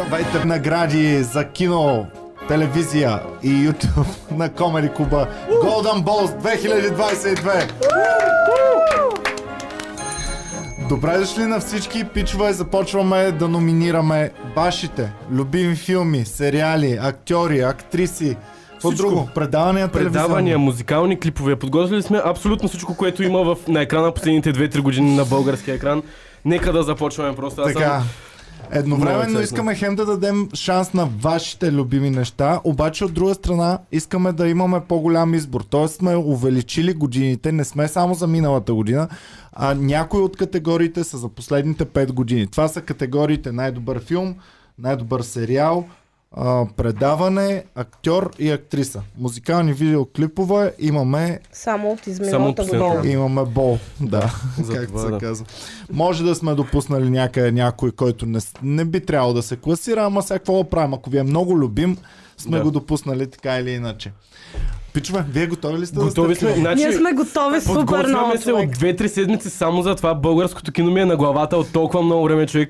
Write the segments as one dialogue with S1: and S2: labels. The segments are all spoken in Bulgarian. S1: Давайте награди за кино, телевизия и YouTube на Comedy Куба. Golden Balls 2022! Добре дошли на всички пичове. Започваме да номинираме вашите любими филми, сериали, актьори, актриси. Какво
S2: Всичко.
S1: друго? Предавания,
S2: Предавания,
S1: телевизионни.
S2: музикални клипове. Подготвили сме абсолютно всичко, което има в, на екрана последните 2-3 години на българския екран. Нека да започваме просто. Аз
S1: Така.
S2: съм... Много
S1: Едновременно
S2: честно.
S1: искаме хем да дадем шанс на вашите любими неща, обаче от друга страна искаме да имаме по-голям избор. Тоест сме увеличили годините, не сме само за миналата година, а някои от категориите са за последните 5 години. Това са категориите най-добър филм, най-добър сериал, а, предаване, актьор и актриса. Музикални видеоклипове имаме
S3: Само
S2: Само
S3: от
S2: от
S3: изминалата
S2: последната.
S3: година.
S1: Имаме бол, да,
S2: За
S1: както
S2: това,
S1: се
S2: да.
S1: казва. Може да сме допуснали някъде някой, който не, с- не би трябвало да се класира, ама сега какво да правим? Ако ви е много любим, сме
S2: Да.
S1: го допуснали така или иначе. Пичове, вие готови ли сте
S2: Готови
S1: да сте
S2: сме. Значи,
S3: Ние сме готови супер много
S2: подготвяме се
S3: човек.
S2: от 2-3 седмици само за това. Българското кино ми е на главата от толкова много време, човек.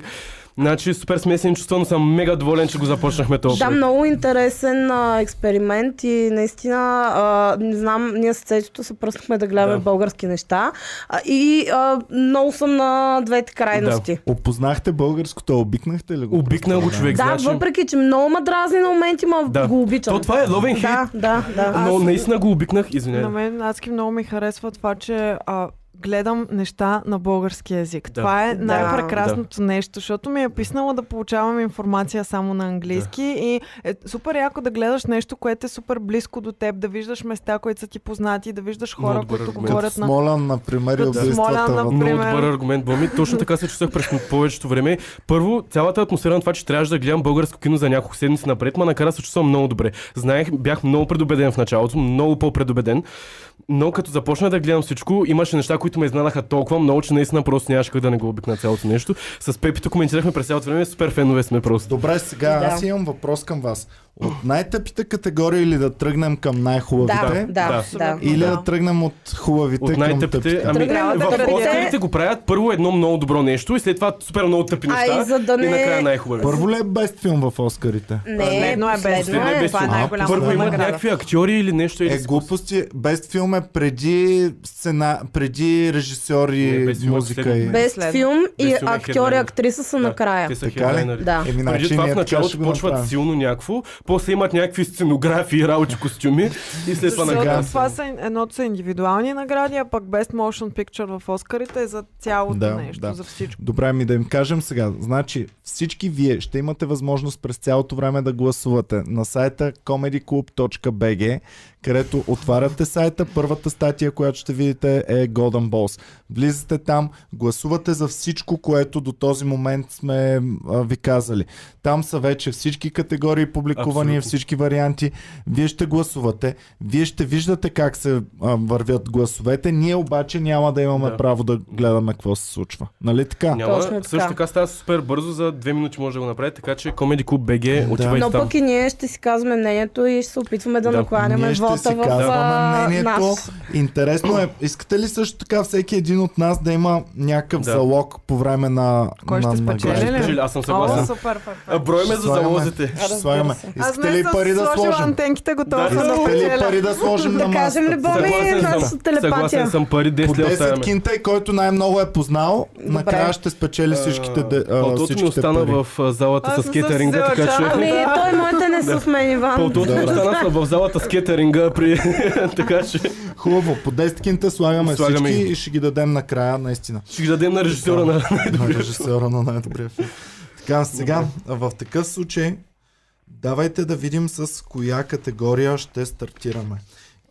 S2: Значи, супер смесени чувства, но съм мега доволен, че го започнахме толкова.
S3: Да, много интересен а, експеримент и наистина, а, не знам, ние с Цечето се пръснахме да гледаме
S2: Да.
S3: български неща а, и а, много съм на двете крайности.
S1: Опознахте българското, обикнахте ли го?
S2: Обикнал го човек,
S3: Да,
S2: значи.
S3: въпреки, че много ма дразни на моменти, ма
S2: Да.
S3: го обичам.
S2: То това е ловен хейт.
S3: Да, да, да.
S2: Но наистина го обикнах, извинявай.
S4: На мен адски много ми харесва това, че а, гледам неща на български язик.
S2: Да.
S4: Това е
S3: Да.
S4: най-прекрасното нещо, защото ми е писнало да получавам информация само на английски и е супер яко да гледаш нещо, което е супер близко до теб, да виждаш места, които са ти познати, да виждаш
S2: Много
S4: хора,
S2: добър
S4: които
S2: аргумент.
S1: Като
S4: говорят на...
S1: Смолян, например, и
S4: Като
S1: убийствата
S4: Смолян,
S1: в...
S4: например.
S2: Много добър аргумент, Боми. Точно така се чувствах през повечето време. Първо, цялата атмосфера на това, че трябваше да гледам българско кино за няколко седмици напред, ма накара да се чувствам много добре. Знаех, бях много предубеден в началото, много по-предубеден. Но като започна да гледам всичко, имаше неща, които ме изнадаха толкова много, че наистина просто нямаше как да не го обикна цялото нещо. С Пепито коментирахме през цялото време, супер фенове сме просто.
S1: Добре, сега
S3: Да.
S1: аз имам въпрос към вас. От най-тъпите категории или да тръгнем към най-хубавите?
S3: да, да,
S2: Да.
S3: да.
S1: Или да
S4: Да.
S1: тръгнем от хубавите
S2: От
S1: към
S2: най-тъпите.
S1: тъпите?
S2: Ами,
S3: Трябва да
S2: в
S3: тъпите-
S2: Оскарите го правят първо едно много добро нещо и след това супер много тъпи
S3: А,
S2: неща.
S3: и за да не-
S2: накрая най-хубави.
S1: Първо ли е бест филм в Оскарите?
S3: Не,
S4: Последно е без.
S3: последно
S2: Последно е
S3: е.
S2: без.
S4: Това
S1: А,
S4: е най-голямата
S2: Първо имат
S4: награда.
S2: някакви актьори или нещо. Или
S1: Е,
S2: с-
S1: глупости. Бест филм е преди сцена, преди режисьор
S2: Не,
S1: и
S2: Best филм е
S1: музика.
S2: последен.
S1: И...
S3: Без
S4: След.
S3: филм и
S2: Без филм е
S3: актьор и
S2: хедлайнер.
S3: актриса са
S2: Да,
S3: накрая.
S2: Те са
S1: Така ли?
S2: хедлайнери.
S3: Да.
S1: Еми,
S2: Преди това в
S1: Е, значи ние така ще
S2: началото
S1: го
S2: почват
S1: направим.
S2: силно някакво, после имат някакви сценографии, работи, костюми и след това
S4: Защото
S2: накрая.
S4: това са едното са индивидуални награди, а пък Best Motion Picture в Оскарите е за цялото
S1: Да,
S4: нещо,
S1: да.
S4: за всичко.
S1: Добре, ми да им кажем сега. Значи, всички вие ще имате възможност през цялото време да гласувате на сайта comedyclub.bg, където отваряте сайта. Първата статия, която ще видите е Golden Balls. Влизате там, гласувате за всичко, което до този момент сме а, ви казали. Там са вече всички категории публикувани,
S2: Абсолютно.
S1: всички варианти. Вие ще гласувате, вие ще виждате как се а, вървят гласовете. Ние обаче няма да имаме
S2: Да.
S1: право да гледаме какво се случва. Нали така?
S2: Няма.
S3: Точно така.
S2: Също така става супер бързо, за две минути може да го направите, така че Comedy Club BG отива
S3: Но
S2: и там.
S3: пък и ние ще си казваме мнението и ще се опитваме да,
S2: Да.
S3: накланяме
S1: Ние ще
S3: вота
S1: си
S3: в
S1: казваме
S3: а,
S1: мнението.
S3: нас.
S1: Интересно е. Искате ли също така всеки един от нас да има някакъв
S2: Да.
S1: залог по време на
S4: Кой ще
S1: на
S4: спечели
S1: наградите?
S4: ли?
S2: Жили, Аз съм
S4: О,
S2: съгласен.
S4: супер, факт.
S2: А, Брой ме
S1: Ще
S2: за
S1: слагаме-
S2: залозите.
S1: Ще слагаме.
S3: се.
S4: Аз
S1: Искате ли
S4: съм
S1: пари да
S4: сложила
S1: сложим?
S4: антенките, готова съм да
S1: Искате ли
S4: печеля.
S1: пари да сложим на
S3: Да кажем ли,
S1: масата?
S3: Боми, нашата телепатия?
S2: съгласен съм пари,
S1: По
S2: 10 ли
S1: 10
S2: оставяме.
S1: кинта и който най-много е познал,
S3: Добре.
S1: накрая ще спечели нали, всичките, де- а,
S2: Пълтото ми
S1: всичките
S2: остана
S1: пари.
S2: в а, залата
S4: Аз
S2: с
S4: не съм
S2: кетеринга,
S4: взела
S2: така
S4: чана.
S2: че...
S3: Ами, той моите не са в мен, Иван.
S2: Пълтото ми
S1: Ами, Да.
S2: остана в залата с кетеринга, при... така че...
S1: Хубаво, по 10 кинта слагаме,
S2: Слагаме
S1: всички
S2: ги.
S1: и ще ги дадем накрая, наистина.
S2: Ще ги дадем на режисьора на...
S1: на режисьора на най-добрия филм. Така, сега, в такъв случай, давайте да видим с коя категория ще стартираме.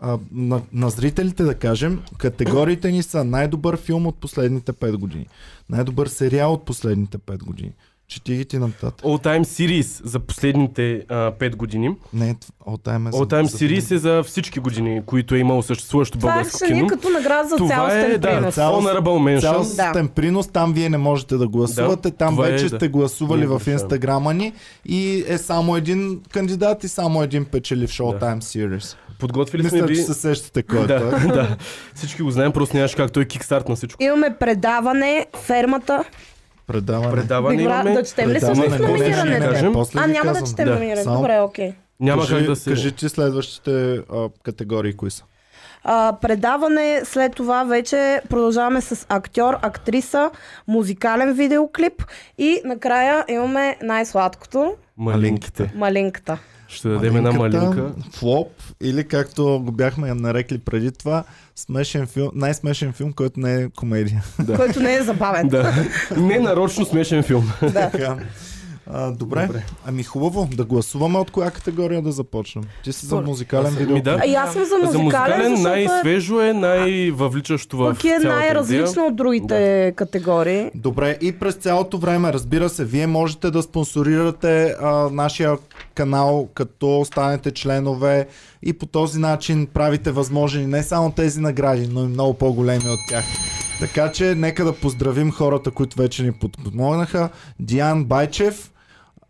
S1: А, на, на зрителите да кажем, категориите ни са най-добър филм от последните 5 години, най-добър сериал от последните 5 години. Чети ги ти нататък.
S2: All Time Series за последните 5 години.
S1: Не, т- All Time е за-
S2: All Time
S1: за-
S2: Series е за всички години, които е имало съществуващо
S3: Това
S2: българско
S3: ще ни
S2: кино.
S3: е като награда за
S2: Това е,
S3: цялостен
S2: да,
S3: принос.
S2: Honorable Mention.
S1: Цялостен принос, там вие не можете да гласувате,
S2: Да,
S1: там
S2: това е,
S1: вече
S2: да.
S1: сте гласували
S2: Ние
S1: в
S2: решаваме.
S1: инстаграма ни и е само един кандидат и само един печелив шоу Time Series.
S2: Подготвили сме
S1: Мисля,
S2: ви...
S1: че се сещате кой е
S2: Да,
S1: той.
S2: да. е Всички го знаем, просто нямаш как той кикстарт на всичко.
S3: Имаме предаване, фермата,
S1: Предаване.
S2: Предаване
S3: Добра,
S2: имаме.
S3: Е, да четем ли всъщност
S1: Предаване.
S2: номинираните?
S1: Не, не, не,
S3: номинираните?
S2: Кажем.
S1: после
S3: А,
S1: ви
S3: няма да
S1: казвам.
S3: четем
S2: Да.
S3: номинираните.
S1: Само-
S3: Добре, окей.
S2: Няма
S1: кажи,
S2: как да се...
S1: Кажи, че следващите а, категории кои са.
S3: А, предаване, след това вече продължаваме с актьор, актриса, музикален видеоклип и накрая имаме най-сладкото
S2: Малинките.
S3: малинката.
S2: Ще дадем една
S1: Малинката,
S2: малинка.
S1: Флоп или както го бяхме нарекли преди това, смешен филм, най-смешен филм, който не е комедия.
S2: Да.
S3: Който не е забавен.
S2: Да. Не нарочно смешен филм.
S3: да.
S1: Така. А, добре. добре. Ами хубаво, да гласуваме от коя категория да започнем. Ти си за
S2: Според-
S1: музикален видео.
S2: Ми да.
S3: А И аз съм за
S2: За
S3: музикален,
S2: музикален
S3: защото е-
S2: най-свежо е, най-въвличащо в
S3: пък е
S2: цялата
S3: най-различно от другите категории.
S1: Добре, и през цялото време, разбира се, вие можете да спонсорирате а, нашия канал, като станете членове и по този начин правите възможни не само тези награди, но и много по-големи от тях. Така че, нека да поздравим хората, които вече ни подпомогнаха. Диан Байчев,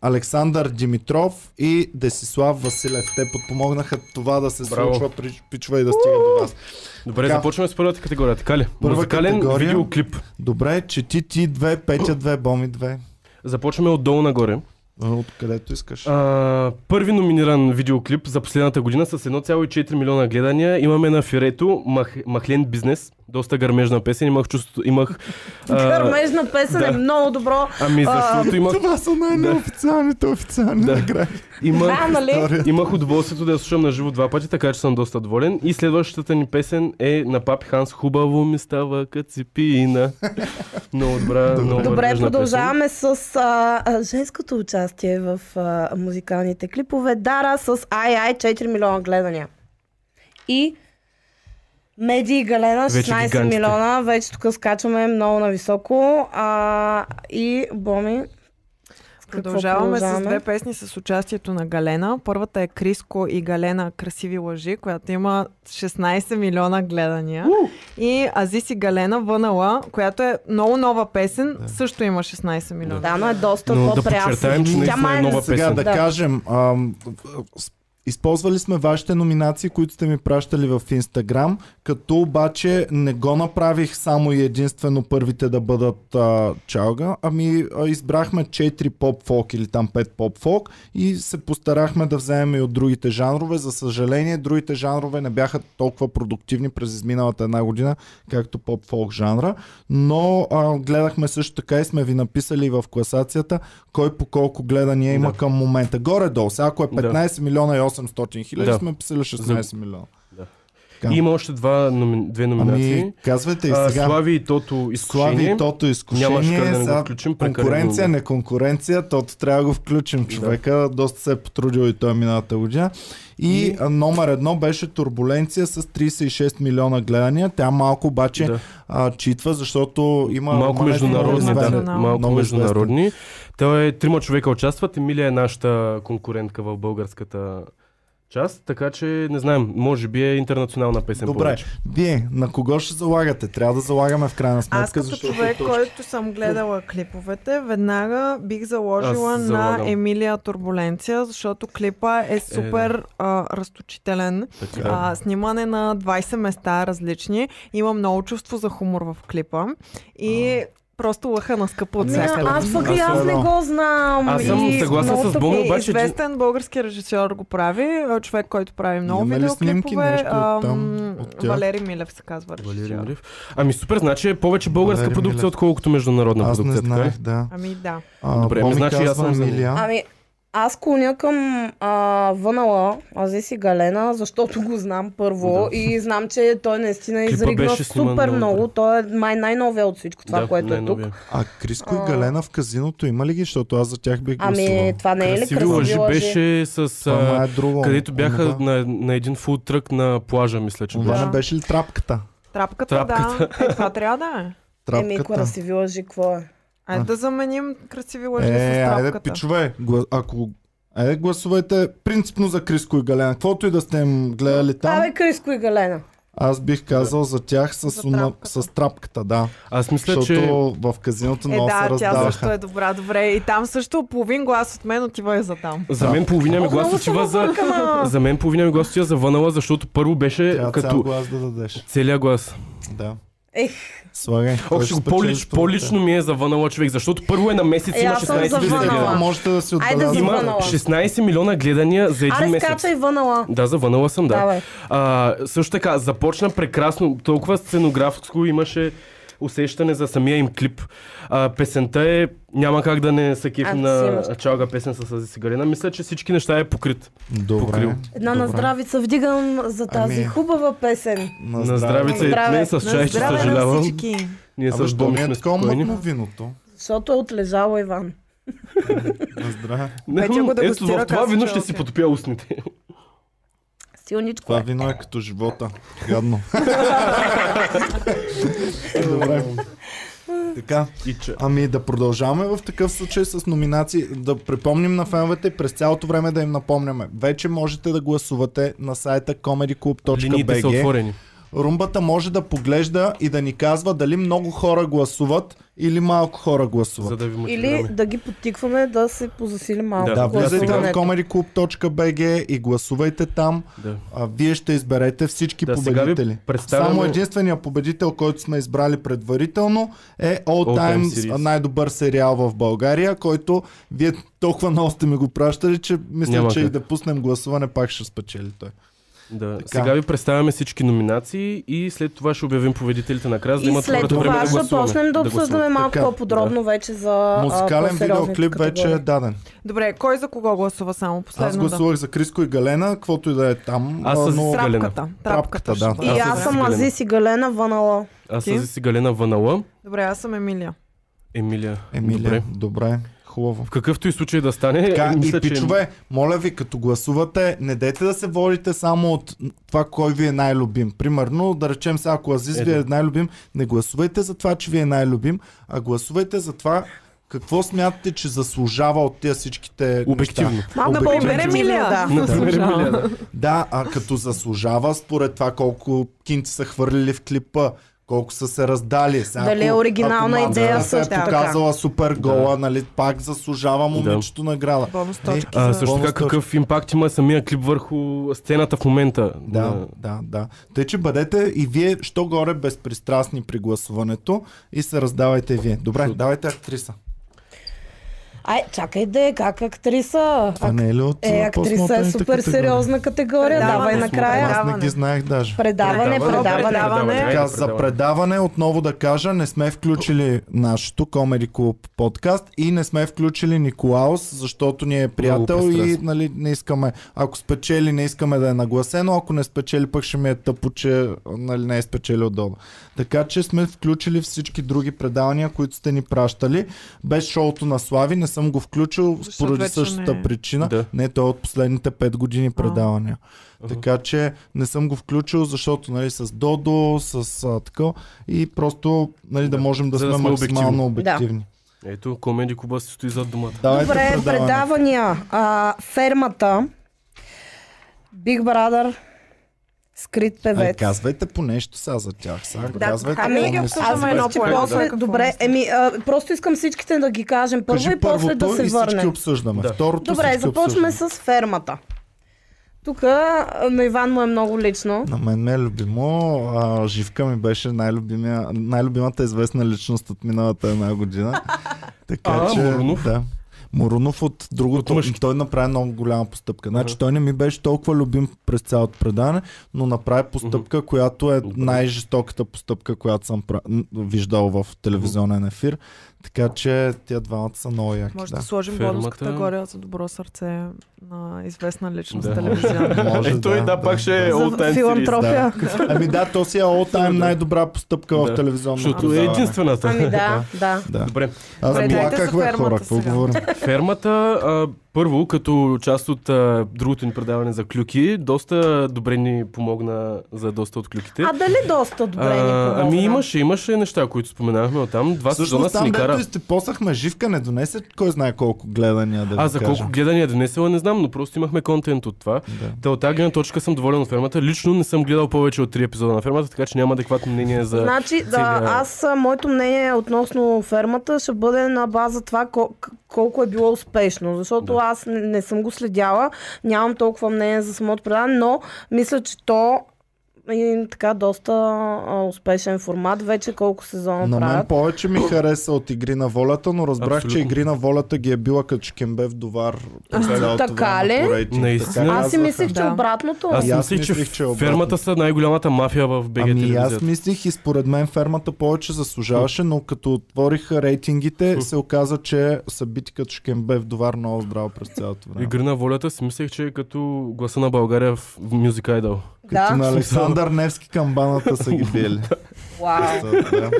S1: Александър Димитров и Десислав Василев. Те подпомогнаха това да се
S2: Браво.
S1: случва, при- пичува и да стига до вас.
S2: Добре,
S1: Така.
S2: започваме с първата категория, така ли?
S1: Първа
S2: музикален
S1: категория.
S2: видеоклип.
S1: Добре, чети ти две, Петя две, Боми две.
S2: Започваме отдолу нагоре.
S1: Откъдето искаш.
S2: А, първи номиниран видеоклип за последната година с 1,4 милиона гледания. Имаме на фирето Мах, Махлен бизнес. Доста гърмежна песен. Имах чувството, имах... А,
S3: Гърмежна песен
S2: да.
S3: е много добро.
S2: ами защото имах,
S1: Това са най-неофициалните официални
S2: Да.
S1: награди.
S3: Да,
S2: имах,
S3: нали?
S2: имах удоволствието да я слушам на живо два пъти, така че съм доста доволен. И следващата ни песен е на Папи Ханс. Хубаво ми става каципина. много добра, много
S3: Добре,
S2: гърмежна
S3: продължаваме с а, а, женското участие в а, музикалните клипове. Дара с Ай Ай 4 милиона гледания. И Меди и Галена
S2: Вече
S3: 16
S2: гигантите.
S3: милиона. Вече тук скачаме много нависоко. А, и Боми. с какво
S4: Продължаваме с две песни с участието на Галена. Първата е Криско и Галена Красиви лъжи, която има 16 милиона гледания. И Азис и Галена Вънала, която е много нова песен, също има 16 милиона.
S3: Да, но е доста
S2: Но да
S3: по-прясна.
S2: подчертаем, че наистина е нова
S1: Сега
S2: песен.
S1: да,
S3: Да.
S1: кажем, ам, с- използвали сме вашите номинации, които сте ми пращали в Инстаграм, като обаче не го направих само и единствено първите да бъдат а, чалга, ами а, избрахме 4 поп-фолк или там 5 поп-фолк и се постарахме да вземем и от другите жанрове. За съжаление, другите жанрове не бяха толкова продуктивни през изминалата една година, както поп-фолк жанра, но а, гледахме също така и сме ви написали в класацията кой по колко гледания има
S2: Да.
S1: към момента. Горе-долу, сега ако е
S2: Да.
S1: 15 милиона и 800 хиляди,
S2: Да.
S1: сме писали 16 милиона.
S2: песен. И Има още два, номи... две номинации.
S1: Ами, казвайте и
S2: Значи, А,
S1: сега.
S2: Слави и Тото изкушение.
S1: Слави и Тото е
S2: Нямаше
S1: изкушение.
S2: как да не го
S1: сега
S2: включим, прекалено
S1: конкуренция,
S2: много.
S1: не конкуренция, Тото трябва да го включим. Човека доста се е потрудил и той миналата година. И,
S2: И-
S1: а, номер едно беше Турбуленция с 36 милиона гледания. Тя малко обаче
S2: Да.
S1: а, читва, защото има...
S2: Малко
S1: романец, много
S2: международни, да.
S1: известен.
S4: Национално.
S2: Малко
S1: Много
S2: международни. Той е трима човека участват. Емилия е нашата конкурентка в българската част, така че не знаем, може би е интернационална песен.
S1: Добре,
S2: повече.
S1: вие на кого ще залагате? Трябва да залагаме в крайна
S4: Аз
S1: сметка,
S4: като
S1: защото...
S4: човек, който съм гледала клиповете, веднага бих заложила
S2: Аз
S4: на
S2: залагам.
S4: Емилия Турбуленция, защото клипа е супер а, разточителен.
S2: Така.
S4: А, снимане на 20 места различни. Има много чувство за хумор в клипа. И просто лъха на скъпа от
S3: Ами, а-
S4: всякъде.
S3: аз пък и
S1: Аз
S3: аз
S1: съм-
S3: не го знам.
S2: Аз съм
S3: И е.
S2: съгласен
S3: много
S2: с Боми,
S4: И
S3: тъпи.
S2: обаче, че-
S4: известен български режисьор го прави, а, човек, който прави много
S1: Имаме ли снимки,
S4: видеоклипове.
S1: нещо от там,
S4: ам,
S1: от тях?
S4: Валери Милев се казва
S2: Валерий
S4: режисьор.
S2: Милев. Ами супер, значи е повече българска
S1: Валерий
S2: продукция,
S1: Милев.
S2: отколкото международна
S1: Аз не
S2: продукция. така
S1: знаех,
S2: е.
S1: да.
S4: Ами да.
S1: А,
S2: Добре,
S1: Боми
S2: значи аз
S1: казва
S2: съм за нея.
S1: Емилия.
S3: Ами, аз клоня към а, Вънала, Азис и Галена, защото го знам първо
S2: Да.
S3: да. и знам, че той наистина
S2: Клипа
S3: изригна
S2: беше сниман
S3: супер
S2: много
S3: много.
S2: добре.
S3: Той е май най-новия от всичко това,
S2: Да,
S3: което е тук.
S2: най-новия.
S1: А Криско
S3: А.
S1: и Галена в казиното има ли ги? Защото аз за тях бих гласувал.
S3: Ами, това не е ли
S2: Красиви
S3: красиви лъжи?
S2: лъжи беше с...
S1: Това май
S2: А,
S1: е друго.
S2: където бяха
S1: Онова-
S2: на, на един фуд трък на плажа, мисля, че
S1: Онова
S2: беше.
S4: Да.
S1: не беше ли трапката?
S4: Трапката, да. Е, това трябва да е.
S3: Еми,
S1: Трапката.
S3: красиви лъжи, какво е?
S4: Айде да заменим красиви лъжи с
S1: Е,
S4: трапката.
S1: айде, пичове, гла- ако... Айде гласувайте принципно за Криско и Галена. Каквото и да сте им гледали там,
S3: Абе, Криско и Галена.
S1: аз бих казал за тях с,
S4: За
S1: уна-
S4: трапката.
S1: с трапката, да.
S2: Аз мисля,
S1: Защото
S2: че...
S1: в казиното
S4: Е,
S1: много се
S4: да, тя
S1: раздаваха.
S4: също е добра, добре. И там също половин глас от мен отива и за там.
S2: За мен половина ми
S3: О,
S2: глас
S3: много
S2: отива
S3: съм
S2: за...
S3: объркана.
S2: За мен половина ми глас отива за Ванала, защото първо беше
S1: Трябва цял
S2: като
S1: глас да дадеш.
S2: целия глас.
S1: Да.
S3: Ех.
S1: Слагай.
S2: Общо по-лич, по-лично ми е завънала човек, защото първо е на месец
S3: Е,
S2: има
S3: аз съм
S2: 16
S3: завънала.
S2: милиона.
S1: Можете да си
S3: Айде,
S1: отбелязате.
S2: Има
S3: Завънала.
S2: 16 милиона гледания за един
S3: Аре,
S2: месец.
S3: скачай вънала.
S2: Да, завънала съм, да.
S3: Давай.
S2: А, също така, започна прекрасно, толкова сценографско имаше усещане за самия им клип. А, песента е, няма как да не се
S3: А,
S2: кефим
S3: си
S2: на
S3: имаш.
S2: чалга песен с тази сигарена. Мисля, че всички неща е покрит. Покрил.
S1: Добре.
S3: Една
S1: добре.
S3: на здравица вдигам за тази
S1: Ами-
S3: хубава песен.
S2: На здравица и
S3: Здраве.
S2: мен с
S4: На
S2: чай, че
S4: здраве на
S2: съжалявам.
S4: всички.
S2: Ние
S1: Абе,
S2: с
S1: що
S2: Боми
S1: ми е
S2: сме
S1: така мътно
S2: спокойни.
S1: виното?
S3: Защото е отлежало Иван.
S1: На здраве.
S2: Не,
S4: Петя го
S2: ето,
S4: дегустира
S2: в това вино ще
S4: кафе,
S2: си
S4: окей.
S2: потопя устните.
S3: Силничко
S1: Това
S3: е.
S1: вино е като живота. Гадно. Добре. Така,
S2: И че.
S1: ами да продължаваме в такъв случай с номинации, да припомним на феновете и през цялото време да им напомняме. Вече можете да гласувате на сайта
S2: Линиите са
S1: comedyclub.bg.
S2: отворени.
S1: Румбата може да поглежда и да ни казва дали много хора гласуват или малко хора гласуват.
S2: За да ви
S3: Или
S2: мотивираме.
S3: да ги потикваме да се позасили малко.
S2: Да,
S1: Да, влизайте в
S3: гласуването.
S1: comedyclub.bg и гласувайте там.
S2: Да.
S1: А, вие ще изберете всички
S2: Да, сега ви
S1: победители.
S2: представяме-
S1: Само единствения победител, който сме избрали предварително е All,
S2: All
S1: Time,
S2: Time
S1: Time
S2: Series.
S1: най-добър сериал в България, който вие толкова много сте ми го пращали, че мисля,
S2: Няма
S1: че
S2: как.
S1: и да пуснем гласуване пак ще спечели той.
S2: Да.
S1: Така.
S2: Сега ви представяме всички номинации и след това ще обявим победителите накрая, за да
S3: И
S2: имат
S3: след
S2: хората време
S3: това
S2: да
S3: ще
S2: гласуваме.
S3: почнем да обсъждаме
S2: гласуват.
S3: малко
S1: Така,
S3: по-подробно вече за а,
S1: Музикален
S3: по-сериозните
S1: видеоклип вече е
S3: категории.
S1: даден.
S4: Добре, кой за кого гласува само
S1: Аз
S4: последно? да.
S1: гласувах за Криско и Галена, каквото и да е там.
S2: Аз
S1: а,
S2: с-
S1: но...
S2: Трап- Галена.
S4: Трапката.
S1: Трапката,
S4: Трапката, ще
S1: да.
S4: бъде.
S3: И
S2: Аз съм
S3: аз съм
S2: Галена.
S3: Азис и Галена Ванала.
S2: Аз
S4: Ти?
S2: съм си Галена Ванала,
S4: Добре, аз съм Емилия.
S2: Емилия.
S1: Емилия, добре.
S2: Добре.
S1: добре, хубаво.
S2: В какъвто и случай да стане,
S1: Така,
S2: е, мисля,
S1: и
S2: че
S1: пичове, моля ви, като гласувате, не дайте да се водите само от това, кой ви е най-любим. Примерно, да речем сега, ако Азиз
S2: Ето.
S1: ви е най-любим, не гласувайте за това, че ви е най-любим, а гласувайте за това, какво смятате, че заслужава от тези всичките
S2: Обективно.
S1: неща.
S3: Малко
S1: Обективно.
S4: Например, Емилия.
S3: Да.
S2: Например, Емилия, да.
S1: Да, а като заслужава според това колко кинти са хвърлили в клипа, колко са се раздали. Сега,
S3: Дали е
S1: ако-
S3: оригинална
S1: ако
S3: идея
S1: Мандата се
S3: също
S1: е
S3: така.
S1: показала супер гола, нали, пак заслужава момичето награда.
S4: Бонус
S1: Не,
S4: точки.
S2: А,
S4: за-
S2: също
S1: Бонус
S2: така, какъв импакт има самия клип върху сцената в момента?
S1: Да, да, да. Тъй, че бъдете и вие, що горе, безпристрастни при гласуването и се раздавайте и вие. Добре, давайте актриса.
S3: Ай, чакай да е, как актриса.
S1: Това не е ли от
S3: Е,
S1: а,
S3: актриса е
S1: постмодерните
S3: супер
S1: категории?
S3: сериозна категория.
S4: Да,
S3: Давай
S4: да,
S3: накрая.
S4: да.
S1: Аз не ги знаех даже.
S2: Предаване,
S3: Предаване, предаване.
S2: предаване.
S1: Така,
S2: Айде,
S1: за
S2: предаване.
S1: предаване отново да кажа, не сме включили нашото Comedy Club подкаст и не сме включили Николаус, защото ни е приятел и
S2: пристрастно.
S1: нали, не искаме, ако спечели, не искаме да е нагласено, ако не спечели, пък ще ми е тъпо, че нали, не е спечелил долу. Така че сме включили всички други предавания, които сте ни пращали. Без шоуто на Слави не съм го включил
S4: Защото
S1: поради
S4: вече не
S1: същата
S4: е.
S1: причина.
S2: Да.
S1: Не, той е от последните 5 години предавания. Така че не съм го включил, защото нали, с Додо, с а, така и просто нали, да можем да
S2: За да
S1: сме
S2: сме
S1: максимално
S3: обективни.
S1: обективни.
S2: Ето, Комеди Куба си стои зад думата.
S1: Давайте
S3: Добре,
S1: предаване.
S3: предавания. А, фермата. Big Brother. Скрит
S1: Ай,
S3: певец.
S1: казвайте по нещо сега за тях. Сега
S3: Да,
S1: казвайте
S3: ами,
S1: какво
S3: аз
S1: мислите.
S4: Аз
S3: Аз
S4: мисля,
S3: мисля,
S4: че
S3: че
S4: първо
S3: после...
S4: да.
S3: Добре, еми, а, просто искам всичките да ги кажем първо
S1: Кажи
S3: и после да
S1: първото
S3: се
S1: и всички
S3: върнем.
S1: обсъждаме.
S2: Да.
S1: Второто
S3: Добре,
S1: всички
S3: започваме
S1: обсъждаме.
S3: с фермата. Тук на Иван му е много лично.
S1: На мен ме е любимо. А, Живка ми беше най-любимия- най-любимата известна личност от миналата една година. така
S2: А,
S1: че,
S2: Морунов?
S1: Да. Морунов от другото,
S2: От мъжките.
S1: той направи много голяма постъпка. Значи той не ми беше толкова любим през цялото предаване, но направи постъпка, която е най-жестоката постъпка, която съм пра... н- виждал в телевизионен ефир. Така че тия двамата са много яки.
S4: Може
S1: да.
S4: да, сложим бонус
S2: Фермата.
S4: категория за добро сърце на известна личност
S2: Да.
S4: телевизионна.
S1: Може,
S2: Е, той да, пак ще е
S1: да.
S2: all
S3: За
S2: time series.
S3: филантропия.
S1: Ами да, то си е all time най-добра постъпка в
S2: Да.
S1: телевизионно
S2: Защото е
S1: предаване.
S2: единствената.
S3: Ами да, да.
S1: Да.
S2: Добре.
S1: Аз
S4: Добре, дайте
S1: плаках,
S4: за
S1: бе,
S4: фермата
S1: хора, какво
S4: сега.
S1: говорим.
S2: Фермата, а, първо, като част от а, другото ни предаване за клюки, доста добре ни помогна за доста от клюките.
S3: А дали доста добре ни помогна?
S2: ами имаше, имаше неща, които споменахме от там. Два сезона
S1: Всъщност
S2: си
S1: там,
S2: ни кара.
S1: дето сте посахме живка, не донесе кой знае колко гледания да
S2: А
S1: ви
S2: за
S1: кажа.
S2: колко гледания е донесела не знам, но просто имахме контент от това.
S1: Да.
S2: Та от тази гледна точка съм доволен от фермата. Лично не съм гледал повече от три епизода на фермата, така че няма адекватно мнение за...
S3: Значи, да,
S2: целия-
S3: аз, а, моето мнение относно фермата ще бъде на база това кол- к- колко е било успешно, защото
S2: Да.
S3: аз не, не съм го следяла, нямам толкова мнение за самото предаване, но мисля, че то и така доста а, успешен формат. Вече колко сезона
S1: На мен
S3: правят.
S1: повече ми хареса от Игри на волята, но разбрах, Абсолютно. че
S2: Абсолютно.
S1: Игри на волята ги е била като чкембев довар през цялото
S3: Така
S1: време
S3: ли?
S1: по рейтинг.
S2: Наистина.
S1: Така
S3: Аз си
S1: казваха.
S3: мислех, че
S4: Да.
S3: обратното. е.
S2: Аз
S1: И аз
S2: мислих, че
S1: мислих, че е обратно.
S2: фермата са най-голямата мафия в БГ
S1: Ами аз
S2: телевизията.
S1: мислих и според мен фермата повече заслужаваше, но като отвориха рейтингите, се оказа, че са бити като шкембев довар много здраво през цялото време.
S2: Игри на волята си мислех, че е като гласа на България в Music Idol.
S1: Като на
S3: Да.
S1: Александър Невски камбаната са ги били.
S3: Вау.
S1: Та, да. Да.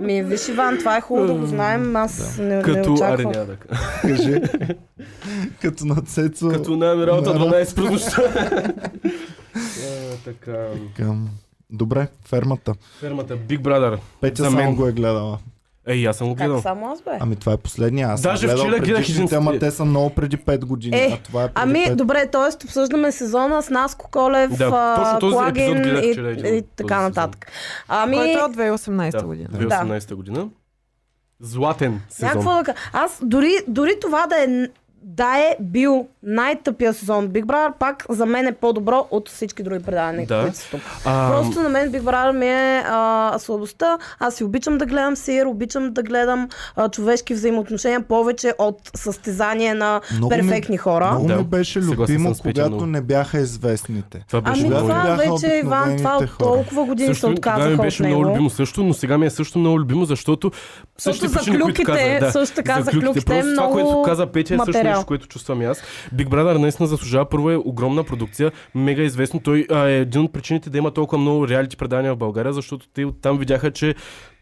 S3: Ми, виж, Иван, това е хубаво да го знаем. Аз не, не
S2: Като аре
S3: очаквах.
S2: няма да кажа.
S1: Кажи. Като на Цецо.
S2: Като на Амиралта
S1: Да.
S2: 12 през нощта. Е, Така.
S1: Към... Добре, фермата.
S2: Фермата Big Brother.
S1: Петя
S2: За
S1: само
S2: мен.
S1: го е гледала.
S2: Ей, аз съм го гледал.
S3: Как само аз бе?
S1: Ами това е последния. Аз
S2: Даже
S1: съм гледал
S2: вчера гледах
S1: предишните,
S2: един-
S1: ама те са много преди 5 години.
S3: Е,
S1: а това е преди
S3: Ами,
S1: 5.
S3: добре, т.е. обсъждаме сезона с Наско Колев,
S2: Да,
S3: а,
S2: точно този
S3: Колагин
S2: епизод гледах
S3: и,
S2: вчера един
S3: и,
S2: от този
S3: така
S2: сезон.
S3: нататък. Ами,
S4: Който е от 2018
S2: Да,
S4: година.
S2: 2018 година. Златен сезон.
S3: Някакво да кажа. Аз дори, дори това да е да е бил най-тъпия сезон Big Brother, пак за мен е по-добро от всички други предавания,
S2: Да.
S3: които са тук.
S2: А,
S3: Просто на мен Big Brother ми е а, слабостта. Аз си обичам да гледам сир, обичам да гледам а, човешки взаимоотношения повече от състезание на
S1: Много ми-
S3: перфектни хора.
S1: Много
S2: Да.
S1: ми беше
S2: Съгласен
S1: любимо,
S2: съм с Петя,
S1: когато
S2: но-
S1: не бяха известните.
S2: Това беше
S3: Ами
S1: Когато
S2: много
S3: това
S1: бяха
S3: вече, Иван, това
S1: обикновените
S3: от
S1: хора.
S3: толкова години се
S2: тогава ми
S3: отказаха от
S2: беше много
S3: него.
S2: любимо също, но сега ми е също много любимо, защото
S3: Също
S2: същите
S3: за
S2: причини, които
S3: клюките,
S2: казах, да.
S3: също така за клюките е
S2: Просто това, което
S3: много
S2: каза Петя, е също
S3: материал.
S2: нещо, което чувствам и аз. Big Brother наистина заслужава. Първо е огромна продукция, мега известно. Той а, е един от причините да има толкова много реалити предания в България, защото те оттам видяха, че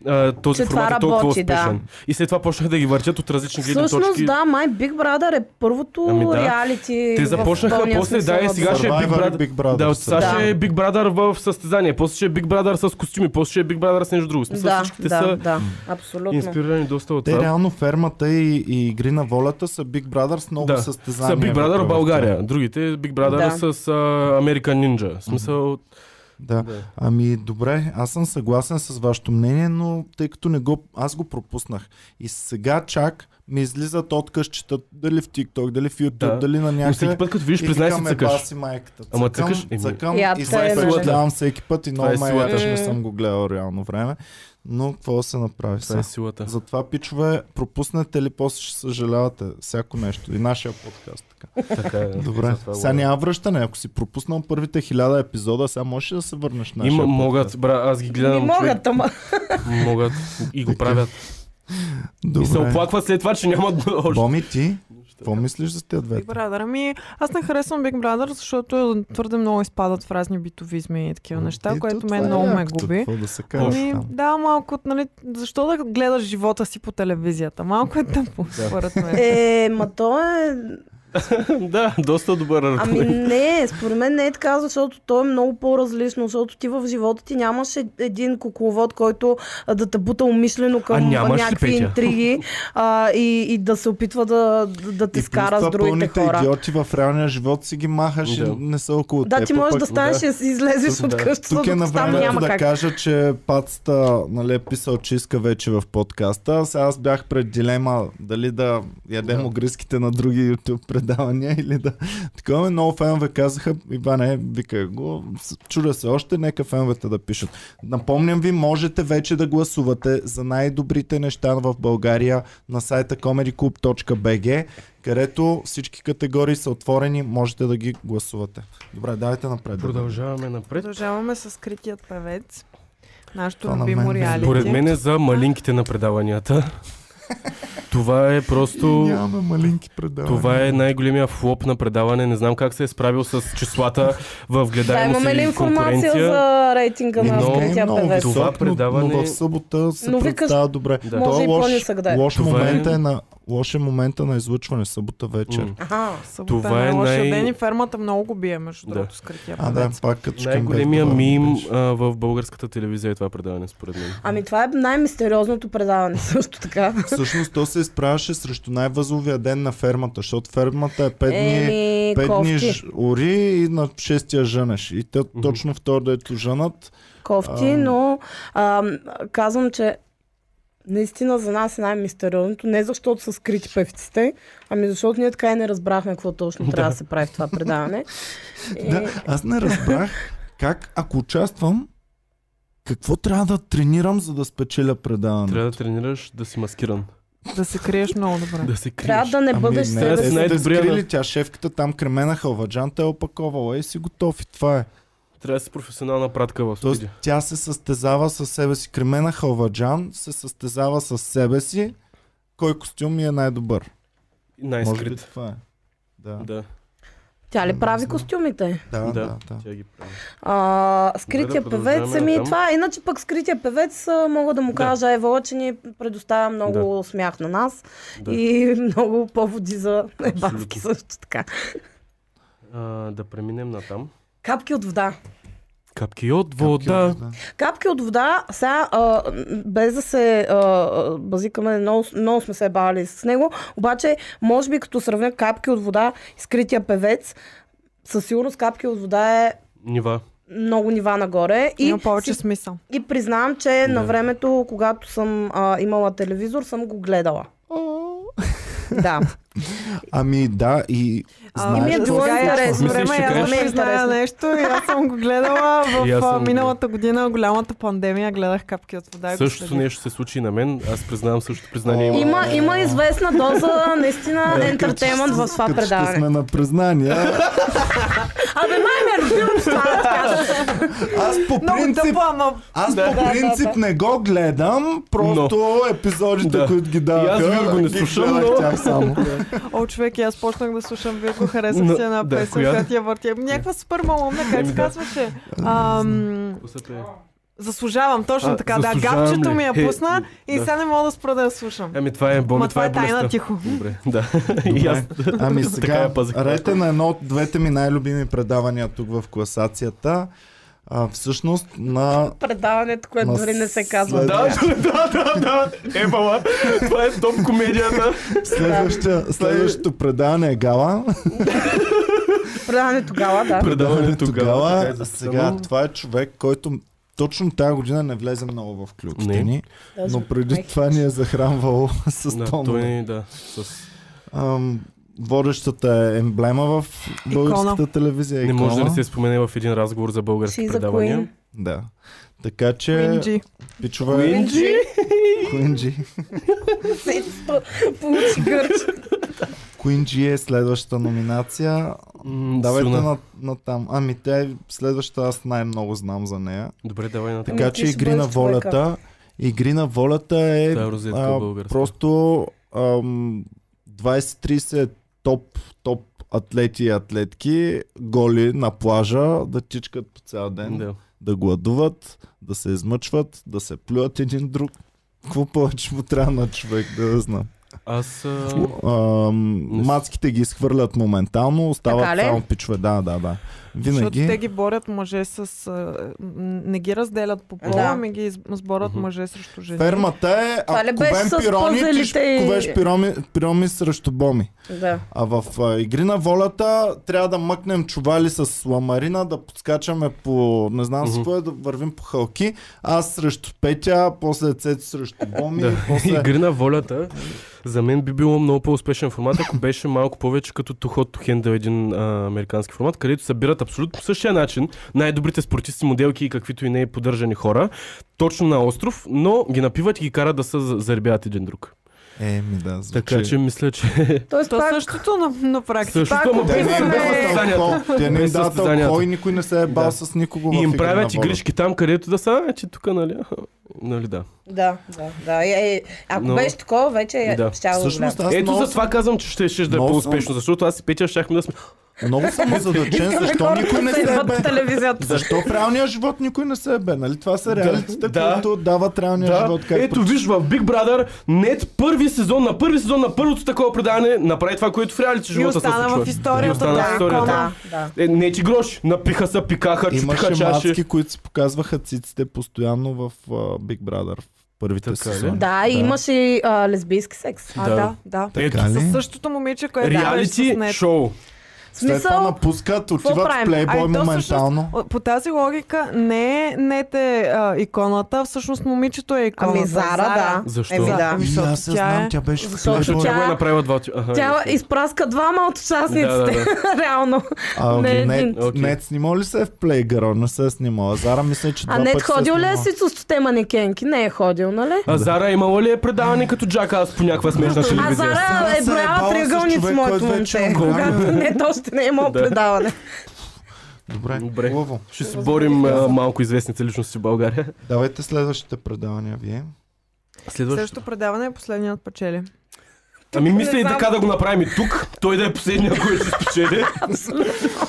S2: а, този
S3: Че това
S2: формат е толкова
S3: работи, да.
S2: успешен. И след това почнаха да ги въртят от различни гледни
S3: Всъщност,
S2: точки.
S3: да, май Big Brother е първото
S2: Ами да.
S3: реалити.
S2: Те
S3: в
S2: започнаха
S3: пълния
S2: после,
S3: смисъл
S2: да, и
S3: на
S2: сега ще е Big
S1: Survivor
S2: Brother.
S1: и Big Brother
S2: Да, от
S1: са.
S2: сега ще
S3: Да.
S2: е Big Brother в състезание, после ще е Big Brother с костюми, после ще е Big Brother с нещо друго. В Смисъл,
S3: Да,
S2: всичките
S3: да,
S2: са
S3: да, абсолютно.
S2: инспирирани доста от
S1: Те
S2: това.
S1: реално фермата и, и игри на волята са Big Brother с много
S2: Да, Са
S1: състезания.
S2: Big Brother
S1: вътре
S2: в
S1: в
S2: България. Другите Big Brother
S3: Да.
S2: с а, American Ninja. В смисъл,
S1: тях. Да.
S2: да.
S1: Ами добре, аз съм съгласен с вашето мнение, но тъй като не го, аз го пропуснах. И сега чак ми излизат откъсчета, дали в TikTok, дали в YouTube,
S2: Да.
S1: дали на
S2: Но
S1: някъде.
S2: всеки път, като видиш, признай си цъкаш.
S1: Си майката.
S2: Ама
S1: цъкам,
S2: цъкаш, еми.
S1: цъкам
S3: Ядка
S1: и
S3: е,
S1: се
S3: нали?
S1: впечатлявам всеки път и
S2: Това е
S1: много ме
S2: силата.
S1: ядеш, не
S3: М.
S1: съм го гледал реално време. Но какво да се направи
S2: Това
S1: сега?
S2: е силата.
S1: Затова, пичове, пропуснете ли, после ще съжалявате всяко нещо. И нашия подкаст така.
S2: Така е.
S1: Добре.
S2: За това
S1: Сега
S2: го-
S1: няма връщане. Ако си пропуснал първите хиляда епизода, сега можеш ли да се върнеш на нашия
S2: Има,
S1: подкаст?
S2: могат, бра, аз ги
S3: Не
S2: гледам. човек.
S3: Ами могат, ама.
S2: Могат. И го правят. И се
S1: Добре.
S2: оплакват след това, че нямат още.
S1: Боми ти, какво мислиш за тия две?
S4: Big Brother. Ами, аз не харесвам Big Brother, защото твърде много изпадат в разни битовизми и
S1: Ами,
S4: такива неща, което
S1: е
S4: мен много ме губи.
S1: Да се кажеш
S4: Ами,
S1: там.
S4: да, малко, нали, защо да гледаш живота си по телевизията? Малко е тъпо, според мен.
S3: Е, ма то е...
S2: Да, доста добър
S3: Ами
S2: аргумент.
S3: не, според мен не е така, защото то е много по-различно, защото ти в живота ти нямаш е- един кукловод, който а, да те бута умишлено
S2: А
S3: към
S2: нямаш ли,
S3: някакви
S2: Петя?
S3: интриги а, и, и да се опитва да, да, да те
S1: И плюс
S3: скара с
S1: това
S3: другите
S1: пълните
S3: хора.
S1: идиоти в реалния живот си ги махаш и
S2: Да.
S1: не са около
S3: Да,
S1: теб.
S3: ти
S1: а
S3: можеш
S1: пък
S3: да станеш и да си излезеш
S2: Да.
S3: от къщата,
S1: Тук е на
S3: докато там
S1: времето
S3: няма
S1: да
S3: как.
S1: кажа, че пацата нали, е писал, че иска вече в подкаста. А Сега аз бях пред дилема дали да ядем
S2: Да.
S1: огризките на други YouTube предавания или да... Такова много фенове казаха, Иване, вика го, с- чудя се още, нека феновете да пишат. Напомням ви, можете вече да гласувате за най-добрите неща в България на сайта comedyclub.bg където всички категории са отворени, можете да ги гласувате. Добре, давайте напред.
S2: Продължаваме напред.
S4: Продължаваме с скритият певец. Нашето
S1: Това на мен
S4: любимо
S1: ми
S4: реалити.
S2: Поред мен е за малинките на предаванията. Това е просто...
S1: Нямаме маленки предавания.
S2: Това е най-големия флоп на предаване. Не знам как се е справил с числата в
S3: Да,
S2: гледаемост
S3: имаме ли
S2: или
S3: информация
S2: конкуренция.
S3: за рейтинга
S1: Ами,
S3: на
S2: Но-
S1: не е
S3: скрития
S1: много
S3: певец?
S2: високо.
S1: висок,
S2: Това предаване-
S1: но, но в събота се
S3: Но викаш,
S1: представя добре.
S2: Да.
S1: То
S3: може и
S1: лош,
S3: по-нисък да е.
S1: лош
S2: Това е-
S1: момент е на, лош е момента на излъчване събота вечер.
S2: М.
S3: Аха.
S4: Събота
S2: Това е
S4: лошия
S2: най-
S4: ден и фермата много го бие, между
S2: Да.
S4: другото, скрития
S1: А, да,
S4: певец.
S1: пак като ще
S2: Най-големия
S1: към
S2: мим
S1: беше.
S2: а, в българската телевизия е това предаване, според мен.
S3: Ами това е най-мистериозното предаване също така.
S1: Всъщност то се изправяше срещу най-възловия ден на фермата, защото фермата е 5 дни,
S3: Еми,
S1: 5 дни
S3: кофти.
S1: ж- ори и на 6-тия женеш. И те, точно в този дето женат,
S3: кофти,
S1: Ам.
S3: но ам, казвам, че наистина за нас е най-мистериозното. Не защото са скрити певците, ами защото ние така и не разбрахме какво точно трябва да се прави в това предаване. И-
S1: Да, аз не разбрах Как, ако участвам, какво трябва да тренирам, за да спечеля предаването?
S2: Трябва да тренираш да си маскиран.
S4: Да се криеш много добре.
S2: Да се криеш.
S3: Трябва да не бъдеш
S1: Ами, не,
S2: Трябва
S3: Е, себе
S1: те
S2: да си
S1: са
S3: си.
S2: най-
S1: те
S2: най-добрия,
S1: скрили,
S2: да.
S1: тя шефката там кремена халваджан, те е опаковала и си готов и това е.
S2: Трябва да си професионална пратка в
S1: Тоест,
S2: студио.
S1: тя се състезава с себе си. Кремена халваджан се състезава с себе си. Кой костюм ми е най-добър? Може би
S2: Най-скрит.
S1: това е. Да, да,
S2: Да,
S3: Тя
S1: Не
S3: ли прави
S1: знам.
S3: костюмите?
S1: да. да,
S2: да.
S1: да.
S2: Тя ги прави.
S3: А,
S2: Добре,
S3: скрития
S2: да
S3: певец,
S2: продължаваме
S3: ами
S2: натам.
S3: това е. Иначе пък скрития певец а, мога да му
S2: Да.
S3: кажа, Ева, че ни предоставя много смях на нас
S2: Да.
S3: и много поводи за
S2: Абсолютно.
S3: ебавки също така.
S2: А, да преминем натам.
S3: Капки от вода.
S2: Капки от вода.
S3: Капки от вода, сега, а, м, без да се а, а, базикаме, много, много сме се бавили с него, обаче, може би като сравня капки от вода и скрития певец, със сигурност капки от вода е
S2: Нива.
S3: много нива нагоре.
S4: И,
S3: И,
S4: Има повече
S3: си-
S4: смисъл.
S3: и признавам, че
S2: Да.
S3: на времето, когато съм а, имала телевизор, съм го гледала. Да.
S1: Ами да, и
S4: А,
S1: знаеш,
S3: ми е
S1: какво
S3: било
S1: се случва?
S4: интересно
S2: Мислиш,
S4: време.
S2: че
S4: Аз
S3: е
S2: кажеш?
S4: ще зная нещо и аз съм го гледала
S2: И
S4: в
S2: аз съм
S4: а,
S2: го
S4: миналата година. Голямата пандемия гледах капки от вода. и го
S2: Същото
S4: следих.
S2: нещо се случи и на мен. Аз признавам същото признание.
S1: О,
S2: имам.
S3: Има, има известна доза, наистина,
S1: Да,
S3: ентертеймент в това
S1: като ще
S3: предаване.
S1: сме на признания.
S3: Абе, май ме разбирам с това, да кажа.
S1: Аз по
S4: Много
S1: принцип,
S4: тъпо, ама
S1: аз по принцип не го гледам, просто епизодите,
S2: Да.
S1: които ги
S2: И аз
S1: даваха,
S2: Вирго не
S1: ги
S2: слушам,
S1: гледах
S2: но-
S1: тях само.
S4: О, човек, и аз почнах да слушам Вилко, харесах
S2: Но-
S4: си една
S2: да,
S4: песен,
S2: коя?
S4: която я въртя. Някаква супер малумна, как
S2: Еми,
S4: се
S2: да.
S4: казваше? Ам, Заслужавам, точно
S2: А,
S4: така. Да,
S2: заслужавам
S4: гапчето
S2: ли?
S4: ми я
S2: Е,
S4: пусна и
S2: да.
S4: сега не мога да спра да я слушам.
S2: Ами това е
S4: Ама
S2: боми, това е
S4: тайна,
S2: болестта.
S4: тихо.
S2: Добре, да. И аз
S1: Добре. Ами
S2: Така
S1: сега,
S2: я пазих.
S1: рете на едно от двете ми най-любими предавания тук в класацията. А, всъщност на...
S3: Предаването, което
S1: На
S3: дори не се казва.
S1: след-
S2: Да, да, да, да. Ебала. Това е топ комедията.
S1: Следващия, следващото предаване е Гала.
S3: Предаване тогава, да.
S2: Предаването
S1: Гала.
S2: тогава. така е записано.
S1: Сега това е човек, който точно тази година не влезе много в ключите
S2: Не.
S1: ни,
S3: Даже
S1: но преди
S3: майка.
S1: това ни е захранвало с
S2: Да,
S1: тон.
S2: той е да. С...
S1: Ам, водещата е емблема в българската телевизия.
S2: Не
S1: Икона.
S2: може да не се спомене в един разговор за български
S3: She's a queen.
S2: предавания.
S1: Да. Така че,
S4: Минджи.
S1: пичове...
S3: Минджи.
S1: Куинджи.
S3: Получи гърч.
S1: Куинджи е следващата номинация.
S2: М,
S1: Давайте
S2: Силна.
S1: на, на там. Ами тя е следващата, аз най-много знам за нея.
S2: Добре, давай на така.
S1: Така
S3: Ами,
S1: че
S3: ти ще
S1: игри на
S3: бъдеш човека.
S1: волята. Игри на волята е
S2: Та розетка българска.
S1: просто ам, 20-30 топ, топ атлети и атлетки, голи на плажа, да тичкат по цял ден, да.
S2: Да.
S1: да гладуват, да се измъчват, да се плюят един друг. Какво повече му трябва на човек да знам?
S2: Аз... а,
S1: Ам,
S2: Не с-
S1: мацките ги изхвърлят моментално, остават
S3: Така ли?
S1: само пичове. Да, да, да.
S4: Защото те
S1: Винаги.
S4: ги борят мъже с... а, м, не ги разделят по пола,
S3: Да.
S4: ами ги из- сборят
S2: Мгм.
S4: мъже срещу жени.
S1: Фермата е,
S3: Това ли
S1: ако
S3: беше
S1: ковем
S3: с
S1: пирони, ти ще
S3: пъзелите и-
S1: ковеш пироми, пироми срещу боми.
S3: Да.
S1: А в а, игри на волята трябва да мъкнем чували с ламарина, да подскачаме по не знам си
S2: Мгм.
S1: какво е, да вървим по халки. Аз срещу Петя, после Цецо срещу Боми,
S2: Да.
S1: после...
S2: Игри на волята. За мен би било много по-успешен формат, ако беше малко повече като Too Hot to Handle, един а, американски формат, където събират абсолютно по същия начин най-добрите спортисти, моделки и каквито и не е поддържани хора, точно на остров, но ги напиват и ги карат да се за- заребяват един друг.
S1: Еми Е, да, звучи.
S2: Така че мисля, че...
S3: Тоест
S4: То
S3: пак
S4: същото на, на практика.
S2: Същото, ама
S1: Те
S2: без,
S1: не им
S2: без
S1: дават
S2: състезанията.
S1: алкохол, те не им
S2: Без
S1: дават
S2: състезанията.
S1: алкохол и никой не се е бал
S2: Да.
S1: с никого в
S2: И им
S1: игри на
S2: правят
S1: волята.
S2: игрички там, където да са, а че тук, нали? аха, Нали да.
S3: Да, да, да. Е, е, ако
S2: Но-
S3: беше такова, вече
S2: Да.
S3: да. ще го
S1: Всъщност
S3: гледам.
S1: аз
S2: Ето
S1: много,
S2: за това казвам, че ще, ще да е
S1: много съм-
S2: по-успешно, защото аз и Петя щяхме да сме...
S1: много съм озадачен, защо никой не се е
S3: идват
S1: бе.
S3: по телевизията.
S1: Защо в реалния живот никой не се е бе? Нали това са реалитите,
S2: да.
S1: които дават реалния
S2: Да,
S1: живот. Как
S2: ето виж в Big Brother, нет първи сезон, на първи сезон, на първото такова предаване, направи това, което в реалите
S4: И
S2: живота се
S4: остана
S2: случва.
S4: в историята.
S2: И остана в
S4: да,
S2: историята.
S4: икона.
S3: Да, да.
S2: Е, не ти грош, напиха са, пикаха, чупиха
S1: Имаше
S2: чаши.
S1: мацки, които си показваха циците постоянно в uh, Big Brother. В първите
S2: Така ли?
S1: сезони.
S3: Да, и имаше и а, лесбийски секс.
S4: А, да, да.
S2: Ето,
S1: Така ли?
S4: Със същото момиче, което беше с
S2: реалити
S4: нея.
S2: шоу.
S3: В
S1: След това
S3: смисъл,
S1: напускат, отиват в
S3: правим?
S4: Ами,
S1: плейбой
S4: то всъщност-
S1: моментално.
S4: О, По тази логика не е не те а, иконата, всъщност момичето е иконата.
S3: ами Зара, да.
S2: Защо?
S3: Еми, да.
S4: Зара.
S1: И
S4: защото
S1: аз я
S4: тя
S1: знам,
S4: е-
S1: тя беше в
S3: защото
S2: Защото
S1: плейбой.
S2: тя
S3: тя-
S2: го е направила два... Аха,
S3: Тя
S2: ясно.
S3: изпраска двама от участниците,
S2: Да, да,
S3: реално.
S1: А,
S3: Не,
S1: не, не,
S3: един.
S2: Окей.
S1: не, снимал ли се е в Playgirl? Не се е снимала. Зара мисля, че два
S3: А не
S1: пъти се е
S3: ходил ли е
S1: снимала.
S3: си с те манекенки? Не е ходил, нали?
S2: А Зара имала ли е предаване като Джака аз по някаква смешна
S3: А
S2: телевизия?
S1: Зара
S3: Зара е
S1: се е ебала
S3: брояла
S1: с
S3: триъгълници
S1: човек,
S3: с
S1: който
S3: моето
S1: вече е
S3: момче.
S1: умрял.
S3: Когато не, то ще не е имало
S2: Да.
S3: предаване.
S1: Добре,
S2: Добре.
S1: хубаво.
S2: Ще се борим а, малко известните личности в България.
S1: Давайте следващите предавания вие.
S2: Следващото.
S4: Също предаване е последният печели.
S2: Ами мисля
S3: не
S2: и
S3: знам.
S2: така да го направим и тук. Той да е последния, който ще спечели.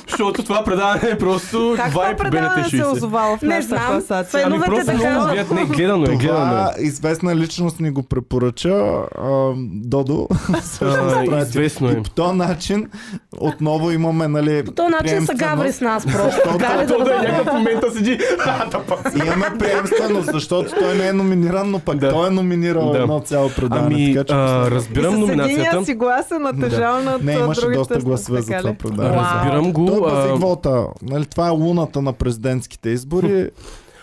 S2: Защото това предаване е просто
S4: Как това
S2: вайб
S4: предаване
S2: БНТ
S4: се е
S2: 60.
S4: озовало в
S3: Не
S4: нашата
S3: знам.
S4: класация?
S2: Ами
S3: Феновете
S2: просто
S3: да
S2: много
S3: кажат.
S2: гледат. Не, гледано е, гледано
S1: Това
S2: е.
S1: известна личност ни го препоръча. А, Додо.
S2: А,
S1: прати.
S2: Известно е.
S1: И по този начин отново имаме, нали...
S3: По този начин значи са
S1: приемственост.
S3: гаври с нас просто. така ли да
S2: То да е
S3: разберем?
S2: някакъв в момента седи. А, да па.
S1: Имаме приемственост, защото той не е номиниран, но пък
S2: Да.
S1: той е номинирал
S2: Да.
S1: едно цяло предаване.
S2: Ами,
S1: така, че
S2: а,
S1: мисля-
S4: И
S2: разбирам
S4: с единия
S2: номинацията.
S4: си глас е натежал над
S1: Не,
S4: а,
S1: имаше
S4: другите.
S1: доста гласове за
S4: така
S1: това
S4: ли?
S1: предаване.
S2: Разбирам
S1: Той
S2: го.
S1: пази
S2: а,
S1: квота. Нали, това е луната на президентските избори.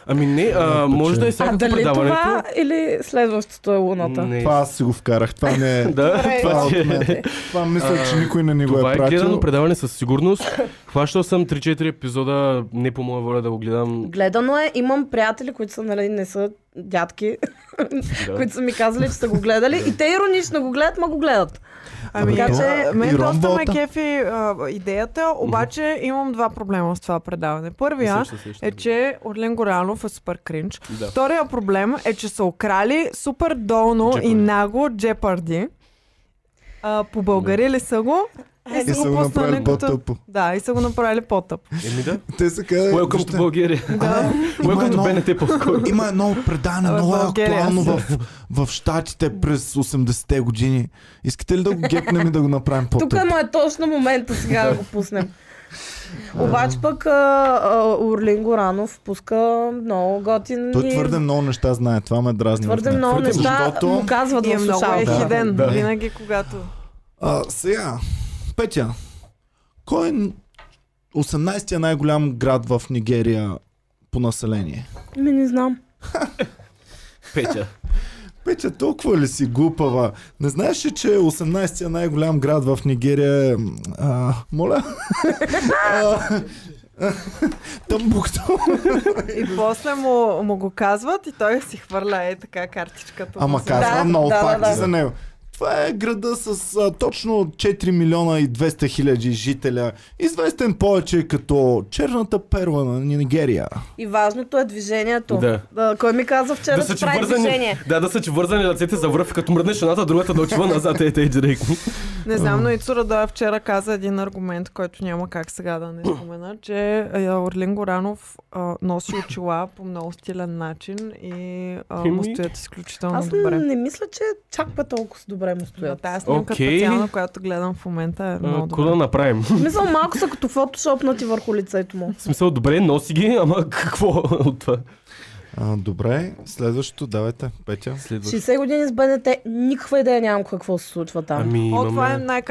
S2: Ами не, а, може да е
S3: А
S2: всякакво
S3: дали това
S2: предаването.
S3: или следващото е луната?
S2: Не.
S1: това аз си го вкарах. Това не е...
S2: Да,
S1: Това,
S2: това
S1: е
S2: си
S1: от
S2: е.
S1: мен. това мисля, че никой не ни го
S2: Това
S1: е
S2: е гледано
S1: пратил.
S2: предаване със сигурност. Хващал съм 3-4 епизода, не по моя воля да го гледам.
S3: Гледано е, имам приятели, които са, нали, не са дядки,
S2: Да.
S3: които са ми казали, че са го гледали. И те иронично го гледат, ма го гледат.
S4: Ами,
S3: Така
S4: а,
S3: че-
S1: И
S4: мен доста ме
S1: Ромболта.
S4: кефи а, идеята, обаче имам два проблема с това предаване. Първия
S2: Мисля, че се сещам.
S4: е, че Орлен Горанов е супер кринч.
S2: Да.
S4: Втория проблем е, че са украли супер долно
S2: Jeopardy.
S4: и нагло Джепарди. По българи ли са го?
S1: И са го направили по-тъпо.
S4: Да, и са го направили по-тъп.
S2: Еми да.
S1: Те са казали...
S2: Welcome to Bulgaria.
S1: Да.
S2: Welcome to БНТ по-скоро.
S1: Има едно предаване,
S4: Абе,
S1: много е
S4: България
S1: актуално
S4: са.
S1: в, в Штатите през 80-те години. Искате ли да го гепнем и да го направим по
S3: Тук му е точно момента сега да го пуснем. Обаче пък а, а, Орлин Горанов пуска много готин
S1: Той е
S3: и
S1: твърде много неща знае, това ме дразни.
S3: твърде
S1: в него.
S3: много
S2: Твърде,
S3: неща
S1: защото-
S3: му казват
S4: И е
S3: в
S4: много
S1: Да.
S3: слушалките.
S4: ехиден.
S1: Да.
S4: Винаги когато...
S1: А, сега, Петя, кой е 18-я най-голям град в Нигерия по население?
S3: Ми не знам.
S2: Петя.
S1: Петя, толкова ли си глупава? Не знаеш ли, че 18-я най-голям град в Нигерия е... м, А, моля? А, Тъмбукто.
S4: И после му, му го казват и той си хвърля е така картичката.
S1: Ама
S4: Да.
S1: казва
S3: Да,
S1: много
S3: да, да,
S1: факти
S3: да.
S1: за него. Това е града с а, точно 4 милиона и 200 хиляди жителя. Известен повече като черната перла на Нигерия.
S3: И важното е движението.
S2: Да.
S3: Да, кой ми каза вчера,
S2: Да
S3: да
S2: са
S3: че
S2: че
S3: прави
S2: вързани.
S3: движение?
S2: Да, да са че вързани ръцете за връв, като мръднеш едната, другата да отива назад, е тъй директно.
S4: Не знам, но Ицура да вчера каза един аргумент, който няма как сега да не спомена, че а, Орлин Горанов а, носи очила по много стилен начин и а, му
S2: Еми.
S4: стоят изключително
S3: Аз
S4: добре.
S3: не мисля, че чак па толкова с добре му
S4: На
S3: стоят.
S4: тази снимка
S2: Окей.
S4: специално, която гледам в момента е много
S2: Какво да
S4: добре.
S2: направим?
S3: Мисля, малко са като фотошопнати върху лицето му.
S2: В смисъл, добре, носи ги, ама какво от това?
S1: А, добре, следващото давайте, Петя.
S2: Следва.
S3: 60 години с БНТ, никаква идея нямам какво се случва там.
S2: Ами
S4: О, това е
S2: имаме...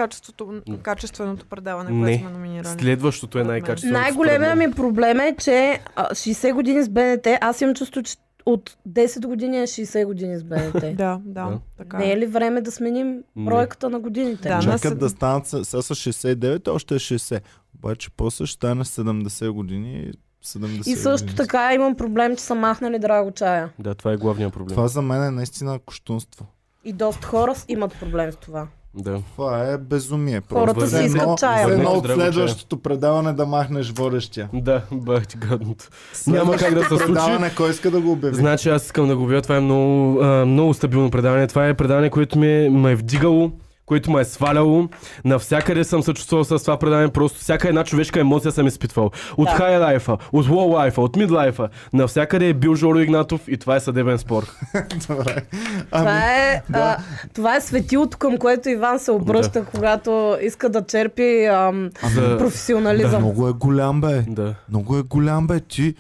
S4: най-качественото предаване,
S2: Не.
S4: което сме номинирали.
S2: Следващото е най-качественото.
S3: Най-големия
S2: според мен.
S3: ми проблем е, че а, 60 години с БНТ, аз имам чувство, че от 10 години е 60 години с БНТ.
S4: Да, да,
S2: Да.
S4: така
S3: Не
S4: е.
S3: е ли време да сменим
S2: Не.
S3: бройката на годините?
S4: Да. Ама се-
S1: Чакат да станат, с- сега са 69, още е 60. Обаче после ще стане 70 години и 70
S3: И също
S1: години.
S3: така имам проблем, че са махнали драго чая.
S2: Да, това е главният проблем.
S1: Това за мен е наистина кощунство.
S3: И доста хора с- имат проблем с това.
S2: Да.
S1: Това е безумие.
S3: Хората
S1: Просто.
S2: си
S1: За едно-
S3: искат чая.
S1: за едно от
S2: Върнете драго чая.
S1: следващото предаване да махнеш водещия.
S2: Да, бах ти гадното. Няма как да се случи.
S1: Предаване, кой иска да го обяви?
S2: Значи аз искам да го обявя. Това е много, а, много стабилно предаване. Това е предаване, което ми е, ме е вдигало което ме е сваляло. Навсякъде съм се чувствал с това предаване. Просто всяка една човешка емоция съм изпитвал. От
S3: Да.
S2: хай лайфа, от лоу лайфа, от мид лайфа. Навсякъде е бил Жоро Игнатов и това е съдебен спор.
S1: Добре. Ами,
S3: Това е, а, това е светилото, към което Иван се обръща, когато иска да черпи ам,
S2: За...
S1: да.
S3: професионализъм.
S1: Ами, много е голям, бе.
S2: Да.
S1: Много е голям, бе. Ти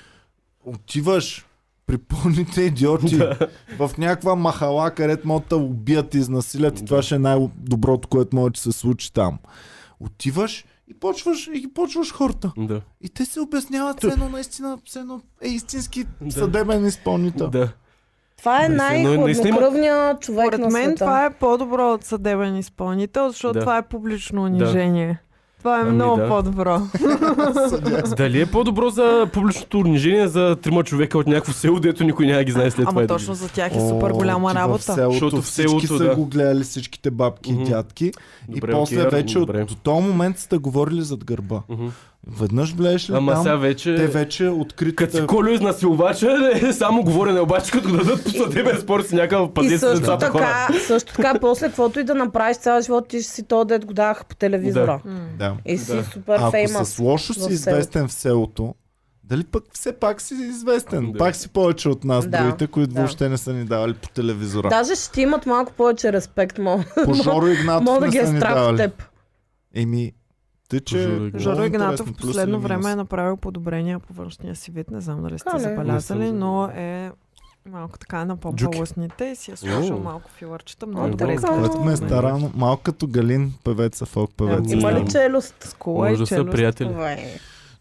S1: отиваш при пълните идиоти в някаква махала, където могат да убият и изнасилят и това ще е най-доброто, което може да се случи там. Отиваш И почваш, и ги почваш хората.
S2: Да.
S1: И те се обясняват,
S2: Ту-
S1: все едно наистина, все едно е истински
S2: Да.
S1: съдебен изпълнител.
S2: Да.
S3: Това е
S2: Да, се, но- наистина има-
S3: най-хладнокръвният човек
S4: Поред
S3: на света.
S4: мен това е по-добро от съдебен изпълнител, защото
S2: Да.
S4: това е публично унижение. Това е
S2: Ами
S4: много
S2: да.
S4: по-добро.
S1: Съдя.
S2: Дали е по-добро за публичното унижение за трима човека от някакво село, дето никой няма ги знае след това?
S4: Ама
S2: и да
S4: точно
S2: ги-
S4: за тях е супер голяма
S1: О, ти В
S4: работа.
S1: селото,
S2: Защото в
S1: всички
S2: селото,
S1: са
S2: да.
S1: го гледали всичките бабки и
S2: Мгм.
S1: дядки. и
S2: Добре,
S1: после
S2: окей,
S1: вече
S2: добре.
S1: от до този момент сте говорили зад гърба.
S2: Мгм.
S1: Веднъж влезеш ли
S2: Ама
S1: там,
S2: сега вече...
S3: Е.
S1: те вече откритите...
S2: Като си колю изнасилвача, е само говорене, обаче като го дадат по съдебен спор с някакъв
S3: И
S2: пазец с
S3: също
S2: децата хора.
S3: така, също така, после каквото и да направиш цял живот, ти ще си то дед го даваха по телевизора.
S4: М.
S1: Да.
S3: И си
S2: Да.
S3: супер
S1: Ако
S3: феймас.
S1: с лошо си
S3: е селото.
S1: известен в селото, дали пък все пак си известен?
S2: Да.
S1: Пак си повече от нас,
S3: Да,
S1: другите, които
S3: да.
S1: въобще не са ни давали по телевизора.
S3: Даже ще ти имат малко повече респект, мога.
S1: По Жоро Игнатов
S3: Мога да
S1: не
S3: ги е
S1: са ни
S3: страх от
S1: давали.
S3: теб.
S1: Еми, тъй, че...
S2: Жоро
S1: е много
S2: Игнатов.
S4: Жоро Игнатов
S1: интересно,
S4: в
S1: плюс или
S4: последно
S1: минус.
S4: време е направил подобрения по външния си вид. Не знам дали сте
S3: Хале.
S2: Не съм
S4: забелязали,
S2: забелязал.
S4: но е малко така напомпал
S1: Джуки.
S4: устните и си е слушал
S2: О.
S4: малко филърчета. Много
S2: О,
S4: добре
S2: да.
S4: изглежда.
S1: Което ме е старано, малко като Галин, певеца, фолк певец.
S4: Да,
S3: Има
S2: знам. Е.
S3: ли челюст?
S4: С кола
S2: Може
S4: и
S2: да са
S4: челюст.
S2: приятели.
S3: Добре.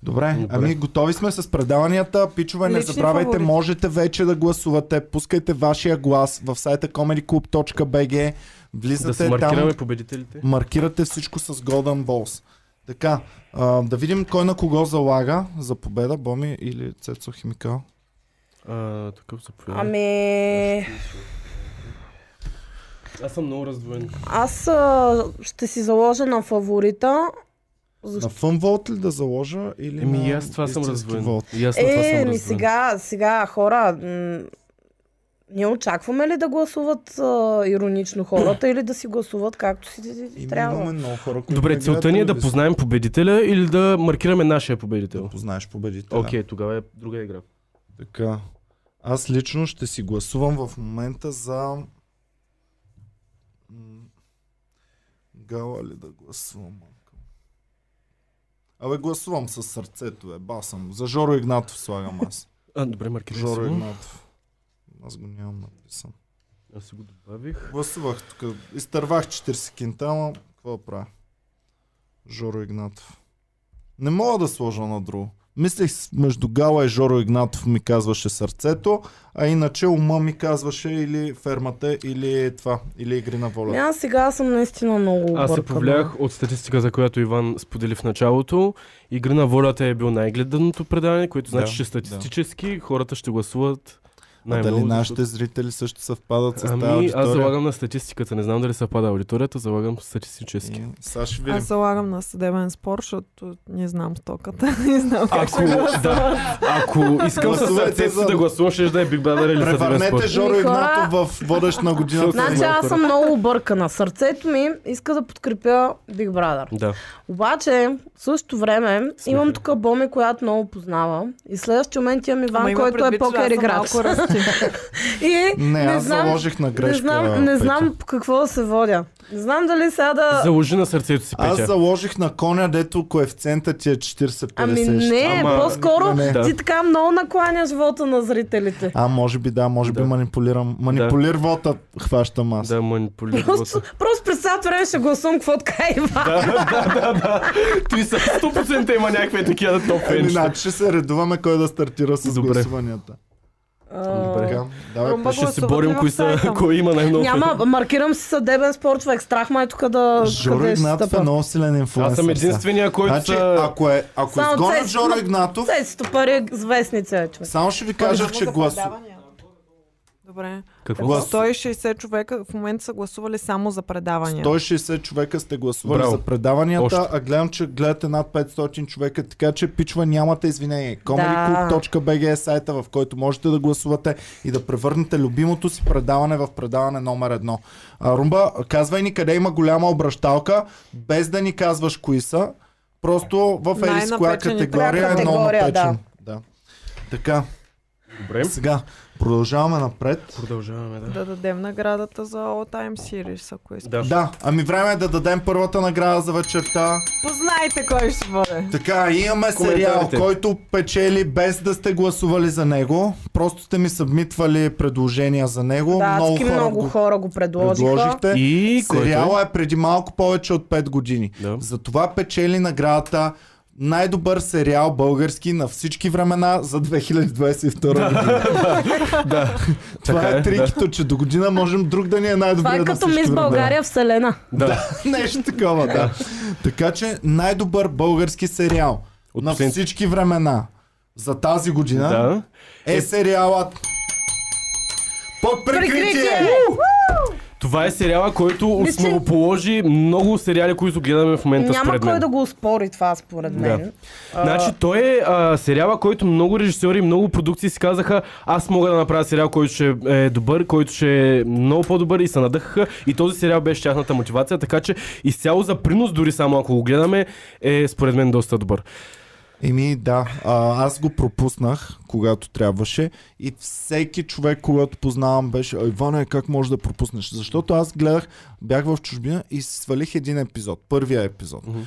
S1: Добре,
S2: Добре.
S1: ами готови сме с предаванията. Пичове, не
S4: Лични
S1: забравяйте,
S4: фаворити.
S1: можете вече да гласувате. Пускайте вашия глас в сайта comedyclub.bg.
S2: Да
S1: Влизате
S2: се
S1: там,
S2: маркираме победителите.
S1: маркирате всичко с Golden Balls. Така, а, да видим кой на кого залага за победа, Боми или Цецо Химикал.
S2: А, такъв заповядай.
S3: Ами,
S2: Аз съм много раздвоен.
S3: аз а, ще си заложа на фаворита.
S1: На фън волт ли да заложа или
S2: Еми
S1: на
S2: и аз това съм
S1: истински
S2: раздвоен.
S1: волт?
S2: И аз на това съм
S3: Е, ми
S2: раздвоен.
S3: сега, сега хора, м, ние очакваме ли да гласуват а, иронично хората или да си гласуват както си
S1: Еми,
S3: трябва?
S1: имаме много хора, които
S2: Добре,
S1: не
S2: целта
S1: гледат
S2: ни е да
S1: телевизия.
S2: познаем победителя или да маркираме нашия победител.
S1: Да познаеш победителя.
S2: Окей, тогава е друга игра.
S1: Така. Аз лично ще си гласувам в момента за... М, Гала ли да гласувам? малко? Абе, гласувам със сърцето, е, басам. За Жоро Игнатов слагам аз.
S2: А, добре, маркирай
S1: Жоро
S2: си.
S1: Игнатов. Аз го нямам написан.
S2: Аз си го добавих.
S1: Гласувах тук. Изтървах 40 кинтала. Какво да правя? Жоро Игнатов. Не мога да сложа на друго. Мислех с- между Гала и Жоро Игнатов ми казваше сърцето, а иначе ума ми казваше или фермата, или това, или игри на воля.
S3: Ами Аз сега съм наистина много
S2: Аз се
S3: объркана.
S2: повлях от статистика, за която Иван сподели в началото. Игра на волята е бил най-гледаното предаване, което
S1: Да,
S2: значи, че
S1: да.
S2: статистически хората ще гласуват
S1: а
S2: най-много.
S1: дали нашите
S2: защото-
S1: зрители също съвпадат с тази
S2: Ами,
S1: аудитория?
S2: аз залагам на статистиката. Не знам дали се пада аудиторията, залагам статистически.
S1: И... Сега ще видим.
S4: Аз залагам на съдебен спор, защото не знам стоката. не знам как
S2: Ако, да, ако искам със
S1: Гласувайте
S2: сърцето
S1: за-
S2: си да гласувам, ще да е Big Brother или Съдебен
S1: Превърнете
S2: спор.
S1: Жоро
S3: Ми,
S1: Игнатов в водещ на годината.
S3: Значи аз съм много объркана. Сърцето ми иска да подкрепя Big Brother.
S2: Да.
S3: Обаче, в същото време,
S2: Смехай.
S3: имам тук Боми, която много познава. И в следващия момент имам
S4: Ама
S3: Иван,
S4: има
S3: който е
S4: предвид, че аз
S3: покер
S4: съм
S3: играч.
S4: малко расти.
S3: И
S1: Не,
S3: не
S1: аз
S3: знам,
S1: заложих на
S3: не
S1: грешка.
S3: знам, не
S1: Петя.
S3: знам по какво да се водя. Не знам дали сега да...
S2: Заложи на сърцето си,
S1: Аз
S2: Петя.
S1: заложих на коня, дето коефициента ти е 40-50.
S3: Ами не,
S2: Ама,
S3: по-скоро
S1: не,
S2: да.
S3: ти така много накланя живота на зрителите.
S1: А, може би да, може би
S2: Да.
S1: манипулирам. Манипулир вота хващам аз.
S2: Да, манипулира.
S3: Просто, просто през цялото време ще гласувам какво така Иван.
S2: Ти са 100% има някакви такива топ
S1: Еми,
S2: фенчета.
S1: Иначе Ами, значи ще се редуваме кой да стартира с
S2: Добре.
S1: гласуванията.
S3: А,
S2: Добре.
S1: Така, давай,
S4: Румба
S1: Петя.
S2: Ще се
S4: Гласувате
S2: борим
S4: в
S2: кои са,
S4: сайта.
S2: кой има най-много.
S3: Няма, маркирам си съдебен спор, човек. Страх ме е тук да
S1: Жоро
S3: къде ще
S1: Игнатов е
S3: стъпа.
S1: много силен инфлуенсър.
S2: Аз съм единствения, който
S1: Значи,
S2: са...
S1: ако, е, ако
S3: Само
S1: изгонят
S3: Цецо.
S1: Жоро Игнатов,
S3: Цецето пари е звестница, е, човек.
S1: само ще ви кажа, че гласу...
S4: Добре.
S2: Какво?
S1: Глас-
S4: 160 човека в момента са гласували само за предавания.
S1: 160 човека сте гласували
S2: Браво.
S1: за предаванията,
S2: Още.
S1: а гледам, че гледате над 500 човека, така че пичва нямате извинение. comedyclub.bg е сайта, в който можете да гласувате и да превърнете любимото си предаване в предаване номер едно. А, Румба, казвай ни къде има голяма обращалка, без да ни казваш кои са, просто в Елис коя
S4: Най-напечените.
S1: категория е много
S3: Категория, да.
S1: напечен. Да. Така.
S2: Добре.
S1: Сега, продължаваме напред.
S2: Продължаваме, да.
S4: Да дадем наградата за All Time Series, ако искате.
S2: Да.
S1: Да, ами време е да дадем първата награда за вечерта.
S4: Познайте кой ще бъде.
S1: Така, имаме сериал,
S2: Коментарите.
S1: който печели без да сте гласували за него. Просто сте ми събмитвали предложения за него.
S3: Да,
S1: много
S3: адски
S1: хора
S3: много
S1: го
S3: хора го предложиха.
S1: предложихте.
S2: И който е?
S1: Сериала е преди малко повече от 5 години.
S2: Да.
S1: Затова печели наградата най-добър сериал български на всички времена за 2022 година. Това
S2: Така
S1: е
S2: е,
S1: трикито, че до година можем друг да ни е
S3: Това
S1: най-добрият
S3: е
S1: на
S3: като
S1: всички
S3: мис
S1: времена.
S3: България Вселена.
S2: Да.
S1: Нещо такова, да. Така че най-добър български сериал
S2: От
S1: на
S2: последните-
S1: всички времена за тази година
S2: Да.
S1: е сериалът Под прикритие!
S3: Прикритие!
S2: Това е сериала, който
S3: Мисля, че-
S2: основоположи много сериали, които гледаме в момента
S3: Няма
S2: според мен.
S3: кой да го оспори това, според мен. А,
S2: Значи той е а, сериала, който много режисьори, много продукции си казаха, аз мога да направя сериал, който ще е добър, който ще е много по-добър и се надъхаха. И този сериал беше тяхната мотивация, така че изцяло за принос, дори само ако го гледаме, е според мен доста добър.
S1: Еми да, а, аз го пропуснах, когато трябваше и всеки човек, когато познавам, беше «А, Иване, как можеш да пропуснеш? Защото аз гледах, бях в чужбина и си свалих един епизод, първия епизод.
S2: Мгм.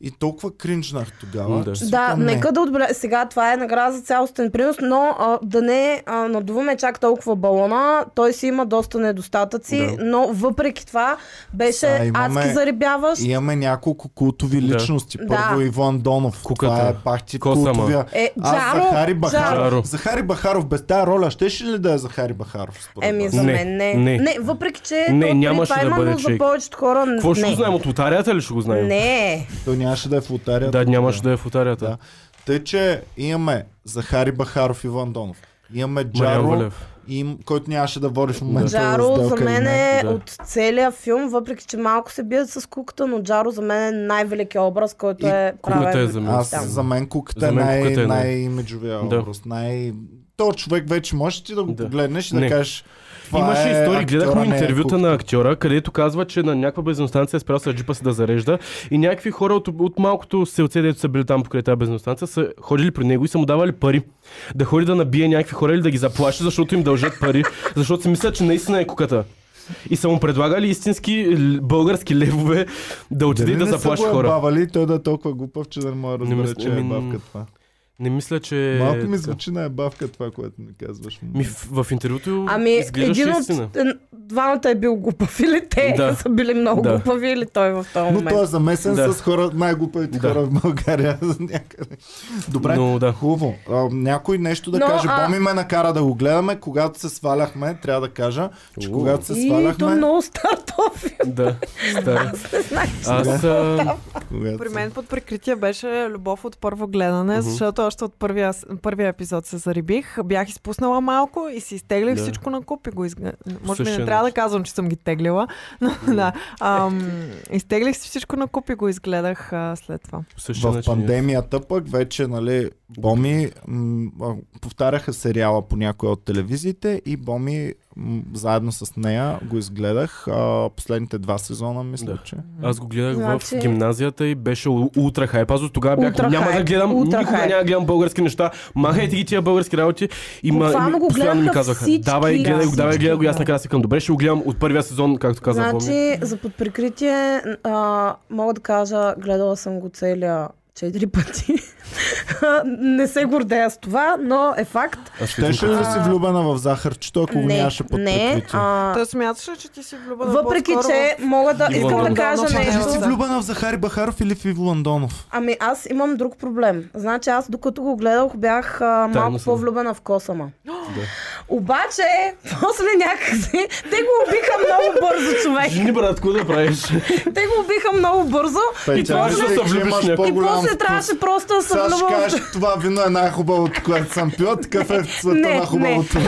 S1: И толкова кринжнах тогава.
S2: Да.
S1: че е. си
S3: Да,
S1: викам, не.
S3: нека да отбележим. Сега това е награда за цялостен принос, но а, да не а, надуваме чак толкова балона. Той си има доста недостатъци,
S2: Да.
S3: но въпреки това беше
S1: Сега имаме-
S3: адски заребяващ.
S1: И Имаме няколко култови
S2: Да.
S1: личности.
S3: Да.
S1: Първо Иван Донов.
S2: Куката.
S1: Това е пахти
S2: Косама.
S1: култовия.
S3: Е,
S1: а
S3: Джаро,
S1: Захари Бахаров.
S2: Джаро.
S1: Захари Бахаров без тая роля. Щеше ли да е Захари Бахаров? според
S3: Еми,
S1: вас?
S3: Е, за
S2: Не,
S3: мен не.
S2: не.
S3: въпреки че
S2: Не,
S3: то, при
S2: нямаше
S3: това
S2: да
S3: има,
S2: бъде
S3: но за
S2: човек.
S3: повече хора не.
S2: Какво ще
S3: не.
S2: го знаем от лотарията ли ще го знаем?
S3: Не.
S1: Той нямаше да е в лотарията.
S2: Да, нямаше да е в лотарията.
S1: Да. Тъй, че имаме Захари Бахаров и Иван Донов. Имаме
S2: Мариан
S1: Джаро,
S2: Валев.
S1: им, който нямаше да води в момента.
S3: Джаро за
S1: сделка или
S3: мен
S1: не.
S3: е
S2: да.
S3: от целия филм, въпреки че малко се бият с куката, но Джаро за мен е най-великият образ, който
S1: И
S3: е
S2: Куката е за
S3: правен.
S2: мен.
S1: Аз
S3: Да.
S1: за мен куката
S2: За
S1: е
S2: мен
S1: най-
S2: куката е най-
S1: най-имиджовия
S2: Да.
S1: образ. Най- То човек вече можеш ти да го
S2: Да.
S1: погледнеш и да
S2: Не.
S1: кажеш. това
S2: Имаше
S1: е
S2: истории,
S1: актьора,
S2: гледахме
S1: не е
S2: интервюта
S1: куката.
S2: на актьора, където казва, че на някаква бензиностанция е спрял с джипа си да зарежда и някакви хора от, от малкото селце, дето са били там покрай тази бензиностанция, са ходили при него и са му давали пари. Да ходи да набие някакви хора или да ги заплаши, защото им дължат пари, защото си мислят, че наистина е куката. И са му предлагали истински л- български левове да отиде и
S1: Дали
S2: да
S1: не са
S2: заплаши
S1: го
S2: хора.
S1: ебавали и той да е толкова глупав, че да не може да
S2: Не
S1: разбере,
S2: мисля,
S1: че е
S2: ами,
S1: бавка това.
S2: Не мисля, че...
S1: Малко ми
S2: така.
S1: звучи на ебавка това, което ми казваш. в
S2: Ми
S1: момента.
S2: в, в интервюто
S3: Ами,
S2: изглеждаше
S3: един
S2: истина.
S3: от е, двамата е бил глупав или те
S2: Да.
S3: са били много
S2: Да.
S3: глупави или той в този
S1: Но той е
S3: момент.
S1: замесен
S2: ами, Да.
S1: с хора, най-глупавите
S2: Да.
S1: хора в България. някъде. Добре,
S2: Но да.
S1: хубаво. А, някой нещо да
S3: Но,
S1: каже.
S3: а-
S1: Боми ме накара да го гледаме. Когато се сваляхме, трябва да кажа, че
S2: Уу.
S1: когато се
S3: И то
S1: сваляхме...
S3: много стартов.
S2: Да, да.
S3: Не знаех, че
S2: Аз... а,
S1: когато
S4: При
S1: се-
S4: мен под прикритие беше любов от първо гледане,
S2: Мгм.
S4: защото още от първия, с- първия епизод се зарибих. Бях изпуснала малко и си изтеглих
S2: Да.
S4: всичко на куп и го изг... Може би не
S2: същия
S4: трябва да
S2: начин.
S4: казвам, че съм ги теглила, но да. Ам, изтеглих си всичко на куп и го изгледах а, след това.
S2: по същия
S1: В
S2: начин и аз.
S1: пандемията пък вече, нали, Боми м, а, повтаряха сериала по някоя от телевизиите и Боми м, заедно с нея го изгледах а, последните два сезона, мисля,
S2: Да.
S1: че.
S2: Аз го гледах
S3: Значи-
S2: в гимназията и беше у- ултра хайп. Аз от тогава бях,
S3: Ултра
S2: няма да
S3: хайп,
S2: гледам,
S3: ултра
S2: никога
S3: хайп.
S2: няма да гледам български неща. Махайте ги тия български работи. И ма,
S3: Буквално
S2: ми-
S3: го
S2: постоянно ми
S3: гледаха
S2: казваха,
S3: всички,
S2: давай,
S3: да,
S2: гледай го, давай,
S4: всички,
S2: гледай го. И Аз
S4: да.
S2: накрая си към добре, ще го гледам от първия сезон, както каза Боми.
S3: Значи, за под прикритие, а, мога да кажа, гледала съм го целия четири пъти. не се гордея с това, но е факт.
S2: Аз ще
S1: Теше ли да
S2: излизам.
S1: си влюбена в захарчето, ако го
S3: не,
S1: нямаше под
S3: не.
S1: прикритие?
S3: А,
S4: Той смяташе, че ти си влюбена
S3: въпреки,
S4: по-скоро
S3: че
S4: в-
S3: мога да...
S2: Иво
S3: Искам да
S2: Андонов.
S3: кажа
S4: Ти
S1: Ти ли си
S4: Да.
S3: нещо.
S1: влюбена в Захари Бахаров или в Иво Андонов?
S3: Ами аз имам друг проблем. Значи аз докато го гледах бях а, малко
S2: съм.
S3: по-влюбена в Косама. Обаче, после някакси, те го убиха много бързо, човек.
S2: Жени, брат, какво да правиш?
S3: Те го убиха много бързо и
S1: нали,
S2: това
S3: после,
S2: ще се влюбиш някак.
S3: и после трябваше просто да се
S1: Сега ще
S3: влюбвам в
S1: кажеш, това вино е най-хубавото, което съм пил, такъв е в света
S3: Не,
S1: на хубавото.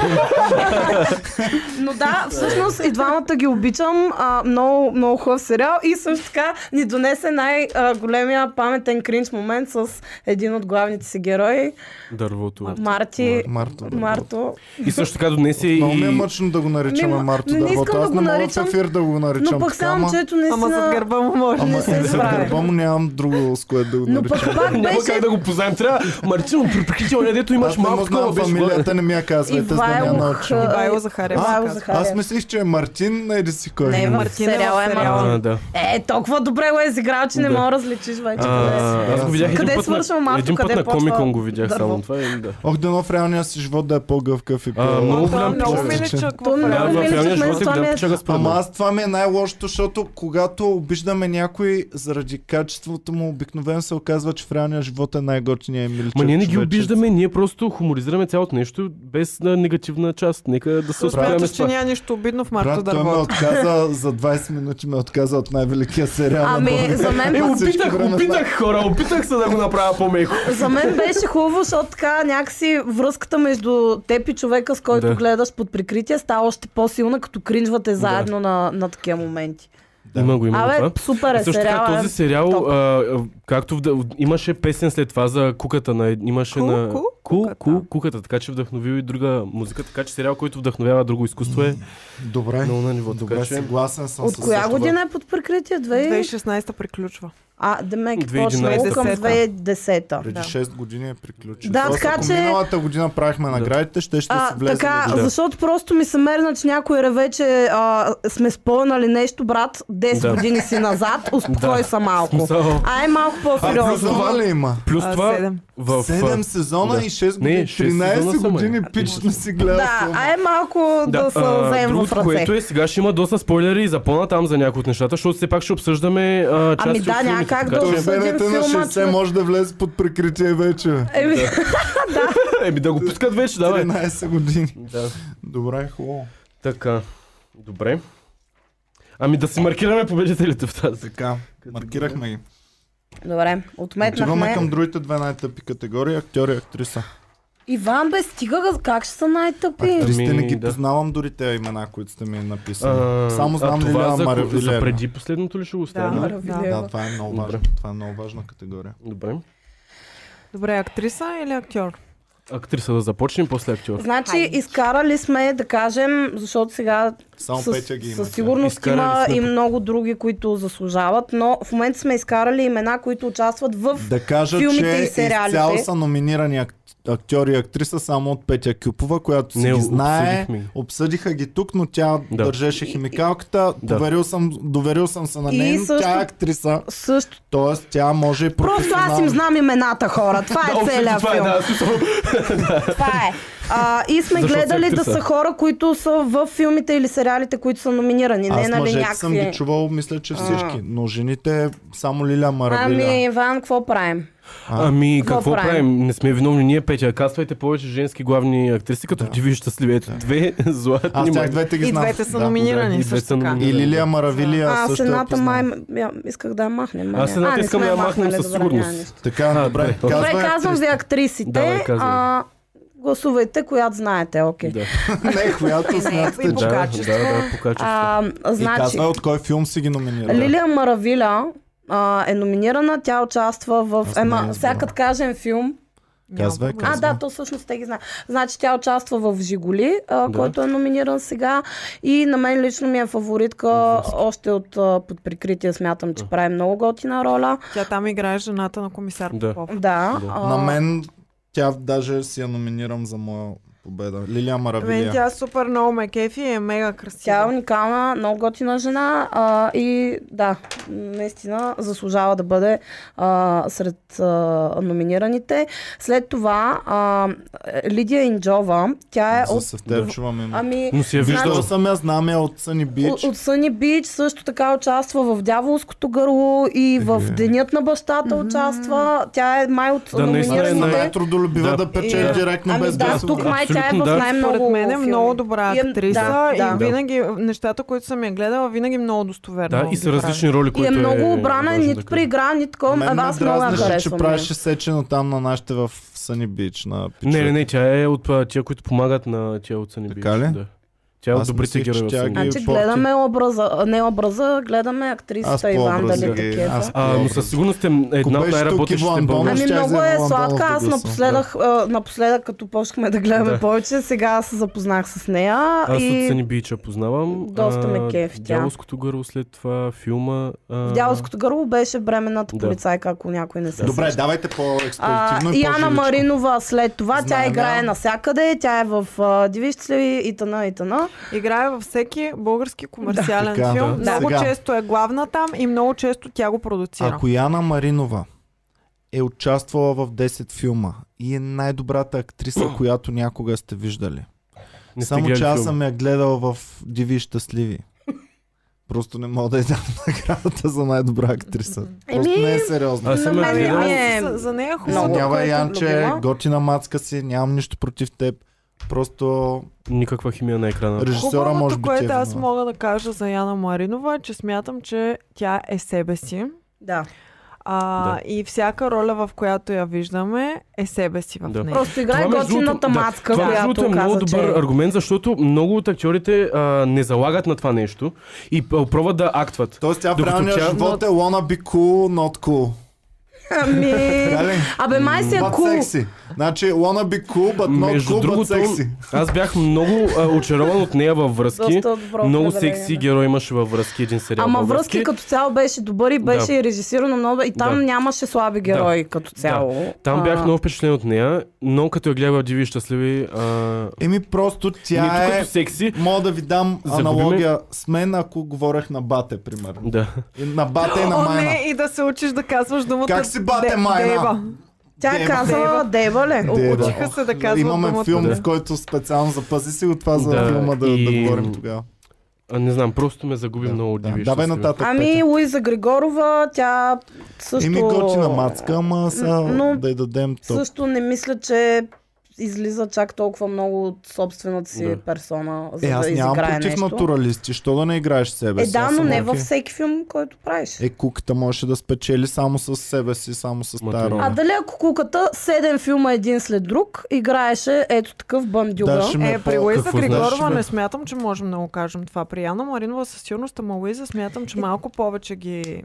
S3: Но да, всъщност и двамата ги обичам. А, много, много хубав сериал. И също така ни донесе най-големия паметен кринч момент с един от главните си герои.
S2: Дървото.
S3: Марти.
S1: Марто.
S3: Марто.
S2: И също така донесе
S1: Много ми е
S2: и...
S1: мъчно да го наричаме
S3: Ми,
S1: Марто
S3: не
S1: дървото.
S3: искам да
S1: Аз
S3: го
S1: не мога в
S3: наричам,
S1: ефир да го наричам
S3: Но пък
S1: така,
S3: само,
S1: ама-
S3: чето не
S4: Ама зад гърба му може.
S3: Ама- не
S4: Ама...
S3: се
S1: за
S3: справя.
S1: гърба му нямам друго с което да го
S3: Но пък
S1: наричам.
S3: пак
S2: Няма
S3: беше...
S2: как да го познаем. Трябва Марчино, приприкрити оня, дето имаш
S1: Аз не
S2: малко
S1: му знам
S2: такова беше.
S1: фамилията, не ми я казвайте, за да не я
S3: Ивайло
S1: науча.
S3: Х-
S4: Ивайло Захарев.
S1: А,
S4: се
S3: Ивайло
S4: казва.
S1: Аз
S3: Захарев.
S1: мисля, че е Мартин, еди си кой.
S3: Не, Мартин.
S4: Мартина
S3: Сериала
S4: в
S3: е
S4: сериала.
S2: А, да.
S3: Е, толкова добре го е изиграл, че не
S2: Да.
S3: мога да различиш вече.
S2: А,
S3: къде е.
S2: аз го видях
S3: Къде
S2: един път,
S3: свършва
S2: на,
S3: Марто,
S2: един път
S3: къде
S2: на
S3: почва
S2: комикон го видях
S3: дърво?
S2: само. Това е, да.
S1: Ох, дано в реалния си живот да е по-гъвкав и
S2: А,
S1: по...
S2: много
S4: Той е
S2: голям
S4: много
S1: пичага.
S4: миличък
S3: Той е
S4: в
S3: много
S2: Да, в
S4: реалния
S3: миличък,
S2: реалния
S3: мен
S2: живот е
S3: това ми
S2: голям
S3: е-
S2: пичага според
S1: Ама
S2: мен.
S1: аз това ми е най-лошото, защото когато обиждаме някой заради качеството му, обикновено се оказва, че в реалния живот е най-готиния и миличък
S2: Ма ние не ги
S1: човечец.
S2: обиждаме, ние просто хуморизираме цялото нещо без на негативна част. Нека да се успяваме
S4: Смяташ,
S2: с
S4: че
S2: това.
S4: няма нищо обидно в Марто
S1: Брат,
S2: е
S1: той ме
S4: дървото.
S1: отказа за 20 минути, ме отказа от най-великия сериал
S3: Ами,
S1: на България.
S3: за мен
S2: Е,
S1: По всичко
S2: опитах,
S1: време
S2: опитах хора, опитах се да го направя по-меко.
S3: За мен беше хубаво, защото така някакси връзката между теб и човека, с който
S2: Да.
S3: гледаш под прикритие, става още по-силна, като кринжвате заедно на, на такива моменти.
S1: Да.
S2: Има го, има го това.
S3: Абе, супер е
S2: Също така,
S3: сериала.
S2: този сериал,
S3: топ.
S2: а, а, както в, в- имаше песен след това за куката на... Имаше
S4: Ку-
S2: на...
S4: ку-
S2: ку, ку,
S4: куката.
S2: куката, така че вдъхновил и друга музика, така че сериал, който вдъхновява друго изкуство е
S1: Добре,
S2: много на ниво.
S1: добре,
S2: Така че
S1: съгласен съм
S3: От
S1: с
S3: коя
S1: това.
S3: година е под прикритие? Две...
S4: 2016 приключва.
S3: А, Демек,
S2: 2011.
S3: точно към 2010-та.
S1: Преди
S4: Да.
S1: 6 години е приключил.
S3: Да,
S1: Тоест,
S3: така
S1: ако
S3: че-
S1: миналата година правихме наградите, ще ще
S3: А,
S1: се влезе.
S3: така,
S1: в-
S2: да.
S3: защото просто ми се мерна, че някой реве, че а, сме спълнали нещо, брат, 10
S2: Да.
S3: години си назад, успокой
S2: Да.
S3: се малко.
S2: смисъл...
S3: Ай, малко
S1: А,
S3: по-сериозно.
S1: сезона ли има?
S2: Плюс
S4: А,
S2: това,
S4: седем.
S2: в...
S1: 7 сезона
S2: да.
S1: и 6
S2: Не,
S1: години.
S2: шест сезона
S1: 13
S2: са, ма,
S1: години
S2: не.
S1: пич не си гледал.
S3: Да,
S1: филма.
S3: а е малко да, се вземем в
S2: другото,
S3: ръце.
S2: което е, сега ще има доста спойлери и за по-натам за някои от нещата, защото все пак ще обсъждаме а, части
S3: Ами
S2: от
S3: да,
S2: филмите,
S3: няма как
S2: така
S3: да
S2: че-
S1: Той
S3: обсъждаме. Обсъдим
S1: бебето на
S3: филма,
S1: 60
S3: че-
S1: може да влезе под прикритие вече.
S3: Еми,
S2: Еми да го пускат вече, давай.
S1: 13 години.
S2: Да.
S1: Добре, хубаво.
S2: Така, добре. Ами да си маркираме победителите в тази.
S1: Така, маркирахме ги.
S3: Добре,
S1: Отиваме
S3: отметнахме.
S1: към другите две най-тъпи категории, актьори и актриса.
S3: Иван, бе, стига, га- как ще са най-тъпи?
S2: Ами,
S1: Актрисите не ги
S2: да.
S1: познавам дори тези имена, които сте ми написали.
S2: А,
S1: Само знам
S2: а това е
S1: Лиляна
S2: за, ко- за
S1: Маревилена.
S2: преди последното ли ще го оставим?
S4: Да.
S1: Да, това е много
S2: Добре.
S1: важно. Това е много важна категория.
S2: Добре.
S4: Добре, актриса или актьор?
S2: Актриса да започнем, после актьор.
S3: Значи, изкарали сме, да кажем, защото сега
S1: Само Петя ги има.
S3: със сигурност
S2: Изкарали
S3: има
S2: сме
S3: и
S2: по-
S3: много други, които заслужават, но в момента сме изкарали имена, които участват в...
S1: Да кажа,
S3: Филмите
S1: че
S3: и сериалите.
S1: изцяло са номинирани ак- актьори и актриса само от Петя Кюпова, която си
S2: Не,
S1: ги знае.
S2: обсъдихме ги.
S1: Обсъдиха ги тук, но тя
S2: Да.
S1: държеше химикалката.
S2: Да.
S1: Доверил, съм, доверил съм се на
S3: И
S1: нея, но
S3: също-
S1: тя е актриса.
S3: Също.
S1: Тоест тя може и
S3: Просто аз им
S1: професионално.
S3: знам имената хора. Това е
S2: общо
S3: целият
S2: това е,
S3: филм.
S2: да, смисъл.
S3: Това е. А, и сме
S2: Защото
S3: гледали
S2: си
S3: да
S2: актриса.
S3: са хора, които са в филмите или сериалите, които са номинирани.
S1: Аз
S3: не, нали,
S1: мъжете
S3: някакви...
S1: съм ги чувал, мисля, че всички. Но жените само Лиля Маравиля.
S3: Ами, Иван, какво правим?
S2: Ами,
S3: Какво
S2: какво
S3: правим?
S2: правим? Не сме виновни ние, Петя. Касвайте повече женски главни актриси, като ти видиш щастливи. Ето, две златни.
S1: Аз тях
S2: мъже.
S1: двете ги
S4: И
S1: знам.
S4: двете са
S1: Да.
S2: Да, и
S4: номинирани
S2: двете
S4: също
S2: са
S4: така.
S2: номинирани.
S1: И Лилия Маравилия
S3: А,
S1: също
S3: с
S1: я
S3: едната
S1: познавам.
S3: май... я Исках да я махнем.
S2: Аз едната
S3: не
S2: искам
S3: сме
S2: да я
S3: я
S2: махнем
S3: махнали,
S2: със
S3: добре,
S2: сигурност.
S3: няма нищо.
S1: Така,
S2: А,
S1: добре.
S2: добре.
S1: Казвай
S3: Добре, казвам ви
S2: Давай,
S3: актрисите.
S2: казвай.
S3: а, Гласувайте, която знаете, окей.
S2: Да,
S1: Не, която
S4: Е, и
S1: смятате, че...
S4: по
S2: да,
S4: качество.
S2: да, да, по качество.
S3: А,
S1: И
S3: Значи,
S1: казвай от кой филм си ги номинира.
S3: Лилия Маравиля а, е номинирана, тя участва в...
S1: Аз не я
S3: Ема,
S1: избрах.
S3: сега като кажем филм,
S1: Казвай,
S4: Няма
S1: казвай.
S3: А, да, то всъщност те ги знаят. Значи тя участва в Жигули, а,
S2: Да.
S3: който е номиниран сега. И на мен лично ми е фаворитка още от а, под прикритие. Смятам, че прави много готина роля.
S4: Тя там играе жената на комисар
S2: Да.
S4: Попов.
S3: Да.
S2: Да.
S3: а,
S1: На мен тя даже си я номинирам за моя победа. Лилия
S4: Мен
S1: Маравилия.
S4: тя е супер много ме кефи и е мега
S3: Тя е
S4: красива.
S3: уникална, много готина жена а, и да, наистина заслужава да бъде а, сред а, номинираните. След това а, Лидия Инджова, тя е
S1: За
S3: от...
S1: Севтерчева ми. е.
S3: Ами,
S2: Но си я
S1: Виждал
S2: виждал.
S1: съм я, знам я от Съни Бич.
S3: От, от Съни Бич също така участва в Дяволското гърло и в
S1: Е.
S3: Денят на бащата участва. Тя е май от
S2: Да, наистина
S1: Аз
S2: е
S1: съм
S2: най-
S3: номинираните.
S1: най-трудолюбива
S2: Да.
S1: да печели
S4: И-
S1: директно
S3: Ами
S1: без
S3: да,
S1: да се
S3: тук
S1: обръща.
S3: май тя е
S2: Абсолютно,
S3: в
S2: да.
S3: най-много
S4: Според мен е
S3: филми.
S4: много добра
S3: И е-
S4: актриса
S3: да, да.
S4: и винаги нещата, които съм я гледала, винаги много достоверно.
S2: Да, и
S4: ги
S2: са
S4: прави.
S2: различни роли,
S3: И е
S2: които
S3: много обрана,
S2: важно
S3: нито
S2: да
S3: при
S2: кажем.
S3: игра, нито ком.
S1: Мен ме
S3: Аз много я нали?
S1: дразнеше, че
S3: харесвам.
S1: правеше сечено там на нашите в Съни Бич. На
S2: Не, не,
S1: пичовете.
S2: не, тя е от а, тия, които помагат на тия от Саниби.
S1: Така ли?
S2: Да. Тя е от
S1: Аз
S2: добрите
S1: мислех, че
S2: герои в
S1: тя
S2: Синг.
S1: ги е
S3: Значи
S1: порти.
S3: гледаме образа, а, не образа, гледаме
S1: Аз по
S3: актрисата Иван
S1: образа
S3: дали
S1: ги-
S3: такива.
S1: аз-
S2: А, но със сигурност е една от
S1: беше тук Иво
S2: най-работещите
S1: Андонов,
S2: български.
S1: ще
S3: Ами
S1: я
S3: много
S1: взема
S3: е
S1: Андонов
S3: сладка.
S1: да
S3: Аз
S1: гласувам,
S3: напоследък, а, напоследък, като почнахме да гледаме
S2: Да.
S3: повече, сега се запознах с нея.
S2: Аз
S1: Ами,
S2: от
S3: и
S2: Сани Бича познавам.
S3: Доста ме
S2: А,
S3: кефи тя.
S2: Дяволското гърло след това, филма. а,
S3: в Дялското гърло беше бременната
S2: Да.
S3: полицайка, ако някой не се
S1: Добре,
S3: сеща.
S1: давайте
S3: А,
S2: е
S1: по-експеритивно
S3: и
S1: и
S3: Ана
S1: по-живичко.
S3: Маринова след това, тя
S1: Знаем,
S3: играе
S1: да.
S3: навсякъде, тя е в а, Дивищ ли и тъна и тъна.
S4: Играе във всеки български комерциален
S1: Така,
S4: филм.
S2: да.
S4: Много
S1: Сега.
S4: често е главна там и много често тя го продуцира.
S1: Ако Яна Маринова е участвала в 10 филма и е най-добрата актриса, която някога сте виждали.
S2: не сте
S1: Само
S2: гледали
S1: че аз
S2: филма.
S1: съм я гледал в Диви щастливи. Просто не мога да й дам наградата за най-добра актриса. Просто
S3: Еми,
S1: не е сериозно.
S2: Аз съм
S3: на
S2: я
S3: мен
S2: гледал.
S3: ми
S4: Ами,
S3: е-
S4: за, за нея е хубаво.
S3: Много.
S1: Сънява
S3: което
S1: Янче,
S3: любила.
S1: готина мацка си, нямам нищо против теб. Просто
S2: Никаква химия на екрана.
S1: режисьора може
S4: Хубавото,
S1: би ти е
S4: което аз
S1: виновен.
S4: мога да кажа за Яна Маринова, е, че смятам, че тя е себе си.
S3: Да.
S4: А,
S2: Да.
S4: И всяка роля, в която я виждаме, е себе си в
S2: Да.
S4: нея.
S3: Просто играе
S2: Това, между другото, да,
S3: готината мацка,
S2: Това между
S3: която
S2: другото е много
S3: каза,
S2: добър
S3: че...
S2: аргумент, защото много от актьорите а, не залагат на това нещо и а, пробват да актват.
S1: Тоест тя в
S2: Докато
S1: реалния
S2: тя-
S1: живот е wanna be cool, not cool.
S3: Ами...
S1: Така ли?
S3: Абе, май си е
S1: But
S3: кул.
S1: sexy. Значи wanna be cool, but not cool, but sexy.
S2: аз бях много а, очарован от нея във връзки.
S3: Доста добро
S2: много
S3: определение,
S2: секси
S3: да.
S2: герой имаше във връзки един сериал.
S3: Ама
S2: във
S3: връзки като цяло беше добър и беше
S2: Да.
S3: и режисирано много и там
S2: Да.
S3: нямаше слаби герои като цяло.
S2: Там бях
S3: А,
S2: много впечатлен от нея, но като я гледах в Диви и щастливи, а...
S1: Еми просто
S2: нито
S1: тя е...
S2: като секси,
S1: Мога да ви дам
S2: Загуби ме.
S1: аналогия с мен, ако говорех на бате, примерно.
S2: да.
S1: И На бате и Е на
S4: О,
S1: майна.
S4: не, и да се учиш да казваш думата.
S1: Как си бате,
S4: Де-
S1: майна?
S4: Дева.
S3: Тя е
S1: Дева.
S3: казала Дева ле.
S1: Дева.
S4: Учиха се да казват
S1: Имаме
S4: думата.
S1: филм,
S2: Да.
S1: в който специално запази си го това за
S2: Да,
S1: филма да,
S2: и-
S1: да говорим тогава.
S2: А, не знам, просто ме загуби
S1: Да,
S2: много от Диви
S1: да.
S2: и
S1: Давай
S2: щастливи.
S1: нататък.
S3: Ами
S1: Петя.
S3: Луиза Григорова, тя също...
S1: Еми готина мацка, ама са,
S3: Но-
S1: да й дадем топ.
S3: Също не мисля, че излиза чак толкова много от собствената си
S2: Да.
S3: персона, за
S1: Е, аз
S3: да
S1: нямам
S3: изиграе
S1: против
S3: нещо.
S1: натуралисти, що да не играеш себе
S3: Е,
S1: си?
S3: да,
S1: Аз
S3: но
S1: съм
S3: не
S1: окей.
S3: във всеки филм, който правиш.
S1: Е, куката можеше да спечели само с себе си, само с
S2: Ма,
S1: тази
S2: той-
S3: А
S1: роля.
S3: дали ако куката, седем филма един след друг, играеше ето такъв бандюга.
S1: Даже ме
S4: Е,
S1: по-
S4: при Луиза
S1: значи
S2: какво знаеш,
S4: Григорова
S2: бе?
S4: не смятам, че можем да го кажем това. При Яна Маринова със сигурност, ама Луиза смятам, че малко повече ги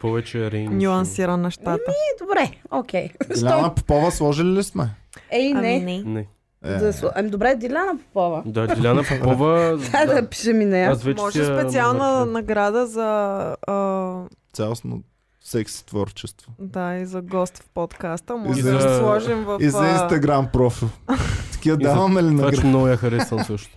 S2: Повече рейни.
S4: нюансира нещата.
S3: Е, добре, окей.
S1: Диляна Е, Попова сложили ли сме?
S3: Ей,
S4: Ами,
S3: не.
S2: Не.
S1: Е,
S3: Да, сло- ами добре, Диляна Попова.
S2: Да, Диляна Попова...
S3: Тя да пише ми нея.
S2: Аз вече
S4: Може
S2: си я-
S4: специална награда за а,
S1: цялостно секси творчество.
S4: да, и за гост в подкаста. Може
S1: за-
S4: да го сложим в...
S1: И за
S4: а,
S1: инстаграм профил. Такива
S2: И за-
S1: даваме ли
S2: Това, че
S1: награди?
S2: много я харесвам също.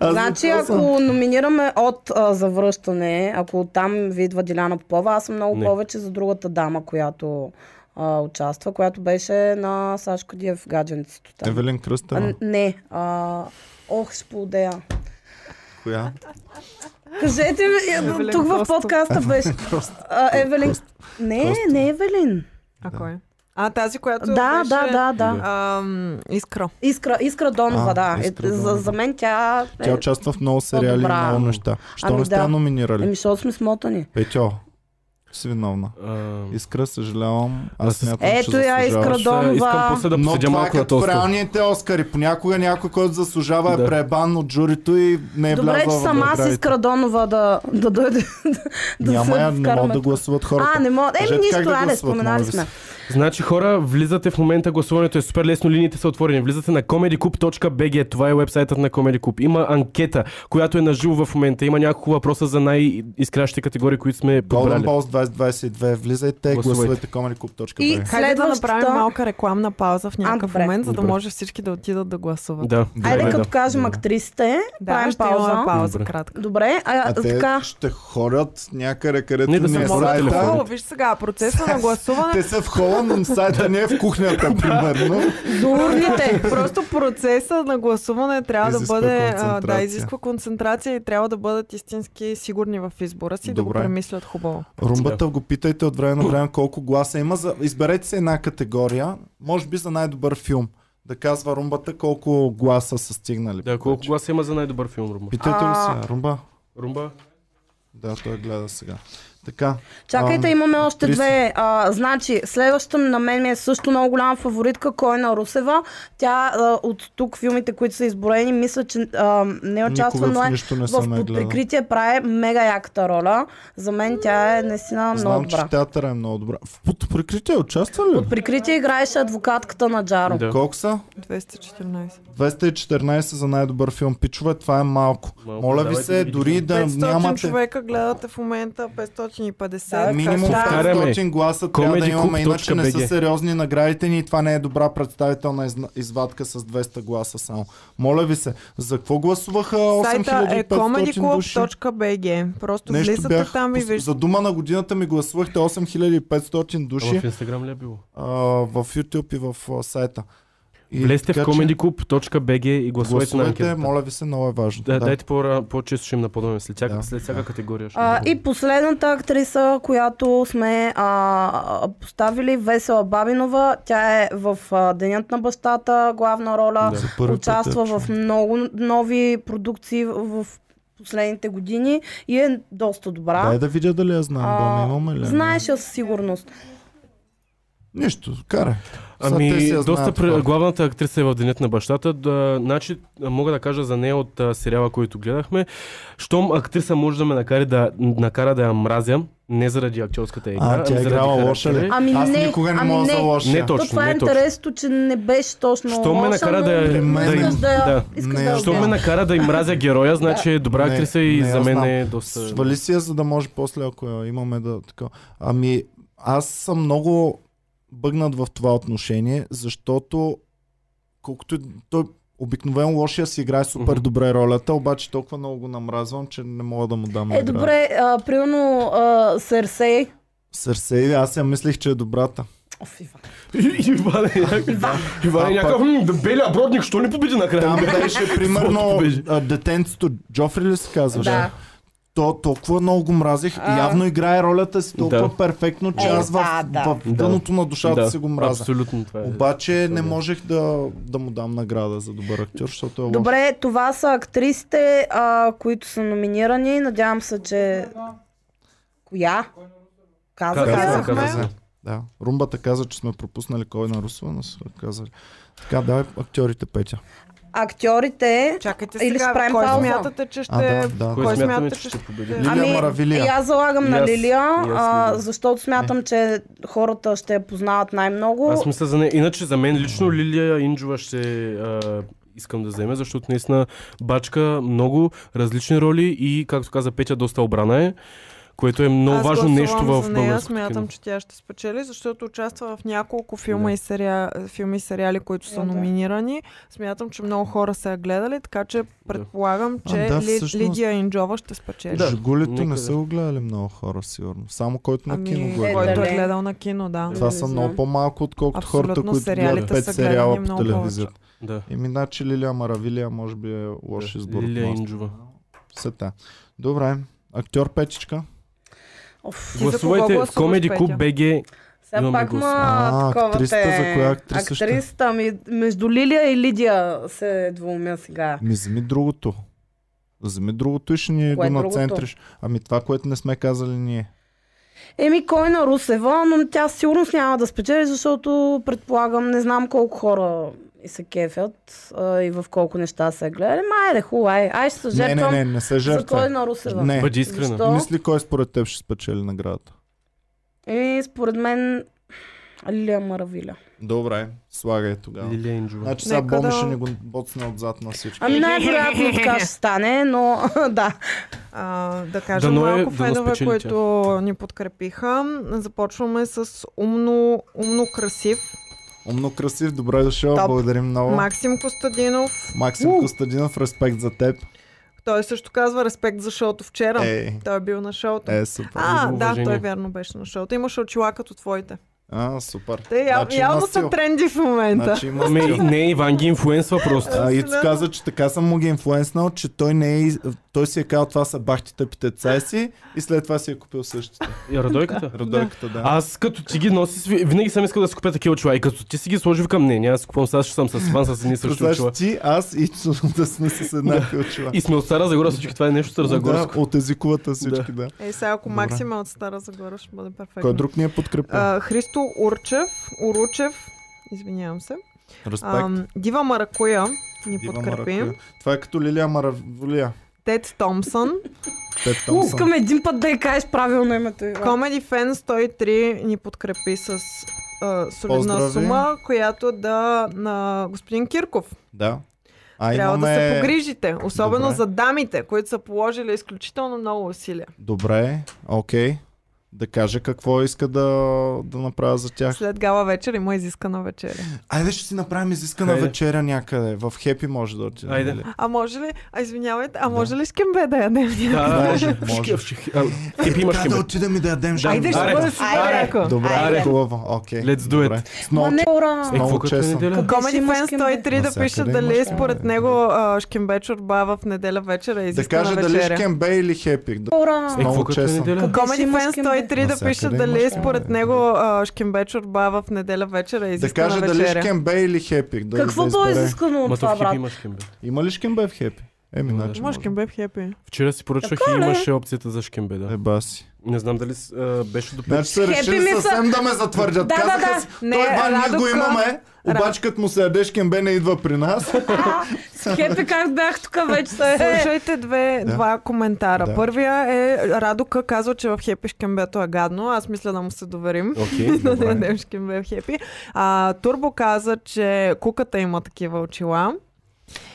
S1: Аз
S3: Значи,
S1: затова съм-
S3: ако номинираме от а, завръщане, ако там ви идва Диляна Попова, аз съм много
S2: Не.
S3: повече за другата дама, която а, участва, която беше на Сашко Диев в гадженцето. Там.
S1: Евелин
S3: А,
S1: Кръстева.
S3: н- не. А, ох, ще поудея.
S1: Коя?
S3: Кажете ми,
S4: Евелин
S3: я- тук в
S4: Костов.
S3: подкаста беше. А, Евелин. Не,
S1: Костов.
S3: не Евелин.
S4: А кой? А, тази, която
S3: Да,
S4: беше,
S3: да, да, да.
S4: Ам, искра.
S3: Искра, Искра Донова,
S1: А,
S3: да. Е,
S1: Искра
S3: за,
S1: Донова.
S3: за мен тя...
S1: Тя
S3: е,
S1: участва в много сериали и
S3: по-добра.
S1: много неща. Що
S3: Ами
S1: не сте я
S3: да. Еми,
S1: номинирали?
S3: защото сме смотани.
S1: Петьо, си виновна.
S2: А,
S1: Искра, съжалявам. Аз
S2: Аз-
S1: смятам, че
S3: Ето я,
S1: заслужаваш.
S3: Искра
S2: Аз, а, Искам после да
S1: Но
S2: поседя
S1: това е
S2: малко на
S1: като
S2: този
S1: в
S2: стол.
S1: реалните Оскари. Понякога някой, който заслужава е
S2: Да.
S1: пребан от журито и не е
S3: Добре, че
S1: влязъл в
S3: съм аз
S1: наградите.
S3: Искра Донова да, да дойде да
S1: Няма
S3: се
S1: я, не
S3: вкараме
S1: могат да
S3: тук.
S1: гласуват хората.
S3: А, не мога. Еми,
S1: Кажете как да
S3: нищо, але,
S1: гласуват,
S3: споменали
S1: моля ви се.
S3: сме.
S2: Значи хора, влизате в момента, гласуването е супер лесно, линиите са отворени. Влизате на comedyclub.bg, това е вебсайтът на Comedy Club. Има анкета, която е на живо в момента. Има няколко въпроса за най-изкращите категории, които сме
S1: Golden
S2: подбрали.
S1: Balls 2022. Влизайте, гласувайте
S2: Гласувайте.
S3: И
S1: comedyclub.bg.
S4: Хайде да направим
S3: следващата...
S4: малка рекламна пауза в някакъв
S3: добре.
S4: момент, за да
S2: Добре.
S4: може всички да отидат да гласуват.
S2: Да.
S3: Айде,
S2: добре,
S3: като
S2: да.
S3: кажем
S2: Добре.
S3: актрисите,
S4: Да,
S3: правим
S4: ще имаме
S3: пауза.
S4: пауза
S2: Добре.
S4: кратка.
S3: Добре, а,
S1: А те
S3: така.
S1: ще ходят някъде, където
S2: Не, да се
S1: ни е
S2: молят
S4: Моля,
S2: телефоните.
S1: сайта.
S4: хубаво, виж сега, процеса на гласуване
S1: Те са в хола, но сайта не е в кухнята, примерно.
S3: До урните.
S4: Просто процеса на гласуване трябва да
S1: Изисква
S4: бъде, а, да
S1: концентрация.
S4: изисква концентрация и трябва да бъдат истински сигурни в избора си, и да го
S1: Добре.
S4: премислят хубаво.
S1: Румбата го питайте от време на време колко гласа има. За... Изберете се една категория, може би за най-добър филм. Да казва Румбата колко гласа са стигнали.
S2: Да, колко гласа има за най-добър филм, Румба?
S1: Питайте го
S3: А.
S1: сега. Румба?
S2: Румба?
S1: Да, той гледа сега. Така.
S3: Чакайте,
S1: Ам,
S3: имаме още
S1: актриса.
S3: две. А, значи, следващата на мен ми е също много голяма фаворитка, Койна Русева. Тя а, от тук филмите, които са изброени, мисля, че а, не участва,
S1: Никога
S3: но
S1: в
S3: е
S1: нищо не
S3: в
S1: съм я
S3: под
S1: гледал.
S3: прикритие прави мега яката роля. За мен тя е наистина много
S1: Знам, че
S3: добра.
S1: в театъра е много добра. В под прикритие участва ли?
S3: Под прикритие играеше адвокатката на Джаро.
S2: Да.
S1: Колко са?
S4: 214.
S1: 214 за най-добър филм. Пичове, това е малко.
S2: Малко,
S1: Моля ви
S2: давайте
S1: се,
S2: да
S1: дори
S2: видим.
S1: да
S4: 500
S1: нямате...
S4: човека гледате в момента, 550.
S3: Да,
S1: Минимум
S3: Да.
S2: Повтаряме.
S1: 500 гласа трябва да имаме, иначе не
S2: comedyclub.bg.
S1: са сериозни наградите ни и това не е добра представителна изна- извадка с 200 гласа само. Моля ви се, за какво гласуваха
S4: Сайта
S1: 8500
S4: е
S1: души?
S4: comedyclub.bg. Просто
S1: Нещо
S4: влизате
S1: бях,
S4: там и
S1: пос-
S4: виждате.
S1: за дума на годината ми гласувахте 8500
S2: Ама
S1: души
S2: в Инстаграм ли е било?
S1: а, в YouTube и в а, сайта. И
S2: Влезте в
S1: така, че
S2: comedyclub.bg и гласувайте на
S1: Гласувайте,
S2: анкетата.
S1: моля ви се, много е важно.
S2: Да, дайте по- по-често ще им напомняме след всяка,
S1: Да.
S2: след всяка категория. Ще
S3: А,
S2: напомним.
S3: и последната актриса, която сме а, поставили, Весела Бабинова. Тя е в а, Денят на бащата, главна роля.
S2: Да.
S1: За първи път
S3: участва
S1: я
S3: в
S1: чувам.
S3: много нови продукции в в последните години и е доста добра.
S1: Дай да видя дали я знам,
S3: А,
S1: Боми, имаме ли? я?
S3: Знаеш я със сигурност.
S1: Нищо, карай. Сега те си
S2: Ами,
S1: я
S2: доста
S1: знаят,
S2: пре...
S1: хора.
S2: главната актриса е в Денят на бащата. Да, значи, мога да кажа за нея от а, сериала, който гледахме. Щом актриса може да ме накара да, накара да я мразя, не заради актьорската игра,
S1: А, тя е
S2: заради
S1: играла лоша ли?
S2: характера.
S3: Ами
S1: Аз
S3: не,
S1: никога не
S3: ами
S1: мога
S3: не.
S1: за лоша.
S2: Не
S3: То
S2: точно,
S3: това е
S2: не точно.
S3: интересно, че не беше точно
S2: Що ме
S3: лоша,
S2: накара
S3: но
S2: да я-
S1: При мен
S2: да
S1: е-
S2: им-
S3: искаш да,
S2: да.
S3: я- искаш
S1: Не, е
S3: да я
S2: Що ме
S3: гледаш.
S2: накара да им мразя героя, значи е добра
S1: Не,
S2: актриса и
S1: не,
S2: за
S1: аз
S2: мен
S1: знам.
S2: е доста...
S1: Свали си я, за да може после, ако я имаме да така. Ами, аз съм много бъгнат в това отношение, защото колкото и- той обикновено лошия си играе супер
S2: Мгм.
S1: добре ролята, обаче толкова много го намразвам, че не мога да му дам
S3: Е,
S1: награда.
S3: добре, а, примерно а, Серсей.
S1: Сърсей, аз я мислих, че е добрата.
S3: Оф, Иван.
S2: Иван е
S3: Иван.
S2: някакъв... Иван е
S1: А, пък-
S2: някакъв... "М, Дебелия бродник, що не победи
S1: Там
S2: накрая?
S1: беше примерно
S2: беше.
S1: а, детенцето Джофри ли се казваше?
S3: Да.
S1: То толкова много го мразих.
S3: А.
S1: Явно играе ролята си толкова
S2: Да.
S1: перфектно, че
S3: Е,
S1: аз в,
S3: да, да.
S1: в дъното на душата си го мразя.
S2: Абсолютно това е.
S1: Обаче не можех да, да му дам награда за добър актьор, защото е лош.
S3: Добре, това са актрисите, а, които са номинирани. Надявам се, че... Коя? Казах,
S2: Каза,
S3: казах.
S2: каза, каза.
S4: Казахме.
S1: Да. Румбата каза, че сме пропуснали кой на Русова, но са казали. Така, давай актьорите, Петя.
S3: Актьорите...
S4: Чакайте
S3: Или ще
S4: сега,
S3: правим
S4: кой
S3: пауза.
S4: смятате, че
S1: А,
S4: ще...
S1: да, да.
S2: Кой,
S4: Кой
S2: смятаме,
S4: смятате,
S2: че
S4: че
S2: ще победи?
S4: ще-
S1: Лилия
S3: Ами,
S1: Маравилия.
S3: И аз залагам
S2: И
S3: на
S2: аз-
S3: Лилия,
S2: и аз
S3: а,
S2: Лилия.
S3: защото смятам, че хората ще я познават най-много.
S2: Аз мисля за нея. Иначе за мен лично Лилия Инджова ще а, искам да вземе, защото наистина бачка много различни роли и, както каза Петя, доста обрана е, което е много
S4: Аз
S2: важно
S4: гласувам
S2: нещо в
S4: за нея,
S2: българското
S4: смятам,
S2: кино.
S4: че тя ще спечели, защото участва в няколко филма
S2: Да.
S4: и сериали, филми и сериали, които са
S1: Е,
S3: Да, да.
S4: номинирани. Смятам, че много хора са я гледали, така че предполагам, че
S1: да,
S4: Ли-
S1: всъщност-
S4: Лидия Инджова ще спечели.
S2: Да,
S1: Жигулито не
S2: никъде.
S1: са го гледали много хора, сигурно. Само който на кино го е гледал.
S4: Ами, който
S3: гледали.
S4: е гледал на кино, да.
S1: Това
S3: Не
S1: са
S3: знам.
S1: много по-малко, отколкото
S4: Абсолютно,
S1: хората, които гледат
S4: сериалите
S1: пет
S4: са
S1: сериала
S4: гледани
S1: по
S4: много
S1: телевизията.
S2: Да.
S1: Еми, значи Лилия Маравилия може би е лош
S2: Да.
S1: избор.
S2: Лилия
S1: относно.
S2: Инджова.
S1: Все та. Добре. Актьор Петичка.
S3: Оф,
S4: Ти за кого
S2: Гласувайте в
S4: гласуваш,
S2: Comedy
S4: Петя?
S2: Club BG.
S3: Сега
S2: Имаме
S3: пак
S2: глас.
S3: ма
S1: А,
S3: такова
S1: актрисата,
S3: те.
S1: за коя актриса ще?
S3: Актрисата ми, между Лилия и Лидия се двумя сега.
S1: Ми вземи другото. Вземи другото и ще ни
S3: Кое е
S1: го
S3: другото?
S1: нацентриш. Ами това, което не сме казали ние.
S3: Еми, кой на Русева, но тя сигурност няма да спечели, защото предполагам, не знам колко хора и се кефят а, и в колко неща са я гледали. Ма, айде, хубаво, ай, ай ще се
S1: Не,
S3: жертвам
S1: не, не, не се
S3: за кой
S1: жертва.
S3: на Русева.
S1: Не,
S2: Бъди искрена.
S3: Защо?
S1: мисли кой според теб ще спечели наградата.
S3: Еми, според мен, Лилия Маравиля.
S1: Добре, слагай тогава.
S2: Лилия Инджова.
S1: Значи сега
S4: Нека
S1: Боми
S4: да-
S1: ще ни го боцне отзад на всички.
S3: Ами най-вероятно така ще стане, но да.
S4: А, да кажем
S2: Дано е-
S4: малко
S2: дано
S4: фенове,
S2: спечели
S4: които ни подкрепиха. Започваме с умно, умно красив
S1: Умно красив, добре дошъл,
S4: Топ.
S1: благодарим много.
S4: Максим Костадинов.
S1: Максим Костадинов, респект за теб.
S4: Той също казва респект за шоуто вчера.
S1: Е,
S4: Той е бил на шоуто.
S1: е, супер.
S4: А,
S2: за
S4: да,
S2: уважение.
S4: той вярно беше на шоуто. Имаше очила като твоите.
S1: А, супер.
S4: Те яв,
S1: Значи има
S4: явно
S1: стил.
S4: са тренди в момента.
S1: Значи има
S2: Ами,
S1: стил.
S2: не, Иван ги инфлуенсва просто.
S1: А, Ицо каза, че така съм му ги инфлуенснал, че той не е... из- Той си е казал, това са бахти тъпите цеси и след това си е купил същите.
S2: И Радойката.
S1: Радойката, да.
S2: Аз като ти ги носи, с- винаги съм искал да си купя такива чула. И като ти си ги сложи викам, не, няма да си купувам, сега ще съм с Иван с едни същи
S1: Представяш
S2: чула.
S1: ти, аз и Ицо да сме с еднакви очила.
S2: И сме от Стара Загора, всички това е нещо Стара
S1: Да,
S2: Загорско.
S1: от езиковата всички, да.
S4: Е, сега ако
S1: Добре.
S4: Максим е от Стара Загора, ще бъде перфектно.
S1: Кой друг ни е подкрепил?
S4: А, Христо Урчев, Уручев, извинявам се.
S1: Респект.
S4: Ам, Дива Маракуя ни
S1: Дива
S4: подкрепи.
S1: Маракуя. Това е като Лилия Маравлия.
S4: Тед Томпсън.
S1: Тед Томпсън.
S3: Искам един път да й кажеш правилно името. Иван.
S4: Comedy Fan 103 ни подкрепи с а, солидна
S1: Поздрави.
S4: сума, която да на господин Кирков.
S1: Да. А
S4: Трябва да се
S1: имаме...
S4: погрижите, особено
S1: Добре.
S4: за дамите, които са положили изключително много усилия.
S1: Добре, окей. Да каже какво иска да, да направя за тях.
S4: След гала вечер има изискана вечеря.
S1: Айде ще си направим изискана
S2: Хайде.
S1: вечеря някъде. В Хепи може да нали? отидем.
S2: Айде.
S1: или?
S4: А може ли, а извинявайте, а
S1: Да.
S4: може ли с Кембе да ядем?
S2: Да,
S1: Може,
S2: може,
S1: може.
S2: може. Ти имаш
S1: Така Е, да
S2: кембе.
S1: отидем и да ядем
S2: Да,
S1: жарен
S4: Айде, ще
S1: барак.
S2: Аре,
S4: бъде супер
S2: аре.
S4: яко.
S1: Е, Добре,
S2: Аре.
S1: хубаво. Окей.
S2: Let's do it.
S1: добре. С
S3: Ма
S1: много,
S3: не, ура!
S1: с
S2: Е,
S1: много
S2: какво като е
S1: честно.
S2: неделя?
S4: Comedy
S3: Имаш
S4: Fan
S3: кембе.
S4: 103 да
S1: Навсякъде
S4: пише
S1: имаш
S4: дали
S1: кембе.
S4: според него а, шкембе чорба в неделя вечер е
S1: Да
S4: изискана
S1: каже дали
S4: вечеря.
S1: Шкембе или Хепи. Да.
S3: Ура!
S2: Е, какво
S1: Много
S2: като е
S1: честно.
S2: неделя?
S4: Comedy
S3: Имаш
S4: Fan
S3: кембе.
S4: 103 да
S1: Навсякъде
S4: пише
S1: имаш
S4: дали
S1: кембе.
S4: според него а, шкембе чорба в неделя вечер е
S1: Да
S4: изискана
S1: каже дали
S4: вечеря.
S1: Шкембе или Хепи. Да
S3: Какво
S1: да
S3: по е
S1: избере.
S3: изискано от
S2: Ма то
S3: това,
S2: в хип
S3: брат?
S2: имаш кембе.
S1: Има ли Шкембе в Хепи? Еми,
S2: Има,
S1: значи.
S2: да.
S4: Може кембе в хепи.
S2: Вчера си поръчах
S3: Така
S2: и
S3: ли?
S2: имаше опцията за шкембе, да.
S1: Еба си.
S2: Не знам дали с- а, беше до
S1: е, Значи са
S3: Хепи
S1: решили
S3: ми са-
S1: съвсем да ме затвърдят.
S3: Да, да,
S1: Казаха
S3: да.
S1: си,
S4: Не,
S1: той Иван, ние
S4: Радо
S1: го
S4: Кън-
S1: имаме, обаче като му се ядеш Кембе не идва при нас.
S3: Хепи как бях тук вече се е.
S4: Слушайте две,
S1: Да.
S4: два коментара.
S1: Да.
S4: Първия е Радока казва, че в хепи шкембето е гадно. Аз мисля да му се доверим.
S2: Окей.
S4: Да не
S1: Добре.
S4: ядем шкембе в хепи. А, Турбо каза, че куката има такива очила.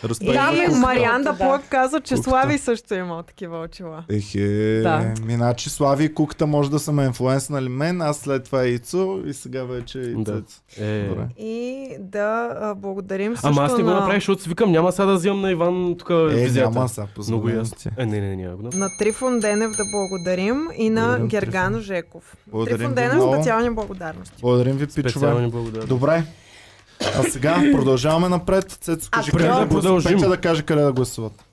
S1: Разпей
S3: Да,
S1: на
S4: И
S3: бе,
S1: кухня.
S3: Мария.
S4: Марианда
S3: куката, да.
S4: Плък каза, че
S1: Куката.
S4: Слави също е имал такива очила.
S1: Ехе,
S4: Да.
S1: да. иначе Слави и Куката може да са ме инфлуенснали мен, аз след това Ицо и сега вече Ицо.
S2: Да.
S1: Да.
S2: Е.
S1: Добре.
S4: И да а, благодарим също
S2: Ама аз не го
S4: на,
S2: направих, защото си викам, няма сега да взимам на Иван тук
S1: Е,
S2: визията.
S1: няма са,
S2: Много
S1: позволявам ти.
S2: ясно. Е, не, не, няма го. направя.
S4: на Трифон Денев да благодарим и на
S1: Благодарим,
S4: Герган Жеков.
S1: Благодарим
S4: Трифон
S1: ви
S4: Денев
S1: много.
S4: специални благодарности.
S1: Благодарим ви, пичове.
S2: Специално благодаря.
S1: Добре. А сега продължаваме напред. Цецо, кажи
S3: А,
S1: къде
S2: преди да
S1: да
S2: продължим.
S1: продължим. Петя да каже къде да гласуват.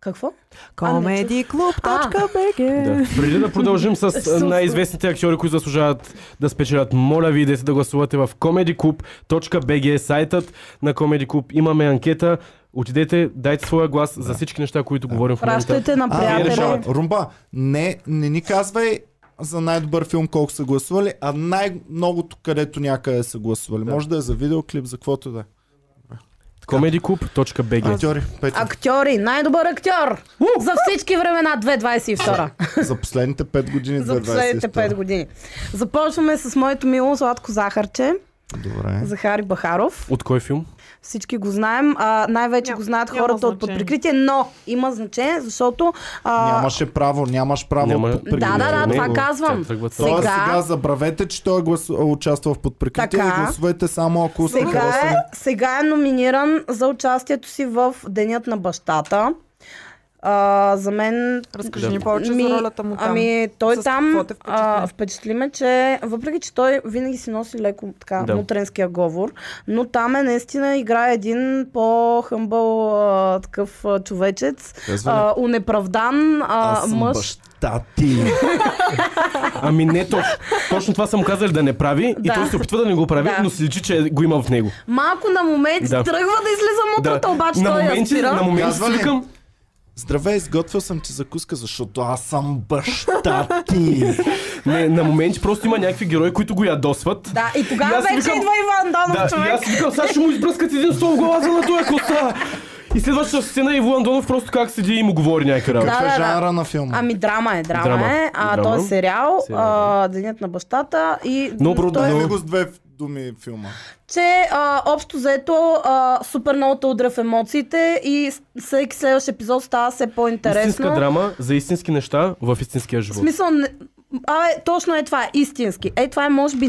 S3: Какво? А, не чух.
S4: Comedyclub.bg
S2: Да. Преди да продължим с а,
S3: Супер.
S2: най-известните актьори, които заслужават да спечелят, моля ви идете да гласувате в comedyclub.bg сайтът на Comedy Club. Имаме анкета. Отидете, дайте своя глас за всички неща, които говорим в момента.
S3: Пращайте на
S1: А,
S2: приятели.
S1: Румба,
S3: приятели.
S2: решават.
S1: Румба, не, не ни казвай за най-добър филм колко са гласували, а най-многото където някъде са гласували.
S2: Да.
S1: Може да е за видеоклип, за каквото и да е.
S2: comedyclub.bg
S1: Актьори, Петя,
S3: Актьори, най-добър актьор за всички времена 2022.
S1: за последните 5 години,
S3: За последните 5 години. Започваме с моето мило сладко захарче,
S1: Добре.
S3: Захари Бахаров.
S2: От кой филм?
S3: Всички го знаем, а, най-вече
S4: Ням-
S3: го знаят
S4: няма
S3: хората от под
S4: значение.
S3: прикритие, но има значение, защото... а,
S1: Нямаше право, нямаш право.
S2: Няма
S1: под
S2: да,
S1: прикритие.
S3: да, да,
S1: Не
S3: това
S1: го-
S3: казва. казвам.
S2: Тя тръгва
S1: Сега...
S2: това.
S1: Тоест,
S3: Сега-
S1: сега забравете, че той е глас... участвал в подприкритие
S3: Така.
S1: и гласувайте само ако сте
S3: Сега
S1: гласували.
S3: е, сега е номиниран за участието си в Денят на бащата. А, за мен...
S4: Разкажи
S2: Да.
S4: ни повече
S3: ми-
S4: за ролята му там.
S3: Ами той
S4: С е
S3: там
S4: какво те впечатли?
S3: а, впечатли ме, че въпреки, че той винаги си носи леко така
S2: Да.
S3: да. мутренския говор, но там е наистина играе един по-хъмбъл а, такъв а, човечец,
S1: Казва ли?
S3: а, унеправдан а,
S1: Аз съм
S3: мъж.
S1: баща ти.
S2: Ами не точно. Точно това съм казали да не прави и
S3: Да.
S2: той се опитва да не го прави,
S3: Да.
S2: но си личи, че е го има в него.
S3: Малко на моменти
S2: Да.
S3: да. тръгва да излиза мутрата, да. обаче
S2: на
S3: той я
S2: моменти,
S3: спира.
S2: на моменти
S1: Казва
S2: си
S1: ли?
S2: викам,
S1: Здравей, изготвил съм ти закуска, защото аз съм баща ти.
S2: не, на моменти просто има някакви герои, които го ядосват.
S3: Да, и
S2: И
S3: тогава
S2: аз си
S3: вече
S2: викам-
S3: идва Иван Данов,
S2: Да, и
S3: човек.
S2: аз си викам, сега ще му избръскат един стол в главата на този е коса. И следващата сцена е Иво Андонов просто как седи и му говори някакви работи.
S1: Какъв
S3: да,
S1: е
S3: да.
S1: жанра на филма?
S3: Ами драма е, драма,
S2: Драма.
S3: е. А
S2: Драма.
S3: той е сериал,
S2: Сериал,
S3: а, Денят на бащата и
S2: Но бро,
S3: той, е
S1: Продай
S2: но-
S1: ми го с две думи филма.
S3: че а, общо заето а, супер много те удря в емоциите и с- всеки следващ епизод става все по-интересно.
S2: Истинска драма за истински неща в истинския
S3: В
S2: живот.
S3: смисъл, не, Абе, точно е това, истински. Е, това е, може би,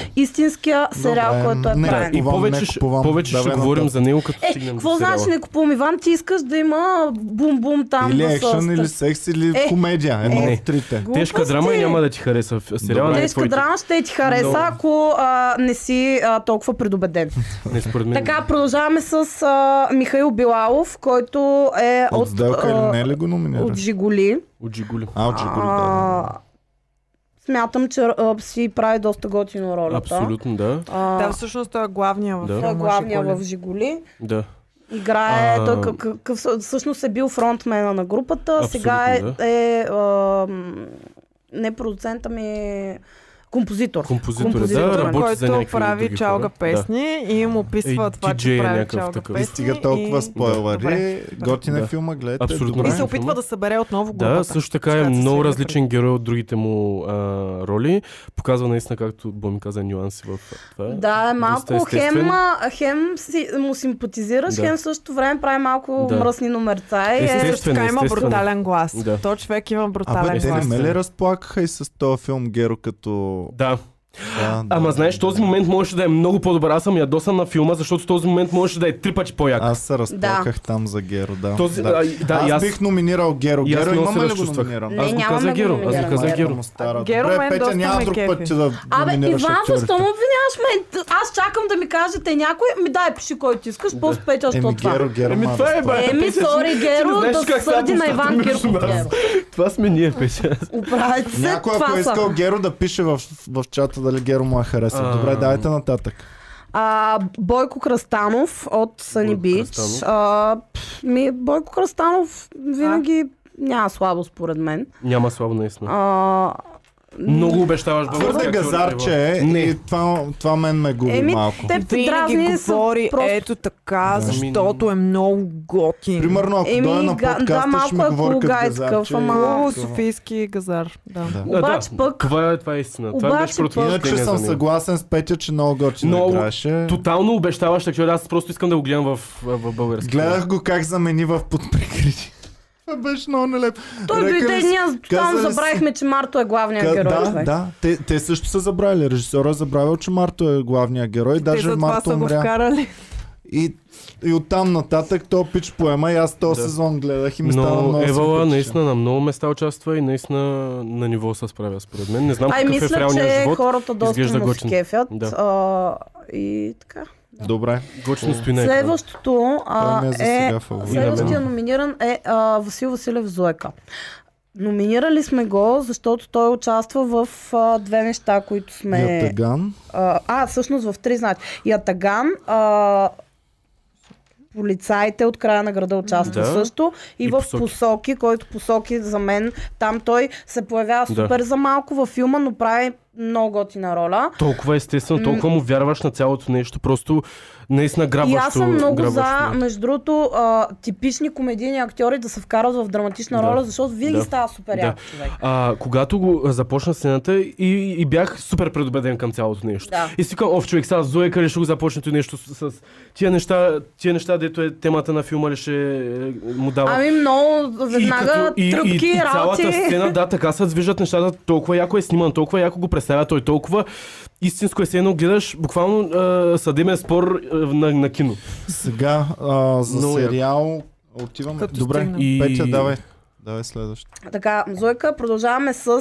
S3: най-истинския сериал,
S1: Добре,
S3: който е
S1: не
S3: правен.
S2: И
S1: Купувам,
S2: повече,
S1: не
S2: ще-
S1: купувам.
S2: повече ще
S1: Давай
S2: говорим
S1: нататък.
S2: за него, като
S3: Е,
S2: стигнем до
S3: какво значи
S2: сериала.
S3: не купувам Иван? Ти искаш да има бум-бум там.
S1: Или
S3: да са
S1: екшън,
S3: стъ-
S1: или секс, или
S3: Е,
S1: комедия. Едно
S2: е.
S1: от трите.
S3: Глупости.
S2: Тежка драма и няма да ти хареса в- сериала. не е
S3: Тежка
S2: твоите.
S3: драма ще ти хареса,
S2: Много.
S3: ако а, не си а, толкова предубеден.
S2: Не, според мен.
S3: така, продължаваме с а, Михаил Билалов, който е
S1: От
S3: от,
S1: сделка
S3: а,
S1: или не ли го номинира?
S3: от Жигули.
S2: От Жигули.
S1: А, от Жигули, да.
S3: А, смятам, че а, си прави доста готино ролята.
S2: Абсолютно, да.
S3: А,
S4: Да, всъщност той е главния в
S2: Да.
S4: да.
S3: той е главния в Жигули.
S2: Да.
S3: Играе,
S2: А,
S3: той как, какъв, всъщност е бил фронтмена на групата,
S2: Абсолютно,
S3: сега е,
S2: да.
S3: е, а, м, не продуцент, ами композитор.
S2: Композитор, е,
S3: Композитор,
S2: да, работи за
S4: който
S2: някакви
S4: прави
S2: други
S4: чалга
S2: хора.
S4: песни да. и му описва
S2: Е,
S4: е, това,
S2: DJ е
S4: че прави
S2: някакъв
S4: чалга
S2: такъв.
S4: песни.
S1: И стига толкова
S4: и...
S1: спойлери.
S4: Е, Добре.
S1: Готин е
S2: Да.
S1: филма, гледайте.
S2: Абсолютно.
S1: добре.
S4: и
S2: Добре.
S4: се опитва да събере отново групата.
S2: Да, също така е
S4: която са
S2: много
S4: свирили
S2: различен герой от другите му а, роли. Показва наистина, както Боми каза, нюанси в това.
S3: Да, е
S2: Доста
S3: малко
S2: естествен.
S3: хем, а, хем си, му симпатизираш,
S2: Да.
S3: да. хем в същото време прави малко
S2: Да.
S3: да. мръсни номерца. И
S4: преди.
S2: Естествено.
S3: е,
S4: Също така има
S2: естествено.
S4: брутален глас.
S2: Да.
S4: Да. То човек има брутален
S1: Абе, те не
S4: глас.
S1: ме
S2: Естествено.
S1: ли разплакаха и с този филм Геро като...
S2: Да.
S1: Да, да.
S2: Ама знаеш, този момент можеше да е много по-добър. Аз съм ядосан на филма, защото този момент можеше да е три пъти по-як.
S1: Аз се разплаках там за Геро, да.
S2: Този,
S1: да.
S2: а, и- да, и
S1: аз,
S2: аз-
S1: бих номинирал Геро.
S2: и аз
S1: Геро,
S2: много се
S1: имаме ли го
S2: разчувствах.
S1: номинирам?
S3: Не,
S2: Аз го
S3: нямаме
S2: каза
S3: го
S2: Геро. Аз го
S3: номиниран.
S2: каза
S3: Геро.
S2: Геро.
S1: му стара.
S4: Геро
S1: Добре,
S4: мен
S1: Петя,
S4: доста
S1: няма
S4: ме
S1: друг път
S4: кефи.
S1: ти да
S3: Абе,
S1: номинираш
S3: Иван,
S1: актьорите.
S3: защо му обвиняваш ме? Аз чакам да ми кажете някой. Ми дай, пиши който ти искаш, после печаш то
S1: Еми,
S3: това.
S1: Геро, Геро,
S2: Еми,
S1: ма
S2: това е,
S1: разплака.
S2: бе.
S3: Еми,
S2: Петя,
S3: сори,
S2: ти- ти
S3: Геро,
S2: не знаеш
S3: да
S2: как става
S3: съди на
S2: пустата
S3: Иван
S2: между
S3: Кирков,
S2: нас.
S3: Геро.
S2: Това сме ние, Петя.
S3: Оправете се,
S1: Някой, ако
S3: това
S1: е
S3: са.
S1: искал Геро, да пише в, в чата дали Геро му е харесал. Добре,
S2: А.
S1: дайте нататък.
S3: А, Бойко Крастанов от Съни
S2: Бойко
S3: Бич.
S2: Кръстанов.
S3: А, пф, ми, Бойко Крастанов винаги няма слабо според мен.
S2: Няма слабо, наистина.
S3: А,
S2: Много обещаваш
S1: Твърде газарче е
S2: Не.
S1: и това, това мен ме губи
S3: Еми,
S1: малко.
S3: теб те
S4: Винаги
S3: дразни
S4: говори
S3: са просто...
S4: ето така,
S1: Да.
S4: защото е много готин.
S1: Примерно, ако
S3: Еми,
S1: дойде на
S3: га- да,
S1: подкаста, ще
S3: малко
S1: ми
S3: е
S1: говори като
S3: полугайска,
S1: газарче.
S3: ама-
S4: Много
S1: Такова.
S4: софийски газар. Да.
S1: Да.
S2: Да,
S3: Обаче
S2: да.
S3: пък-
S2: Това е, това е истина. това
S3: Обаче
S2: беше против.
S3: пък-
S1: Иначе съм съгласен с Петя, че много готино
S2: е Много
S1: играеше.
S2: Тотално обещаващ актьор. Аз просто искам да го гледам в, в, в български.
S1: Гледах го как замени в подприкрити. Това Беше много нелепо.
S3: Той
S1: Рекали
S3: дойде,
S1: си-
S3: ние там
S1: казали си-
S3: забравихме, че Марто е главният
S1: Ка-
S3: герой.
S1: Да,
S3: бе.
S1: да. Те, те също са забравили. Режисьора е забравил, че Марто е главният герой.
S4: Те
S1: Даже
S4: за това
S1: Марто
S4: са го
S1: умря.
S4: вкарали.
S1: И, и оттам нататък то пич поема и аз този
S2: Да.
S1: сезон гледах и ми стана
S2: Но
S1: много
S2: Евала
S1: симпатичен.
S2: наистина на много места участва и наистина на ниво се справя според мен. Не знам
S3: Ай,
S2: какъв е в
S3: мисля,
S2: реалния
S3: че
S2: живот.
S3: хората
S2: изглежда
S3: доста му се
S2: готин.
S3: кефят.
S2: Да.
S3: А, и така.
S1: Добре.
S2: Гочно стои на екрана.
S3: Следващото а,
S1: Той ми е за
S3: е...
S1: сега фаворит.
S3: Следващия номиниран е а, Васил Василев Зоека. Номинирали сме го, защото той участва в а, две неща, които сме...
S1: Ятаган.
S3: А, а, всъщност в три значи. Ятаган, а, полицаите от края на града участва
S2: Да.
S3: да. също и,
S2: И
S3: в
S2: посоки.
S3: посоки. който посоки за мен, там той се появява
S2: Да.
S3: супер за малко във филма, но прави много готина роля.
S2: Толкова естествено, толкова му вярваш на цялото нещо. Просто наистина
S3: И
S2: грабващо.
S3: аз съм много за,
S2: грабващо.
S3: между другото, а, типични комедийни актьори да се вкарат в драматична
S2: Да.
S3: роля, защото винаги
S2: Да.
S3: става супер
S2: Да.
S3: як човек.
S2: А, когато го а, започна сцената и, и бях супер предубеден към цялото нещо.
S3: Да.
S2: И си викам, ов човек, сега Зоека ли ще го започне това нещо с, с тия, неща, тия неща, дето е темата на филма ли ще е, му дава.
S3: Ами много веднага
S2: и,
S3: тръпки,
S2: и, и цялата
S3: работи.
S2: сцена, да, така се движат нещата, толкова яко е сниман, толкова яко го представя той, толкова истинско е се едно гледаш буквално а, съдебен спор а, на, на кино.
S1: Сега а, за
S2: Много яко.
S1: сериал отиваме.
S4: Като
S1: Добре,
S4: стигнем.
S2: И-
S1: Петя, давай. Давай следващо.
S3: Така, Зойка, продължаваме с а,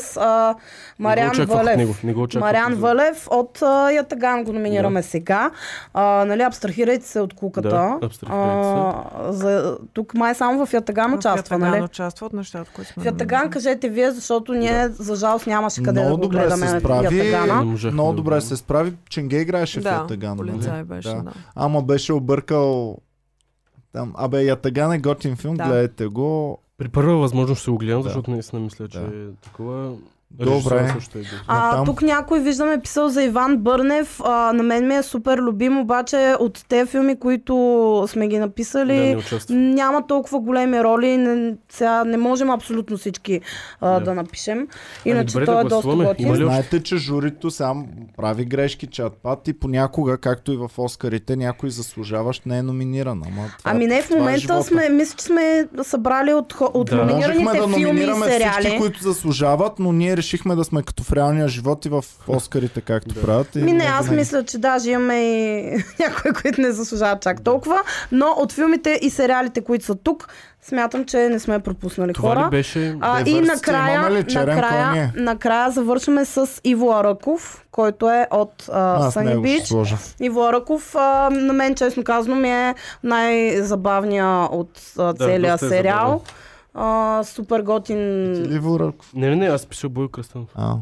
S2: не
S3: Мариан
S2: го очаквах от
S3: Валев.
S2: него, не го очаквах.
S3: Мариан
S2: от-
S3: Валев от а, Ятаган го номинираме сега. А, нали, абстрахирайте се от куката.
S2: Да, абстрахирайте се.
S3: А, за, тук май е само в Ятаган участва,
S4: В Ятаган
S3: нали?
S4: участва от нещата, които сме
S3: В Ятаган кажете вие, защото ние за жалост нямаше къде
S1: Много
S3: да го
S1: добре
S3: гледаме
S1: се справи.
S2: Не
S3: Ятагана.
S2: можах
S1: Много
S2: да го
S1: добре
S2: видя.
S1: се справи. Ченге играеше в
S4: Да,
S1: Ятаган. нали?
S4: полицай беше, да.
S1: Ама беше объркал... Там, абе, Ятаган е готин филм,
S4: Да.
S1: гледайте го.
S2: При първа възможност ще го гледам,
S1: Да.
S2: защото наистина мисля, че
S1: Да.
S2: е такова. Режисьора
S1: Добре.
S2: Също е добър.
S3: А,
S1: Натам.
S3: тук някой виждаме писал за Иван Бърнев. А, на мен ми е супер любим, обаче от те филми, които сме ги написали,
S2: Да, не участва.
S3: няма толкова големи роли. Не, сега не можем абсолютно всички а,
S2: Да. Ами,
S3: да. да напишем. Иначе
S2: добре, да
S3: той е доста
S2: гласуваме. Има
S3: готин.
S2: ли още?
S1: Знаете, че журито сам прави грешки, чатпат и понякога, както и в Оскарите, някой заслужаващ не е номиниран. Ама това,
S3: Ами не, в
S1: това е
S3: момента
S1: живота.
S3: сме, мисля, че сме събрали от, хо- от
S2: Да.
S3: да.
S1: Можехме
S3: номинираните
S1: да
S3: филми и
S1: номинираме
S3: сериали.
S1: всички, които заслужават, но ние решихме да сме като в реалния живот и в Оскарите, както правят. И
S3: Ми не,
S1: много
S3: аз мисля, че даже имаме и някои, които не заслужават чак толкова, но от филмите и сериалите, които са тук, смятам, че не сме пропуснали
S2: Това
S3: хора.
S2: ли беше...
S3: А, и
S1: Diversity,
S3: накрая,
S1: имаме ли черен
S3: накрая,
S1: кон,
S3: накрая завършваме с Иво Араков, който е от а,
S1: Аз
S3: Sunny
S1: него ще
S3: Beach.
S1: сложа.
S3: Иво Араков, а, на мен честно казано, ми е най-забавния от а,
S2: Да,
S3: целия
S2: доста е
S3: сериал.
S2: забавен.
S3: А, супер готин.
S1: Или Воръков.
S2: Не, не, не, аз пиша Боил Кръстънов.
S1: А.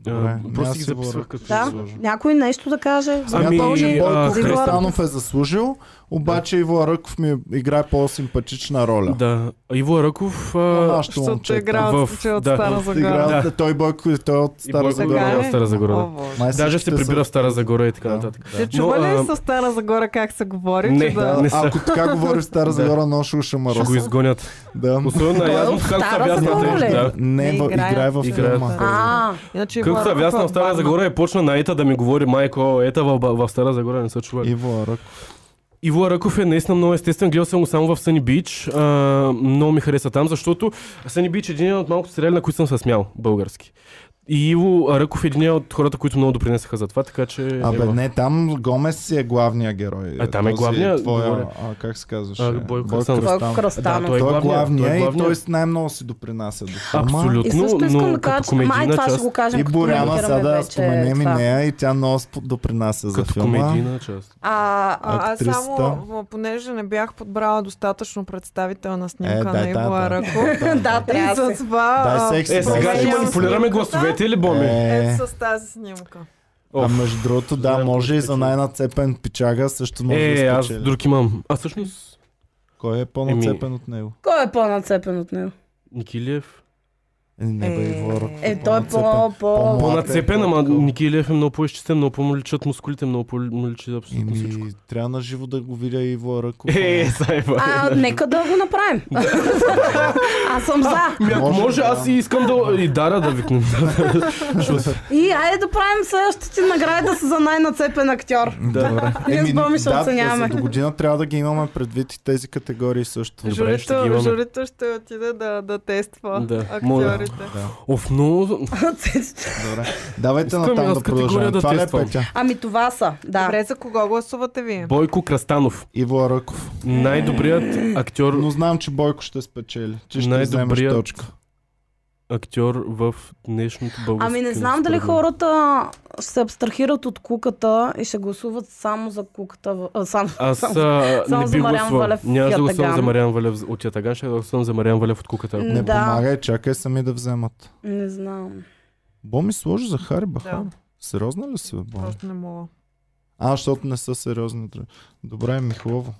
S1: Добре,
S2: А,
S1: не,
S2: Просто
S1: аз
S2: ги
S1: си
S2: записвах
S1: Воръков.
S2: като
S3: Да,
S2: изложа.
S3: някой нещо да каже. за
S2: Ами,
S1: Смятам, че
S2: а,
S1: Бойко
S2: Христо.
S1: Христанов е заслужил, обаче Иво Ръков ми играе по-симпатична роля.
S2: Да, Иво Ръков... а,
S1: Нашето
S4: Защото
S1: момче.
S4: игра от
S2: В-
S4: че е от
S2: да.
S4: Стара
S2: От
S4: Загора.
S1: Играл, Той Бойко и той е от
S2: И
S1: Стара
S2: Бойко
S1: Загора.
S2: Загора.
S4: Така
S2: в
S4: ли?
S2: Стара Загора, да.
S4: О, Боже.
S1: Май
S2: Даже се
S1: Е, всичките са-
S2: прибира в Стара Загора и така
S1: Да.
S2: нататък.
S4: Се чува ли с Стара Загора как се говори?
S2: Не.
S4: че да...
S1: Да,
S2: Не са.
S1: ако така говори в Стара
S2: Да.
S1: Загора, много ще ще
S2: Ще го
S1: мороз.
S2: изгонят.
S1: Да.
S2: Особено
S3: Той
S2: е
S3: е
S2: ясно
S3: от
S2: как са
S3: Стара
S2: вязна
S3: Загора ли?
S2: да. е.
S1: Не, в- играе в
S2: Играе в
S1: филма.
S2: Стара
S3: А,
S4: Иначе
S2: Както са
S4: Иван
S2: вясна в Стара
S4: Барна.
S2: Загора е почна Наита да ми говори, майко, ета в, Ба- в Стара Загора не са чували.
S1: Иво Ръков.
S2: Иво Ръков е наистина много естествен. Гледал съм го само в Съни Бич. А, много ми хареса там, защото Съни Бич е един от малкото сериали, на които съм се смял български. И Иво Ръков е един от хората, които много допринесаха за това, така че...
S1: Абе,
S2: ева.
S1: не, там Гомес си е главния герой.
S2: А, там е
S1: Този
S2: главния,
S1: Твоя,
S2: говоря.
S1: а, как се казваше?
S2: А, Бойко Кръстанов.
S3: Бойко
S1: Кръстанов.
S3: Кръстанов.
S2: Да,
S1: Той
S2: той
S1: е
S2: е
S1: главния,
S2: главния, той е
S1: и той
S2: главния.
S1: с най-много си допринася до филма.
S2: Абсолютно.
S3: и също
S2: но-
S3: искам
S2: но
S3: да
S2: е
S3: кажа,
S2: като
S3: че май
S2: комедийна
S3: това ще
S2: част-
S3: го кажем.
S1: И
S3: като
S1: Боряна
S3: коментираме
S1: сега да
S3: вече
S1: споменем и
S3: това.
S1: нея и тя много спо- допринася за
S2: Като
S1: филма.
S2: комедийна част.
S4: А, а, аз само,
S1: Актрисата.
S4: м, понеже не бях подбрала достатъчно представителна снимка
S1: Е,
S4: на
S1: дай,
S4: Иво
S1: да,
S4: Араков.
S3: Да,
S4: И
S3: трябва да се.
S4: с това...
S1: Дай
S4: а,
S1: секси,
S2: Е, сега ще
S1: Променям
S2: манипулираме
S4: снимката.
S2: гласовете ли, Боми?
S1: Е,
S4: Ето с тази снимка.
S1: а
S2: Оф.
S1: между другото, да,
S2: Знам,
S1: може и
S2: кой
S1: за
S2: спечели.
S1: най-нацепен пичага също може
S2: Е,
S1: да
S2: аз
S1: спечели.
S2: друг имам. А всъщност...
S1: Кой е по-нацепен от него?
S3: Кой е по-нацепен от него?
S2: Никилиев.
S1: Е, Не бе,
S4: Е.
S1: Иворо.
S3: Е, той е по... по...
S1: По-млад.
S2: По-нацепен, ама
S1: По-такъв.
S2: Никилиев е много по-изчистен, много по-му личат мускулите, много по-му личат абсолютно всичко.
S1: Еми, трябва на живо да го видя Иво Ръков.
S2: Е, сайба.
S3: А, нека да го направим. Аз съм за.
S2: Ми, ако
S1: Може,
S2: може,
S1: да.
S2: аз и искам да... И Дара да викнем.
S3: И айде да правим следващите награди да са за най-нацепен актьор.
S1: Добре.
S3: Ние с Боми ще
S1: да,
S3: оценяваме.
S1: за до година трябва да ги имаме предвид и тези категории също.
S2: Добре, ще ги
S4: журито,
S2: имаме.
S4: ще журито ще отиде да, да тества
S2: Да, моля.
S4: актьорите.
S2: Оф, много...
S1: Добре. Давайте
S2: Искам
S1: на
S2: и
S1: там
S2: аз
S1: да
S2: категория
S1: продължим.
S2: да
S1: Това ли е
S2: тествам.
S1: Петя?
S3: Ами това са, да.
S4: Добре, за кого гласувате
S3: Е.
S4: вие?
S2: Бойко Крастанов.
S1: Иво Ръков.
S2: Най-добрият актьор,
S1: Е. Но знам, че Бойко ще спечели. Че ще вземеш
S2: Най-добрият
S1: точка.
S2: актьор в днешното българско
S3: Ами не
S2: кино,
S3: знам дали
S2: според мен.
S3: хората ще се абстрахират от куката и ще гласуват само за куката. в- а, Само.
S2: Аз
S3: Само-
S2: а,
S3: само
S2: не
S3: за
S2: би
S3: Мариан
S2: гласувал.
S3: Валев
S2: Няма да гласувам
S3: Ятаган.
S2: за Мариан Валев от Ятаган, ще гласувам за Мариан Валев от Куката.
S3: М,
S1: Не
S3: Да.
S1: помагай, чакай сами да вземат.
S3: Не знам.
S1: Боми сложи за Хари Бахар.
S4: Да,
S1: Сериозна ли си, бе, Боми?
S4: просто не мога.
S1: А, защото не са сериозни. други. Добре, ми е хубаво.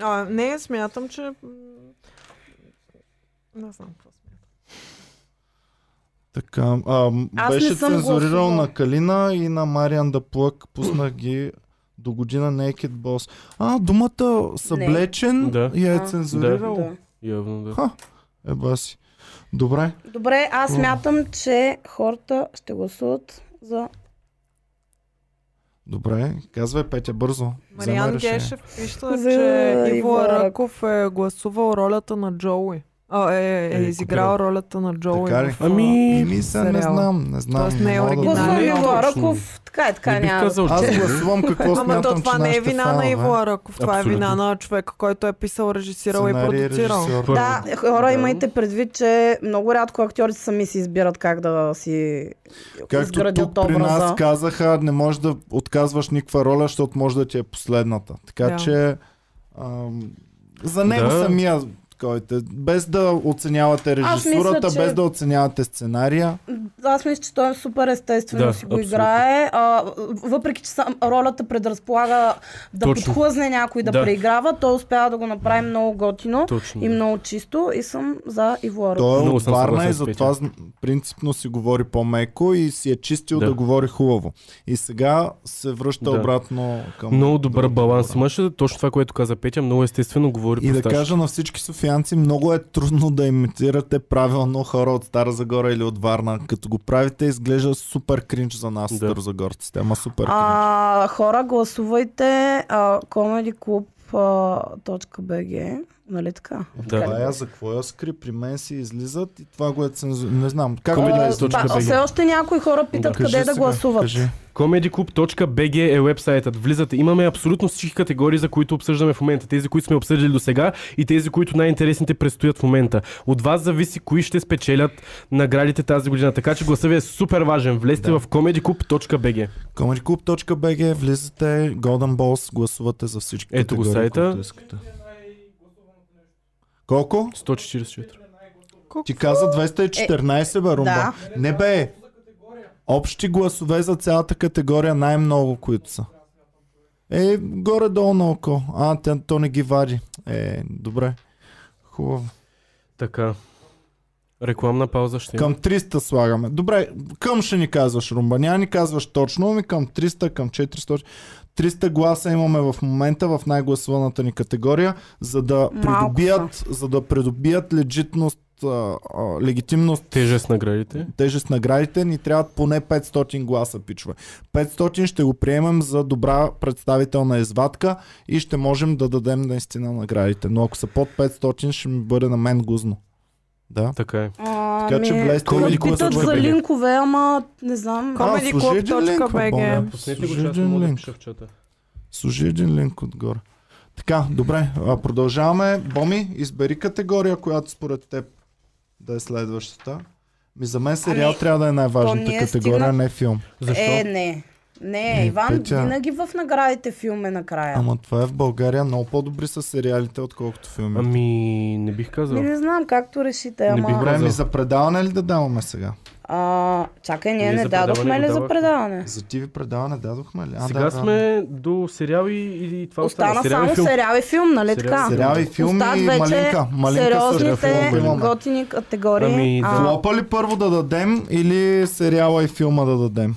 S4: А, не, смятам, че... м, Не знам какво смятам.
S1: Така, а, м,
S3: Аз не
S1: беше
S3: съм
S1: цензурирал
S3: гласувала.
S1: на Калина и на Мариан да плък. Пуснах ги до година Naked Boss. А, думата съблечен
S2: Да.
S1: я е
S3: А.
S1: цензурирал.
S3: Да.
S2: Явно да.
S1: Ха. Еба си. Добре.
S3: Добре, аз
S1: О.
S3: смятам, че хората ще гласуват за
S1: Добре, казвай Петя бързо. Вземай
S4: Мариан
S1: решение.
S4: Гешев пише,
S3: За
S4: че
S3: Иво
S4: Иво
S3: Раков.
S4: Раков е гласувал ролята на Джоуи. А, е, е
S2: Е,
S4: изиграл ролята на Джоуи.
S1: Така ли?
S4: в, а,
S2: Ами,
S1: Еми, сега не
S4: Сериал.
S1: знам, не знам.
S4: Тоест не е
S1: мога да
S4: оригинален.
S1: знам.
S3: Гласувам
S4: не,
S3: Иво
S2: точно.
S3: Раков. Така е, така
S2: Не бих
S3: няма.
S2: казал,
S1: Аз
S2: че...
S1: гласувам какво
S4: Ама то
S1: смятам,
S4: това
S1: че
S4: не е
S1: нашите
S4: вина на
S1: фенове-
S4: Иво Раков. Това е
S2: Абсолютно.
S4: вина на човека, който е писал, режисирал и
S1: сценарий,
S4: продуцирал.
S1: режисьор.
S2: Първо.
S3: Да, хора,
S2: Да.
S3: имайте предвид, че много рядко актьорите сами си избират как да си
S1: Както
S3: изградят
S1: тук при
S3: образа.
S1: нас казаха, не можеш да отказваш никаква роля, защото може да ти е последната. Така
S4: Да.
S1: че ам, за него
S2: Да.
S1: самия който е, без да оценявате
S3: Аз мисля,
S1: режисурата,
S3: че-
S1: без да оценявате сценария.
S3: Аз мисля, че той е супер естествено да,
S2: Да,
S3: си го
S2: абсолютно.
S3: играе. А, въпреки, че сам, ролята предразполага да
S2: Точно.
S3: подхлъзне някой да,
S2: Да.
S3: преиграва, той успява да го направи много готино
S2: Точно.
S3: и много чисто и съм за Ивуара.
S1: Той е
S2: Много
S1: от
S2: съм
S1: Варна
S2: съгласен
S1: и
S2: с Петя.
S1: затова зн- принципно си говори по-меко и си е чистил да,
S2: Да.
S1: говори хубаво. И сега се връща
S2: Да.
S1: обратно към...
S2: Много добър
S1: другата
S2: баланс
S1: хора.
S2: имаше. Точно това, което каза Петя, много естествено говори
S1: И да
S2: просташ.
S1: кажа на всички софиянци, много е трудно да имитирате правилно хора от Стара Загора или от Варна. Като го правите, изглежда супер кринч за нас, да.
S2: Да.
S1: старозагорците. Ама супер кринч.
S3: А, хора, гласувайте а, comedyclub.bg Нали така?
S2: Да.
S1: Да, я е, за какво я скри? При мен си излизат и това го е цензу... Не знам. Как
S2: Комеди
S1: го
S3: А,
S1: е?
S2: Comedy.bg.
S3: ба- все още някои хора питат
S1: Кажи
S3: къде да
S1: сега,
S3: гласуват.
S1: кажи.
S2: comedyclub.bg е вебсайтът. Влизате. Имаме абсолютно всички категории, за които обсъждаме в момента. Тези, които сме обсъдили до сега и тези, които най-интересните предстоят в момента. От вас зависи кои ще спечелят наградите тази година. Така че гласа ви е супер важен. Влезте в comedyclub.bg.
S1: Comedyclub.bg, влизате, Golden Balls, гласувате за всички
S2: Ето го
S1: категории,
S2: сайта.
S1: които искате. Колко?
S2: 144.
S1: Ти каза 214, бе, Румба.
S3: да.
S1: Не бе. Общи гласове за цялата категория най-много, които са. Е, горе-долу на око. А, тя, то не ги вади. Е, добре. Хубаво.
S2: Така. Рекламна пауза ще има.
S1: Към 300 слагаме. Добре, към ще ни казваш, Румба. Няма ни казваш точно, ми към 300, към 400. 300 гласа имаме в момента в най-гласуваната ни категория, за да
S3: Малко
S1: придобият, за да придобият легитност, а, а, легитимност
S2: Тежест наградите.
S1: тежест наградите, ни трябват поне 500 гласа, пичове. 500 ще го приемем за добра представителна извадка и ще можем да дадем наистина наградите. Но ако са под 500, ще ми бъде на мен гузно. Да.
S2: Така е.
S3: А,
S1: Така че
S3: ми-
S1: влезте
S2: Comedy
S1: и
S2: Club
S3: Питат
S2: точка
S1: гласувайте.
S3: за
S2: BG.
S3: линкове, ама не знам.
S4: Ком-
S1: А, сложи един линк,
S4: comedyclub.bg.
S1: бе, Боля.
S2: Пуснете го,
S1: Сложи
S2: че аз не
S1: един
S2: мога да
S1: линк.
S2: пиша в чата.
S1: Сложи един линк отгоре. Така, добре, а, продължаваме. Боми, избери категория, която според теб да е следващата. Ми за мен сериал
S3: Ами,
S1: трябва да е най-важната
S3: то не е
S1: категория, а
S3: стигна-
S1: не филм.
S2: Защо?
S3: Е, не. Не,
S1: Е,
S3: Иван,
S1: Петя.
S3: винаги в наградите филм е накрая.
S1: Ама това е в България много по-добри са сериалите, отколкото филмите.
S2: Ами, не бих казал.
S3: Ми не знам, както решите,
S2: Не бих
S3: ама...
S1: Добре, ми
S2: казал.
S1: за предаване ли да даваме сега?
S3: А, чакай, ние
S2: Ние
S3: не
S2: за
S3: дадохме
S2: предаване
S3: ли
S2: го
S3: за
S2: давахме.
S3: предаване?
S1: За TV предаване дадохме ли? А,
S2: Сега
S1: да,
S2: сме до сериал и, и това
S3: Остана само
S2: филм.
S3: сериал и филм, нали
S2: Сериал и
S3: така?
S1: Да. Сериал и филми
S3: Остат
S1: и
S3: вече
S1: малинка. Малинка
S3: сериозните
S1: също е имаме.
S3: готини категории.
S2: Ами,
S3: а,
S1: Флопа ли първо да дадем или сериала и филма да дадем?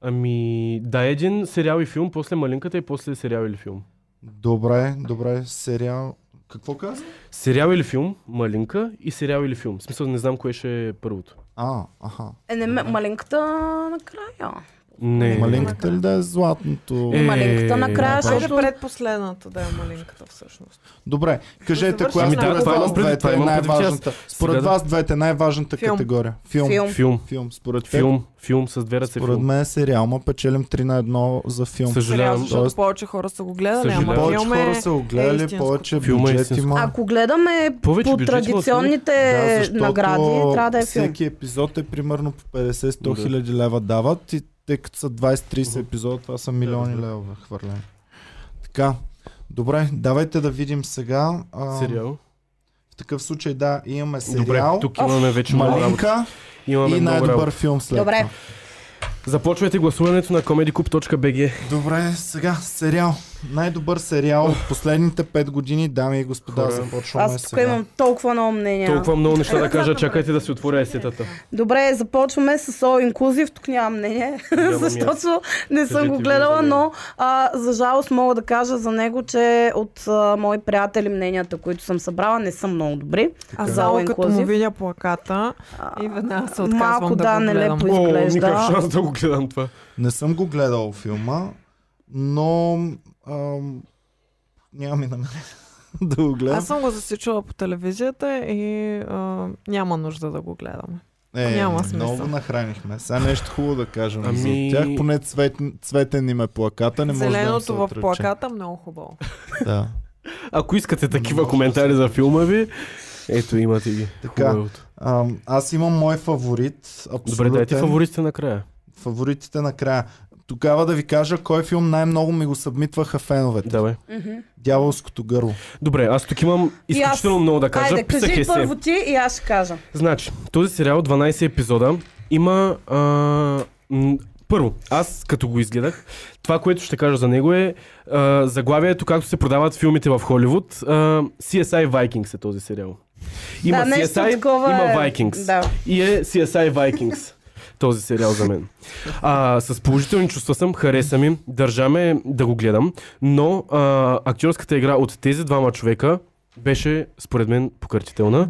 S2: Ами, да, един сериал и филм, после малинката и после сериал или филм.
S1: Добре, добре, сериал. Какво каза?
S2: Сериал или филм, малинка и сериал или филм. В смисъл, не знам кое ще е първото.
S1: А, аха.
S3: е, не, ме- малинката накрая.
S2: Не.
S1: Малинката ли да е златното?
S2: Е,
S3: Малинката накрая,
S1: Айде,
S4: Айде
S3: защото...
S4: предпоследната да е малинката всъщност.
S1: Добре, кажете,
S4: Завършваме.
S1: коя
S4: Ами
S1: според
S4: да, това
S1: вас
S4: имам
S2: предвид,
S1: двете
S2: това
S1: е
S2: имам предвид, че аз-
S1: най-важната? Според
S2: да-
S1: вас двете е най-важната
S4: Филм.
S1: категория. Филм.
S3: Филм.
S2: Филм.
S1: Филм. Според теб?
S2: Филм, филм с две ръце
S1: Според
S2: филм.
S1: мен е сериал, ма печелим 3 на 1 за филм.
S4: Сериал,
S2: Съжалявам.
S4: защото
S1: Тоест-
S4: повече хора са го гледали, ама
S2: Съжалявам.
S1: Повече
S4: филм е...
S1: хора са огледали,
S4: истинско.
S1: повече
S2: Филма е
S1: бюджет
S2: истинско.
S1: има.
S3: Ако гледаме
S2: Повече
S3: по
S2: бюджет има от филм.
S3: традиционните
S1: Да, защото
S3: награди, трябва да е филм.
S1: Всеки епизод е примерно по 50-100
S2: Да.
S1: хиляди лева дават и тъй като са 20-30
S2: Мгм.
S1: епизода, това са милиони
S2: Да, да.
S1: лева хвърлени. Така, добре, давайте да видим сега. А,
S2: Сериал.
S1: В такъв случай да, имаме
S2: Добре,
S1: сериал,
S2: тук
S3: Оф.
S2: имаме вече много работа.
S1: малинка
S2: Имаме
S1: и
S2: много
S1: най-добър
S2: работа.
S1: филм след
S3: Добре,
S2: Започвайте гласуването на comedyclub.bg.
S1: това. Добре, сега сериал. Най-добър сериал от последните 5 години, дами и господа,
S2: Хора,
S1: започваме
S3: аз тук
S1: сега.
S3: имам толкова много мнения.
S2: Толкова много неща да кажа, чакайте да си отворя есетата.
S3: Добре, започваме с All Inclusive. Тук нямам мнение,
S2: Нямам
S3: защото не съм
S2: Кажете
S3: го
S2: вие
S3: гледала,
S2: за него.
S3: но а, за жалост мога да кажа за него, че от а, мои приятели мненията, които съм събрала, не са много добри.
S4: Аз
S3: За
S4: само
S3: All
S4: като му
S3: Inclusive.
S4: видя плаката
S3: А,
S4: и веднага се отказвам
S3: Малко
S4: да,
S3: да,
S4: го гледам.
S3: нелепо
S2: О, никакъв
S3: изглежда.
S2: шанс да го гледам това.
S1: Не съм го гледал филма, но ам, няма ми намерение да го гледам.
S4: Аз съм го засичала по телевизията и а, няма нужда да го гледаме.
S1: Е,
S4: Няма смисъл.
S1: Много нахранихме. Сега нещо хубаво да кажем. Ами...
S2: Ами-
S1: За тях поне цвет, цветен им е плаката. Не може да им се
S4: Зеленото в
S1: отрече.
S4: плаката много хубаво.
S1: Да.
S2: Ако искате такива коментари за филма ви, ето имате ги.
S1: Така.
S2: Хубавото.
S1: Ам, аз имам мой фаворит. Абсолютен.
S2: Добре, дайте фаворитите накрая.
S1: Фаворитите накрая. Тогава да ви кажа кой филм най-много ми го събмитваха феновете. Да.
S2: Давай.
S3: Мгм.
S1: Дяволското гърло.
S2: Добре, аз тук имам
S3: аз.
S2: изключително много да кажа.
S3: Айде,
S2: Писах
S3: кажи
S2: есе.
S3: първо ти и аз ще кажа.
S2: Значи, този сериал 12 епизода има... А, м, първо, аз като го изгледах, това, което ще кажа за него е а, заглавието, както се продават филмите в Холивуд. А, CSI Vikings е този сериал. Има
S3: да, нещо
S2: CSI,
S3: такова
S2: има
S3: е.
S2: Vikings.
S3: Да.
S2: И е CSI Vikings. Този сериал за мен. А, с положителни чувства съм, хареса ми, държа ме да го гледам, но а, актьорската игра от тези двама човека беше, според мен, покъртителна.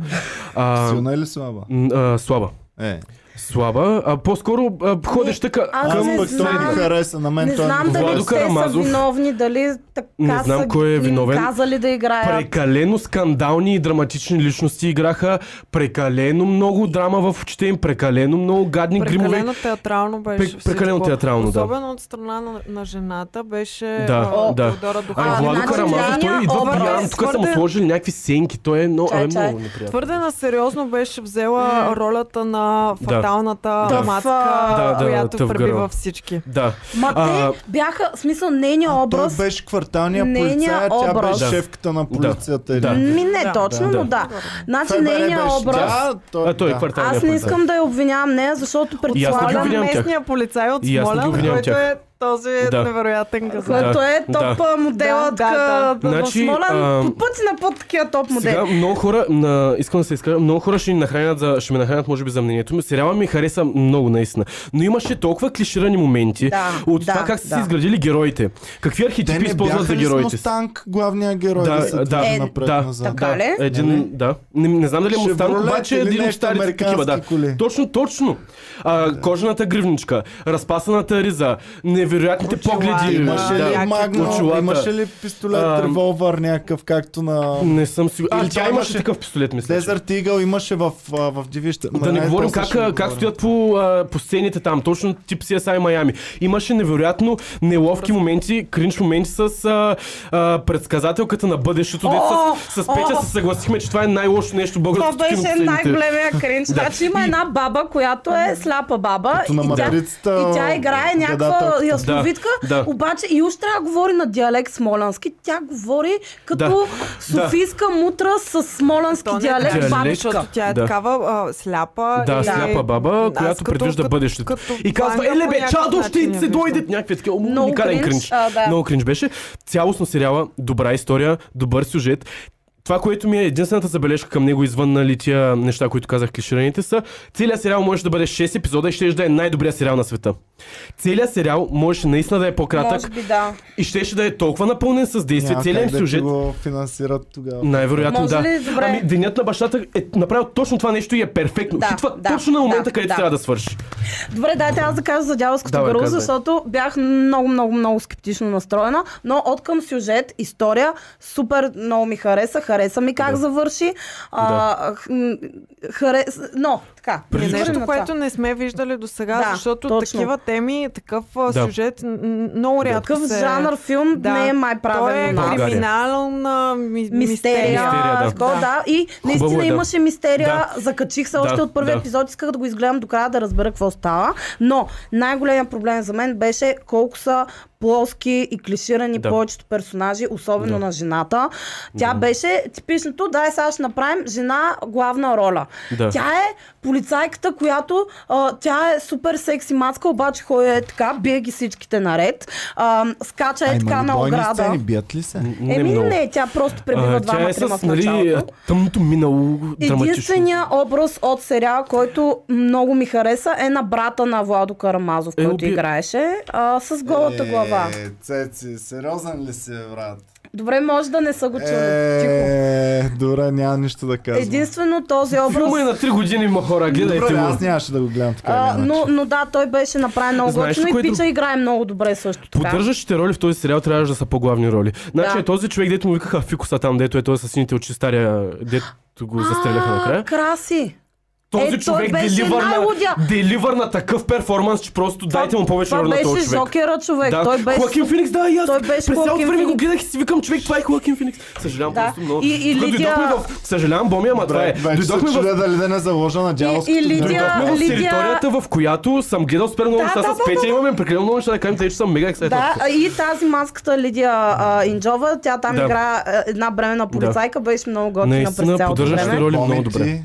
S2: А,
S1: Силна или слаба?
S2: м, а, слаба.
S1: Е.
S2: Слаба, а по-скоро а, ходиш така.
S3: аз
S1: Аз
S3: не
S1: пък той
S3: знам.
S1: ми хареса, на мен
S3: Не
S1: той
S3: знам
S1: ми
S3: дали
S2: Владо
S1: говори.
S3: те са
S2: Карамазов.
S3: виновни, дали така
S2: Не знам
S3: са
S2: кой е
S3: им
S2: виновен.
S3: казали да играят.
S2: Прекалено скандални и драматични личности играха, прекалено много драма в очите им, прекалено много гадни гримове.
S4: Прекалено театрално беше.
S2: Пре- прекалено
S4: всичко.
S2: театрално, да.
S4: Особено от страна на, на жената беше.
S3: е
S2: Да,
S4: а,
S2: да.
S4: Теодора Духанова.
S2: А, Владо
S3: значи
S2: Карамазов, той
S3: Диана
S2: идва
S3: Овърс
S2: пиян, тук са му
S4: твърде-
S2: сложили някакви сенки, той е много,
S3: Чай,
S2: е
S3: чай.
S2: много неприятно.
S4: Твърде на сериозно беше взела ролята на
S2: Да.
S4: фаталната
S3: Да.
S4: маска,
S3: Да,
S2: да,
S4: която
S2: тъв
S4: пребива
S2: гърл.
S4: всички.
S2: Да.
S3: Ма
S2: А,
S3: те бяха, в смисъл, нейния
S1: Той
S3: образ.
S1: беше кварталния
S3: Нейния
S1: полицай, а тя
S3: образ.
S1: беше
S2: Да.
S1: шефката на полицията.
S2: Да.
S1: или-
S3: Ми не
S4: Да,
S3: точно,
S2: да.
S3: но да. Значи
S1: ФБР
S3: нейния
S1: беше
S3: образ.
S1: тя, той,
S2: а той е
S1: да.
S2: кварталния
S3: Аз не
S2: полицай.
S3: искам да я обвинявам нея, защото
S2: ги
S3: предполагам,
S2: обвинявам тях.
S4: местния полицай от
S2: И аз не ги
S4: Смолян,
S2: обвинявам
S4: който
S2: тях.
S4: е този
S2: Да.
S4: невероятен газон.
S3: което е
S2: Да.
S3: топ а, модела
S4: Да, да,
S3: да,
S2: да.
S3: в
S2: Значи,
S3: Смолян.
S2: а,
S3: По пъти на път такива топ модели.
S2: Сега много хора, на, искам да се изкажа, много хора ще, ни нахранят за, ще ме нахранят може би за мнението ми. Сериала ми хареса много наистина. Но имаше толкова клиширани моменти
S3: Да,
S2: от
S3: да,
S2: това как са
S3: да.
S2: си изградили героите. Какви
S1: Те
S2: архетипи
S1: не
S2: използват за
S1: бяха ли с
S2: героите си?
S1: Мустанг главния герой да,
S2: Да,
S1: се
S2: да.
S1: движи
S3: Е,
S1: напред
S2: да,
S1: назад?
S3: така ли?
S2: Един,
S1: Нали?
S2: да. Не, не знам дали е Мустанг,
S1: Chevrolet
S2: обаче е
S1: или
S2: един от
S1: нещо
S2: старите такива, да.
S1: американски коли.
S2: Точно, точно. А, Кожаната гривничка, разпасаната риза, невероятните
S4: Очила.
S2: погледи.
S1: Имаше
S4: Да.
S1: ли
S4: Някакви
S1: магно,
S2: очилата.
S1: имаше ли пистолет,
S2: Ам,
S1: револвър някакъв, както на...
S2: Не съм сигурен. А,
S1: Или
S2: тя
S1: тя
S2: имаше
S1: имаше-
S2: такъв пистолет, мисля. че.
S1: Desert Eagle имаше в, а, в дивище. Ма
S2: Да не
S1: най-
S2: говорим
S1: после ще
S2: как,
S1: го
S2: как
S1: говорим.
S2: стоят по, а, по сцените там, точно тип CSI Майами. Имаше невероятно неловки моменти, кринч моменти с а, а, предсказателката на бъдещето, дето с, с Петя
S3: О!
S2: се съгласихме, че това е най-лошото нещо в
S3: Това
S2: българското кино в
S3: беше
S2: последните-
S3: най-големия кринч. Значи има една баба, която
S4: Ами,
S3: е сляпа баба.
S1: Като на
S3: и, тя,
S1: матрицата,
S3: и тя играе някаква
S1: гадателката.
S3: ясновидка.
S2: Да, да.
S3: Обаче и уж трябва да говори на диалект смолянски. Тя говори като софийска мутра с смолянски
S4: То не е
S3: диалект
S2: диалект.
S3: бабичка.
S4: Защото тя е
S2: Да.
S4: такава а, сляпа.
S2: Да,
S4: и-
S2: сляпа баба,
S4: Аз
S2: която
S4: като-
S2: предвижда
S4: като-
S2: бъдещето.
S4: като
S2: И казва,
S4: Ванга
S2: еле
S4: по
S2: бе,
S4: някакъв
S2: чадо
S4: начин
S2: ще
S4: я
S2: се
S4: виждам.
S2: дойдат някакви такива.
S3: Много
S2: Уникален
S3: кринж,
S2: кринч.
S3: а, да.
S2: Много кринч беше. Цялостно сериала, добра история, добър сюжет. Това, което ми е единствената забележка към него извън нали, тия неща, които казах клишираните са, целият сериал може да бъде 6 епизода и ще да е най-добрият сериал на света. Целият сериал можеше наистина да е
S3: Може
S2: по-кратък
S3: би да.
S2: и щеше да е толкова напълнен с действие.
S1: Няма
S2: Целият
S1: как да е ти
S2: сюжет
S1: го финансират тогава.
S2: най-вероятно
S3: Може
S2: да.
S3: ли? Добре.
S2: Ами, денят на бащата е направил точно това нещо и е перфектно.
S3: Да,
S2: Хитва
S3: да,
S2: точно на момента,
S3: да,
S2: където
S3: да.
S2: трябва да свърши.
S3: Добре, дайте аз да кажа за дяволското
S2: Давай,
S3: гърло,
S2: казвай.
S3: защото бях много, много, много скептично настроена, но от към сюжет, история, супер много ми хареса, хареса ми как
S2: Да.
S3: завърши. А, х- м, харес... Но, така,
S4: Е
S3: не говорим
S4: нещо,
S3: на
S4: което
S3: това.
S4: не сме виждали до сега,
S3: Да,
S4: защото
S3: точно.
S4: такива теми, такъв а,
S2: Да.
S4: сюжет, н- н- много рядко
S3: Такъв
S4: се...
S3: жанр филм
S4: Да.
S3: не е май
S4: Той е
S3: правилно.
S2: България.
S3: на-
S4: криминална ми-
S3: Мистерия,
S4: мистерия.
S2: Мистерия, да.
S3: такова,
S4: Да.
S3: да. И наистина
S2: е, да.
S3: имаше мистерия.
S2: Да.
S3: Закачих се
S2: Да,
S3: още от първия
S2: да.
S3: епизод, исках да го изгледам до края, да разбера какво става. Но най-големият проблем за мен беше колко са плоски и клиширани
S2: Да.
S3: повечето персонажи, особено
S2: Да.
S3: на жената. Тя беше типичното, дай сега ще направим жена главна роля.
S2: Да.
S3: Тя е полицайката, която а, тя е супер секси мацка, обаче ходи е така, бие ги всичките наред. А, скача е
S1: А има
S3: така
S1: ли
S3: на
S1: бойни
S3: ограда.
S1: сцени, бият ли се?
S2: Не е
S3: Еми
S2: много.
S3: не, тя просто пребива
S2: А,
S3: двама
S2: тя е
S3: трима
S2: с
S3: в
S2: нали,
S3: началото.
S2: тъмното минало драматично.
S3: Единствения образ от сериал, който много ми хареса е на брата на Владо Карамазов,
S2: Е,
S3: който
S2: уби-
S3: играеше а, с голата глава.
S1: Е, Цеци, сериозен ли си, брат?
S3: Добре, може да не са го чули. Тихо.
S1: Е, добре, няма нищо да казвам.
S3: Единствено този образ...
S2: Филма е на 3 години, ма хора, гледайте
S1: Добре,
S2: го.
S1: аз нямаше да го гледам така.
S3: А,
S1: или иначе.
S3: но, но да, той беше направен много
S2: Знаеш ли
S3: готино и
S2: кое друго?
S3: Пича играе много добре също така.
S2: Поддържащите роли в този сериал трябваше да са по-главни роли. Значи
S3: Да.
S2: е този човек, дето му викаха Фикуса там, дето е той с сините очи, стария, дето го застреляха
S3: А,
S2: накрая.
S3: Краси!
S2: Този
S3: той
S2: човек
S3: беше
S2: деливър на,
S3: най-лудия.
S2: деливър на такъв перформанс, че просто дайте му повече
S3: Това
S2: роли на
S3: беше
S2: този човек.
S3: жокера човек. Е, Той беше...
S2: Хоакин Феникс, да, и аз
S3: Той беше
S2: през цялото
S3: Хоакин
S2: време го
S3: Феникс.
S2: гледах и си викам, човек, това е Хоакин Феникс. Съжалявам
S3: Да.
S2: просто много.
S3: И- и
S2: Тук
S3: Лидия-
S2: дойдохме в... Съжалявам, Боми, ама това е.
S1: Добре, вече се
S2: Дойдохме в
S1: чудя дали да не заложа на дяволското.
S3: и Лидия-
S1: дърво.
S2: Дойдохме в
S3: Лидия-
S2: територията, в която съм гледал супер много
S3: Да,
S2: неща
S3: да,
S2: с
S3: да,
S2: Петя.
S3: да, да.
S2: Имаме прекалено много неща да кажем, тъй че съм мега ексайтен.
S3: Да, а и тази маската Лидия а, Инджова, тя там
S2: Да.
S3: игра е, една бременна полицайка, беше много готина
S2: Наистина,
S3: през цялото
S2: поддържащи
S3: време.
S2: роли. Роли много
S1: Помни
S2: добре.
S1: ти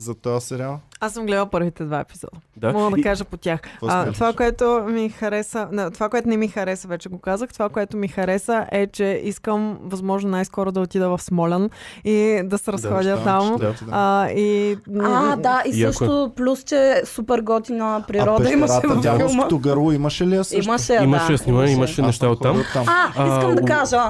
S1: За този сериал.
S4: Аз съм гледала първите два епизода.
S2: Да.
S4: Мога да
S2: И-
S4: кажа по тях. А,
S1: смяташ?
S4: това, което ми хареса, не, това, което не ми хареса, вече го казах, това, което ми хареса е, че искам възможно най-скоро да отида в Смолян и да се разходя
S1: ще там,
S4: там.
S1: ще отидем.
S4: а, и...
S3: А, да, и
S2: Яко е.
S3: също плюс, че супер готина природа
S1: а
S3: имаше
S1: пещерата,
S3: в филма.
S1: дяловското гърло имаше ли я също?
S3: Имаше, я, да.
S2: Имаше снимане, имаше
S1: Аз
S2: неща
S1: съм
S2: от там.
S1: ходил там.
S3: А, искам
S2: А,
S3: да
S2: у-
S3: кажа,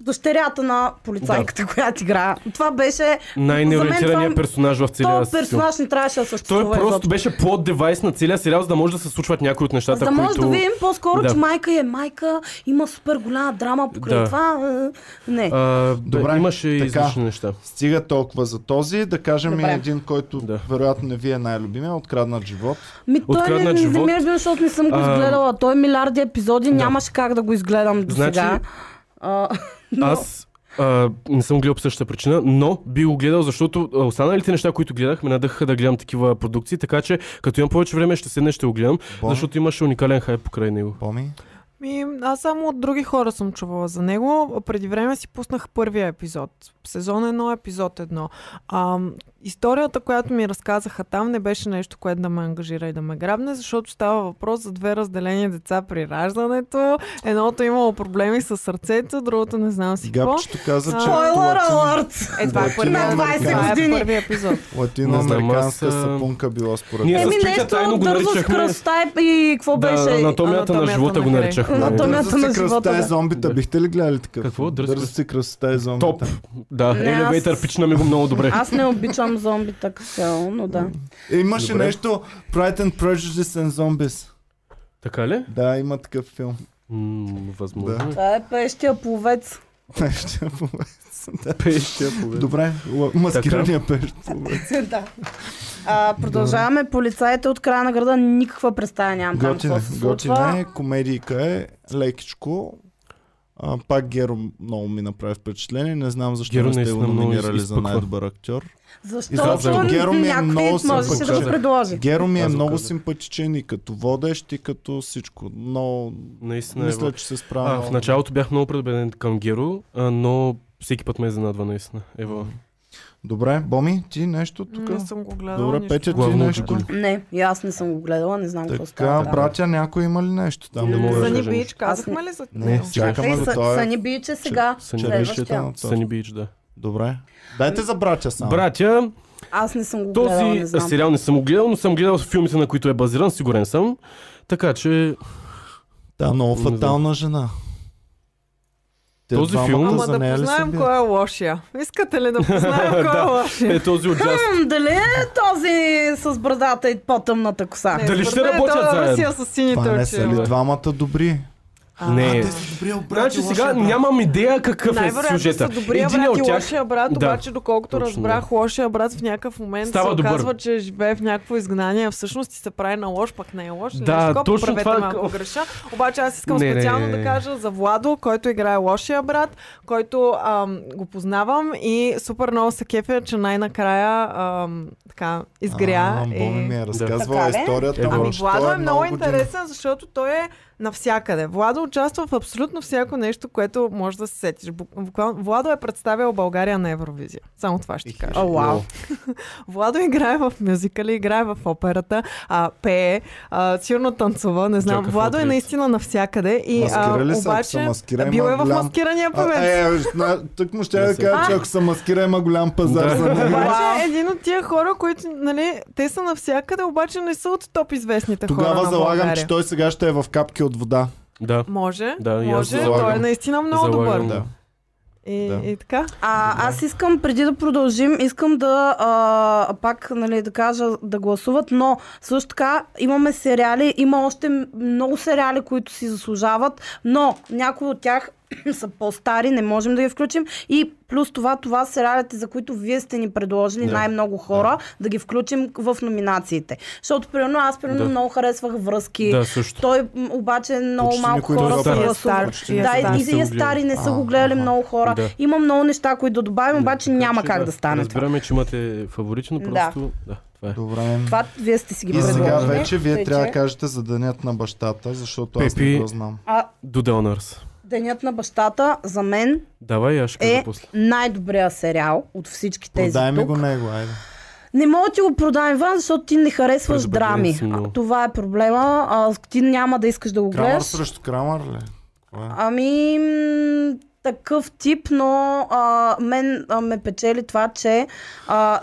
S3: дъщерята на полицайката, която игра. Това беше... за мен
S2: Най-неориентираният
S3: това-
S2: персонаж в целия
S3: Този
S2: филм.
S3: персонаж не трябваше да съществува.
S2: Той е просто
S3: изобщо.
S2: беше плод девайс на целия сериал, за да може да се случват някои от нещата,
S3: За да може
S2: които...
S3: да видим по-скоро,
S2: Да.
S3: че майка е майка, има супер голяма драма покрай
S2: Да.
S3: това. е, Не.
S2: А,
S1: Добре,
S2: Добре, имаше и
S1: така.
S2: излишни неща.
S1: Стига толкова за този. Да кажем
S3: Добре.
S1: и един, който
S2: Да.
S1: вероятно не ви е най-любимия. Откраднат живот.
S3: Ми той не,
S2: Откраднат
S3: не
S2: живот.
S3: ми е бил, защото не съм го
S2: А,
S3: изгледала. Той е милиарди епизоди, нямаше как да го изгледам до
S2: Значи,
S3: сега. А, но-
S2: Аз а, не съм гледал по същата причина, но би го гледал, защото а, останалите неща, които гледах, ме надъхаха да гледам такива продукции, така че като имам повече време, ще седна и ще го гледам,
S1: Бон,
S2: защото имаше уникален хайп покрай него.
S1: Боми.
S4: Ми, аз само от други хора съм чувала за него. Преди време си пуснах първия епизод. Сезон 1, епизод 1. А, историята, която ми разказаха там, не беше нещо, което да ме ангажира и да ме грабне, защото става въпрос за две разделени деца при раждането. Едното имало проблеми с сърцето, другото не знам си какво.
S1: Габчето каза, че
S3: Спойлер
S1: латин-
S3: алърт!
S4: Е, това е
S1: На
S4: първия,
S1: 20
S4: това е
S3: години.
S4: първия епизод.
S1: латиноамериканска
S2: Не знам, аз, а,
S1: сапунка била според
S2: Ние
S1: мен.
S3: Еми
S2: с Чича тайно
S3: нещо
S2: го
S3: дързо с
S2: наричахме-
S3: кръста и- и какво
S2: Да,
S3: беше?
S2: анатомията на
S4: анатомията
S2: живота
S4: на
S2: го
S4: Грей.
S2: наричахме.
S3: Анатомия-
S1: Дързо
S3: Анатомията на
S1: си
S3: живота,
S1: кръста е
S3: да.
S1: зомбита.
S2: Да.
S1: Бихте ли гледали такъв?
S2: Какво? Дързо
S1: Дързо
S2: кръст-
S1: си кръста е зомбита.
S2: Топ! Да,
S3: Не, аз-
S2: елевейтър пична ми го много добре.
S3: Аз не обичам зомби така цяло, но да.
S1: Имаше
S2: Добре.
S1: нещо Pride and Prejudice and Zombies.
S2: Така ли?
S1: Да, има такъв филм.
S2: М, Възможно.
S3: Това е пещия пловец.
S1: Нещо по-
S2: Пещия пове.
S1: Добре, л- маскирания пещ.
S3: да. А, продължаваме. Полицаите от края на града никаква представя нямам там
S1: Готина,
S3: какво се
S1: готина
S3: случва.
S1: е, комедийка е, лекичко. А, пак Геро много ми направи впечатление. Не знам защо
S2: Геро
S1: не сте го
S2: наистина много
S1: номинирали
S2: из-
S1: за
S2: изпъква.
S1: най-добър актьор.
S2: Изобщо
S3: Защото
S1: Геро ми е много
S3: някой можеше да го
S2: симпатичен.
S3: предложи.
S1: Геро ми е
S2: Аз го
S1: много
S2: казах.
S1: симпатичен и като водещ, и като всичко. Но
S2: Наистина е.
S1: мисля, че се справя.
S2: А,
S1: много
S2: в началото бях много предубеден към Геро, а, но всеки път ме е изненадва наистина.
S1: добре.
S2: Ева.
S1: Добре, Боми, ти нещо тук?
S4: Не съм го гледала.
S1: Добре,
S4: нищо.
S1: Петя, ти
S2: Главно
S1: нещо?
S2: учителя.
S3: Не, и аз не съм го гледала, не знам какво
S1: Така,
S3: става. там.
S1: братя, някой има ли нещо там?
S2: Не мога да
S4: За
S2: кажа
S4: ни бич,
S2: нищо.
S4: казахме ли за
S1: Не,
S4: него?
S1: чакаме
S3: Ей,
S1: го.
S3: Съ-
S1: Той е
S3: Съни Биче сега.
S2: Съни
S3: Следващия.
S1: Биче.
S2: Съни Бич, да.
S1: Добре. Дайте за братя само.
S2: Братя,
S3: Аз не съм го гледала, не
S2: този
S3: знам.
S2: сериал не съм го гледал, но съм гледал филмите, на които е базиран, сигурен съм. Така че
S1: Та много
S2: Не знам.
S1: фатална жена. Те
S2: Този
S1: двамата
S2: филм-
S4: Ама да
S1: нея ли са
S4: познаем
S1: били?
S4: кой е лошия. Искате ли да познаем кой е лошия?
S2: е този от джаз.
S3: М, Дали е този с брадата и по-тъмната коса?
S4: Не,
S2: Дали ще
S4: според мен
S2: работят
S4: той е
S2: заедно?
S4: Русия с сините
S1: Това не са ли
S4: очи.
S1: двамата добри?
S4: А,
S2: Не.
S1: са добри, обаче.
S2: Значи сега нямам идея какъв е
S4: Най-вероятно
S2: сюжета.
S4: са добрия
S2: Единият
S4: брат и
S2: от тях
S4: лошия брат,
S2: Да.
S4: обаче доколкото
S2: Точно,
S4: разбрах, лошия брат в някакъв момент
S2: Става
S4: се
S2: добър.
S4: оказва, че живее в някакво изгнание, а всъщност и се прави на лош, пък не е лош. или
S2: Да,
S4: нещо такова,
S2: точно
S4: поправете
S2: това е
S4: ме, ако
S2: какво-
S4: греша. Обаче аз искам
S2: Не, не,
S4: специално
S2: не, не.
S4: да кажа за Владо, който играе лошия брат, който ам, го познавам и супер много се кефя, че най-накрая ам, така изгря.
S1: А, Боми ми
S4: и...
S1: е разказвала
S3: Така ли?
S1: историята.
S2: Ами,
S1: ама
S4: Ами
S1: че
S4: Владо
S1: той
S4: е много
S1: години.
S4: интересен, защото той е навсякъде. Владо участва в абсолютно всяко нещо, което може да се сетиш. Бу- Буквално, Владо е представил България на Евровизия. Само това ще ти кажа.
S3: О, вау.
S4: Владо играе в мюзикъли, играе в операта, а, пее, а, сигурно танцува, не знам.
S2: Джакъв
S4: Владо е
S2: Лотрит.
S4: наистина навсякъде. И, а,
S1: Маскирали са, ако са
S4: обаче,
S1: маскира,
S4: бил
S1: има
S4: е в
S1: голям-
S4: маскирания
S1: А,
S4: певец.
S1: Е, зна- тък му ще я да
S2: Не се-
S1: кажа, че ако се маскира, има голям пазар
S2: Да.
S1: за него.
S4: Обаче един от тия хора, които, нали, те са навсякъде, обаче не са от топ известните хора
S1: Тогава
S4: на
S1: залагам,
S4: България.
S1: че той сега ще е в капки от вода.
S2: Да.
S4: Може,
S2: Да, и аз
S4: може. Той е
S2: залагам.
S4: наистина много
S2: Залагам.
S4: добър.
S1: Да.
S4: И,
S1: Да.
S4: и така.
S3: А, аз искам, преди да продължим, искам да а, пак нали, да кажа да гласуват, но също така имаме сериали, има още м- много сериали, които си заслужават, но някои от тях са по-стари, не можем да ги включим и плюс това, това са сериалите, за които вие сте ни предложили
S1: Да.
S3: най-много хора, да. ги включим в номинациите. Защото, примерно, аз примерно
S2: Да.
S3: много харесвах връзки.
S2: Да, също.
S3: Той м, обаче много
S1: Почти
S3: малко
S1: никой не
S3: хора
S1: го
S3: са
S2: прави.
S3: гласуват.
S4: е Стар,
S1: Е,
S3: Да,
S4: стар.
S3: и,
S2: Не са го
S3: и тия
S2: гледали.
S3: стари не са
S1: А,
S3: го гледали
S1: аха.
S3: много хора.
S2: Да.
S3: Има много неща, които да добавим, обаче няма как да стане това.
S2: Разбираме, че имате фаворити, но
S3: Да.
S2: просто... Да, това е.
S1: Добре.
S3: Това вие сте си ги
S4: е
S1: И сега
S3: предложили.
S1: вече вие
S3: Тъй,
S4: значи.
S1: трябва
S3: че
S1: да кажете за денят на бащата, защото аз не
S2: Пепи.
S1: го знам.
S3: А
S2: До Дълнърс.
S3: Денят на бащата за мен
S2: Давай, аз ще кажа
S3: е
S2: после.
S3: най-добрия сериал от всички тези
S1: Продай ми
S3: тук.
S1: го него, айде.
S3: Не мога да ти го продам, Иван, защото ти не харесваш
S2: През бъдене
S3: драми.
S2: си много.
S3: А, това е проблема. А, ти няма да искаш да го
S1: Крамър
S3: гледаш.
S1: срещу Крамър ли? Кое е?
S3: Ами, м, такъв тип, но а, мен а, ме печели това, че а,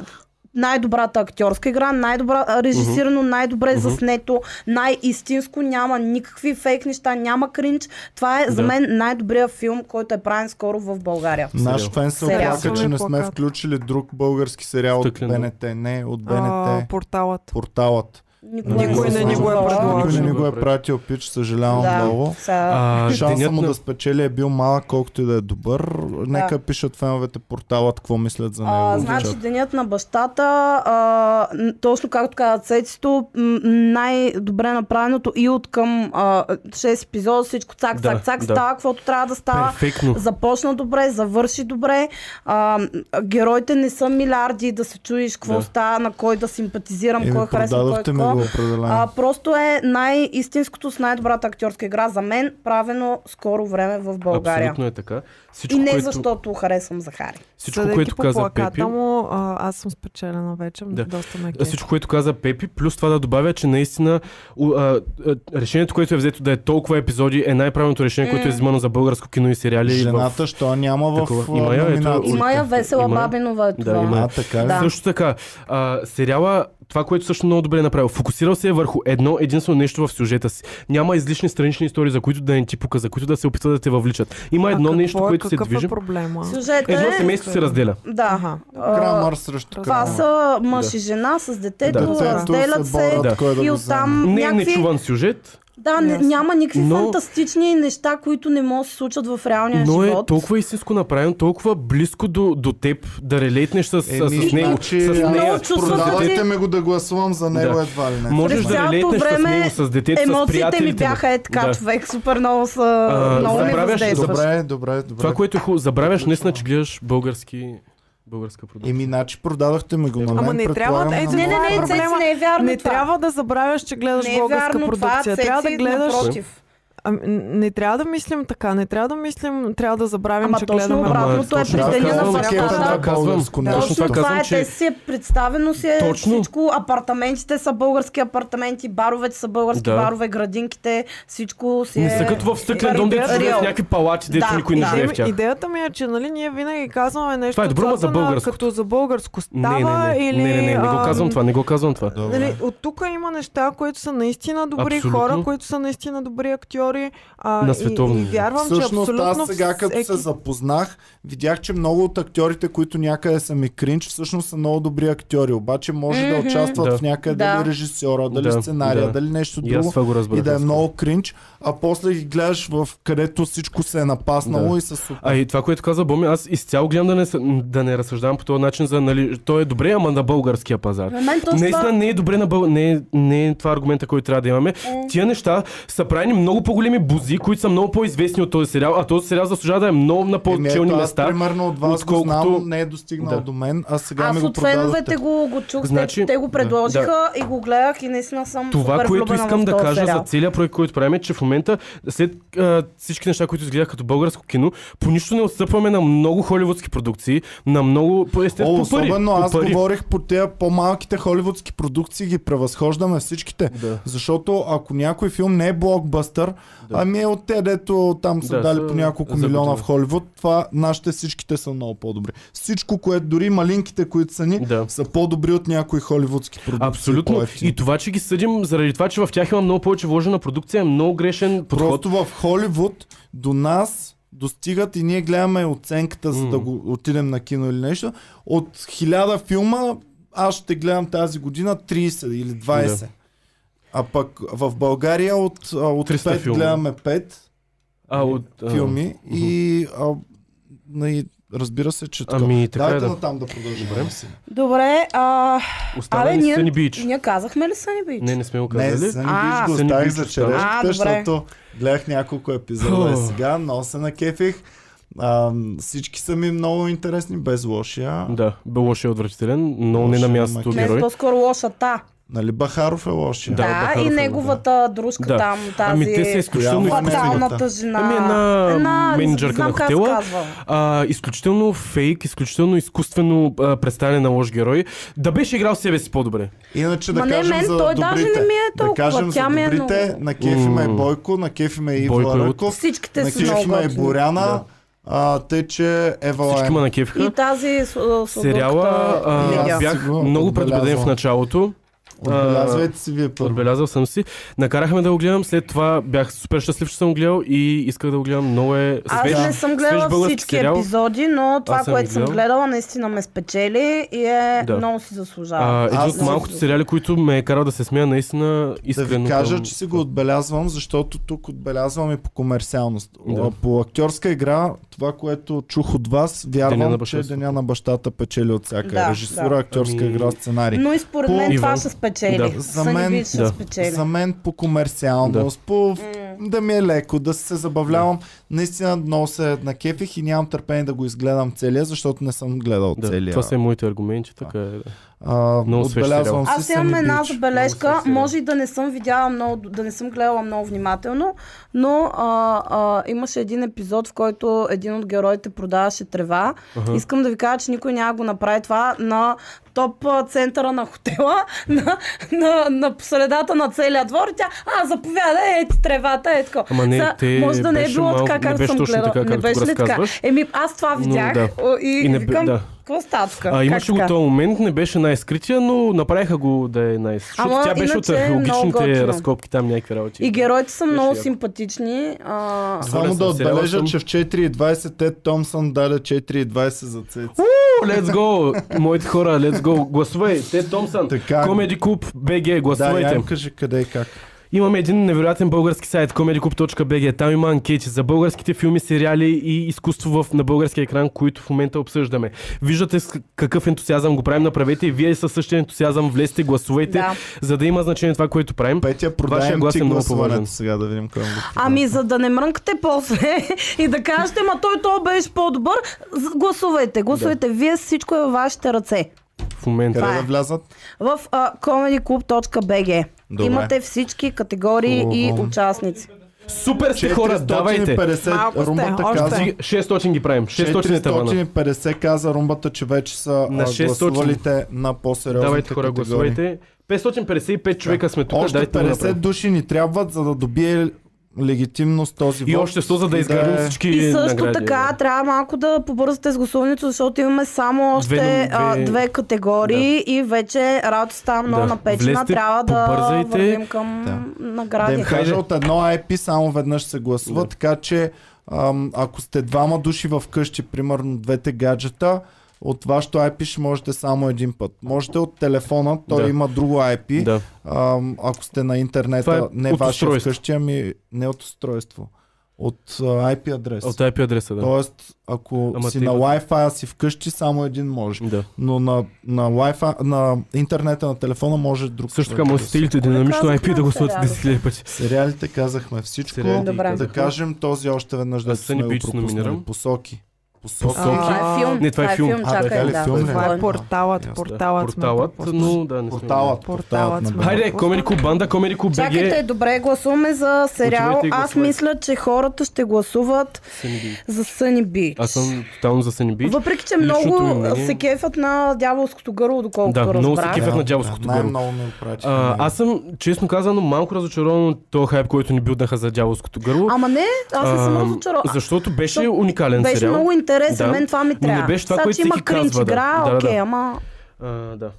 S3: най-добрата актьорска игра, най-добра а, режисирано, най-добре заснето, най-истинско, няма никакви фейк неща, няма кринч. Това е за
S2: Да.
S3: мен най-добрият филм, който е правен скоро в България.
S1: Наш
S2: Сериал.
S1: фен се
S3: Сериал.
S1: оплака, че не сме
S4: Плакат.
S1: включили друг български сериал от
S2: Стъклено.
S1: БНТ. Не, от
S4: а,
S1: БНТ.
S4: порталът.
S1: Порталът.
S3: Никога
S4: Никой не ни го е предлагал.
S1: Никой не ни го е
S2: Да.
S1: пратил, пич, съжалявам
S3: Да,
S1: много.
S3: сега-
S2: А,
S1: Шанса
S2: денят
S1: му
S2: на-
S1: да спечели е бил малък, колкото и да е добър. Нека пишат феновете порталът какво мислят за него.
S3: А,
S1: в
S3: значи
S1: чата.
S3: денят на бащата, а, н- точно както казват сетито, м, най-добре направеното и от към а, 6 епизода, всичко цак,
S2: Да,
S3: цак, цак,
S2: да.
S3: става, каквото трябва да става.
S2: Перфектно.
S3: Започна добре, завърши добре. А, м, героите не са милиарди да се чуеш какво
S2: Да.
S3: става, на кой да симпатизирам,
S1: Еми,
S3: кой харесва, кой
S1: продадохте ми го
S3: какво. А,
S1: определено.
S3: просто е най-истинското с най-добрата актьорска игра за мен, правено скоро време в България.
S2: Абсолютно е така. Всичко,
S3: И не
S2: което,
S3: защото харесвам Захари.
S2: всичко,
S4: Съдейки
S2: което
S4: по
S2: каза
S4: плаката
S2: Пепи,
S4: му, а, аз съм спечелена вече.
S2: Да.
S4: Да. Доста ме
S2: А,
S4: кефи.
S2: Всичко, което каза Пепи, плюс това да добавя, че наистина у- а, а, решението, което е взето да е толкова епизоди, е най-правилното решение, което е взимано за българско кино и сериали. и в-
S1: Жената, що няма в
S2: Такова.
S1: а,
S2: Има я, е, ето.
S1: номинациите?
S3: Има я весела
S2: Има я.
S3: Бабинова е
S2: Да,
S3: това.
S2: има
S1: А, така ли?
S3: Да.
S2: Също така, а, сериала, това, което също много добре е направил, фокусирал се е върху едно единствено нещо в сюжета си. Няма излишни странични истории, за които да не ти пука, за които да се опитват да те въвличат. Има едно
S4: какво
S2: нещо,
S4: е-
S2: което се
S4: какъв
S2: движи.
S4: е проблема?
S3: Сюжетът
S2: Едно
S3: е...
S2: семейство се разделя.
S3: Да.
S4: Аха.
S3: А,
S1: Крамър срещу
S3: Това
S1: Крамър.
S3: са мъж и жена с детето,
S2: Да.
S3: разделят
S1: Детето се
S3: се
S1: борят Да. кой да
S3: и
S1: го
S3: оттам
S2: Не е
S3: някакви...
S2: нечуван сюжет,
S3: Да, не,
S4: Ясно.
S3: няма никакви
S2: Но-
S3: фантастични неща, които не могат да се случат в реалния
S2: но е
S3: живот.
S2: толкова истинско направен, толкова близко до, до теб, да релейтнеш Е, с, с,
S1: Еми,
S2: с него.
S1: значи,
S2: с
S1: аз-
S2: нея,
S3: Много чувствам нали?
S2: с
S3: се-
S2: детето.
S1: Продавайте ми го да гласувам за него
S2: Да.
S1: едва ли не.
S2: Можеш
S3: През
S2: да
S3: цялото
S2: релейтнеш с
S3: време
S2: него, с детето, с
S3: Емоциите ми
S2: приятелите му.
S3: бяха е така,
S2: Да.
S3: човек, супер много са...
S2: А,
S3: много ми
S2: забравяш-
S3: въздействат.
S1: Добре, добре, добре.
S2: Това, което е хубаво, забравяш наистина, че гледаш български, българска продукция.
S1: Еми, значи продадохте ми го на мен.
S4: Ама не трябва
S1: предполагам,
S4: да- ето,
S1: на
S3: Не, не,
S1: моя
S3: не,
S1: брат.
S4: Проблема-
S3: Цеци, не е вярно
S4: Не
S3: това.
S4: трябва да забравяш, че гледаш
S3: не е
S4: българска
S3: вярно
S4: продукция.
S3: това,
S4: трябва да
S3: Цеци,
S4: гледаш.
S3: напротив.
S4: Ами, не трябва да мислим така. Не трябва да мислим, трябва да забравим,
S3: Ама
S4: Ами, че
S3: точно
S4: гледаме.
S3: обратно.
S2: Ама,
S3: обратното е
S2: точно
S1: Да,
S3: Деня на
S1: казвам,
S2: казвам,
S1: кефа
S3: бащата.
S1: да е
S2: казвам.
S1: българско
S2: Да,
S1: нещо.
S2: точно това
S3: Точно това
S2: казвам,
S3: е,
S2: че-
S3: те си е представено си е
S2: Точно.
S3: всичко, апартаментите са български апартаменти, баровете са български
S2: Да.
S3: барове, градинките, всичко си е...
S2: Не са като в стъклен дом, дето
S3: Реал.
S2: живее в някакви палати, дето
S3: Да,
S2: никой не
S3: да.
S2: живее в
S4: Идея-
S2: тях.
S4: Идеята ми е, че нали, ние винаги казваме нещо
S2: Това е добро, ма за
S4: от сорта на
S2: българското.
S4: като за българско
S2: Не,
S4: става
S2: не, не,
S4: или...
S2: не, не, не, не го
S4: ам,
S2: казвам това, не го казвам това.
S4: Нали, от тук има неща, които са наистина добри
S2: Абсолютно.
S4: хора, които са наистина добри актьори. А,
S2: На
S4: и,
S2: световно
S4: и
S2: ниво.
S4: вярвам, че
S1: Всъщност
S4: абсолютно
S1: аз сега като
S4: всеки...
S1: се запознах, видях, че много от актьорите, които някъде са ми кринч, всъщност са много добри актьори. Обаче може да
S3: Мгм.
S1: участват
S2: Да.
S1: в някъде
S3: Да.
S1: дали режисьора, дали
S2: Да,
S1: сценария,
S2: да.
S1: дали нещо
S2: И аз
S1: друго.
S2: това го разбрах.
S1: И да е
S2: наскоро.
S1: много кринч, а после ги гледаш в където всичко се е напаснало
S2: Да.
S1: и са супер.
S2: А и това, което каза Боми, аз изцяло гледам да не, съ- да не разсъждавам по този начин за, нали, то е добре, ама на българския пазар.
S3: На мен точно
S2: Наистина
S3: това...
S2: не е добре на бъл... не, е, не е това аргумента, който трябва да имаме. Тия неща са правени много по-големи бузи, които са много по-известни от този сериал, а този сериал заслужава да е много на
S1: Еми,
S2: по-челни
S1: Ами, ето, аз,
S2: места.
S1: примерно от вас го
S2: отколкото-
S1: знам, не е достигнал
S2: Да.
S1: до мен, а сега ми
S3: Аз
S1: го
S3: от феновете
S1: продадохте.
S3: го, го чух, значи,
S2: Значи,
S3: те, те го предложиха и го гледах и наистина съм
S2: Това,
S3: супер
S2: което
S3: влюбена
S2: искам
S3: в
S2: да
S3: този
S2: кажа
S3: сериал.
S2: за целият проект, който правим, е, че в момента, след а, всички неща, които изгледах като българско кино, по нищо не отстъпваме на много холивудски продукции, на много по
S1: О,
S2: естествено по пари.
S1: особено
S2: по
S1: аз
S2: пари.
S1: говорих по тези по-малките холивудски продукции, ги превъзхождаме всичките.
S2: Да.
S1: Защото ако някой филм не е блокбъстър, ами е от те, дето там са
S2: Да,
S1: дали
S2: са
S1: по няколко
S2: загубили.
S1: милиона в Холивуд, това нашите всичките са много по-добри. Всичко, което дори малинките, които са ни,
S2: Да.
S1: са по-добри от някои холивудски продукции.
S2: Абсолютно.
S1: по-евтини.
S2: И това, че ги съдим заради това, че в тях има много повече вложена продукция, е много грешен подход.
S1: Просто в Холивуд до нас достигат и ние гледаме оценката, за да
S2: Мм.
S1: го отидем на кино или нещо. От хиляда филма аз ще гледам тази година 30 или 20.
S2: Да.
S1: А пък в България от, а, от
S2: 300
S1: 5
S2: филма.
S1: гледаме 5
S2: А, от, а,
S1: филми и, а, на- и разбира се, че така.
S2: Ами, така
S1: Дайте
S2: е да.
S1: натам да продължим.
S3: Добре, а...
S2: Остана
S3: Абе,
S2: ни
S3: ние,
S2: Съни Бич.
S3: ние казахме ли Съни Бич?
S2: Не, не сме го
S1: Не,
S2: казали.
S1: Съни
S3: А.
S1: Бич го
S2: Съни
S1: оставих
S2: Бич
S1: за
S2: остана.
S3: А,
S1: черешката,
S3: добре.
S1: защото гледах няколко епизода и
S2: Фу.
S1: сега, много се накефих. А, всички са ми много интересни, без лошия.
S2: Да, бе лошия отвратителен, но не
S1: Лошия
S2: на мястото
S1: макет.
S2: герой.
S3: Не, е по-скоро лошата.
S1: Нали Бахаров е лошия?
S2: Да,
S3: Да,
S2: Бахаров
S3: и
S2: е, да.
S3: неговата дружка
S2: Да.
S3: там, тази...
S2: Ами те са изключително
S1: Коя?
S2: измислени.
S3: Фаталната жена.
S2: Ами една менеджерка
S3: знам
S2: на
S3: как се
S2: хотела.
S3: казва.
S2: А, изключително фейк, изключително изкуствено а, представяне на лош герой. Да беше играл себе си по-добре.
S1: Иначе да
S3: Ма не,
S1: кажем
S3: мен
S1: за
S3: той
S1: добрите.
S3: даже не ми е толкова,
S1: Да кажем
S3: тя
S1: за
S3: ми е
S1: добрите,
S3: много.
S1: на кефи ме е
S2: М.
S1: Бойко, на кефи ме е Иво
S2: Бойко е от-
S1: Ръков,
S3: Всичките
S1: на
S3: са много
S1: кефи ме е
S3: готини.
S1: Боряна,
S2: Да.
S1: А, тъй, че Ева
S2: Всички ме
S1: Лайн.
S2: накефиха.
S3: И тази с- с-
S2: Сериала
S3: лодката-
S2: а,
S1: Аз
S2: бях
S1: си го
S2: много предубеден
S1: отбелязвам.
S2: в началото.
S1: Отбелязвайте си вие първо.
S2: Отбелязал съм си. Накарахме да го гледам, след това бях супер щастлив, че съм го гледал и исках да го гледам. Много е
S3: Аз
S2: свеж,
S1: да.
S3: не съм
S2: свеж
S3: гледала
S2: български
S3: всички
S2: сериал.
S3: епизоди, но това,
S2: съм
S3: което съм
S2: гледал.
S3: гледала, наистина ме спечели и е
S2: Да.
S3: много си заслужава.
S2: А, един
S1: Аз
S2: от малкото сериали, които ме е карал да се смея наистина
S1: Да
S2: искрено.
S1: ви кажа,
S2: към-
S1: че си го отбелязвам, защото тук отбелязвам и по комерциалност.
S2: Да.
S1: Да. По актьорска игра, това, което чух от вас,
S2: Деня
S1: вярвам,
S2: на
S1: Деня
S2: баща
S1: че
S2: си.
S1: Деня на бащата печели от всяка.
S3: Да,
S1: Режисура,
S3: да.
S1: актьорска
S2: Ами-
S1: игра, сценарий.
S3: Но и според
S1: по-
S3: мен това
S2: Иван.
S3: ще спечели.
S2: Да.
S1: За
S3: Съни
S1: мен-
S3: Бич ще
S2: Да.
S3: спечели.
S1: За мен по комерциалност, да. по да ми е леко, да се забавлявам. Наистина много се накефих и нямам търпение да го изгледам целия, защото не съм гледал
S2: Да,
S1: целия.
S2: това са и моите аргументи, така е. да.
S1: а,
S2: Много свеж
S1: отбелязвам си
S3: Аз имам
S1: Съни
S3: една
S1: Бич.
S3: забележка,
S2: Много се
S3: може и да не съм видяла много, да не съм гледала много внимателно, но а, а, имаше един епизод, в който един от героите продаваше трева.
S2: Аха.
S3: Искам да ви кажа, че никой няма го направи това на топ а, центъра на хотела, на, на, на средата на целия двор. И Тя, а, заповяда, е, ти тревата, е така.
S2: Ама не, те
S3: може да не е
S2: беше
S3: било
S2: малко-
S3: така,
S2: не
S3: както
S2: беше
S3: съм
S2: точно
S3: гледала.
S2: така,
S3: не
S2: както
S3: беше
S2: го
S3: ли така?
S2: разказваш.
S3: Еми, аз това видях
S2: да.
S3: о, и,
S2: И
S3: и,
S2: не бе-
S3: викам,
S2: да.
S3: какво става тук?
S2: А,
S3: Как
S2: имаше го
S3: така?
S2: този момент, не беше най-скрития, но направиха го да е най Защото
S3: Ама
S2: тя беше от
S3: иначе е много
S2: археологичните
S3: готино.
S2: разкопки, там някакви работи.
S3: И героите са
S2: Беше
S3: много
S2: яко.
S3: симпатични. А,
S1: Само
S2: Хора,
S1: да
S2: съм сериала
S1: отбележа,
S2: съм.
S1: че в 4.20 Тед Томсън даде 4.20 за Цеци.
S2: О, Let's go! Моите хора, let's go! Гласувай! Те Томсън,
S1: Така.
S2: Comedy Club BG,
S1: Да, я
S2: гласувайте!
S1: им кажи къде и как.
S2: Имаме един невероятен български сайт comedyclub.bg. Там има анкети за българските филми, сериали и изкуство в, на български екран, които в момента обсъждаме. Виждате с какъв ентусиазъм го правим, направете и вие със същия ентусиазъм влезте, гласувайте,
S3: Да.
S2: за да има значение това, което правим.
S1: Петя,
S2: Вашия
S1: продаем
S2: глас
S1: ти
S2: е много
S1: гласуването
S2: по-важен.
S1: сега, да видим кой е му го продаде.
S3: Ами, за да не мрънкате после и да кажете, ма той то беше по-добър, з- гласувайте, гласувайте. Вие всичко е във вашите ръце.
S2: В момента.
S1: Къде
S3: Това
S1: да
S3: е.
S1: влязат?
S3: В а, comedyclub.bg
S1: Добре.
S3: Имате всички категории и
S1: Хубаво.
S3: участници.
S2: Супер сте хора, давайте!
S1: 450.
S4: Малко сте,
S1: Румбата
S4: още.
S1: каза,
S2: Зи- 600 ги правим, 600 е тавана.
S1: 450 каза румбата, че вече са
S2: На
S1: на
S2: 600.
S1: гласувалите на по-сериозните
S2: Давайте хора,
S1: категории.
S2: гласувайте. 555 човека сме тук,
S1: Още
S2: дайте да го
S1: 50
S2: направим.
S1: души ни трябват, за да добие легитимност този
S2: И
S1: вод
S2: още 100, за да
S1: и
S2: изградим
S1: е-
S2: всички
S3: И също
S2: награди.
S3: така трябва малко да побързате с гласуването, защото имаме само още
S2: Две-
S3: две, а,
S2: две-
S3: две категории и вече работа става много
S2: Да.
S3: напечена.
S2: Влезте,
S3: трябва да
S2: побързайте.
S3: вървим към
S1: Да
S3: награди.
S1: им кажа от едно IP само веднъж се гласува,
S2: Да.
S1: така че ам, ако сте двама души в къщи, примерно двете гаджета, от вашето IP ще можете само един път. Можете от телефона, той
S2: Да.
S1: има друго IP.
S2: Да.
S1: Ам, ако сте на
S2: Това е
S1: интернета, не
S2: от
S1: ваше
S2: устройство.
S1: вкъщи, ами не от устройство. От а, IP адрес.
S2: От IP адреса, да.
S1: Тоест, ако
S2: Ама
S1: си
S2: ти
S1: на
S2: има-
S1: Wi-Fi си вкъщи, само един може.
S2: Да.
S1: Но на, на, Wi-Fi, на интернета на телефона може друг.
S2: Също
S1: човек
S2: така
S1: да
S2: може да
S1: гласува.
S2: стилите динамично IP да гласувате 10 000 пъти.
S1: Сериалите казахме всичко.
S2: Сериалите
S3: Добре.
S1: Да
S2: казахме.
S1: кажем този още веднъж да
S2: Аз
S1: сме
S2: Съни
S1: го
S2: Бич
S1: пропуснали.
S2: номинирам.
S1: Посоки. Посоки.
S4: А,
S2: Посоки.
S3: Това е филм.
S2: Не, това е филм.
S1: А, така
S3: чакай,
S1: ли,
S3: да.
S1: филм ли?
S4: Това е
S3: Филм.
S4: порталът,
S1: Ясно.
S4: порталът сме
S2: Порталът,
S4: пропуснали.
S2: но да, не сме
S1: Порталът.
S4: Порталът сме.
S1: на
S2: видели. Хайде,
S4: Порталът.
S2: Комерико Банда, Комерико БГ.
S3: Чакайте, добре, гласуваме за сериал.
S2: Отивайте и
S3: Аз
S2: е. гласувайте.
S3: мисля, че хората ще гласуват
S2: Съни Бич.
S3: за Съни Бич.
S2: Аз съм тотално за Съни Бич.
S3: Въпреки, че
S2: Личното
S3: много
S2: ми мнение-
S3: се кефят на дяволското гърло, доколкото
S2: Да,
S3: разбрах.
S2: много се кефят.
S1: Да,
S2: на дяволското
S1: да,
S2: горе.
S1: Най-много е ме прати.
S2: А, аз съм, честно казано, малко разочарован от този хайп, който ни билднаха за дяволското гърло.
S3: Ама не, аз не съм
S2: Ам,
S3: разочарован.
S2: Защото беше
S3: Защото
S2: уникален
S3: Беше
S2: сериал.
S3: много интересен,
S2: Да.
S3: мен това ми
S2: не
S3: трябва.
S2: беше това,
S3: Сега,
S2: което
S3: че има
S2: всеки казва, да.
S3: игра,
S2: Да, да,
S3: окей,
S2: да.
S3: ама...
S2: А, да.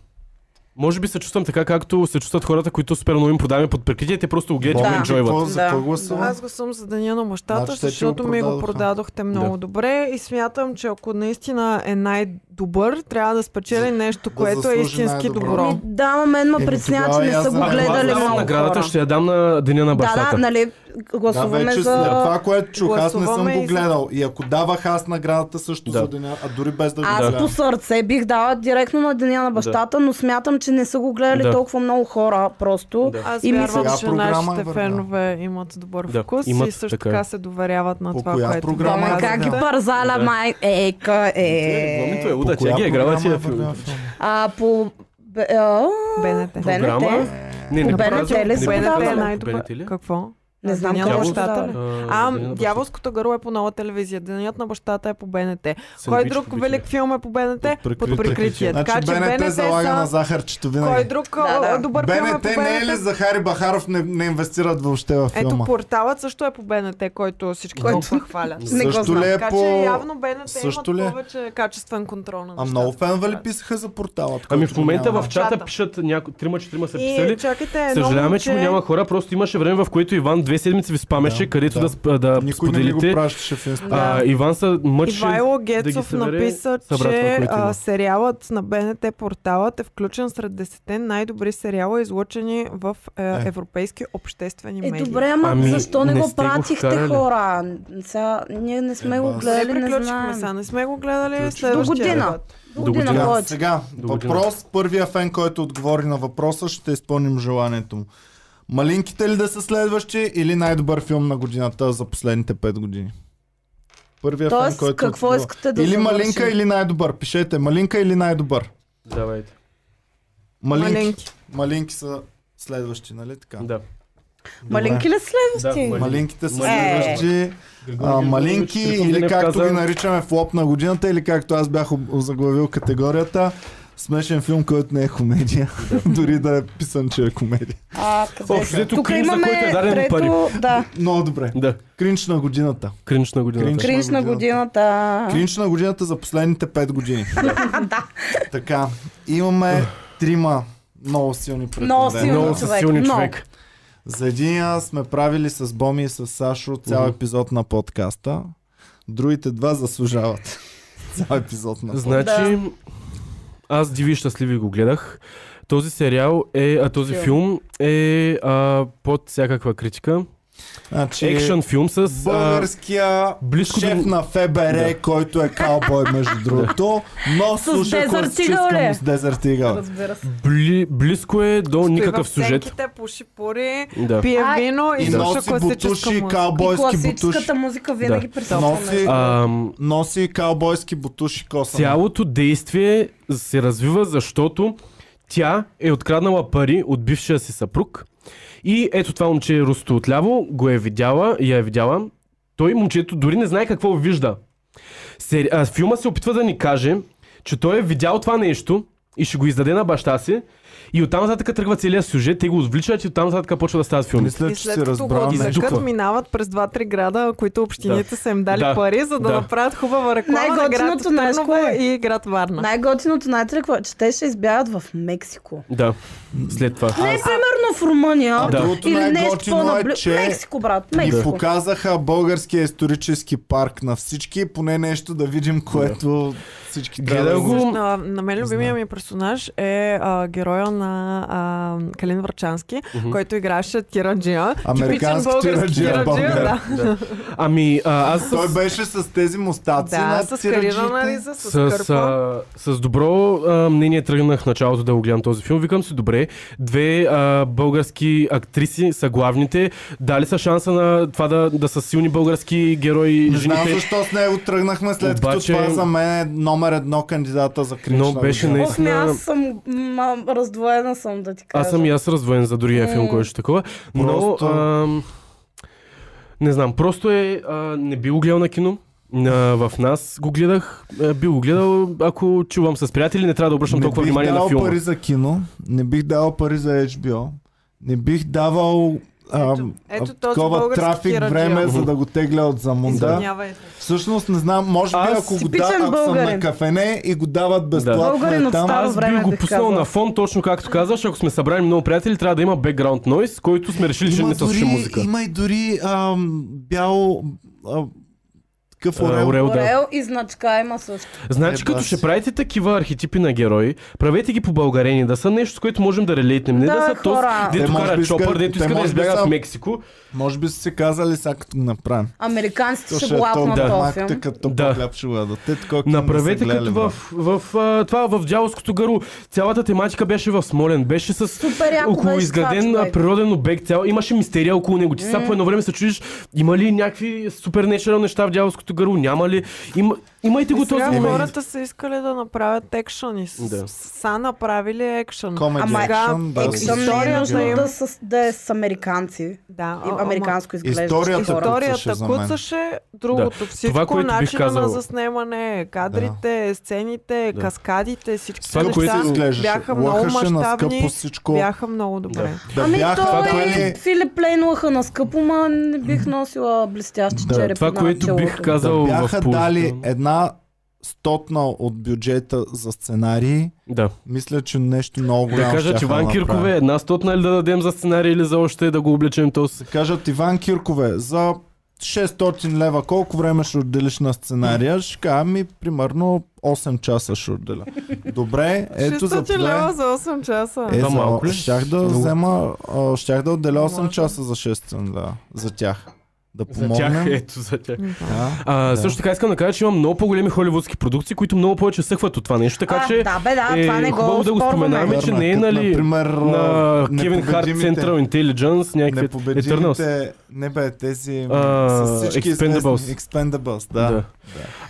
S2: Може би се чувствам така, както се чувстват хората, които супер много им продаваме под прикритие, те просто го гледат и го
S3: Да.
S2: енджойват.
S1: За
S3: Да.
S1: кой
S3: Да.
S1: гласувам?
S4: Аз го съм за деня на мащата,
S1: Значи те ти го
S4: защото ми го
S1: продадоха.
S4: продадохте много
S2: Да.
S4: добре и смятам, че ако наистина е най-добър, трябва да спечели нещо, което е
S1: заслужи
S4: истински
S1: най-добро.
S4: добро.
S3: Ми, да, ма мен ме
S1: Еми,
S3: притеснява, че
S1: тогава и
S3: не
S1: аз
S3: са го
S1: знам.
S3: гледали
S2: Ами Аз давам
S3: много
S2: наградата,
S3: хора.
S2: ще я дам на деня на
S3: Да,
S2: бащата.
S3: да, нали,
S1: Да,
S3: гласуваме
S1: вече
S3: за...
S1: за... това, което чух, аз не съм
S4: Гласуваме
S1: го
S4: и за-
S1: гледал. И ако давах аз наградата също
S2: Да.
S1: за деня, а дори без да го
S3: Аз по
S1: гледам.
S3: сърце бих дала директно на деня на бащата, но смятам, че не са го гледали
S2: Да.
S3: толкова много хора просто.
S2: Да.
S4: Аз
S3: И мисля,
S4: вярвам,
S1: Сега
S4: че
S1: програма е
S4: нашите
S1: върна.
S4: фенове имат добър
S2: Да,
S4: вкус
S2: имат
S4: и също
S2: така.
S4: така. се доверяват на
S1: По
S4: това,
S1: коя
S4: което
S1: програма
S4: вие
S1: е
S3: Ама
S4: казвате.
S3: как ги парзаля,
S2: Да.
S3: май, ека, е.
S2: Момито е уда,
S1: По
S2: тя
S1: коя
S2: ги е играла
S1: програма
S2: тия
S1: е
S2: филми.
S1: вървял филм?
S3: А по... Б- а,
S4: БНТ.
S3: БНТ.
S2: Програма? Не, не
S3: По
S2: показвам,
S3: БНТ ли
S2: не
S3: се
S2: показвам.
S3: продава?
S4: БНТ е
S2: По БНТ ли?
S4: най-добър. Какво?
S3: Не знам
S4: Денят
S3: какво
S4: на
S3: ще
S4: бащата.
S3: дава.
S4: ли?
S2: А,
S4: А,
S2: Деня на бащата.
S4: дяволското гърло е по нова телевизия. Денят на бащата е по БНТ. Кой
S2: Сандвич
S4: друг
S2: по
S4: велик филм е по БНТ?
S1: Под прикритие.
S4: Под прикритие.
S1: Значи
S4: Е, Така че
S1: БНТ,
S4: БНТ
S1: залага на
S4: са...
S1: захарчето винаги.
S4: Кой друг
S3: Да, да.
S4: а, добър филм е по
S1: БНТ не е
S4: БНТ?
S1: ли Захари Бахаров не, не инвестират въобще във
S4: Ето
S1: филма?
S4: порталът също е по БНТ, който всички
S3: Който-
S4: толкова хвалят.
S3: Не го
S1: Също
S3: знам.
S1: ли е
S4: Така
S1: по...
S4: че явно БНТ
S1: също ли е?
S4: имат повече качествен контрол на
S1: А
S4: нещата.
S1: много фенове ли писаха за портала?
S2: Ами в момента
S1: Няма.
S2: в чата
S4: Чата.
S2: пишат някои, трима-четирима са
S4: И е,
S2: писали.
S4: чакайте, едно
S2: Съжаляваме, че
S4: момче-
S2: няма хора, просто имаше време, в което Иван две седмици ви спамеше,
S1: Да,
S2: където
S1: да.
S2: да, сп- да
S1: Никой не ми го
S2: споделите.
S1: пращаше в Инстаграм.
S2: а, Иван са мъчи.
S4: Ивайло
S2: да ги
S4: Гецов
S2: събере,
S4: написа,
S2: събра това,
S4: че
S2: което има.
S4: а, сериалът на БНТ порталът е включен сред 10 най-добри сериала, излъчени в е, европейски обществени
S3: Е,
S4: медии.
S3: добре, ама
S2: Ами,
S3: защо не,
S2: не
S3: го
S2: сте го
S3: пратихте
S2: вкарали.
S3: хора? Сега, ние не сме
S1: Е,
S3: го
S1: бас.
S4: Не
S3: гледали, не
S4: Нали приключихме
S3: знаем.
S4: сега, не сме го гледали
S1: Приключихме.
S3: До
S4: следващия
S3: година.
S4: път.
S3: До
S2: До
S3: година
S2: година.
S1: Сега,
S3: повече.
S1: сега
S2: Добре.
S1: въпрос. Първия фен, който отговори на въпроса, ще изпълним желанието му. Малинките ли да са следващи или най-добър филм на годината за последните 5 години? Първия фен,
S3: Тоест,
S1: който
S3: какво
S1: отговори.
S3: искате да
S1: Или Малинка
S3: завършим?
S1: или най-добър. Пишете Малинка или най-добър.
S2: Давайте.
S1: Малинки. Малинки.
S4: Маленки.
S1: Малинки са следващи, нали така?
S2: Да.
S1: Добре.
S3: Малинки ли следващи?
S2: Да,
S1: Малинките са
S3: Малинки.
S1: следващи. А, малинки или както ги наричаме флоп на годината или както аз бях об- заглавил категорията смешен филм, който не е комедия. Дори да е писан, че е комедия.
S3: А, къде
S2: Общо
S3: са?
S2: взето
S3: Тук
S2: крим, за
S3: имаме
S2: който е даден
S3: трето,
S2: пари.
S3: да.
S1: Много добре.
S2: Да,
S1: Кринч на годината.
S2: кринч на годината.
S1: Кринч.
S3: Кринж на годината.
S1: Кринч на годината за последните 5 години. Така, имаме трима много силни
S3: Много
S1: претендента.
S3: силни.
S2: Много са
S3: човек,
S2: силни
S3: много.
S2: човек.
S1: За единия сме правили с Боми и с Сашо цял
S2: Мгм.
S1: епизод на подкаста. Другите два заслужават цял епизод на подкаста.
S2: Значи, аз Диви и щастливи го гледах. Този сериал е, а този
S3: Филм.
S2: филм е а, под всякаква критика.
S1: Значи,
S2: Екшън филм с... А,
S1: Българския
S2: близко
S1: шеф
S2: до-
S1: на ФБР,
S2: Да.
S1: който е каубой, между другото, но слуша
S3: Desert
S1: класическа
S3: Eagle,
S1: му
S3: ли? е?
S1: с Desert Eagle.
S3: Разбира се.
S2: бли, близко е до никакъв
S4: Стои в
S2: сюжет.
S4: сенките, пуши пури,
S2: Да.
S4: пие
S3: Ай.
S4: вино и,
S1: И
S4: слуша
S1: носи
S4: класическа
S1: бутуши,
S4: музика.
S3: е И
S1: каубойски бутуши.
S3: класическата музика винаги нали?
S2: Да.
S3: присъства.
S1: Носи-
S3: между другото.
S2: Ам,
S1: Носи каубойски бутуши коса.
S2: Цялото действие се развива, защото тя е откраднала пари от бившия си съпруг. И ето това момче е Русто отляво го е видяла, я е видяла. Той момчето дори не знае какво вижда. Сери... А, филма се опитва да ни каже, че той е видял това нещо и ще го издаде на баща си. И оттам нататък тръгва целият сюжет, те го отвличат и оттам нататък почва да стават филми.
S1: Мисля,
S4: И
S1: че значи си
S4: след като
S1: разбрал
S4: го
S1: нещо.
S2: Издуква.
S4: отсекат, минават през 2-3 града, които общините
S2: Да.
S4: са им дали
S2: Да.
S4: пари, за да,
S2: Да.
S4: направят хубава реклама на град
S3: Най-готиното нещо
S4: Търново
S3: е-
S4: и град Варна.
S3: Най-готиното знаете ли какво е? че те ще избягат в Мексико.
S2: Да, след това.
S3: Не, примерно в Румъния.
S1: А другото
S3: Или нещо
S1: най-готино е,
S3: по-наблю...
S1: че
S3: Мексико, брат.
S1: Ни
S3: Мексико.
S1: показаха българския исторически парк на всички, поне нещо да видим, което всички трябва да
S2: Гледах
S1: го...
S2: го.
S4: А, на мен любимия ми персонаж е а, героя на а, Калин Врачански, който играше Тираджия. Типичен
S1: Американски
S4: български
S1: тираджия, Бомбер.
S4: да.
S2: Ами, а, аз
S1: Той беше с тези мустаци
S4: Да,
S1: на
S4: с карирана
S3: нали,
S1: тираджиите.
S4: риза, с,
S2: С, с,
S4: кърпа.
S2: а, с добро а, мнение тръгнах в началото да го гледам този филм. Викам си, добре, две а, български актриси са главните. Дали са шанса на това да, да са силни български герои,
S1: Не знам
S2: жените?
S1: защо с него тръгнахме, след
S2: Обаче-
S1: като това за мен е номер едно кандидата за кринч нали,
S2: Но
S1: на
S2: беше
S1: годината.
S3: Ох, не,
S2: наистина...
S3: аз съм м- раздвоена съм да ти кажа.
S2: Аз съм и аз развоен за другия филм,
S3: М.
S2: който ще е такова. Но...
S1: Просто-
S2: ам, не знам, просто е... А, не би го гледал на кино. А, в нас го гледах. А, би го гледал, ако чувам с приятели, не трябва да обръщам
S1: не
S2: толкова
S1: бих
S2: внимание
S1: давал
S2: на филма.
S1: пари за кино, не бих давал пари за HBO, не бих давал а,
S4: Ето- ето
S1: а,
S4: този
S1: такова
S4: български
S1: трафик
S4: тираджия.
S1: време,
S4: Мгм.
S1: за да го тегля от замунда.
S4: Извинявай.
S1: Всъщност не знам, може би
S2: Аз-
S1: ако, го да,
S3: Типичен
S1: ако съм на
S3: българин.
S1: кафене и го дават безплатно
S3: Българин
S1: е
S3: от
S1: там,
S3: Стара-
S2: Аз
S3: време,
S2: би го
S3: бих
S2: пуснал
S3: казала.
S2: на фон, точно както казваш. Ако сме събрали много приятели, трябва да има background noise, който сме решили, че
S1: има,
S2: не
S1: дори,
S2: слуша музика.
S1: има и дори ам, бял а, такъв
S2: А,
S1: орел.
S2: Е, Орел, да.
S3: Орел и значка има също.
S2: Значи,
S1: Е,
S2: като
S1: бас.
S2: ще правите такива архетипи на герои, правете ги по българени, да са нещо, с което можем да релейтнем. Не да,
S3: Да,
S2: са този,
S3: хора.
S1: Те
S2: дето
S1: Е, може
S2: кара
S1: би искат-
S2: чопър, дето
S1: те
S2: иска да
S1: може би
S2: избяга
S1: са-
S2: в Мексико.
S1: Може би са се казали сега като го направим.
S3: Американците ще
S1: Ще е
S3: го лапнат
S1: толкова
S3: този
S1: малко,
S3: филм.
S1: така като
S2: Да.
S1: хляб ще го ядат. Те такова кино не са
S2: Направете
S1: гледали,
S2: като
S1: брат.
S2: в, в, а, това, в Дялското гърло. Цялата тематика беше в Смолен. Беше с
S3: Супер яко
S2: около
S3: беше
S2: изграден
S3: това,
S2: а,
S3: човек.
S2: природен обект. Цял, имаше мистерия около него. Ти сега по едно време се чудиш, има ли някакви супернечерал неща в Дялското гърло? Няма ли? Има, Имайте го
S4: И
S2: този
S4: сега
S1: Еми,
S2: момент.
S4: хората са искали да направят екшън и с-
S2: Да.
S4: са направили екшън.
S1: Comedy
S3: Ама
S1: action, да,
S4: екшън
S1: с-
S3: Екшън не е
S4: Историята
S3: нужно
S4: им.
S3: да, с, да е с американци.
S4: Да,
S3: И
S4: а-
S3: американско изглежда.
S1: Историята-
S4: ама
S1: куцаше
S4: Историята
S1: за мен.
S4: куцаше, другото всичко,
S2: Това, което бих
S4: начина на
S2: казал.
S4: заснемане, кадрите, сцените,
S2: Да.
S4: каскадите, всички
S2: Това,
S1: Скъпо
S4: неща
S1: изглеждаше.
S4: бяха много
S1: Лъхаше на
S4: мащабни,
S1: скъпо всичко.
S4: бяха много добре.
S1: Да
S3: ами
S1: бяха
S3: той
S1: дали-
S3: Филип Лейн лъха на скъпо, ма не бих носила блестящи
S1: Да,
S3: черепи
S2: Това,
S3: на
S2: което
S3: челото.
S2: бих казал
S1: да бяха
S2: в полза-
S1: дали една стотна от бюджета за сценарии,
S2: Да.
S1: мисля, че нещо много
S2: Да
S1: голямо
S2: кажа,
S1: щяха
S2: че Ван
S1: да
S2: Киркове
S1: направят.
S2: една стотна ли да дадем за сценарий или за още да го облечем този
S1: Кажат Иван Киркове, за 600 лева колко време ще отделиш на сценария? Ще кажа ми, примерно 8 часа ще отделя. Добре, ето за
S4: 600 лева
S1: това.
S4: за 8 часа.
S1: Е,
S2: Това малко
S1: за,
S2: ли?
S1: щях да
S2: Много.
S1: взема, а, щях да отделя 8
S4: Може.
S1: часа за 6 лева. За тях. Да
S2: за тях. е.
S1: помогнем.
S2: Ето за тях.
S1: Да.
S2: А,
S1: Да.
S2: Също така искам да кажа, че има много по-големи холивудски продукции, които много повече съхват от това нещо. Така
S3: а,
S2: че
S3: да, бе, да,
S2: е
S3: това не
S2: хубаво
S3: го
S2: да го споменаваме.
S3: спорваме.
S2: Ами, че не е,
S1: Като,
S2: нали,
S1: например,
S2: на Кевин Харт
S1: непобедимите-
S2: Central Intelligence, някакви Eternals.
S1: Непобедимите, не бе, тези
S2: А,
S1: с всички известни-
S2: Expendables.
S1: Expendables, да.
S2: Да.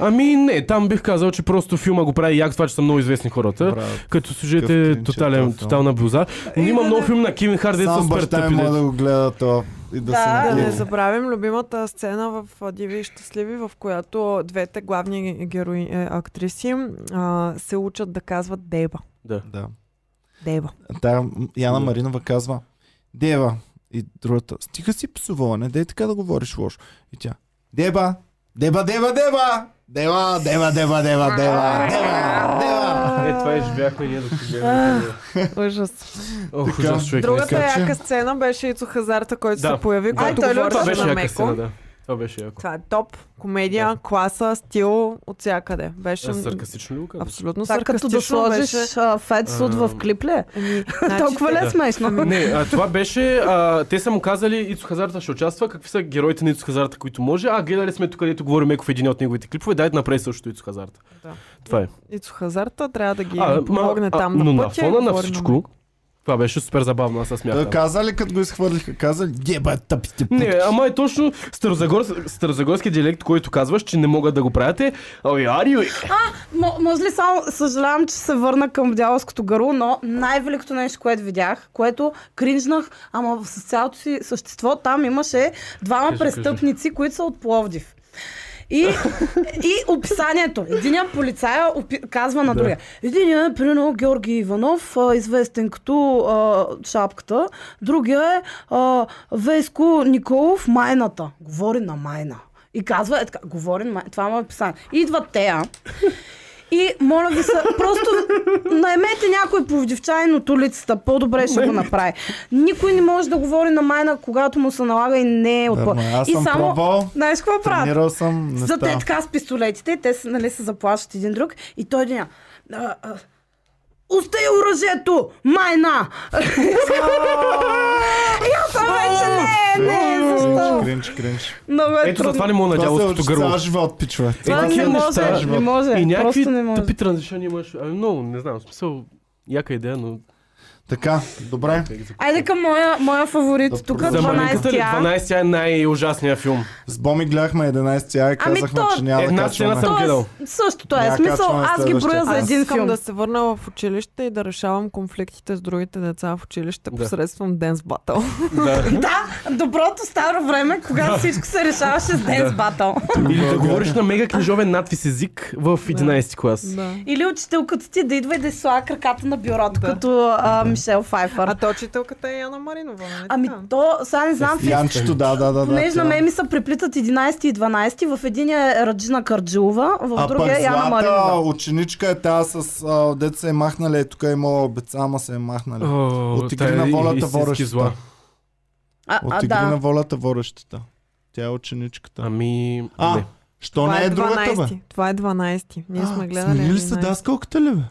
S2: Ами не, там бих казал, че просто филма го прави як това, че са много известни хората.
S1: Браво.
S2: Като сюжет
S1: Такъв
S2: е
S1: кринч е
S2: тотален,
S1: този филм.
S2: тотална блюза. Но
S4: И
S2: има
S4: да
S2: много
S4: не-
S2: филм на Кевин Харт, дето са
S1: Сам
S2: супер
S1: баща е ми
S2: тъпи.
S1: може да го гледа това и да,
S3: Да.
S1: се
S4: Да не
S1: нагледа.
S4: забравим любимата сцена в а, Диви и щастливи, в която двете главни герои, е, актриси а, се учат да казват Деба.
S2: Да.
S1: Да.
S4: Деба.
S1: Та Яна
S2: Да.
S1: Маринова казва, Дева и другата, стига си псувала, не дай така да говориш лошо. И тя, Деба, Деба, Деба, Деба, Дева, Дева, Дева, Дева, Дева, Дева, Дева.
S2: Е, това е живяхме ние докато гледаме.
S4: Ужас.
S2: Ох,
S1: Така.
S2: ужас човек.
S4: Другата е-
S1: така че-
S4: яка сцена беше Ицо Хазарта, който
S2: Да.
S4: се появи,
S2: Да.
S4: който
S3: Ай, той ли
S2: Това
S3: Това
S4: говореше
S2: беше
S4: на
S2: яка
S4: меко.
S2: сцена, да. Това беше яко.
S4: Това е топ. Комедия, класа, стил от всякъде. Беше
S2: Аз Саркастично ли го казвам?
S4: абсолютно
S3: Това като да
S4: саркастично.
S3: сложиш
S4: беше...
S3: а, Fat Suit
S2: А.
S3: в клип ли? е?
S4: Ами,
S3: Толкова ли
S4: значи,
S3: е
S2: да.
S3: смешно?
S2: Не, а това беше. А, те са му казали, Ицо Хазарта ще участва. Какви са героите на Ицо Хазарта, които може? А, гледали сме тук, където говорим Еко в един от неговите клипове. Дайте направи също Ицо Хазарта.
S4: Да.
S2: Това е.
S4: Ицо Хазарта трябва да ги
S2: ма-
S4: помогне там
S2: но
S4: на
S2: на
S4: пътя. и
S2: фона на
S4: говори
S2: всичко. Това беше супер забавно, аз се смях.
S1: Той каза ли, като го изхвърлиха, каза ли, деба, тъпите
S2: Не, ама е точно старозагорс- старозагорски диалект, който казваш, че не могат да го правят. е, Ой, арио, е.
S3: М- може ли само, съжалявам, че се върна към дяволското гърло, но най-великото нещо, което видях, което кринжнах, ама с цялото си същество, там имаше двама
S2: Кажи,
S3: престъпници, които са от Пловдив. И, и описанието. Единия полицая опи... казва на
S2: Да.
S3: другия. Единия е, примерно, Георги Иванов, а, известен като а, шапката. Другия е а, Веско Николов, майната. Говори на майна. И казва, е така, говори на майна. Това му е описание. И идват тея. И моля ви се, просто наймете някой повдивчанин от улицата, по-добре ще го направи. Никой не може да говори на майна, когато му се налага и не е от...
S1: Да, ма, аз
S3: и
S1: съм пробвал,
S3: Знаеш какво правят?
S1: тренирал съм, не
S3: За те
S1: става.
S3: така с пистолетите, те се, нали, се заплашат един друг и той деня. а, а, Остай оръжието! Майна! И аз съм вече не, не,
S1: Кринч,
S3: защо?
S1: кринч, кринч.
S3: Много е
S2: Ето за
S3: трудно.
S2: това не мога на
S1: Това се
S2: дялото
S1: учи
S2: гърло.
S1: цял живот, пичове.
S3: Това
S2: Е,
S3: не
S2: такива
S3: може,
S2: неща,
S3: не може,
S2: И някакви
S3: просто не може.
S2: тъпи транзишъни имаш. Ами много, не знам, в смисъл, яка идея, но...
S1: Така, добре.
S3: Айде към моя, моя фаворит
S1: Да
S3: тук,
S1: продължим.
S2: За малинката ли?
S3: 12-тя.
S2: 12 е най-ужасният филм.
S1: С Боми гледахме 11 и
S3: Ами
S1: казахме,
S3: то-
S1: че няма да
S2: Една
S1: качваме.
S2: сцена съм гледал.
S3: Същото е.
S1: Няма
S3: Смисъл,
S1: качваме
S3: аз ги броя
S1: следващия.
S3: за
S4: Аз
S3: един
S4: искам
S3: филм.
S4: да се върна в училище и да решавам конфликтите с другите деца в училище
S2: Да.
S4: посредством Dance Battle.
S2: Да.
S3: Да, доброто старо време, когато всичко се решаваше с Dance Battle.
S2: Или да
S1: България.
S2: говориш на мега книжовен надпис език в 11 клас.
S4: да.
S3: Или учителката ти да идва и да слага краката на бюрото,
S4: Да.
S3: като а, Мишел Файфър.
S4: А то учителката е Яна Маринова, нали
S3: Ами
S4: така?
S3: то, сега не знам, в
S1: Янчето, да, да, да. да,
S3: понеже на
S1: тя.
S3: мен ми се преплитат 11 и 12, в единия е Раджина Карджилова, в
S1: А пък
S3: другия е Яна
S1: злата
S3: Маринова.
S1: ученичка е тази с а, дето се е махнали, е тук е имала обеца, ама се е махнали. От Игри на волята водещата.
S2: зла.
S3: А,
S1: От
S3: а
S1: игри на
S3: да,
S1: волята водещата. Тя е ученичката.
S2: Ами...
S1: А,
S2: не.
S1: Що не е другата,
S4: 12.
S1: бе?
S4: Това е 12. Ние сме гледали.
S1: Сменили се
S4: 11.
S1: даскалката ли, бе?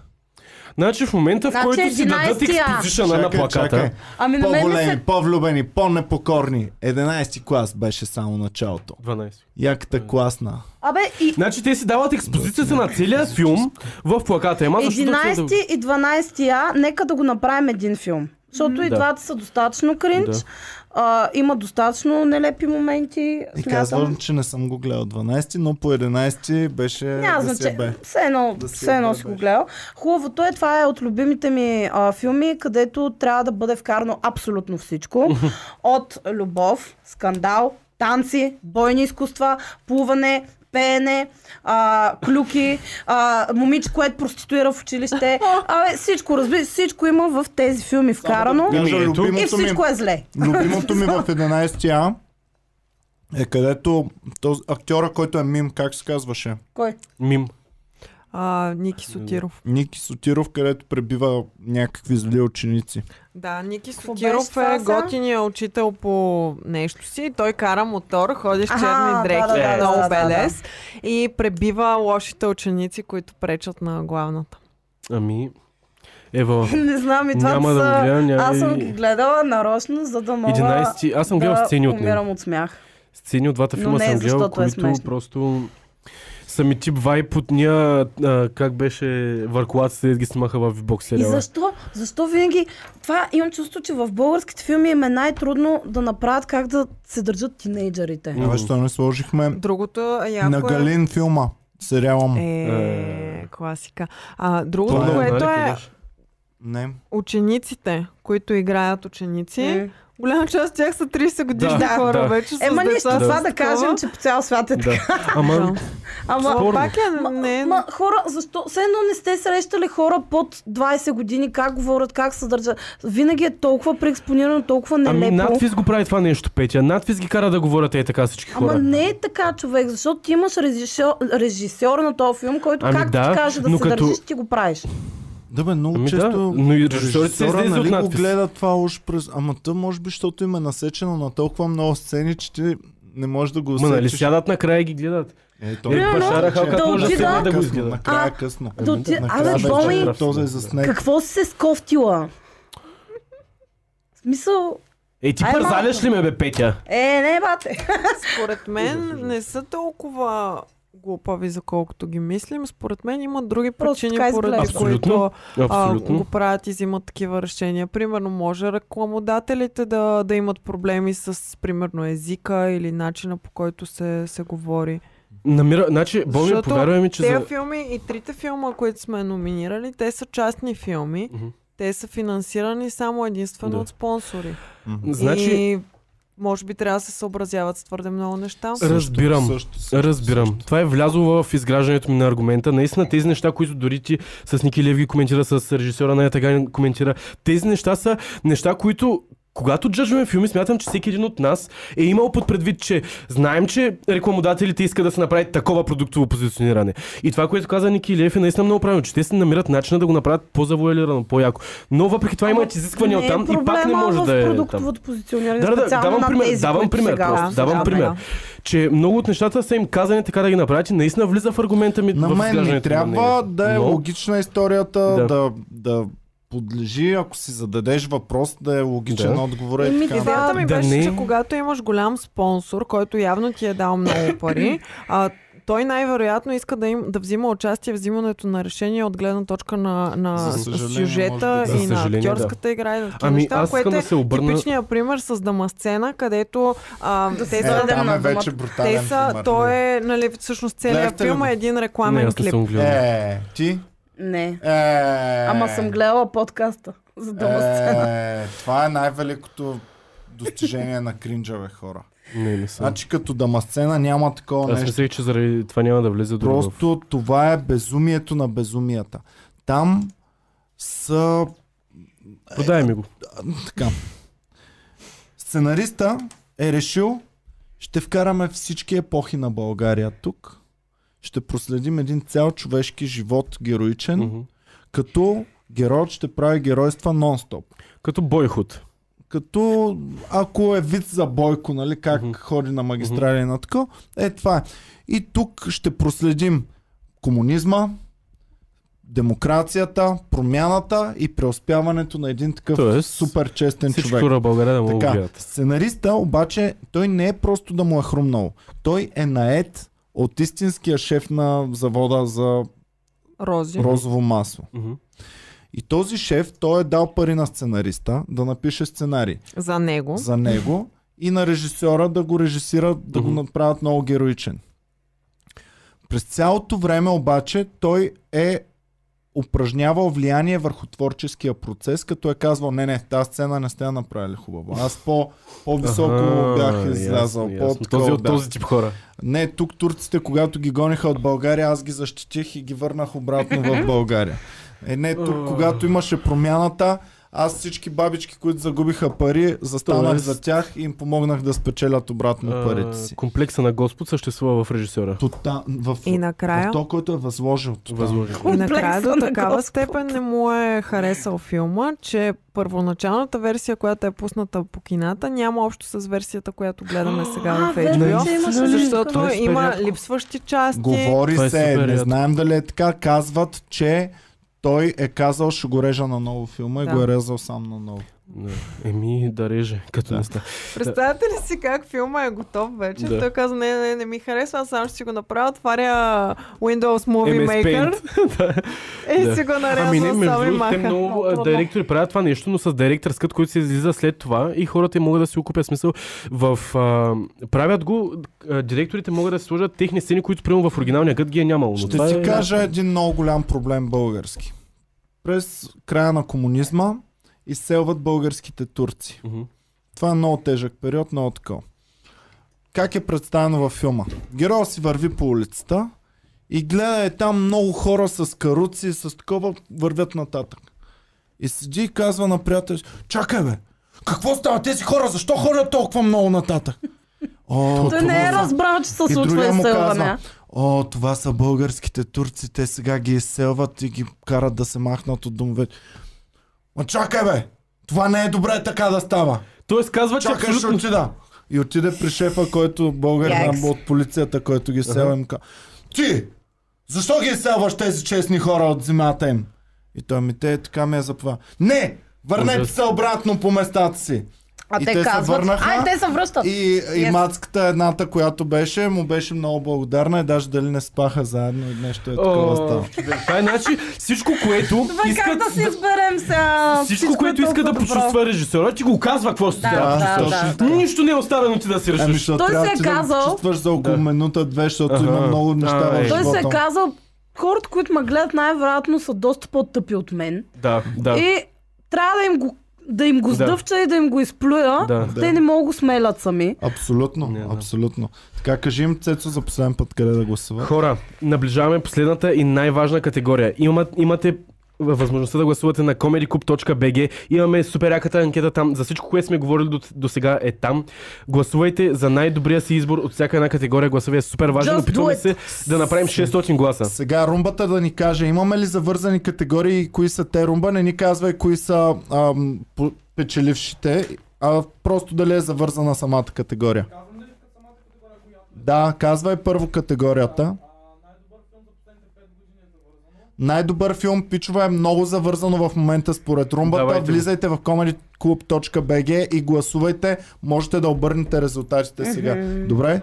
S2: Значи в момента, в
S3: Значи
S2: който си дадат
S3: 11-тия.
S2: експозишъна на плаката,
S3: ами на мен ми
S1: По-големи,
S3: се...
S1: по-влюбени, по-непокорни. 11 клас беше само началото.
S2: 12.
S1: Яката класна.
S3: Абе, и
S2: Значи те си дават експозицията на целия филм в плаката. Ема защото...
S3: 11 и 12 а, нека да го направим един филм. Защото и
S2: Да.
S3: двата са достатъчно кринч.
S2: Да.
S3: А, има достатъчно нелепи моменти.
S1: И казвам, че не съм го гледал 12, но по 11 беше
S3: Няма
S1: Е, да си я бе.
S3: значение. Все едно,
S1: Да си
S3: все едно
S1: я
S3: си
S1: бе,
S3: го
S1: бе.
S3: гледал. Хубавото е, това е от любимите ми а, филми, където трябва да бъде вкарано абсолютно всичко. от любов, скандал, танци, бойни изкуства, плуване, пеене, а, клюки, а, момиче, което проституира в училище. Абе, всичко, разбира, всичко има в тези филми вкарано.
S1: Кажа,
S2: Ами, ето.
S3: И
S1: любимото ми,
S3: всичко е зле.
S1: любимото ми в 11А е където този актьора, който е мим, как се казваше?
S3: Кой?
S2: Мим.
S4: А, Ники Сотиров.
S1: Ники Сотиров, където пребива някакви зли ученици.
S4: Да, Ники
S3: Какво беше
S4: Сотиров
S3: това,
S4: е
S3: Са?
S4: готиния учител по нещо си. Той кара мотор, ходи с
S3: Аха,
S4: черни
S3: да,
S4: дрехи,
S2: да,
S3: да,
S4: много
S3: да, да,
S4: белес. И пребива лошите ученици, които пречат на главната.
S2: Ами... Ева,
S3: Не знам, и това
S2: няма да го
S3: са...
S2: гледам. Няма...
S3: Аз съм
S2: и-
S3: ги гледала нарочно, за да мога
S2: 11... Аз съм гледал
S3: да
S2: сцени от него.
S3: умирам от смях.
S2: Сцени от двата
S3: Но
S2: филма
S3: не,
S2: съм гледал,
S3: защото е
S2: които
S3: смешно.
S2: просто са ми тип вайп от ния, а, как беше върколаците, да ги снимаха в бокс
S3: И
S2: сериала.
S3: защо? Защо винаги... Това имам чувство, че в българските филми им е най-трудно да направят как да се държат тинейджерите.
S2: Мгм.
S1: Mm-hmm. Защо не сложихме
S4: Другото е яко
S1: на
S4: е-
S1: Галин филма? Сериала му.
S4: Е,
S2: Е.
S4: класика. А,
S2: Това
S4: другото,
S1: Това е,
S2: много
S4: което
S2: най-лепо
S4: е
S2: беше.
S1: Не.
S4: учениците, които играят ученици,
S3: М.
S4: голяма част от тях са 30 годишни
S2: Да,
S4: хора
S2: да.
S4: вече. с
S3: Е. Ема
S4: деца
S3: нищо,
S4: с
S3: това да
S4: такова.
S3: кажем, че по цял свят е така.
S2: Да. Ама,
S4: Да.
S3: Ама...
S4: Това
S2: Спорно.
S4: пак е...
S3: Ма,
S4: Не,
S3: ма, хора, защо? Все едно не сте срещали хора под 20 години, как говорят, как се държат. Винаги е толкова преекспонирано, толкова нелепо.
S2: ами надвис го прави това нещо, Петя. Надвис ги кара да говорят е така всички
S3: Ама
S2: хора.
S3: не е така, човек, защото ти имаш режисьор, режисьор на този филм, който
S2: Ами
S3: както
S2: да,
S3: ти каже да
S2: но
S3: се
S2: като-
S3: държиш, ти го правиш.
S1: Да бе, много
S2: Ами да,
S1: често...
S2: но и режисьорите се
S1: режисьора,
S2: излизат
S1: нали
S2: от
S1: го
S2: надпис.
S1: гледа това уж през... Ама тъм, може би, защото им е насечено на толкова много сцени, че ти не можеш да го
S2: Ма
S1: усетиш.
S2: нали сядат накрая и ги гледат.
S1: Е, то...
S2: Е,
S3: Примерно,
S2: Башара Халкат
S3: да
S2: може да
S3: отида-
S2: седне да го
S1: късно,
S2: изгледа.
S1: Накрая
S3: А,
S1: е късно.
S3: да отида-
S1: Еми, накрая
S3: Абе,
S1: беше
S3: Боми-
S1: страшно. Този е заснет.
S3: Какво си се скофтила? В смисъл...
S2: Ей, ти
S3: Ай, малко.
S2: пързаляш ли ме, бе, Петя?
S3: Е, не, бате.
S4: според мен не са толкова глупави, за колкото ги мислим. Според мен има други
S3: Просто
S4: причини,
S3: така
S4: поради
S3: изглежда.
S4: които
S2: Абсолютно.
S4: а, го
S2: Абсолютно.
S4: правят и взимат такива решения. Примерно, може рекламодателите да, да имат проблеми с, примерно, езика или начина по който се, се говори.
S2: Намира... Значи, Боми,
S4: Защото
S2: повярвай ми, че
S4: Те
S2: за...
S4: за... филми и трите филма, които сме номинирали, те са частни филми.
S2: Мгм.
S4: Те са финансирани само единствено
S2: Да.
S4: от спонсори.
S1: Мгм.
S2: Значи,
S4: И може би трябва да се съобразяват с твърде много неща.
S2: Разбирам.
S1: Също, също,
S2: Разбирам.
S1: също.
S2: Това е влязло в изграждането ми на аргумента. Наистина тези неща, които дори ти с Ники Лев ги коментира, с режисьора на Ятаган коментира, тези неща са неща, които когато джаджваме филми, смятам, че всеки един от нас е имал под предвид, че знаем, че рекламодателите искат да се направи такова продуктово позициониране. И това, което каза Ники Лев е наистина много правилно, че те се намират начина да го направят по-завуалирано, по-яко. Но въпреки това имат изисквания
S3: Не е
S2: оттам и пак не
S3: проблема
S2: може
S3: в
S2: да е. Там.
S3: продуктовото позициониране,
S2: Да, да, да,
S3: специално
S2: давам
S3: на
S2: пример,
S3: тези,
S2: давам
S3: които
S2: пример
S3: сега-
S2: просто,
S3: Да,
S2: давам
S3: да,
S2: пример.
S3: да.
S2: че много от нещата са им казани така да ги направят и наистина влиза в аргумента ми
S1: На мен
S2: в
S1: ми
S2: изграждането на
S1: трябва
S2: мнението.
S1: да е
S2: Но
S1: логична историята, да.
S2: Да.
S1: да, да подлежи, ако си зададеш въпрос, да е логичен
S2: Да.
S1: отговор и
S3: Еми,
S1: така.
S3: да.
S4: Идеята ми
S2: Да
S4: беше,
S2: не.
S4: че когато имаш голям спонсор, който явно ти е дал много пари, а, той най-вероятно иска да, им, да взима участие в взимането на решение от гледна точка на, на
S1: За съжаление,
S4: сюжета
S1: може
S2: би да.
S4: и
S2: За
S4: на
S2: съжаление, да.
S4: актьорската игра и на такива
S2: Ами,
S4: неща,
S2: аз искам
S4: което
S2: да
S4: е
S2: се обърна-
S4: типичният пример с Дамасцена, където а,
S3: Да си
S4: те,
S1: Е,
S4: са,
S3: дадем
S1: там
S3: на
S1: е вече
S3: думата.
S1: брутален
S4: те са,
S1: пример.
S4: то е, нали, всъщност целият
S1: Гледахте ли
S4: филм
S1: го?
S4: е един
S2: не,
S4: рекламен
S2: аз не
S4: клип.
S2: съм гледал.
S1: Е, ти?
S3: Не.
S1: Е,
S3: Ама съм гледала подкаста за дома сцена.
S1: Е, това е най-великото достижение на кринджаве хора.
S2: Не, не съм.
S1: Значи като дамасцена няма такова
S2: Аз
S1: нещо.
S2: мислех, че заради това няма да влезе друго. в-
S1: Просто това е безумието на безумията. Там са
S2: Продай ми го.
S1: е, така. Сценариста е решил, ще вкараме всички епохи на България тук. Ще проследим един цял човешки живот, героичен,
S2: Мгм.
S1: като героят ще прави геройства нон-стоп.
S2: Като бойхуд.
S1: Като ако е вид за Бойко, нали, как
S2: Мгм.
S1: ходи на магистрали и на тако, е това е. И тук ще проследим комунизма, демокрацията, промяната и преуспяването на един такъв
S2: Тоест,
S1: супер честен
S2: Всички
S1: човек.
S2: хора в България да могат да
S1: Така,
S2: гледат.
S1: сценариста обаче, той не е просто да му е хрумнал. Той е наед от истинския шеф на завода за
S4: Рози.
S1: розово масло.
S2: Мгм.
S1: И този шеф, той е дал пари на сценариста да напише сценарий
S4: За него.
S1: за него и на режисьора да го режисира, да го
S2: Мгм.
S1: направят много героичен. През цялото време обаче той е упражнявал влияние върху творческия процес, като е казвал, не, не, тази сцена не сте я направили хубаво. Аз по, по-високо
S2: Аха,
S1: бях
S2: ясно,
S1: излязал.
S2: ясно.
S1: По-
S2: Този от този тип хора.
S1: Не, тук турците, когато ги гониха от България, аз ги защитих и ги върнах обратно в България. Е, не, тук, когато имаше промяната, аз всички бабички, които загубиха пари, застанах
S2: Тоест-
S1: за тях и им помогнах да спечелят обратно парите
S2: А,
S1: си.
S2: Комплекса на Господ съществува в режисьора.
S1: Тота, в,
S4: И
S1: в
S4: накрая,
S1: то, който е възложил. тотално.
S2: Възможно.
S4: и
S3: Комплекса
S4: накрая до
S3: на
S4: такава
S3: Господ.
S4: степен не му е харесал филма, че първоначалната версия, която е пусната по кината, няма общо с версията, която гледаме сега
S3: А,
S4: в
S3: верно,
S4: HBO.
S3: че имаше
S4: Защото
S2: Това е супер
S4: има
S2: рядко.
S4: липсващи части.
S1: Говори
S2: Това е
S1: се,
S2: супер
S1: не
S2: яд.
S1: знаем дали е така. Казват, че той е казал, ще го режа на ново филма и
S4: Да.
S1: го е резал сам на ново.
S2: Да. Еми, да реже, като
S1: Да.
S2: не ста.
S4: Представяте ли си как филма е готов вече?
S2: Да.
S4: Той каза, не, не, не ми харесва, аз само ще си го направя. Отваря Windows Movie
S2: MS
S4: Maker
S2: Paint. Да.
S4: и
S2: Да.
S4: си го нарязва
S2: Ами не, между
S4: сам и
S2: другото, те
S4: маха.
S2: много
S3: Много
S2: а,
S3: трудно.
S2: директори правят това нещо, но с директор скът, който се излиза след това и хората им могат да си окупят смисъл. В, а, правят го, а, директорите могат да си сложат техни сцени, които примерно в оригиналния гът ги е нямало. Но
S1: Ще
S2: това
S1: ти
S2: е...
S1: кажа един много голям проблем български. През края на комунизма изселват българските турци.
S2: Мгм.
S1: Това е много тежък период, много такъв. Как е представено във филма? Герой си върви по улицата и гледа е там много хора с каруци, с такова вървят нататък. И седи и казва на приятел, чакай бе, какво става тези хора, защо ходят толкова много нататък? О,
S3: Той не е
S1: това-
S3: разбрал, че се
S1: и
S3: случва
S1: другия му
S3: изселване.
S1: казва, о, това са българските турци, те сега ги изселват и ги карат да се махнат от домове. Ма чакай бе, това не е добре така да става.
S2: Тоест казва, че
S1: Чакай, ще
S2: абсолютно...
S1: отида. И отиде при шефа, който българ
S3: Якс.
S1: от полицията, който ги села им ка. Ти! Защо ги изселваш тези честни хора от земята им? И той ми те така ме е заплава. Не! Върнете
S2: Ужас.
S1: се обратно по местата си.
S3: А
S1: И
S3: те
S1: те се
S3: казват,
S1: върнаха.
S3: ай, те се връщат.
S1: И, и
S3: Yes.
S1: мацката едната, която беше, му беше много благодарна и даже дали не спаха заедно и нещо е такова
S2: О,
S1: става.
S2: Това е значи всичко, което
S3: Добре, как
S2: искат...
S3: да си изберем сега?
S2: Всичко, което
S3: е
S2: иска да
S3: толкова добро.
S2: почувства режисьора, ти го казва какво ще
S3: Да,
S2: трябва.
S3: да,
S1: точно
S3: да.
S1: така.
S2: Нищо не е оставено ти да си
S1: Ами,
S2: решиш.
S1: защото
S3: Той
S1: трябва
S3: се е
S1: ти да
S3: казал-
S1: го чувстваш за около
S2: Да.
S1: минута, две, защото
S2: Аха.
S1: има много неща
S2: Ай.
S1: в
S3: Той се е
S1: живота. му.
S3: казал, хората, които ме гледат, най-вероятно са доста по-тъпи от мен.
S2: Да, да.
S3: И трябва да им го, да им го
S2: Да.
S3: сдъвча и да им го изплюя.
S2: Да.
S3: Те не могат да го смелят сами.
S1: Абсолютно,
S2: Не, да.
S1: абсолютно. Така кажи им, Цецо, за последен път къде да гласува.
S2: Хора, наближаваме последната и най-важна категория. Имат, имате възможността да гласувате на comedyclub.bg. Имаме супер яката анкета там. За всичко, което сме говорили до, до сега е там. Гласувайте за най-добрия си избор от всяка една категория. Гласове е супер важен.
S3: Just do
S2: Опитваме
S3: it.
S2: се да направим 600 гласа.
S1: Сега румбата да ни каже, имаме ли завързани категории и кои са те румба, не ни казвай кои са ам, по- печелившите, а просто дали е завързана самата категория. Да, казвай първо категорията. Най-добър филм, пичове, е много завързано в момента според румбата.
S2: Давайте.
S1: Влизайте в comedyclub.bg и гласувайте. Можете да обърнете резултатите сега. Добре?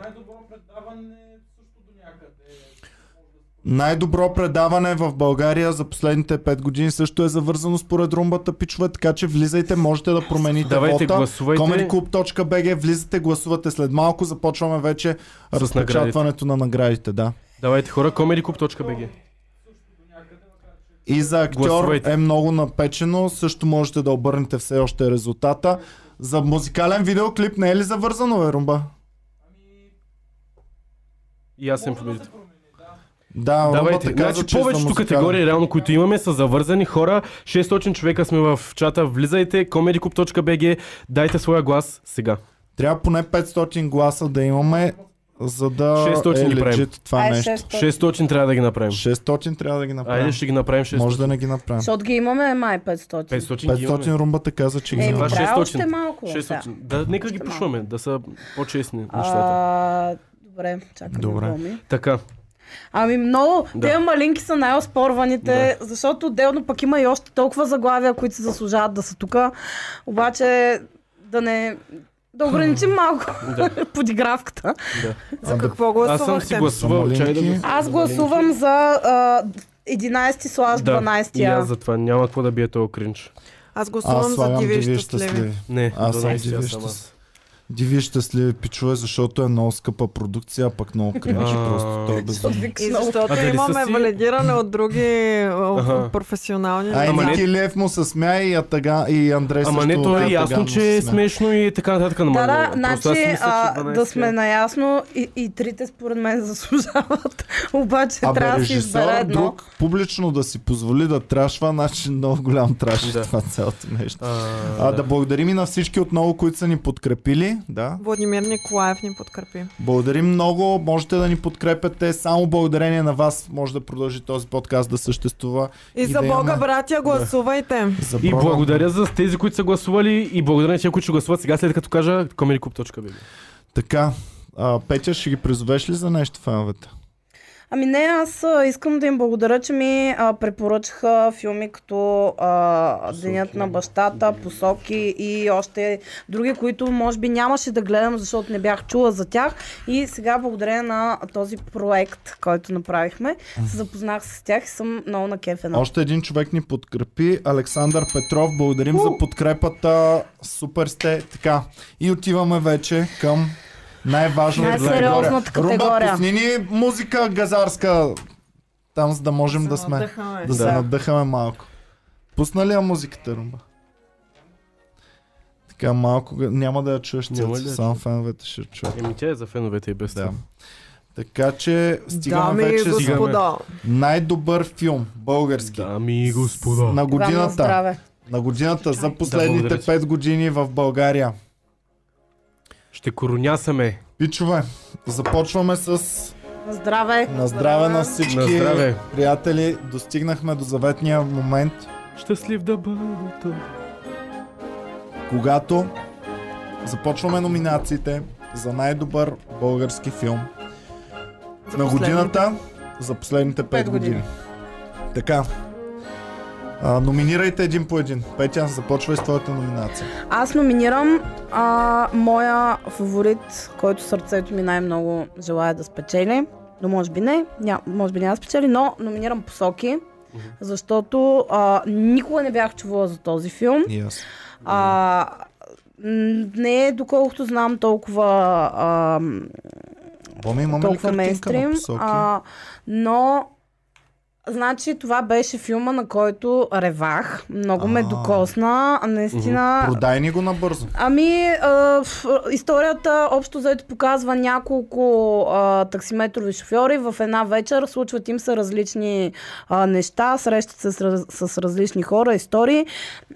S1: Най-добро предаване в България за последните 5 години също е завързано според румбата пичове, така че влизайте, можете да промените
S2: Давайте,
S1: вота.
S2: гласувайте.
S1: comedyclub.bg, влизате, гласувате след малко, започваме вече разпечатването на наградите, да.
S2: Давайте хора, comedyclub.bg.
S1: И за актьор
S2: Гласувайте.
S1: е много напечено, също можете да обърнете все още резултата. За музикален видеоклип не е ли завързано, е, Румба?
S2: И аз съм победител.
S1: Да,
S2: Давайте.
S1: Румбата каза,
S2: Значи
S1: че е за
S2: повечето
S1: музикален.
S2: категории, реално, които имаме, са завързани хора. 600 човека сме в чата. Влизайте, comedyclub.bg. Дайте своя глас сега.
S1: Трябва поне 500 гласа да имаме, за да
S2: 600
S1: е
S2: ги правим.
S1: легит това нещо.
S2: 600 трябва да ги направим.
S1: 600 трябва да ги направим.
S2: Айде ще ги направим 600.
S1: Може да не ги направим.
S3: Защото ги имаме май 500.
S2: 500 ги имаме.
S1: 500 румбата каза, че ги
S3: Еми,
S1: няма.
S2: Това
S3: трябва
S2: 600.
S3: още малко. да.
S2: 600. Да, нека ги
S3: Още малко.
S2: пушваме, да са по-честни нещата.
S3: А, добре, чакам
S1: Добре.
S3: добре. Боми.
S2: Така.
S3: Ами много,
S2: Да.
S3: да. те малинки са най-оспорваните, да. защото отделно пък има и още толкова заглавия, които се заслужават да са тук. Обаче да не... Да ограничим малко
S2: Да,
S3: подигравката.
S2: да.
S4: За какво
S1: Ами
S2: Аз съм си
S4: гласувахте?
S2: гласувал.
S1: Самолинки.
S2: Чай да гласувам.
S3: Аз гласувам за а, 11 слаж
S2: Да,
S3: 12.
S2: И аз за това няма какво да бие този кринч.
S4: Аз гласувам
S1: Аз
S4: за
S1: слагам
S4: Диви
S1: диви
S4: щастливи.
S1: щастливи.
S2: Не,
S1: Аз съм
S2: 12
S1: диви
S2: аз съм аз.
S1: щастлив. Диви щастливи пичове, защото е много скъпа продукция, а пък много кринч.
S2: А.
S1: Просто той е безумно.
S4: И
S3: Много.
S4: защото
S2: А дали са
S4: имаме
S2: си-
S4: валидиране от други а,
S2: Аха.
S4: професионални.
S1: Ай,
S2: Ама не-
S1: Ники Лев му се смя и, Атага, и Андрей
S2: Ама
S1: също
S2: не, то е
S1: Атаган
S2: ясно,
S1: му се
S2: че е
S1: смя.
S2: смешно и така нататък. ама
S3: Да, да,
S2: просто аз си
S3: значи
S2: мисля, че
S3: а,
S2: 12
S3: да сме
S2: е.
S3: наясно и, и трите според мен заслужават, обаче трябва
S1: Абе,
S3: да си избера
S1: режисьор
S3: едно.
S1: друг публично да си позволи да трашва, значи много голям траш е
S2: Да.
S1: това цялото нещо.
S2: А,
S1: А, да. благодарим и на всички отново, които са ни подкрепили. Да.
S4: Владимир Николаев ни подкрепи.
S1: Благодарим много. Можете да ни подкрепяте. Само благодарение на вас може да продължи този подкаст да съществува.
S4: И, за
S1: да
S4: Бога,
S1: имаме-
S4: братя, гласувайте.
S1: За
S2: И
S1: Бога.
S2: благодаря за тези, които са гласували и благодаря на тези, които ще гласуват сега, след като кажа comedyclub.bg.
S1: Така. А, Петя, ще ги призовеш ли за нещо феновете?
S3: Ами не, аз а, искам да им благодаря, че ми а, препоръчаха филми като а, Денят на бащата, Посоки и още други, които може би нямаше да гледам, защото не бях чула за тях. И сега благодаря на този проект, който направихме, се запознах с тях и съм много на кефена.
S1: Още един човек ни подкрепи. Александър Петров, благодарим за подкрепата. Супер сте. Така. И отиваме вече към най-важната
S3: Най-сериозната категория.
S1: Румба, пусни ни музика газарска. Там, за да можем да сме.
S4: Надъхаме.
S1: Да се
S2: Да.
S1: надъхаме малко. Пусна ли я музиката, Румба? Така малко, га- няма да я чуеш
S2: Няма
S1: цялата,
S2: ли да я
S1: само феновете ще я чуят.
S2: Еми тя е за феновете и без
S1: Да.
S2: това.
S1: Така че стигаме
S4: Дами и
S1: вече за
S4: господа.
S1: най-добър филм, български.
S2: Дами и господа.
S1: На
S3: Вам на
S1: годината.
S3: здраве.
S1: На годината за
S2: благодаря
S1: последните
S2: ти.
S1: 5 години в България.
S2: Ще коронясаме.
S1: Пичове, започваме с
S3: На здраве.
S1: на здраве на всички
S2: На здраве.
S1: приятели. Достигнахме до заветния момент,
S2: Щастлив да бъда той.
S1: когато започваме номинациите за най-добър български филм
S4: За
S1: на
S4: последните.
S1: годината за последните 5
S3: Пет
S1: години.
S3: години.
S1: Така. А, номинирайте един по един. Петя, започвай с твоята номинация.
S3: Аз номинирам а, моя фаворит, който сърцето ми най-много желая да спечели. Но може би не, ня, може би няма да спечели, но номинирам посоки, защото а, никога не бях чувала за този филм.
S1: И аз.
S3: А, м, не е, доколкото знам, толкова а, м,
S1: Боми, имаме ли картинка
S3: толкова
S1: на
S3: мейнстрим.
S1: посоки?
S3: А, но, значи, това беше филма, на който ревах. Много ме
S1: А.
S3: докосна. Наистина,
S1: Продай ни го набързо.
S3: Ами, а, в- историята общо заето показва няколко а, таксиметрови шофьори в една вечер. Случват им се различни а, неща, срещат се с, раз- с различни хора, истории.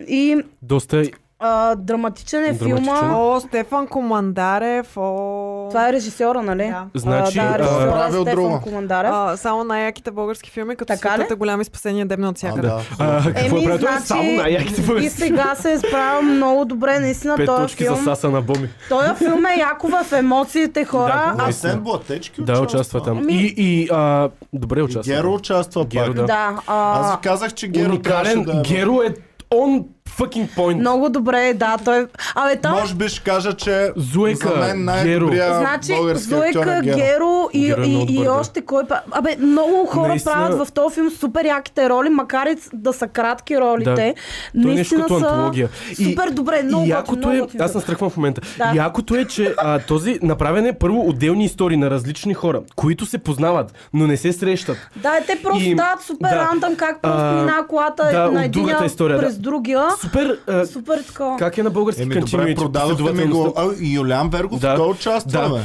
S3: И
S2: Доста е-
S3: а, драматичен е
S2: Драматичен.
S3: филма.
S4: О, Стефан Командарев, о...
S3: Това е режисьора, нали?
S4: Да.
S2: Значи,
S3: а,
S2: а,
S3: да, режисьора е
S1: Правил друга.
S3: Стефан Командарев.
S4: А, само най-яките български филми, като
S3: Така ли?
S4: Светът е голям и спасение дебне от всякъде.
S1: да.
S2: а, какво е правил? Той е Само най-яките
S3: значи, и
S2: български.
S3: сега се е справил много добре, наистина,
S2: Пет
S3: този
S2: точки за
S3: филм.
S2: Саса на Боми.
S3: Този филм е яко в емоциите, хора.
S2: Да,
S1: А
S3: а,
S1: Асен Блатечки
S2: Да, участва там.
S3: Ами-
S2: И, и а, добре
S1: И
S2: участва.
S1: Геро участва
S2: Геро,
S1: пак.
S2: да.
S3: да, а,
S1: Аз ви казах, че Геро трябваше
S2: Уникален.
S1: да е. Геро...
S2: Геро е on fucking point.
S3: Много добре, да, той... Абе, там...
S1: Може би ще кажа, че
S2: Зуека,
S1: за мен най-добрия
S3: Значи,
S1: български актьор
S3: Зойка,
S1: е Геро.
S3: Геро и,
S2: Геро е много
S3: и,
S2: добър,
S3: и
S2: да.
S3: още кой па... Абе, много хора
S2: Наистина-
S3: правят в този филм супер яките роли, макар и да са кратки ролите.
S2: Той е нещо
S3: наистина
S2: като
S3: са...
S2: антология.
S3: Супер добре, много
S2: и
S3: готин,
S2: якото
S3: много
S2: е,
S3: готин
S2: аз
S3: филм.
S2: настръхвам в момента.
S3: Да.
S2: Якото е, че а, този направен е първо отделни истории на различни хора, които се познават, но не се срещат.
S3: Да, е, те просто
S2: И-
S3: дават супер
S2: да.
S3: рандъм, как просто
S2: А,
S3: мина колата
S2: да,
S3: на
S2: от другата
S3: единия
S2: история, да.
S3: през другия.
S2: Супер. А,
S3: Супер такова.
S2: как е на български
S1: Еми добре,
S2: continuity,
S1: продадохте ми го.
S2: последователността?
S1: А, и Юлиан Вергов
S2: Да.
S1: да. той участва,
S2: Да,
S1: бе.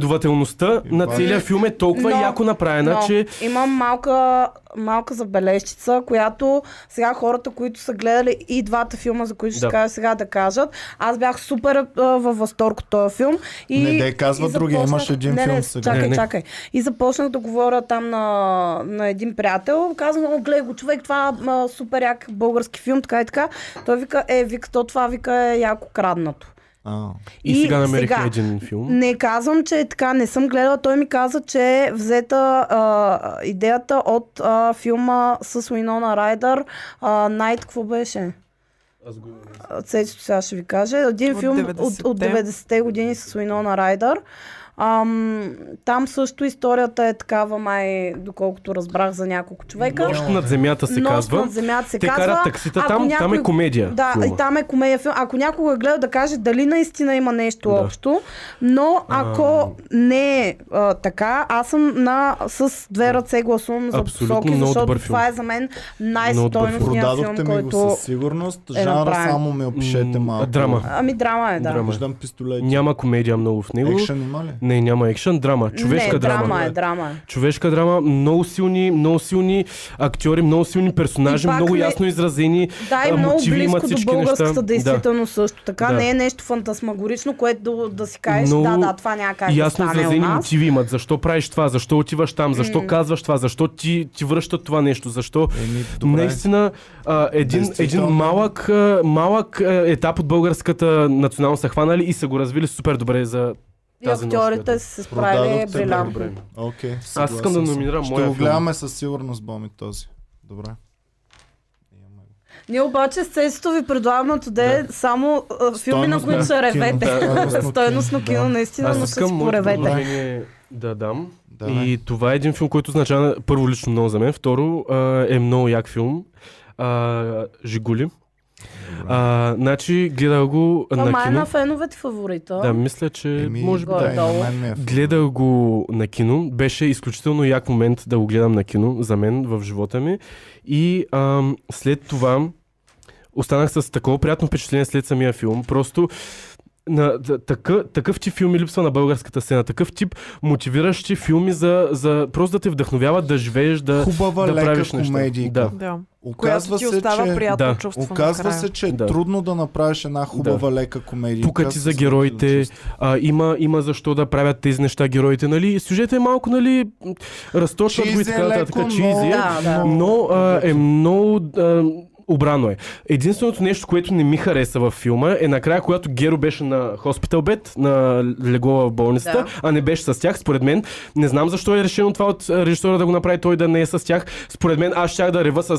S2: последователността на
S1: бай.
S2: целия филм е толкова
S3: Но-
S2: яко направена,
S3: но
S2: че
S3: Имам малка, малка забележчица, която сега хората, които са гледали и двата филма, за които ще
S2: Да.
S3: кажа сега да кажат. Аз бях супер а, във възторг от този филм. И,
S1: Не, дей, казва
S3: и
S1: другия,
S3: започнах-
S1: имаш един
S3: не,
S1: филм
S3: не,
S1: сега.
S3: Чакай,
S2: Не, не.
S3: чакай. И започнах да говоря там на, на един приятел. Казвам, о, гледай го, човек, това а, супер як български филм, така и така. Той вика, е, вика, то това вика е яко краднато.
S1: А.
S2: и,
S3: и
S2: сега намерихме
S3: сега.
S2: един филм.
S3: Не казвам, че е така. Не съм гледала. Той ми каза, че е взета а, идеята от а, филма с Уинона Райдър. А, Найт, какво беше?
S2: Аз го
S3: А, Цецето сега ще ви каже. Един
S4: От
S3: филм
S4: 90-те.
S3: от, от 90-те години с Уинона Райдър. Ам, там също историята е такава, май, доколкото разбрах за няколко човека.
S2: Нощ над земята се
S3: Нощ
S2: казва.
S3: над земята се
S2: Те
S3: казва.
S2: карат таксита
S3: Ако
S2: там, там е комедия.
S3: Да,
S2: филма.
S3: и там е комедия филм. Ако някога е гледа да каже дали наистина има нещо
S2: Да.
S3: общо, но ако не е а, така, аз съм на, с две ръце гласувам за
S2: Абсолютно
S3: посоки,
S2: много
S3: защото
S2: добър филм.
S3: това е за мен
S2: Много добър
S3: най-стойностният филм,
S1: Продадохте ми го
S3: който...
S1: със сигурност.
S3: е
S1: Жанра
S3: направен.
S1: само ми опишете
S2: М,
S1: малко.
S2: драма.
S3: Ами драма е, да.
S2: Драма.
S1: Виждам пистолет.
S2: Няма комедия много в него.
S1: Екшен има ли?
S2: Не, няма екшен, драма. Човешка
S3: не, драма.
S2: драма.
S3: е, драма е.
S2: Човешка драма, много силни, много силни актьори, много силни персонажи,
S3: И пак
S2: много
S3: не-
S2: ясно изразени.
S3: Да, и
S2: а,
S3: много
S2: мотиви имат
S3: близко до
S2: всички
S3: българската
S2: неща. Да.
S3: действителност също. Така
S2: Да.
S3: не е нещо фантасмагорично, което да, да си кажеш,
S2: Много
S3: да, да, това няма как да
S2: Ясно
S3: стане у
S2: изразени
S3: нас.
S2: мотиви имат. Защо правиш това? Защо отиваш там? Защо казваш това? Защо ти, ти връщат това нещо? Защо?
S1: Еми, добре.
S2: Наистина, а, един, един
S1: Действително.
S2: малък, а, малък а, етап от българската националност са хванали и са го развили супер добре за
S3: И
S2: тази
S3: актьорите
S2: нощ.
S3: са се справили
S1: Продадохте ми
S3: брилянтно.
S2: добре.
S1: Окей.
S2: Аз искам да
S1: съгласен съм.
S2: номинирам
S1: Ще
S2: моя
S1: го
S2: филм.
S1: гледаме със сигурност, Боми, този. Добре.
S3: Ние обаче с цесто ви предлагаме туде да. само а, филми, на
S1: Стойностно
S3: които ще
S1: кино,
S3: ревете.
S1: да.
S3: Стойностно кино,
S1: Да.
S3: наистина,
S2: Аз
S3: но ще
S2: искам
S3: си
S2: моето
S3: поревете.
S2: предложение да дам.
S1: Давай.
S2: И това е един филм, който означава първо лично много за мен, второ а, е много як филм. А, Жигули. А, значи гледах го на
S3: Това е
S2: кино.
S3: на феновете фаворита.
S2: Да, мисля, че
S1: Еми,
S2: е, може би
S3: да.
S1: да, и на мен ми е филм.
S2: Гледах го на кино. Беше изключително як момент да го гледам на кино за мен в живота ми. И ам, след това останах с такова приятно впечатление след самия филм. Просто на, да, такъв, такъв тип филми липсва на българската сцена. Такъв тип мотивиращи филми за, за просто да те вдъхновяват да живееш, да,
S1: Хубава
S2: да правиш
S1: лека
S2: неща.
S1: комедия.
S2: Да.
S4: Да. Която
S1: Оказва
S4: ти
S1: се,
S4: остава
S1: че...
S4: приятно
S2: Да.
S4: чувство
S1: Оказва
S4: накрая.
S1: се, че е
S2: Да.
S1: трудно да направиш една хубава лека комедия.
S2: Пука ти
S1: Оказва
S2: за
S1: се,
S2: героите,
S1: че-
S2: а, има, има защо да правят тези неща героите, нали? Сюжетът е малко, нали, разточват го и
S1: Чизи е
S2: така нататък.
S1: леко, но...
S2: Чизи е,
S3: Да, да.
S2: но а, е много а, обрано е. Единственото нещо, което не ми хареса във филма е накрая, когато Геро беше на хоспитал бед, на легло в болницата,
S3: Да.
S2: а не беше с тях, според мен. Не знам защо е решено това от а, режисьора да го направи той да не е с тях. Според мен аз щях да рева с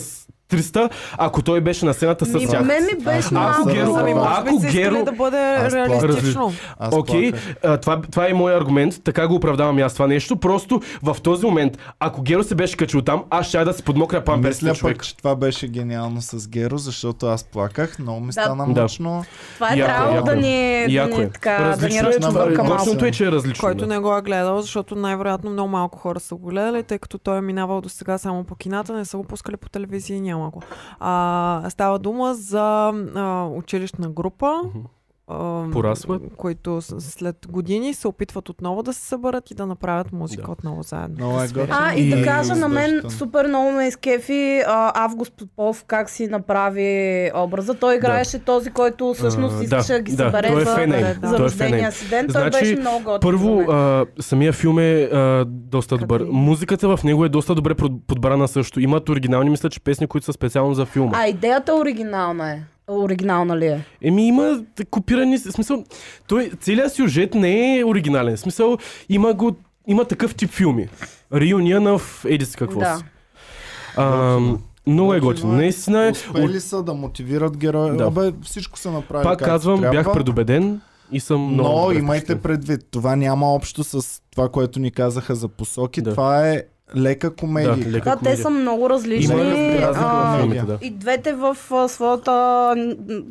S2: 300, ако той беше на сцената с
S3: Ми,
S2: тях.
S3: Ами, мен ми беше
S1: Аз
S3: малко...
S2: съм Геро-
S4: Ами може
S2: Ако
S4: би са искали
S2: Геро-
S4: да бъде
S1: Аз плаках.
S4: реалистично.
S1: Аз
S2: Окей,
S1: плаках.
S2: а, това, това е моят аргумент, така го оправдавам и аз това нещо. Просто в този момент, ако Геро се беше качил там, аз ще да се подмокря памперсите
S1: Мисля
S2: човек.
S1: пък, че това беше гениално с Геро, защото аз плаках, много ми
S3: Да.
S1: стана
S2: Да.
S1: мъчно.
S3: Това е
S2: Яко е,
S3: трябвало
S2: яко е.
S3: да ни, да
S2: Яко е.
S3: ни, така, да ни
S2: Различно е,
S3: разчувърка
S1: това е
S3: малко.
S2: Точното е, че е различно.
S4: Който
S2: да.
S4: не го е гледал, защото най-вероятно много малко хора са го гледали, тъй като той е минавал до сега само по кината, не са го пускали по телевизия и няма го. А, става дума за а, училищна група. а,
S2: Порасла.
S4: Които с- след години се опитват отново да се съберат и да направят музика
S2: Да.
S4: отново заедно.
S1: Много е
S4: Да свирят.
S1: готино.
S3: А, и да
S2: И-
S3: кажа, на мен
S1: Задължително.
S3: супер много ме изкефи а, Август Попов как си направи образа. Той играеше този, който всъщност
S2: А,
S3: искаше да ги
S2: да,
S3: събере
S2: той е
S3: за,
S2: феней.
S4: да,
S3: за
S2: Той е
S3: рождения
S2: феней.
S3: си ден. Той
S2: Значи,
S3: беше много готин. за
S2: Първо,
S3: мен.
S2: а, самия филм е а, доста добър.
S4: Картина.
S2: Музиката в него е доста добре прод- подбрана също. Имат оригинални, мисля, че песни, които са специално за филма.
S3: А идеята оригинална е. Оригинална ли е?
S2: Еми има т- копирани, с- смисъл, той, целият сюжет не е оригинален. В Смисъл, има го, има такъв тип филми. Реюния на в еди си какво
S3: Да.
S2: си. А, много е
S1: Готино
S2: готино.
S1: е.
S2: Наистина е.
S1: Успели са да мотивират героя. Да.
S2: Да.
S1: Абе, всичко се направи
S2: Пак
S1: както
S2: казвам,
S1: трябва.
S2: бях предубеден и съм много.
S1: Но
S2: добре
S1: имайте
S2: впечатлен.
S1: предвид, това няма общо с това, което ни казаха за посоки. Да.
S2: Да.
S1: Това е лека комедия.
S2: Да, лека
S3: Да, те
S2: комедия.
S3: са много различни.
S2: Има разлика
S3: а,
S2: в филмите, да.
S3: и двете в а, своята м,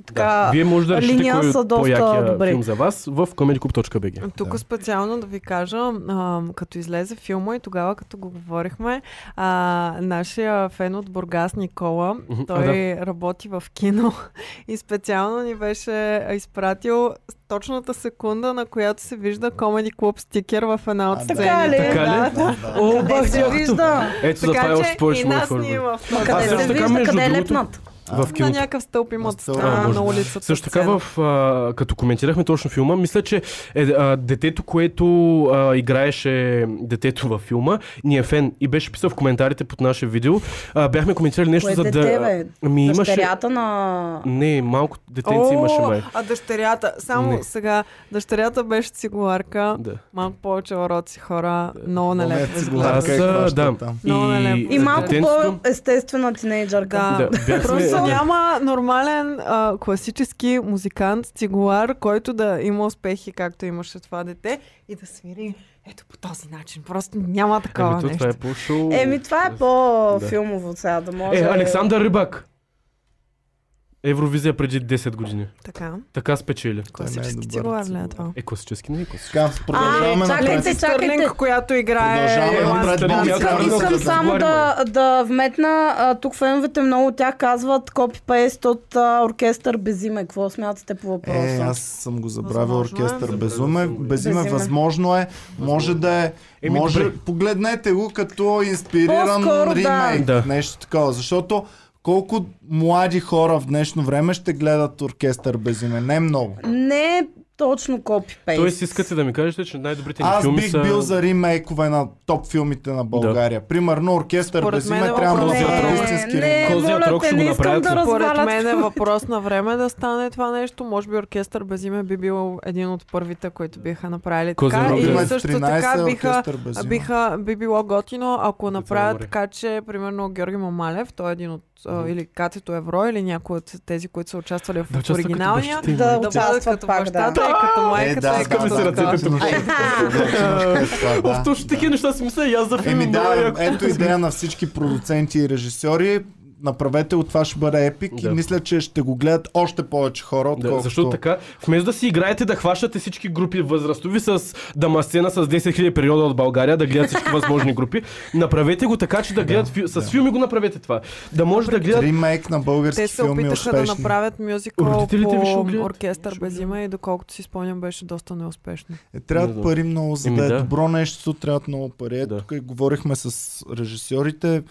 S3: така,
S2: Вие може да решите
S3: линия
S2: кой е
S3: са доста
S2: по-якия
S3: добри.
S2: филм за вас в comedyclub.bg.
S4: Тук
S1: Да.
S4: специално да ви кажа, а, като излезе филма и тогава, като го говорихме, а, нашия фен от Бургас Никола,
S2: Мгм, а,
S4: той работи в кино и специално ни беше изпратил точната секунда, на която се вижда Comedy Club стикер в една от
S1: А,
S4: сцените.
S3: Така ли?
S2: Така
S4: Да,
S2: ли?
S4: да.
S2: О,
S3: Къде
S2: бах,
S3: се
S2: дякото.
S3: вижда?
S2: Ето за това е
S4: Така
S2: още
S4: че и
S2: повече мой
S4: нас
S2: фаворит.
S4: ни има в
S3: Ма
S4: този
S2: Аз
S3: къде
S4: филм.
S2: също
S3: се
S2: така,
S3: вижда?
S2: между
S3: Къде е
S2: другото,
S3: лепнат?
S2: В
S4: на
S2: киното.
S4: някакъв стълб имат
S1: стълб,
S4: а,
S2: може
S4: на
S2: би.
S4: улицата.
S2: Също така,
S4: сцена.
S2: в, а, като коментирахме точно филма, мисля, че е, а, детето, което а, играеше детето във филма, ни е фен и беше писал в коментарите под наше видео. А, бяхме коментирали нещо
S3: Кое
S2: за
S3: дете,
S2: да.
S3: бе?
S2: Ами имаше.
S3: Дъщерята на...
S2: Не, малко детенце имаше май.
S4: А дъщерята, само
S2: Не.
S4: сега, дъщерята беше цигуларка,
S2: Да.
S4: малко повече уроци хора, много
S1: Момент
S4: нелепо
S1: цигуларка.
S4: изглежда.
S2: Аз,
S1: Как
S2: а,
S1: хваща
S2: да.
S1: там?
S4: Много нелепо.
S3: И малко
S2: детенцето-
S3: по-естествена тинейджърка.
S4: Да,
S2: Да, бяхме-
S4: просто
S2: за ден.
S4: няма нормален а, класически музикант, цигулар, който да има успехи, както имаше това дете, и да свири ето по този начин. Просто няма такова
S2: Еми, то
S4: нещо.
S2: това е по-шоу.
S3: Еми, това е по-филмово сега, да може...
S2: Е, Александър Рибак. Евровизия преди 10 години.
S4: Така,
S2: Така спечели.
S1: не е
S4: класически
S1: добър
S4: цигулар ли е
S1: цигулар.
S4: това?
S2: Е, класически не е класически.
S1: Така, продължаваме
S3: А, е,
S1: напред.
S3: чакайте,
S4: Стърлинг, която играе
S1: Продължаваме
S4: Ирландска
S1: напред.
S4: болница.
S2: Е, Искам-
S1: Искам-
S3: Искам
S2: Да,
S3: само да, да вметна, а, тук феновете много от тях казват копи-пейст от а, оркестър Безиме. Какво смятате по въпроса?
S1: Е, аз съм го забравил
S4: Възможно е.
S1: оркестър. Безуме,
S2: Безуме.
S1: безиме,
S3: Безиме.
S1: възможно е. Може да е.
S2: Еми,
S1: Може.
S2: добре.
S1: Погледнете го като инспириран
S3: По-скоро да.
S1: ремейк.
S2: Да.
S1: Нещо такова. Защото колко млади хора в днешно време ще гледат оркестър безиме? Не много.
S3: Не е точно
S2: Тоест,
S3: копи-пейст.
S2: искате да ми кажете, че най-добрите ни
S1: Е, Аз
S2: филми
S1: бих
S2: са...
S1: бил за ремейкове на топ филмите на България. Примерно оркестър
S4: Според
S1: безиме
S4: мен е
S1: трябва да
S4: въпрос-
S1: бъде
S2: Не,
S1: истински
S3: не,
S1: ремейк.
S2: Козият
S3: моля
S2: рок
S3: те,
S2: ще го
S3: не искам
S2: направят.
S3: да
S4: Според
S3: развалят.
S4: мен е въпрос на време да стане това нещо. Може би оркестър Безиме би бил един от първите, които биха направили
S2: Козен
S4: така.
S2: рок.
S1: Има
S4: И
S1: в
S4: също така
S1: 13
S4: биха,
S1: оркестър безиме.
S4: биха, би било готино, ако направят
S2: умре.
S4: така, че примерно Георги Мамалев, той е един от а, или Катето Евро, или някой от тези, които са участвали в
S2: Да участва като
S4: оригиналния,
S2: бащите им,
S3: Да,
S2: нали?
S4: да бъдат
S3: Участват
S4: като
S3: пак, да.
S4: бащата и като майката. и
S2: да, да,
S4: като
S2: да.
S4: така.
S2: ръцете тук.
S1: Да.
S2: О, точно такива неща си мисля и аз за филми.
S1: Еми
S2: много
S1: да, е,
S2: яко.
S1: ето идея на всички продуценти и режисьори. Направете от това ще бъде епик да.
S2: Да.
S1: и мисля, че ще го гледат още повече хора,
S2: Да,
S1: отколкото...
S2: защото така, вместо да си играете, да хващате всички групи възрастови с дамасцена с 10 000 периода от България, да гледат всички възможни групи, направете го така, че да гледат фи... с филми го направете това. Да може да гледат...
S1: Ремейк на български
S4: Те се
S1: филми
S4: опитаха да
S1: успешни.
S4: направят мюзикъл
S2: Родителите ви ще го
S4: по
S2: гледат?
S4: оркестър Безиме и доколкото си спомням беше доста неуспешно.
S1: Е, трябват
S2: Не, да.
S1: пари много, за
S2: Еми,
S1: да е
S2: да.
S1: добро нещо, трябват много пари. Е,
S2: Да.
S1: Тук и говорихме с режисьорите.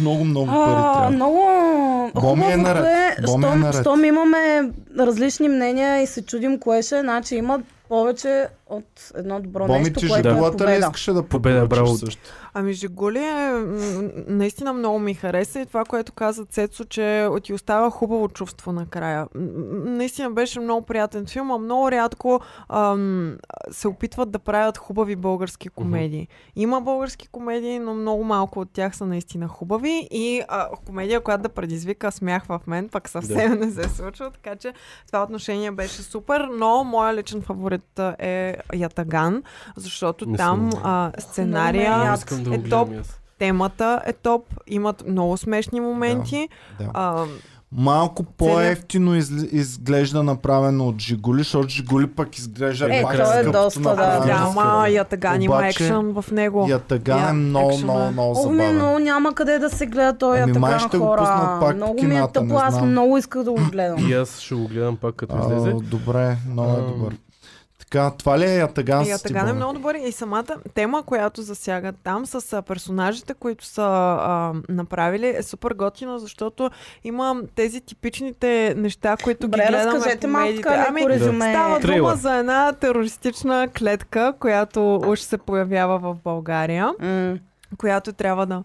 S1: Много, много пари
S3: А,
S1: трябва.
S3: много
S1: Боми е
S3: хубавото
S1: наред.
S3: е,
S1: Боми е
S3: щом,
S1: наред.
S3: щом имаме различни мнения и се чудим кое ще е, значи има повече от едно добро
S1: Боми,
S3: нещо,
S1: ти
S3: което е
S1: жигулата ли
S3: победа.
S1: искаше да
S2: Победа,
S1: победа,
S2: браво.
S1: също?
S4: Ами Жигули е, м, наистина много ми хареса и това, което каза Цецо, че ти остава хубаво чувство накрая. М, м, Наистина беше много приятен филм, а много рядко ам, се опитват да правят хубави български комедии. Има български комедии, но много малко от тях са наистина хубави и а, комедия, която да предизвика смях в мен, пък съвсем не се случва, така че в това отношение беше супер, но моя личен фаворит а, е Ятаган, защото
S2: Не съм
S4: там
S2: гледал.
S4: а, сценария
S3: Ох,
S2: Не
S3: аз
S2: искам да го
S4: е
S2: гледам
S4: топ,
S2: и аз.
S4: темата е топ, имат много смешни моменти.
S1: Да.
S4: А,
S1: Малко по-ефтино из, изглежда направено от Жигули, защото Жигули пък изглежда
S3: Е,
S1: пак
S2: то е
S1: скъпото
S3: доста, да.
S1: направено.
S2: да,
S4: да, ама я така има
S1: Обаче,
S4: екшън в него.
S1: Я тъга е
S4: Я-
S1: много,
S4: екшена.
S1: много, много
S3: Ох, ми,
S1: забавен.
S3: но няма къде да се гледа той
S1: Ами,
S3: ами,
S1: май
S3: така
S1: ще го
S3: хора.
S1: пуснат пак в
S3: много ми е
S1: кината,
S3: тъпо,
S1: не
S3: аз
S1: знам.
S3: много исках да го гледам.
S2: И аз ще го гледам пак като
S1: А,
S2: излезе.
S1: Добре, много е
S2: Ам.
S1: добър. Така, това ли е Ятаган?
S4: Я
S1: с
S4: така е
S1: Тибор?
S4: много добър и самата тема, която засягат там с а, персонажите, които са а, направили, е супер готино, защото има тези типичните неща, които
S3: Добре,
S4: ги гледаме
S3: разкажете
S4: по
S3: малко
S4: медиите.
S3: така
S4: Ами,
S3: леко резюме.
S4: Става дума
S2: Трейлър.
S4: за една терористична клетка, която уж се появява в България,
S3: М.
S4: която трябва да...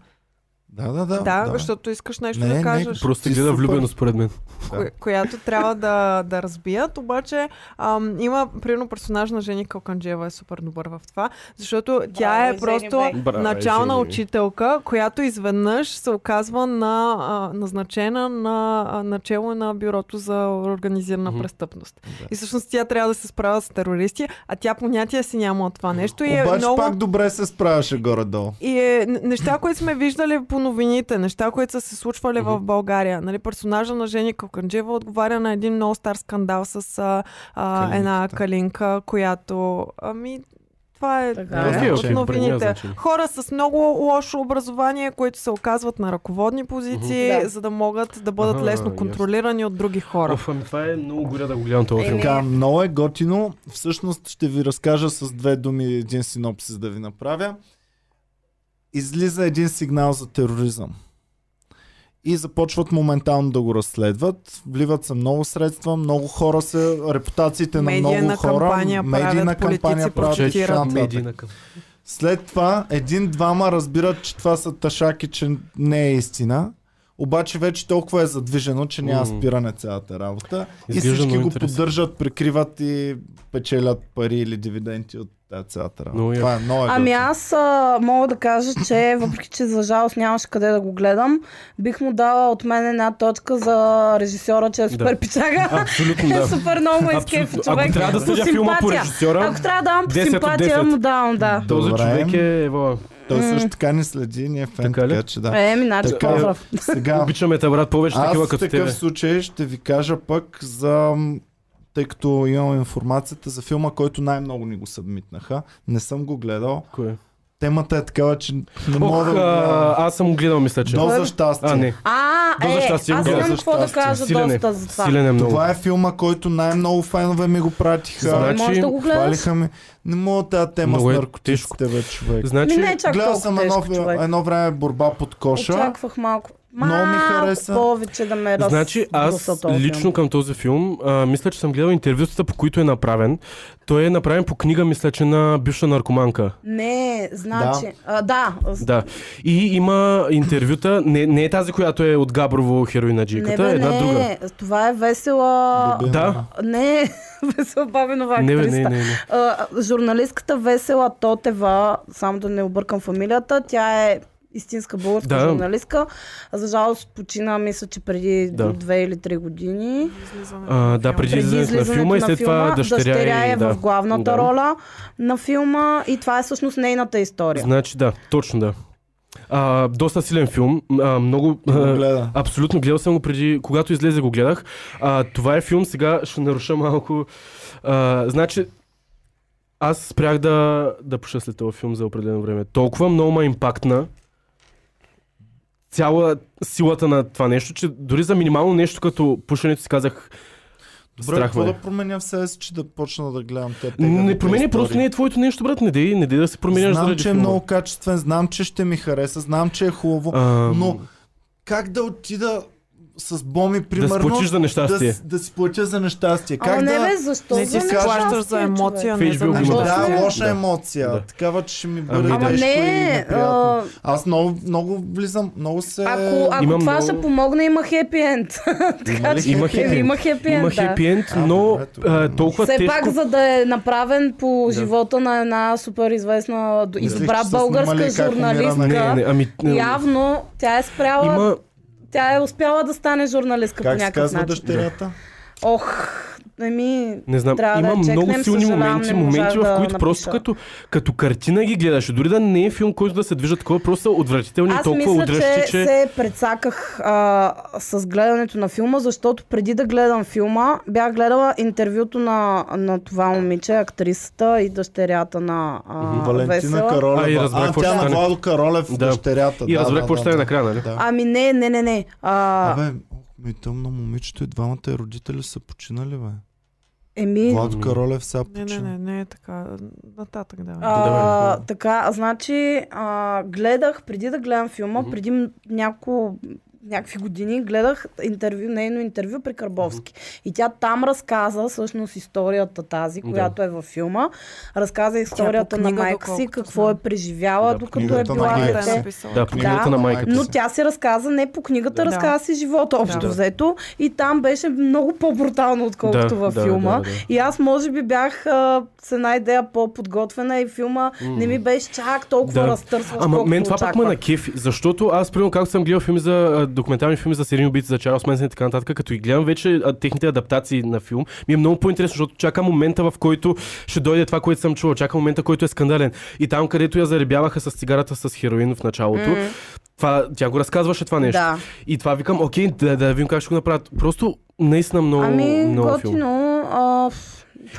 S1: Да, да, да.
S4: да,
S1: да.
S4: защото искаш нещо
S1: Не, не,
S4: да кажеш.
S2: Просто
S1: Ти
S2: гледа
S1: супер.
S2: влюбено според мен.
S1: Да.
S4: коя- която трябва да, да разбият. Обаче ам, има, примерно, персонаж на Жени Калканджиева е супер добър в това, защото тя е
S3: Жени,
S4: просто
S3: бей.
S2: Браво,
S4: начална
S2: Жени.
S4: учителка, която изведнъж се оказва на, а, назначена на а, начало на бюрото за организирана
S2: Мгм.
S4: престъпност.
S1: Да.
S4: И всъщност тя трябва да се справя с терористи, а тя понятия си няма от това нещо. И е
S1: Обаче
S4: много...
S1: пак добре се справяше горе-долу.
S4: И е, н- неща, които сме виждали по новините, неща, които са се случвали в България. Нали, персонажа на Жени Калканджева отговаря на един много стар скандал с а, а, една
S1: Калинката.
S4: калинка, която... Ами, това е
S3: Така
S4: да,
S3: е.
S4: от
S2: Окей, окей, няма
S4: новините.
S2: значение.
S4: Хора с много лошо образование, които се оказват на ръководни позиции,
S3: Мгм. Да.
S4: за да могат да бъдат
S2: Аха,
S4: лесно
S2: ясно.
S4: контролирани от други хора.
S2: Оф, ами това е много горя да го гледам този филм.
S1: Така, много е готино. Всъщност ще ви разкажа с две думи един синопсис да ви направя. Излиза един сигнал за тероризъм. И започват моментално да го разследват. Вливат се много средства, много хора се, репутациите на
S4: Медийна
S1: много хора,
S4: кампания правят,
S1: медийна
S4: политици
S1: кампания правят и
S4: протестират.
S1: така нататък.
S2: медийна към.
S1: След това един-двама разбират, че това са ташаки, че не е истина. обаче вече толкова е задвижено, че няма
S2: Мгм.
S1: спиране цялата работа. И
S2: Изглежда
S1: всички
S2: много
S1: го
S2: интересно.
S1: поддържат, прикриват и печелят пари или дивиденти от тази цялата
S2: Много
S1: работа.
S2: яко.
S1: Това е много
S3: Ами
S1: готино.
S3: аз а, мога да кажа, че въпреки, че за жалост нямаше къде да го гледам, бих му дала от мен една точка за режисьора, че е супер
S2: Да.
S3: пичага. Е
S2: Абсолютно да.
S3: супер много ме
S2: Абсолютно.
S3: изкефи човек.
S2: Ако трябва да
S3: По
S2: съдя филма по
S3: симпатия.
S2: режисьора,
S3: Ако трябва да дам по
S2: 10 от
S3: симпатия,
S2: 10.
S3: му давам, да.
S2: този
S1: Добре.
S2: човек е... Ева,
S1: Той също така ни следи, и ние е фен,
S2: Така ли?
S1: така че да.
S3: Е, ми, значи,
S1: Така.
S3: поздрав.
S1: Сега,
S2: обичаме те, брат, повече
S1: Аз
S2: такива
S1: в
S2: като
S1: такъв
S2: тебе.
S1: случай ще ви кажа пък за... м, Тъй като имам информацията за филма, който най-много ни го събмитнаха. Не съм го гледал.
S2: Кое?
S1: Темата е такава, че не мога
S2: Ох,
S1: да го
S2: а,
S1: гледам.
S2: аз съм го гледал, мисля, че.
S1: Доза щастие.
S2: А, не.
S3: А,
S2: До за
S3: е, аз
S2: щастие го
S3: имам
S2: гледам.
S3: какво да
S1: Щастие.
S3: кажа
S2: Силен е.
S3: доста за това.
S2: Силен е много.
S1: Това е филма, който най-много фенове ми го
S3: Не
S1: пратиха.
S2: Значи,
S3: можеш Ами, да го гледаш?
S1: Хвалиха ми. Не мога тази тема с
S2: Много е
S1: наркотиците, бе, човек.
S3: Ми
S2: Значи,
S3: не е чак
S1: Гледал
S3: толкова
S1: съм
S3: тежко,
S1: едно,
S3: човек.
S1: едно време борба под коша.
S3: Очаквах малко.
S1: Много ми
S3: Малко
S1: хареса.
S3: повече да ме раз...
S2: Значи аз
S3: брусал този
S2: лично
S3: филм.
S2: към този филм, а, мисля, че съм гледал интервютата, по които е направен. Той е направен по книга, мисля, че на бивша наркоманка.
S3: Не, значи... Да. А, да, с-
S2: Да. И има интервюта, не, не е тази, която е от Габрово
S3: не
S2: хероинаджийката,
S3: бе,
S2: е една
S3: не,
S2: друга.
S3: това е весела...
S1: Любима.
S2: Да.
S3: Не, весела Бабинова
S2: Не, бе,
S3: актриста.
S2: не, не, не.
S3: А, журналистката Весела Тотева, само да не объркам фамилията, тя е истинска българска
S2: Да.
S3: да. журналистка. За жалост почина, мисля, че преди
S2: Да.
S3: да. 2 или 3 години.
S2: А, да, преди излизането на
S3: излизането
S2: филма и
S3: на
S2: след това
S3: филма,
S2: дъщеря,
S3: дъщеря е
S2: да.
S3: в главната
S2: да.
S3: роля на филма и това е всъщност нейната история.
S2: Значи да, точно да. А, доста силен филм. А, много.
S1: Го
S2: а,
S1: Гледа.
S2: Абсолютно, гледал съм го преди, когато излезе го гледах. А, това е филм, сега ще наруша малко. А, значи, аз спрях да, да пуша след този филм за определено време. Толкова много ма импактна цяла силата на това нещо, че дори за минимално нещо като пушенето си казах
S1: Добре,
S2: страх
S1: какво
S2: ме. е.
S1: да променя в себе си, че да почна да гледам те
S2: Не промени, просто не е твоето нещо, брат. Не дей, не дей да се променяш
S1: Знам,
S2: заради
S1: че е
S2: филма.
S1: много качествен, знам, че ще ми хареса, знам, че е хубаво,
S2: Ам,
S1: но как да отида с боми,
S2: да
S1: примерно,
S2: сплачиш за нещастие.
S1: да, с- да си платя за нещастие.
S3: Ама
S1: Как
S3: не
S1: да...
S3: бе, защо?
S4: Не ти
S1: си
S4: се
S1: кажеш,
S4: плащаш за
S3: нещастие, човек?
S4: емоция, не
S2: Фейсбук
S4: за
S2: го има
S1: Ами
S4: нещо.
S2: да.
S1: да,
S3: Да.
S1: лоша
S2: Да.
S1: емоция.
S2: Да.
S1: Такава, че ще ми бъде
S2: Ами
S3: Ама
S1: тежко и
S3: не,
S1: неприятно.
S3: а,
S1: Аз много, много влизам, много се...
S3: ако, ако
S2: Имам
S3: това
S2: много-
S3: ще помогне, има хепи енд.
S1: Има ли
S2: Има
S1: хепи енд?
S2: хепи енд.
S3: Значи, е, Има хепи
S2: Има
S3: енд, да.
S2: хепи енд,
S1: А,
S2: но
S1: добре, тогава
S2: а,
S1: може.
S2: толкова
S3: Все
S2: тежко...
S3: пак, за да е направен по
S2: Да.
S3: живота на една супер известна и
S1: Мислех,
S3: добра
S1: че са
S3: българска
S1: снимали как умира на
S3: журналистка,
S2: Не, не, ами...
S3: явно тя е спряла,
S2: Има...
S3: тя е успяла да стане журналистка
S1: Как
S3: по
S1: се
S3: някакъв
S1: казва
S3: начин.
S1: дъщерята?
S3: Ох, еми,
S2: Не знам,
S3: Трябва да
S2: има
S3: я чекнем,
S2: много силни
S3: съжалявам,
S2: моменти,
S3: не можах
S2: моменти, в
S3: да
S2: които просто
S3: напиша.
S2: като, като картина ги гледаш. Дори да не е филм, който да се движа такова, просто са отвратителни и
S3: аз
S2: толкова
S3: мисля, че,
S2: удръщи, че...
S3: се предсаках а, с гледането на филма, защото преди да гледам филма, бях гледала интервюто на, на това момиче, актрисата и дъщерята на а,
S1: Валентина
S3: Весела.
S1: Каролева.
S2: А, и разбрах какво
S1: а
S2: ще
S1: тя на
S2: стане.
S1: Владо Каролев,
S2: Да.
S1: дъщерята.
S2: И
S1: да,
S2: разбрах
S1: да,
S2: какво
S1: да,
S2: ще е
S1: да.
S2: накрая, нали?
S1: Да.
S3: Абе, Ами не, не, не, не. А,
S1: Абе, ох, ми тъмно момичето и двамата й родители са починали, бе.
S3: еми,
S2: Ами.
S1: Владо Каролев сега
S4: Не, не,
S1: почина.
S4: не, не е така. Нататък, да.
S2: Давай,
S3: А,
S2: да.
S3: така, а, значи, а, гледах, преди да гледам филма,
S2: Мгм.
S3: преди м- няколко някакви години гледах интервю, нейно интервю при Карбовски. И тя там разказа всъщност историята тази,
S2: Да.
S3: която е във филма. Разказа историята на
S4: книга,
S3: майка си,
S4: доколкото
S3: какво
S4: знам.
S3: е преживяла,
S2: Да, по
S3: докато е
S1: книгата на
S3: била
S1: майка
S3: дете.
S1: си.
S2: Да, по
S4: по
S2: книгата
S3: Да,
S2: на майката
S3: Но
S1: си.
S3: тя си разказа не по книгата,
S2: Да.
S3: разказа си живота общо
S4: Да.
S3: взето. И там беше много по-брутално, отколкото във филма.
S2: да, да.
S3: И аз може би бях а, с една идея по-подготвена и филма
S2: М.
S3: не ми беше чак толкова
S2: Да.
S3: да. разтърсващ,
S2: Ама
S3: колкото
S2: мен това пак ме
S3: очаквах.
S2: на кефи, защото аз, примерно, както съм гледал филми за а, документални филми за серийни убийци, за Чарлз Менсън и така нататък, като и гледам вече а, техните адаптации на филм, ми е много по-интересно, защото чака момента, в който ще дойде това, което съм чувал, чака момента, който е скандален. И там, където я заребяваха с цигарата с хероин в началото,
S3: М.
S2: това, тя го разказваше това нещо.
S3: Да.
S2: И това викам, окей, да, да видим как ще го направят. Просто наистина много,
S3: ами,
S2: много филм.
S3: готино. А,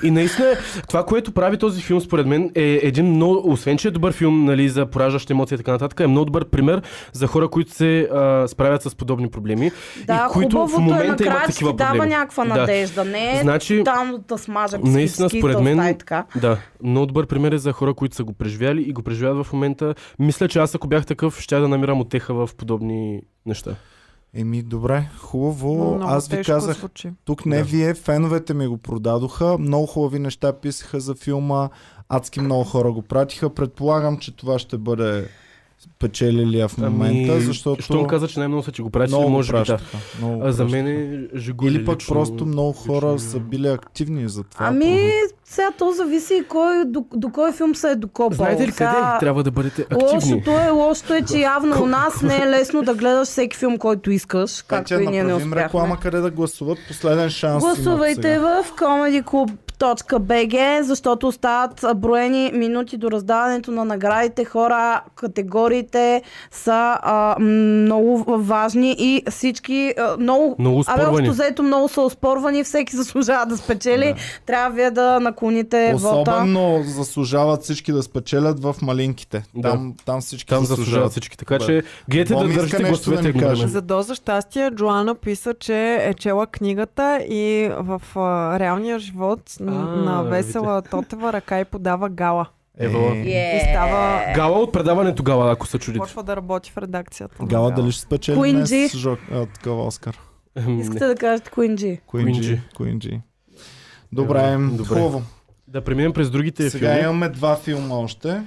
S2: И наистина, това, което прави този филм, според мен, е един много, освен че е добър филм нали, за поражащи емоции и така нататък, е много добър пример за хора, които се а, справят с подобни проблеми.
S3: да,
S2: и които в
S3: хубавото е
S2: момента имат
S3: накрая, че ти
S2: такива
S3: дава
S2: проблеми.
S3: някаква
S2: Да.
S3: надежда. Не е
S2: Значи,
S3: тотално да смажа
S2: наистина,
S3: психически,
S2: според
S3: да
S2: мен,
S3: остави така.
S2: да, много добър пример е за хора, които са го преживяли и го преживяват в момента. Мисля, че аз ако бях такъв, ще да намирам отеха в подобни неща.
S1: Еми, добре, хубаво.
S4: Много
S1: Аз ви
S4: тежко
S1: казах,
S4: звучи.
S1: Тук не
S2: Да.
S1: вие, феновете ми го продадоха. Много хубави неща писаха за филма. Адски много хора го пратиха. Предполагам, че това ще бъде спечелилия в момента, защото...
S2: Ами, Щом каза, че най-много са, че го правиш,
S1: много
S2: може би да.
S1: пращаха, много
S2: А, за
S1: пращаха.
S2: мен е Жигули.
S1: Или пък
S2: лично-
S1: просто много хора
S2: лично- е.
S1: са били активни за това.
S3: Ами, сега то зависи и кой, до, до кой филм се е докопал.
S2: Знаете ли
S3: Сега,
S2: къде трябва да бъдете активни?
S3: Лошото е, лошото е, че явно у нас не е лесно да гледаш всеки филм, който искаш, както
S1: Петя,
S3: и ние не
S1: направим
S3: успяхме.
S1: реклама къде да гласуват. Последен шанс имат
S3: Гласувайте
S1: сега.
S3: в comedyclub.bg, защото остават а, броени минути до раздаването на наградите. Хора, категориите са а, много важни и всички а, много...
S2: Много
S3: Абе,
S2: спорвани.
S3: общо взето много са оспорвани, всеки заслужава да спечели. Трябва вие да наклоните вота.
S1: Особено заслужават всички да спечелят в малинките.
S2: Да.
S1: Там, там всички
S2: Там заслужават всички. Така
S1: Да.
S2: че гледайте
S1: Боми
S2: да
S1: иска нещо
S2: държите
S1: да ни
S2: гласовете едновременно.
S1: каже.
S4: За доза щастие, Джоана писа, че е чела книгата и в а, реалния живот н-
S2: А,
S4: на Весела Тотева ръка и подава гала.
S2: Ева.
S1: Е,
S3: Yeah.
S4: И става...
S2: Гала от предаване тогава, ако се чудите.
S4: Почва да работи в редакцията.
S1: Гала дали ще спечели
S3: Queen
S1: днес
S3: G.
S1: жок, а, такъв Оскар?
S2: Ем, не.
S3: Искате да кажете Куинджи?
S1: Queen G.
S2: Queen G.
S1: Queen G. Добре,
S2: Е, Добре.
S1: Добре. хубаво.
S2: Да преминем през другите
S1: Сега
S2: филми.
S1: имаме два филма още.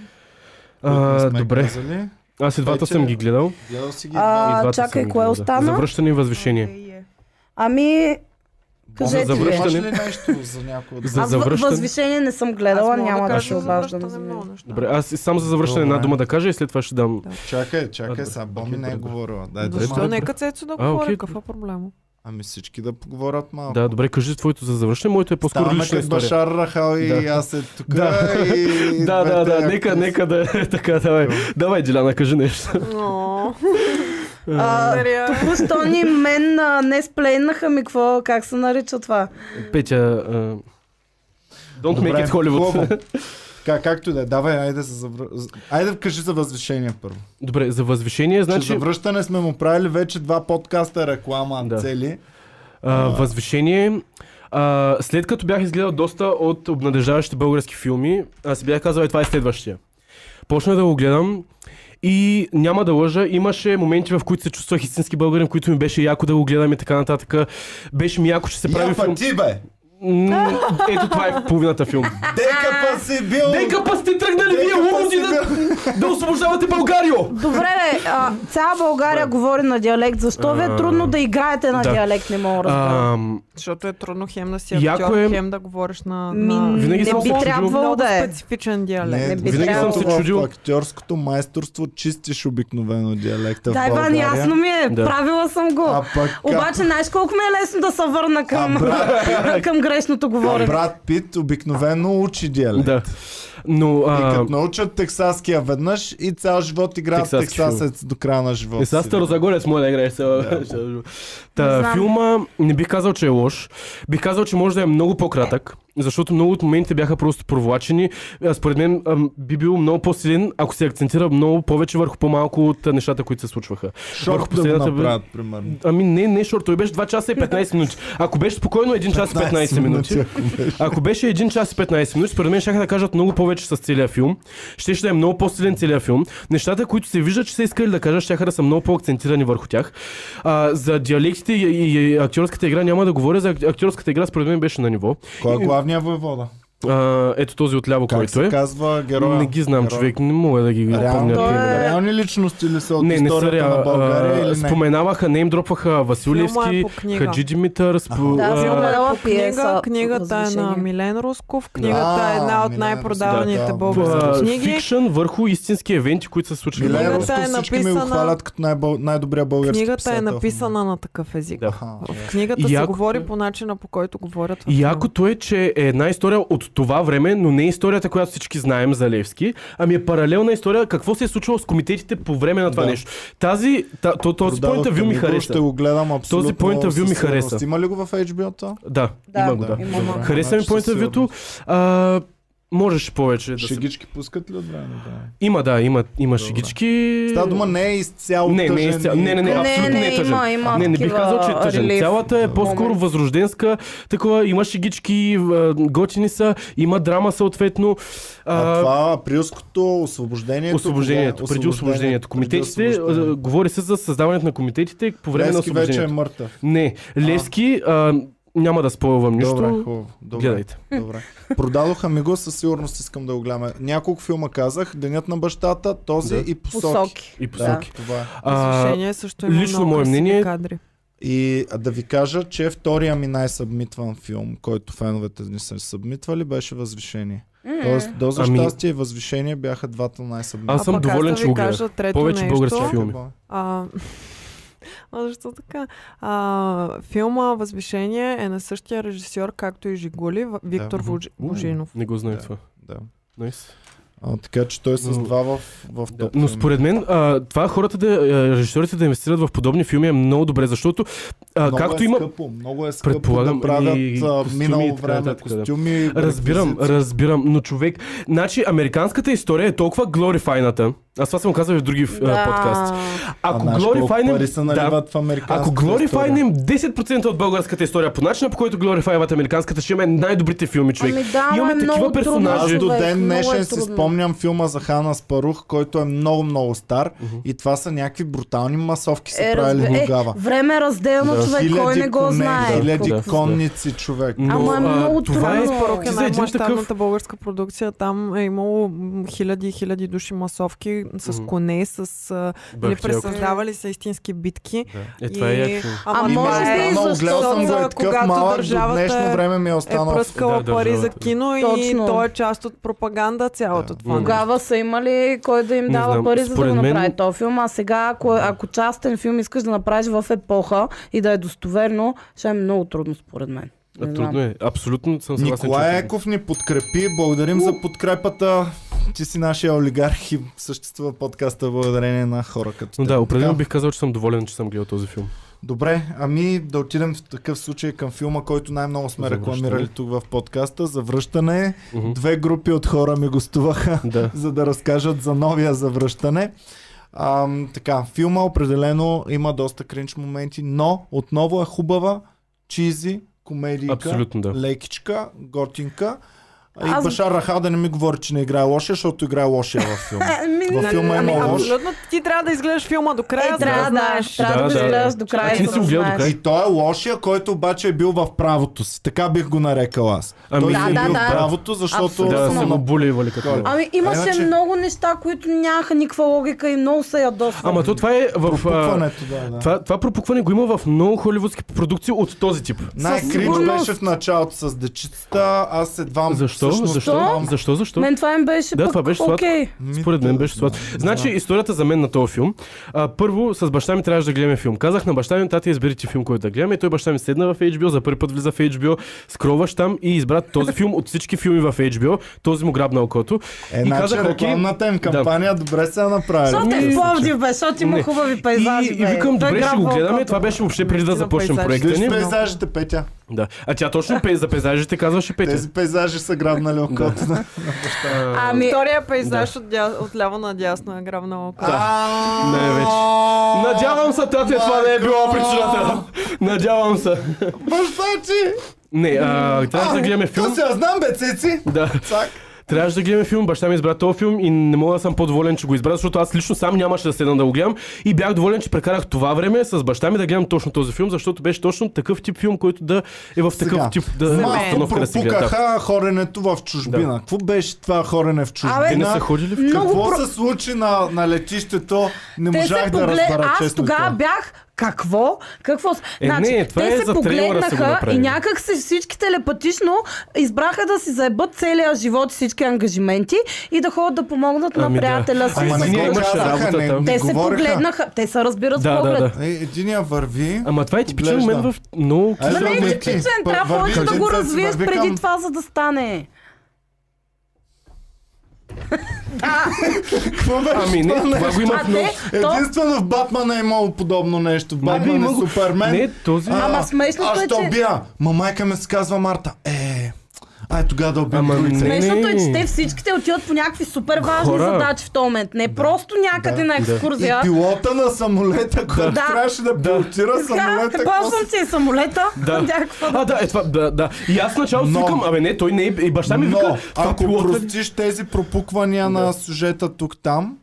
S1: които не
S2: А,
S1: сме
S2: добре.
S1: Казали.
S2: Аз и двата
S1: Вече-
S2: съм ги гледал.
S1: Гледал си ги.
S3: А,
S2: И двата
S3: чакай,
S2: съм ги
S3: кое
S2: гледал.
S3: остана?
S2: Завръщане и възвишение.
S4: Е,
S3: Ами,
S1: Боми,
S3: кажете
S1: ти имаш
S2: вие.
S1: ли нещо за някой от
S2: За
S3: аз въ-
S2: завръщане?
S3: възвишение не съм гледала,
S4: Аз мога
S3: няма да,
S4: кажа
S3: се
S4: за
S3: обаждам.
S4: връщане
S3: извинявай.
S4: много неща.
S2: Добре, аз и само за завръщане една
S1: Добре.
S2: дума да кажа и след това ще дам.
S1: Чакай,
S2: А,
S1: чакай
S2: добре.
S1: сега. Боми
S2: Окей,
S1: не е
S2: добре.
S1: говорила. Дай да
S2: Добре.
S4: Защо
S1: малко.
S4: нека Цецо да
S2: А,
S4: говори?
S2: окей.
S4: Какъв е проблема?
S1: Ами всички да поговорят малко.
S2: Да, добре, кажи твоето за завръщане, моето е по-скоро
S1: Ставаме
S2: лична
S1: като
S2: история.
S1: Башар Рахал и
S2: Да.
S1: аз е тук.
S2: Да.
S1: и
S2: Да, да,
S1: двете
S2: да, нека,
S1: актьори.
S2: нека да е така, давай. Давай, Диляна, кажи нещо.
S4: Но,
S2: Е.
S3: А, Току-що ни мен а, не сплейнаха ми какво, как се нарича това?
S2: Петя, а, Don't
S1: Добре,
S2: make it
S1: хубаво.
S2: Hollywood.
S1: Така, както и да е. Давай, айде, за завр... айде кажи за възвишение първо.
S2: Добре, за възвишение,
S1: Значи...
S2: значи...
S1: Че за връщане сме му правили вече два подкаста реклама да.
S2: Да.
S1: цели.
S2: А, възвишение. А, след като бях изгледал доста от обнадеждаващите български филми, аз си бях казал, е, това е следващия. Почна да го гледам и няма да лъжа, имаше моменти, в които се чувствах истински българин, в които ми беше яко да го гледам и така нататък. Беше ми яко, че се прави
S1: Япа
S2: филм.
S1: ти, бе!
S2: М, Ето това е половината филм.
S1: Декапа си бил!
S2: Нека па сте тръгнали вие,
S1: Декапа
S2: луди,
S1: си
S2: да, да освобождавате Българио!
S3: Добре, бе, а, цяла България говори на диалект. Защо ви е
S2: А,
S3: трудно да играете на
S2: да.
S3: диалект, не мога да разбера.
S2: Ам,
S4: защото е трудно хем да си
S2: Яко
S4: актьор,
S2: е-
S4: хем да говориш на...
S3: Ми,
S4: на...
S3: не
S2: Винаги съм
S3: би
S2: слушал.
S3: трябвало
S4: Много
S3: да е.
S4: специфичен диалект.
S3: Не би
S2: винаги съм се
S1: в
S2: чудил.
S1: актьорското майсторство чистиш обикновено диалекта
S3: Да,
S1: в
S3: Иван,
S1: България.
S3: ясно ми е.
S2: Да.
S3: Правила съм го.
S1: А пък
S3: Обаче, знаеш колко ми е лесно да се върна към,
S1: А,
S3: към грешното
S1: а,
S3: говорене.
S1: брат Пит обикновено учи диалект.
S2: да. Но,
S1: И
S2: а,
S1: като научат тексаския веднъж и цял живот играят
S2: Тексаски
S1: тексасец до края на живота
S2: Е, сега
S1: си.
S2: Старозагорец може да играеш. е, сега.
S3: Не
S2: Та,
S3: знам.
S2: филма не бих казал, че е лош. Бих казал, че може да е много по-кратък. Защото много от моментите бяха просто провлачени. А, Според мен ам, би бил много по-силен, ако се акцентира много повече върху по-малко от а, нещата, които се случваха.
S1: Шорт да го
S2: последната-
S1: направят, примерно.
S2: Ами не, не, защото той беше 2 часа и 15 минути. Ако беше спокойно 1 час и 15 минути. Ако беше 1 час и 15 минути, според мен ще да кажат много повече с целия филм. Ще ще е много по-силен целият филм. Нещата, които се виждат, че са искали да кажат, ще да са много по-акцентирани върху тях. А, за диалектите и, и, и актьорската игра няма да говоря. За ак- актьорската игра според мен беше на ниво.
S1: Кой е главният воевода?
S2: А, ето този отляво,
S1: Как
S2: Ами- който
S1: се
S2: е.
S1: казва героя?
S2: Не ги знам,
S1: Героя.
S2: човек. Не мога да ги
S1: Реално,
S2: помня.
S3: Той е-
S2: примерно.
S1: реални личности ли са от
S2: Не, не са
S1: историята
S2: реал.
S1: на България
S2: а,
S1: или не?
S2: Споменаваха, не им дропваха
S4: Филма е
S2: Василевски,
S4: по книга. е
S2: Хаджи Димитър, спо,
S3: Да, аз
S2: а,
S3: съм гледала
S4: По
S3: пиеса.
S4: книга, книгата е на
S3: Възвишение.
S4: Милен Русков. Книгата
S1: А,
S4: е една от
S1: Милен
S4: най-продаваните
S1: Русков, да.
S4: български
S2: а,
S4: книги.
S2: фикшън върху истински евенти, които са случили. в
S1: Милен
S4: Книгата
S2: България.
S1: Русков
S4: е
S1: всички ми го
S4: написана-
S1: хвалят като най-бъл- най-добрия български
S4: Книгата е
S1: писател в
S4: написана на такъв език.
S2: Да.
S1: момента. Аха.
S4: В книгата
S2: И
S4: се
S2: якото
S4: говори
S2: е-
S4: по начина по който говорят. в
S2: И
S4: нея.
S2: Якото е, че е една история от това време, но не е историята, която всички знаем за Левски, ами е паралелна история какво се е случило с комитетите по време на това
S1: Да.
S2: нещо. Тази, та, то, този
S1: Продавахте
S2: point of view ми
S1: го, Ще
S2: хареса.
S1: го гледам абсолютно.
S2: Този point of view ми
S1: със сигурност.
S2: хареса.
S1: Има ли го в HBO-то?
S2: Да,
S3: Да,
S2: има го, да.
S3: да. Има, има.
S2: Хареса ми
S1: Значи със
S2: point of view-то. а, Можеш повече да се...
S1: Шегички пускат ли от време на време?
S2: Има, да, има, има
S1: Добре.
S2: шегички.
S1: Става дума не е изцяло
S2: Не, не е
S1: тъжен
S2: изцяло-
S1: и-
S2: не, не, не,
S3: Не,
S2: абсолютно не
S3: не,
S2: е тъжен.
S3: има, има.
S2: Не, не бих
S3: такива
S2: казал, че е тъжен.
S3: релиф.
S2: Цялата е по-скоро
S3: Момент.
S2: възрожденска. Такова, има шегички, а, готини са, има драма съответно.
S1: А,
S2: А,
S1: това априлското освобождението.
S2: освобождението,
S1: кога-
S2: преди освобождението. Комитетите,
S1: преди освобождението.
S2: а, говори се за създаването на комитетите по време на
S1: Левски вече е
S2: освобождението.
S1: мъртъв.
S2: Не, Левски а, Няма да спойвам нищо.
S1: Добре, хубаво. Добре.
S2: Гледайте.
S1: Добре. Продадоха ми го, със сигурност искам да го гледам. Няколко филма казах, Денят на бащата, този
S2: Да.
S1: и Посоки.
S3: посоки.
S2: И
S1: Да,
S2: посоки.
S1: това е.
S2: А,
S4: Изрушение също има
S2: лично
S4: много
S2: мое
S4: красиви
S2: мнение-
S4: кадри.
S1: И а, да ви кажа, че втория ми най-събмитван филм, който феновете ни са събмитвали, беше Възвишение. Тоест, до за
S2: Ами-
S1: щастие и Възвишение бяха двата най-събмитвани.
S2: Аз съм
S4: а пък
S2: доволен,
S4: аз да
S2: че
S4: ви
S2: го гледах.
S4: кажа трето
S2: Повече
S4: нещо.
S2: български филми.
S4: А, а защо така? А, филма Възвишение е на същия режисьор, както и Жигули, В- Виктор
S2: мгм.
S4: Вож... Божинов.
S2: не го знаех
S1: Да.
S2: това.
S1: Да.
S2: Nice.
S1: А, така че той е с
S2: Но-
S1: два в, в
S2: Да.
S1: топ филми.
S2: Но според мен а, това хората, да, а, режисьорите да инвестират в подобни филми е много добре, защото а,
S1: много
S2: както
S1: е
S2: има...
S1: скъпо, много е скъпо да
S2: Предполагам,
S1: правят
S2: и
S1: а,
S2: костюми и
S1: минало
S2: така
S1: време,
S2: нататък, да.
S1: костюми.
S2: Разбирам,
S1: реквизиции.
S2: разбирам, но човек... Значи, американската история е толкова глорифайната. Аз това съм казал и в други да. подкасти. Ако
S1: знаеш колко
S2: глорифайнем...
S1: пари нали, се наливат в американската
S2: Ако глорифайнем 10% от българската история по начина, по който глорифайват американската, ще имаме най-добрите филми, човек.
S3: Ами да,
S2: Имаме
S3: ама е
S2: такива
S3: много
S2: персонажи.
S1: Аз
S3: трудно,
S1: до
S3: човек,
S1: ден
S3: много е
S1: днешен си
S3: трудно.
S1: спомням филма за Хана Спарух, който е много-много стар и това са някакви брутални масовки са
S3: Е,
S1: правили
S3: разбе-
S1: тогава.
S3: Е, време е разделно,
S2: Да.
S3: човек, кой не го
S1: коне,
S3: знае.
S1: хиляди
S2: Да.
S1: конници, човек.
S2: Но,
S3: Ама е
S2: а,
S3: много
S2: това е
S3: трудно.
S4: Спорок е
S2: Ти за един
S4: най-мащабната
S2: такъв-
S4: българска продукция. Там е имало м, хиляди и хиляди души масовки с
S2: Мгм.
S4: коне, с... а, Нали,
S2: Бахтияко.
S4: пресъздавали са истински битки.
S2: Е, това е
S4: И-
S2: яко.
S3: Ама
S1: И ми е
S3: може би
S1: останал,
S3: защото,
S1: гледал съм го е такъв
S4: когато
S1: малък, до
S4: държавата
S1: днешно
S4: е-
S1: време ми е
S4: е
S1: останал.
S4: пръскала
S2: Да,
S4: пари за
S2: държавата.
S4: кино и
S3: Точно.
S4: то е част от пропаганда цялото
S1: Да.
S4: това. нещо.
S3: Тогава са имали кой да им
S2: Не
S3: дава
S2: знам,
S3: пари, за да
S2: според
S3: го
S2: мен-
S3: направи този филм. А сега, ако, ако частен филм искаш да направиш в епоха и да е достоверно, ще е много трудно, според мен. Не
S2: А,
S3: знам.
S2: трудно е. Абсолютно съм съгласен.
S1: Николай
S2: че- е
S1: Еков ни подкрепи. Благодарим за подкрепата. Ти си нашия олигарх и съществува подкаста благодарение на хора като
S2: Но
S1: теб.
S2: да, определено
S1: Така.
S2: бих казал, че съм доволен, че съм гледал този филм.
S1: Добре, ами да отидем в такъв случай към филма, който най-много сме
S2: За
S1: рекламирали
S2: връщане.
S1: тук в подкаста. За връщане.
S2: Мгм.
S1: Две групи от хора ми гостуваха,
S2: Да.
S1: за да разкажат за новия завръщане. А, така, филма определено има доста кринч моменти, но отново е хубава, чизи, комедийка,
S2: Абсолютно, да.
S1: лекичка, готинка. А И
S3: Аз-
S1: Башар Раха да не ми говори, че не играе лошия, защото играе лошия във филма.
S3: Е,
S1: Във филма
S4: Ами,
S1: има лош.
S4: абсолютно ти трябва да изгледаш филма до края,
S3: Е,
S4: за
S3: трябва да,
S4: знаеш.
S3: трябва да,
S2: Да,
S3: го
S2: да.
S3: изгледаш до края.
S2: Аз не
S3: за
S2: съм
S3: да
S2: гледал до
S3: знаеш.
S2: края.
S1: И той е лошия, който обаче е бил в правото си. Така бих го нарекал аз.
S2: Ами,
S1: той
S2: да,
S1: си е
S2: да,
S1: бил
S2: да.
S1: в правото, защото
S3: Абсолютно.
S2: Да,
S1: са
S2: са
S1: му
S2: му буливали като.
S1: Коля.
S3: Ами имаше
S1: Иначе-
S3: много неща, които нямаха никаква логика и много се ядосвам.
S2: Ама то това е в... а,
S1: пропукването, да, да.
S2: Това, това пропукване го има в много холивудски продукции от този тип. е
S1: Най-кринч
S3: сигурност.
S1: беше в началото с дечицата, аз едва
S2: Защо?
S1: всъщност
S2: Защо?
S1: знам.
S2: Защо? Защо?
S3: Мен това им беше
S2: Да,
S3: пък
S2: това беше сладко.
S3: окей.
S1: Ми,
S2: Според мен
S1: да,
S2: беше това.
S1: да,
S2: Значи
S1: да.
S2: историята за мен на този филм. А, първо с баща ми трябваше да гледаме филм. Казах на баща ми, тати избери ти филм, който да гледаме. И той баща ми седна в HBO, за първи път влиза в HBO, скроваш там и избра този филм от всички филми в HBO. Този му грабна окото.
S1: Е,
S2: и
S1: значи
S2: казах, окей,
S1: рекламната им кампания добре се направи.
S3: Защото е в Пловдив, бе, защото има
S2: Ами, Не.
S3: хубави
S2: и,
S3: пейзажи,
S2: и викам,
S3: бе. Той е
S2: добре, ще
S3: грабва
S2: го гледаме.
S3: окото.
S2: Това беше въобще преди да
S4: Наистина
S2: започнем
S4: пейзаж.
S2: проекта
S1: Виж
S2: ни.
S1: пейзажите, Петя.
S2: Да. А тя точно пе- за пейзажите казваше Петя.
S1: Тези пейзажи са грабнали окото. на-
S3: Ами,
S4: Втория пейзаж от, дя... от ляво на дясно е грабна око.
S1: А,
S2: Не, вече. Надявам се, тате, това не е било причината. Надявам се.
S1: Баща ти!
S2: Не, а, трябваше да гледаме
S1: То
S2: филм.
S1: се, значи? аз знам, бе, цеци.
S2: Да.
S1: Цак.
S2: Трябваше да гледаме филм, баща ми избра този филм и не мога да съм по-доволен, че го избра, защото аз лично сам нямаше да седна да го гледам и бях доволен, че прекарах това време с баща ми да гледам точно този филм, защото беше точно такъв тип филм, който да е в такъв
S1: Сега,
S2: тип да
S1: Малко
S2: обстановка да се гледа. Да.
S1: пропукаха хоренето в чужбина.
S2: Да.
S1: Какво беше това хорене в чужбина?
S2: Те не са ходили в
S3: много
S1: Какво
S3: про-
S1: се случи на, на летището? Не
S3: те
S1: можах
S3: се
S1: да
S3: поглед...
S1: разбера,
S3: Аз
S1: честно.
S3: тогава
S1: ти.
S3: бях какво? Какво? с- значи,
S2: Е, не, това
S3: те
S2: е
S3: се
S2: за трейлера са го
S3: погледнаха и
S2: направили.
S3: някак се всички телепатично избраха да си заебат целия живот, всички ангажименти и да ходят да помогнат
S2: Ами
S3: на
S2: да.
S3: приятеля си.
S2: Ама
S3: с-
S2: ние
S1: не го
S2: имаше
S1: казаха,
S2: работа
S1: не-
S2: там.
S1: не
S3: Те се
S1: говориха.
S3: погледнаха. Те се разбират
S2: Да,
S3: с
S2: да,
S3: поглед.
S2: да.
S1: Е, единия върви.
S2: Ама това е типичен
S1: Поглежда.
S2: момент в много
S1: Айде,
S3: Ама
S1: Върви,
S3: не е
S1: върви.
S3: типичен,
S1: Пър-
S3: трябва
S1: върви,
S3: повече да го
S1: върви,
S3: развиеш
S1: върви към-
S3: преди това, за да стане.
S1: Какво беше?
S2: Ами не, това го има
S3: А
S2: в много...
S3: те, то,
S1: Единствено в Батмана е имало подобно нещо. В
S2: Абе,
S1: Батман и
S2: го-
S1: Супермен.
S2: Не, този...
S1: А,
S3: Ама смешното
S1: аз
S3: е,
S1: ще
S3: че-
S1: убия. Ма майка ми се казва Марта. Е, ай тогава да убия
S2: Ама
S1: другите.
S2: не.
S3: Смешното е, че те всичките отиват по някакви супер важни
S2: Хора.
S3: задачи в този момент. Не просто някъде
S1: Да. Е,
S3: на
S1: И
S3: екскурзия.
S1: пилота на самолета, който
S3: Да.
S1: трябваше да пилотира
S3: Така,
S1: самолета. какво
S3: ползвам си е самолета.
S2: Да.
S3: Някаква-
S2: А, да, е това, да, да. И аз начало си
S1: Но-
S2: викам, абе не, той не е... И баща ми
S1: Но,
S2: вика, това
S1: ако
S2: пилота...
S1: простиш тези пропуквания на сюжета тук-там,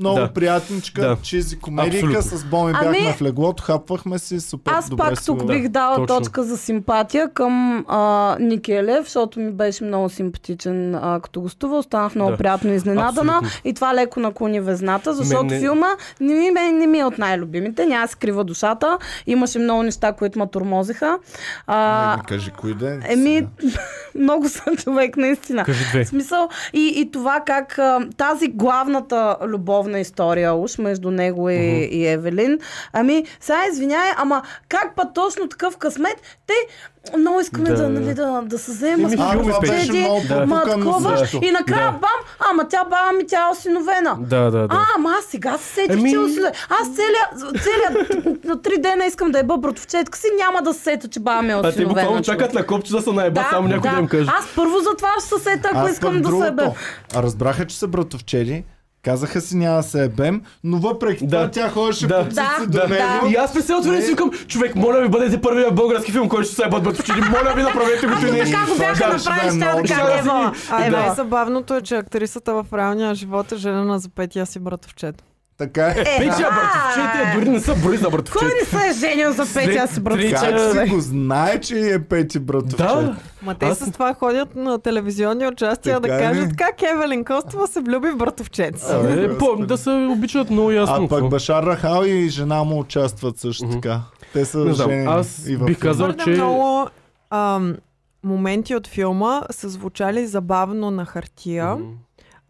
S1: Много
S2: Да.
S1: приятничка,
S2: Да.
S1: чизи комедийка,
S2: Абсолютно.
S1: с Боми
S3: Ами-
S1: бяхме в леглото, хапвахме си, супер
S3: Аз
S1: добре
S3: пак
S1: си
S3: тук
S1: го-
S3: бих дала
S2: точно.
S3: точка за симпатия към а, Никелев, защото ми беше много симпатичен а, като гостува. Останах много
S2: Да.
S3: приятно изненадана
S2: Абсолютно.
S3: и това леко наклони везната, защото
S2: Мен не-
S3: филма не ми, не, не ми е от най-любимите. Няма да си крива душата. Имаше много неща, които ме тормозиха.
S1: Не
S3: А,
S1: ми кажи кой ден.
S3: еми, много съм човек, наистина.
S2: Кажи две.
S3: В смисъл, и, и това как а, тази главната любовна история уж между него и, uh-huh. и Евелин. Ами, сега извиняй, ама как път точно такъв късмет, те много искаме
S2: Да,
S3: да, да,
S2: да.
S3: нали, да, да се вземем.
S2: Еми,
S3: ама
S1: А,
S2: филми
S1: това
S3: те
S2: беше
S1: беше
S3: един,
S1: много
S2: Да.
S3: ма
S1: потукано
S3: такова,
S1: също.
S3: и накрая
S2: Да.
S3: бам, ама тя баба ми тя е осиновена.
S2: Да, Ами, да, да.
S3: А, ама аз сега се сетих,
S2: Еми-
S3: че е осиновена. Аз целият, целият на три дена искам да е братовчетка си, няма да се сета, че баба ми е
S2: А те
S3: осиновена.
S2: буквално
S3: човек.
S2: чакат на копче да са наеба, само някой да им каже.
S3: Аз първо за това ще се сета, ако
S1: Аз
S3: искам
S1: пък
S3: да се
S1: другото.
S3: бе.
S1: А разбраха, че са братовчери, казаха си няма да се ебем, но въпреки
S2: Да.
S1: това тя ходеше
S2: Да.
S1: по цици
S3: Да,
S1: до
S3: да.
S1: него.
S2: И аз не се отворя и си викам, човек, моля ви, бъдете първия български филм, който ще се ебат бъдвчили. Моля ви, направете го
S3: Ами
S2: той е нещо.
S3: така го бяха
S1: Да, ще
S3: направили,
S1: бъде
S3: ще да
S1: много
S3: кажа
S2: добре.
S3: Ева.
S2: Да.
S4: А най-забавното е, че актрисата в реалния живот е женена за петия си братовчет.
S1: Така е.
S3: Е,
S2: Печа,
S3: да.
S2: братовчете, дори не са брои за
S3: Кой
S2: братовчета.
S3: не се е женил за петия си брат?
S2: Три-
S1: Как
S2: Е,
S1: си го знае, че е пети братовчет?
S2: Да,
S4: Ма те
S2: Аз-
S4: с това ходят на телевизионни участия
S1: Така е.
S4: да
S1: ли?
S4: кажат как Евелин Костова се влюби в братовчет си.
S1: Абе,
S2: Е, по-
S1: господи.
S2: да се обичат много ясно.
S1: А пък Башар Рахал и жена му участват също така. Те са
S2: Не знам,
S1: женени
S2: аз
S1: и във
S2: бих
S1: филма.
S2: казал-
S4: Твърде
S2: че-
S4: много ам, моменти от филма са звучали забавно на хартия,
S2: Мгм.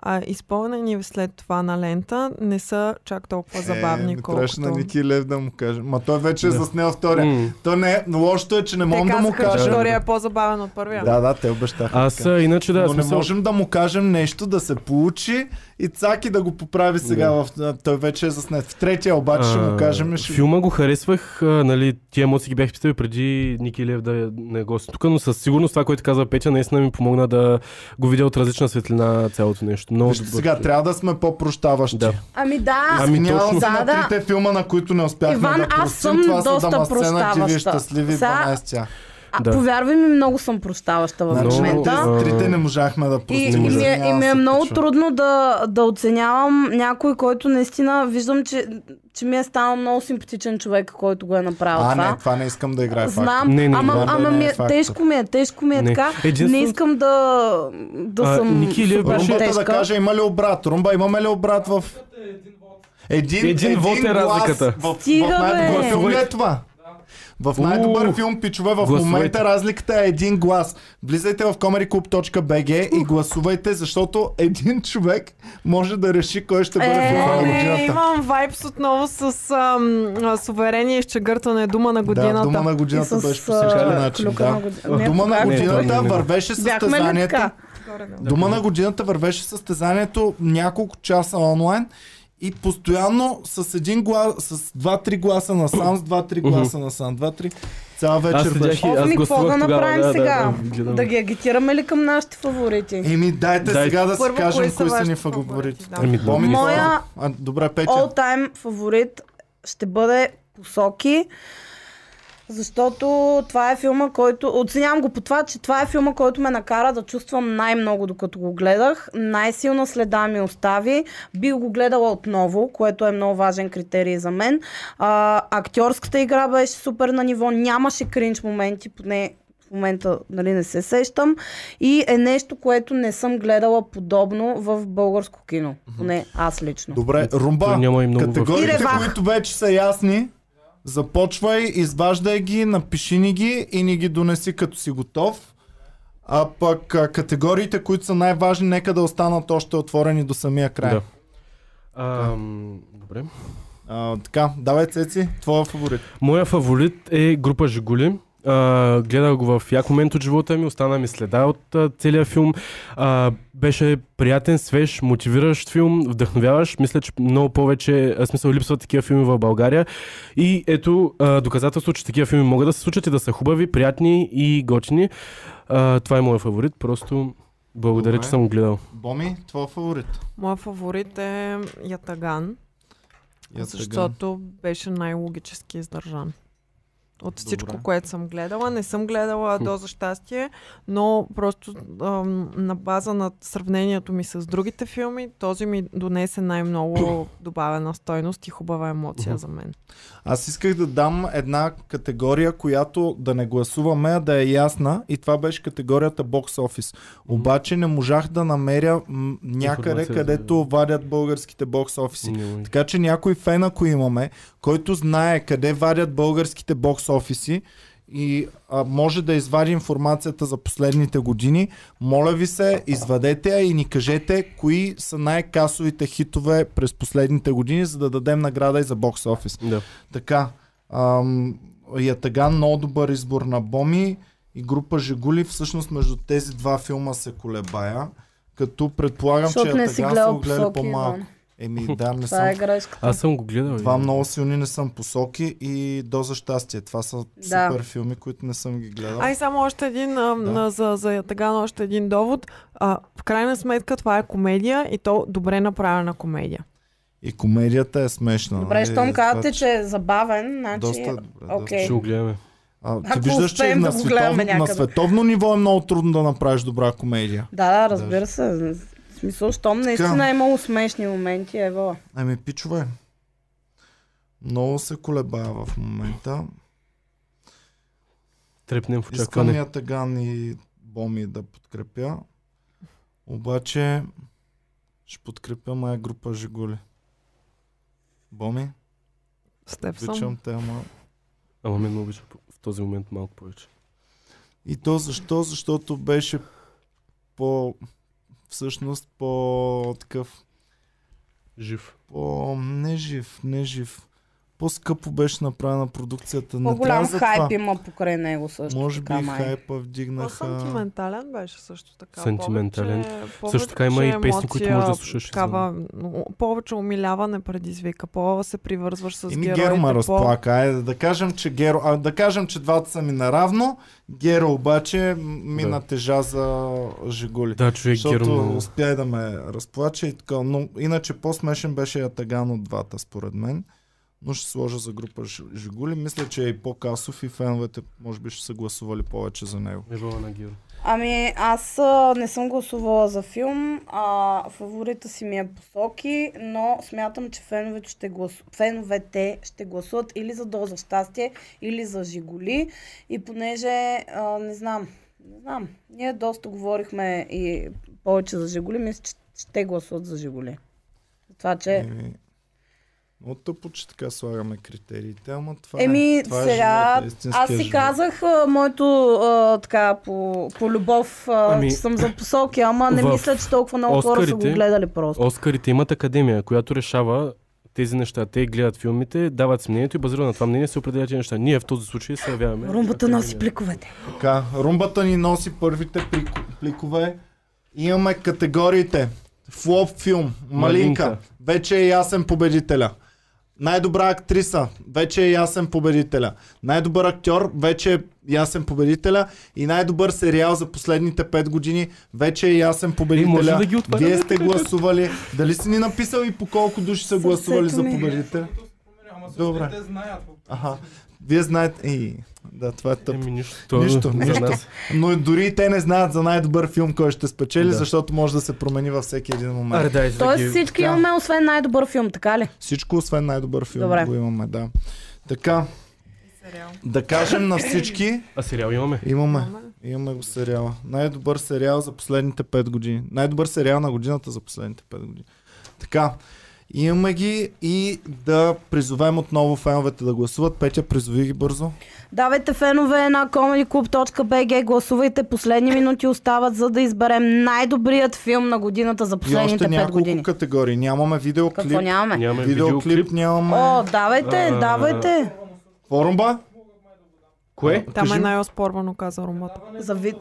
S4: а изпълнени след това на лента не са чак толкова забавни,
S1: е, не трябваше
S4: колкото...
S1: на Ники Лев да му каже. Ма той вече е
S2: Да.
S1: заснел втория.
S2: Мм.
S1: То не е, но лошото е, че не
S4: Те
S1: можем да му
S4: казаха, че
S1: кажем.
S4: втория е по-забавен от първия.
S1: Да, да, те обещаха.
S2: Аз
S1: така.
S2: а, иначе да,
S1: но не
S2: смисъл,
S1: можем да му кажем нещо да се получи и цаки да го поправи сега.
S2: Да.
S1: В, той вече е заснет. В третия обаче ще му
S2: А,
S1: кажем. и Ще...
S2: Филма го харесвах, а, нали, тия емоции ги бях писали преди Ники Лев да е на гост тук, но със сигурност това, което каза Петя, наистина ми помогна да го видя от различна светлина цялото нещо. Много
S1: Вижте
S2: е добър.
S1: сега, трябва да сме по-прощаващи.
S2: Да.
S3: Ами да,
S2: Ами
S1: Извинявам
S2: точно.
S1: се
S3: Да,
S1: на
S3: да.
S1: трите филма, на които не успяхме
S3: Иван,
S1: да
S3: аз
S1: простим.
S3: съм
S1: Това са
S3: доста
S1: Дамасцена, ти вие
S3: прощаваща.
S1: щастливи
S3: Сега-
S1: 12
S3: а,
S2: Да.
S3: повярвай ми, много съм прощаваща в
S1: Значи,
S2: Много,
S3: момента.
S1: на тези трите не можахме да
S3: И,
S1: простим.
S3: и, ми, е, и
S1: Извинявам
S3: ми е
S1: се,
S3: много
S1: Пичо.
S3: трудно да, да оценявам някой, който наистина виждам, че, че ми е станал много симпатичен човек, който го е направил
S1: А,
S3: това.
S1: не, това не искам да
S3: е
S1: играе. факт.
S3: Знам,
S2: Не, не,
S3: ама,
S1: това
S3: ама
S1: не е
S3: ми е,
S1: фактор.
S3: тежко ми е, тежко ми е
S2: Не.
S3: така. Не
S2: Единственото-
S3: искам да, да
S2: А,
S3: съм
S2: Ники Илиев
S3: супер
S2: беше-
S1: Румбата
S3: тежка.
S1: да каже има ли обрат? Румба, имаме ли обрат в... Един,
S2: Един вод е
S1: глас
S2: разликата.
S1: В,
S3: Стига,
S1: в най-добър
S3: бе.
S1: филм ли е това? В най-добър
S2: Уу,
S1: филм, пичове, в
S2: гласувайте.
S1: момента разликата е един глас. Влизайте в comedyclub.bg и гласувайте, защото един човек може да реши кой ще бъде
S3: Е,
S1: филма на
S4: Не,
S1: годината.
S4: имам вайпс отново с ам, а, суверени изчегъртане дума на
S1: Да,
S4: годината.
S1: дума на
S3: И
S1: годината
S3: с,
S1: беше по
S3: а,
S1: същия начин.
S3: клюка
S1: Да.
S3: на година- не,
S1: Дума на
S3: как?
S2: Не, то не, не,
S1: годината
S2: не. е
S1: вървеше
S3: Бяхме ли
S1: състезанието.
S3: така?
S1: Дума на годината вървеше състезанието няколко часа онлайн и постоянно с един глас, с 2-3 гласа на сам, с 2-3 гласа на сам, 2-3 цяла
S2: Аз
S1: вечер
S2: следях
S1: беше.
S2: и
S3: Оф,
S2: аз
S3: ми,
S2: го
S3: какво да направим сега? Да,
S2: гледам.
S3: ги агитираме ли към нашите фаворити?
S1: Еми, дайте
S2: Дайте.
S1: сега да си
S4: Първо,
S1: кажем
S4: кои
S1: кои
S4: са
S1: са, ни
S4: вашите
S1: фаворити.
S4: фаворити, да.
S2: Ами,
S1: Боми,
S3: Моя-
S1: А, добре, Петя.
S3: All time фаворит ще бъде посоки. Защото това е филма, който... Оценявам го по това, че това е филма, който ме накара да чувствам най-много, докато го гледах. Най-силна следа ми остави. Би го гледала отново, което е много важен критерий за мен. А, актьорската игра беше супер на ниво. Нямаше кринч моменти, поне в момента нали, не се сещам. И е нещо, което не съм гледала подобно в българско кино. Поне аз лично.
S1: Добре, Румба,
S2: Той няма и много
S3: във
S1: категориите,
S3: филма. И ревах.
S1: които вече са ясни, започвай, изваждай ги, напиши ни ги и ни ги донеси като си готов. А пък а, категориите, които са най-важни, нека да останат още отворени до самия край.
S2: Да. Ам, добре.
S1: А, така, давай Цеци, твоя фаворит.
S2: Моя фаворит е група Жигули. А, гледах го в як момент от живота ми, остана ми следа от а, целия филм. А, беше приятен, свеж, мотивиращ филм, вдъхновяващ. Мисля, че много повече а, смисъл липсват такива филми в България. И ето а, доказателство, че такива филми могат да се случат и да са хубави, приятни и готини. А, това е моя фаворит. Просто благодаря,
S1: Добре.
S2: че съм го гледал.
S1: Боми, твой фаворит.
S4: Моя фаворит е Ятаган,
S1: Я сега.
S4: защото беше най-логически издържан. От всичко,
S1: Добре.
S4: което съм гледала. Не съм гледала
S2: Хм.
S4: Доза щастие, но просто ам, на база на сравнението ми с другите филми, този ми донесе най-много добавена стойност и хубава емоция за мен.
S1: Аз исках да дам една категория, която да не гласуваме, а да е ясна. И това беше категорията бокс офис. Обаче не можах да намеря м- някъде,
S2: Информация,
S1: където вадят българските бокс офиси.
S2: Няма.
S1: Така че някой фен, ако имаме, който знае къде вадят българските бокс офиси и а, може да извади информацията за последните години, моля ви се, извадете я и ни кажете кои са най-касовите хитове през последните години, за да дадем награда и за бокс офис.
S2: Да.
S1: Така, ам, Ятаган, много добър избор на Боми и група Жигули, всъщност между тези два филма се колебая, като предполагам, че
S3: Защото не си
S1: Ятаган са
S3: гледал
S1: го гледали
S3: посоки,
S1: по-малко.
S3: Иван.
S1: Еми да, не
S3: Това
S1: съм
S3: е грешката.
S2: Аз съм го гледал.
S1: Два
S2: и-
S1: много силни не съм посоки и до за щастие. Това са
S3: Да.
S1: супер филми, които не съм ги гледал.
S4: А и само още един, а,
S1: Да.
S4: да. за, за Ятаган още един довод. А, в крайна сметка това е комедия и то добре направена комедия.
S1: И комедията е смешна.
S3: Добре,
S1: нали?
S3: щом
S1: Това,
S3: казвате, че е забавен, значи...
S1: Доста добре.
S3: окей.
S1: Доста.
S2: Ще го гледаме.
S1: А, ти
S3: Ако
S1: виждаш, че
S3: успеем
S1: на,
S3: да го гледаме
S1: световно, на
S3: някъде.
S1: световно ниво е много трудно да направиш добра комедия.
S3: Да, да, разбира се. В смисъл, щом наистина е имало смешни моменти, е ево.
S1: Ами, пичове. Много се колебая в момента.
S2: Трепнем в
S1: Искам
S2: очакване.
S1: я Таган и Боми да подкрепя. Обаче ще подкрепя моя група Жигули. Боми,
S4: С теб съм.
S1: обичам те, ама
S2: Ама мен ме обича по- в този момент малко повече.
S1: И то защо? Защото беше по... Всъщност по... такъв...
S2: Жив.
S1: По... нежив, нежив. По-скъпо беше направена продукцията. Не
S3: По-голям
S1: трябва за това.
S3: хайп има покрай него също.
S1: Може би
S3: така, май.
S1: хайпа вдигнаха.
S4: По-сантиментален беше също така.
S2: Сантиментален.
S4: Повече,
S2: Също така има и
S4: повече
S2: песни, които можеш да
S4: емоция,
S2: слушаш
S4: Такава, м, повече умиляване предизвика, по се привързваш с
S1: Еми
S4: героите.
S1: Геро ме
S4: по-
S1: разплака. Айде да кажем, че Геро... А, да кажем, че двата са ми наравно. Геро обаче м, ми
S2: Да.
S1: натежа за Жигули.
S2: Да, човек
S1: Защото
S2: Герман.
S1: успя и да ме разплаче и така. Но иначе по-смешен беше Ятаган от двата, според мен. Но ще сложа за група Ж- Жигули. Мисля, че е и по-касов и феновете може би ще са гласували повече за него.
S2: Ебала на Геро.
S3: Ами, аз а, не съм гласувала за филм. А, фаворита си ми е посоки, но смятам, че феновете ще, гласу... феновете ще гласуват или за Доза щастие, или за Жигули. И понеже, а, не знам, не знам, ние доста говорихме и повече за Жигули, мисля, че ще гласуват за Жигули. Това, че...
S1: Еми, Много тъпо, че така слагаме критериите, ама това
S3: Еми,
S1: е, това
S3: сега,
S1: е живота,
S3: аз си
S1: живот.
S3: казах а, моето а, така по, по любов, а,
S2: Ами,
S3: че съм за посоки, ама не
S2: в
S3: мисля, че толкова много хора са го
S2: Оскарите-
S3: гледали просто.
S2: Оскарите имат академия, която решава тези неща. Те гледат филмите, дават си мнението и базирано на това мнение се определят тези неща. Ние в този случай се явяваме.
S3: Румбата
S2: академия.
S3: носи пликовете.
S1: Така, румбата ни носи първите плико- пликове. Имаме категориите. Флоп филм, Малинка,
S2: Малинка.
S1: вече е ясен победителя. Най-добра актриса, вече е ясен победителя. Най-добър актьор, вече е ясен победителя. И най-добър сериал за последните 5 години, вече е ясен победителя.
S2: Е, може да ги отваряме
S1: Вие сте гласували. Дали си ни написал и по колко души са гласували за
S3: ми.
S1: победителя? Добре.
S5: Те знаят.
S1: Аха. Вие знаете... Ей, да, това е тъпо.
S2: Еми, нищо. Това
S1: Нищо,
S2: за
S1: нищо.
S2: нас.
S1: Но и дори и те не знаят за най-добър филм, който ще спечели, да.
S2: Да.
S1: защото може да се промени във всеки един
S3: е
S1: момент.
S2: Аре, дай, за да
S3: Тоест
S2: ги-
S3: всички
S1: Да.
S3: имаме, освен най-добър филм, така ли?
S1: Всичко, освен най-добър филм,
S3: Добре.
S1: го имаме, да. Така, да кажем на всички,
S2: А сериал имаме.
S1: имаме, имаме го сериала. Най-добър сериал за последните 5 години. Най-добър сериал на годината за последните 5 години. Така, имаме ги и да призовем отново феновете да гласуват. Петя, призови ги бързо.
S3: Давайте фенове на comedyclub.bg, гласувайте, последни минути остават, за да изберем най-добрият филм на годината за
S1: И още
S3: последните 5
S1: няколко
S3: години.
S1: категории. Нямаме видеоклип.
S3: Какво нямаме?
S2: Нямаме
S1: Видеоклип
S2: видеоклип.
S1: нямаме.
S3: О, давайте,
S2: А,
S3: давайте.
S1: Форумба?
S2: Кое?
S4: Там
S1: Кажи.
S4: е най-оспорвано, каза Румата.
S3: За вид.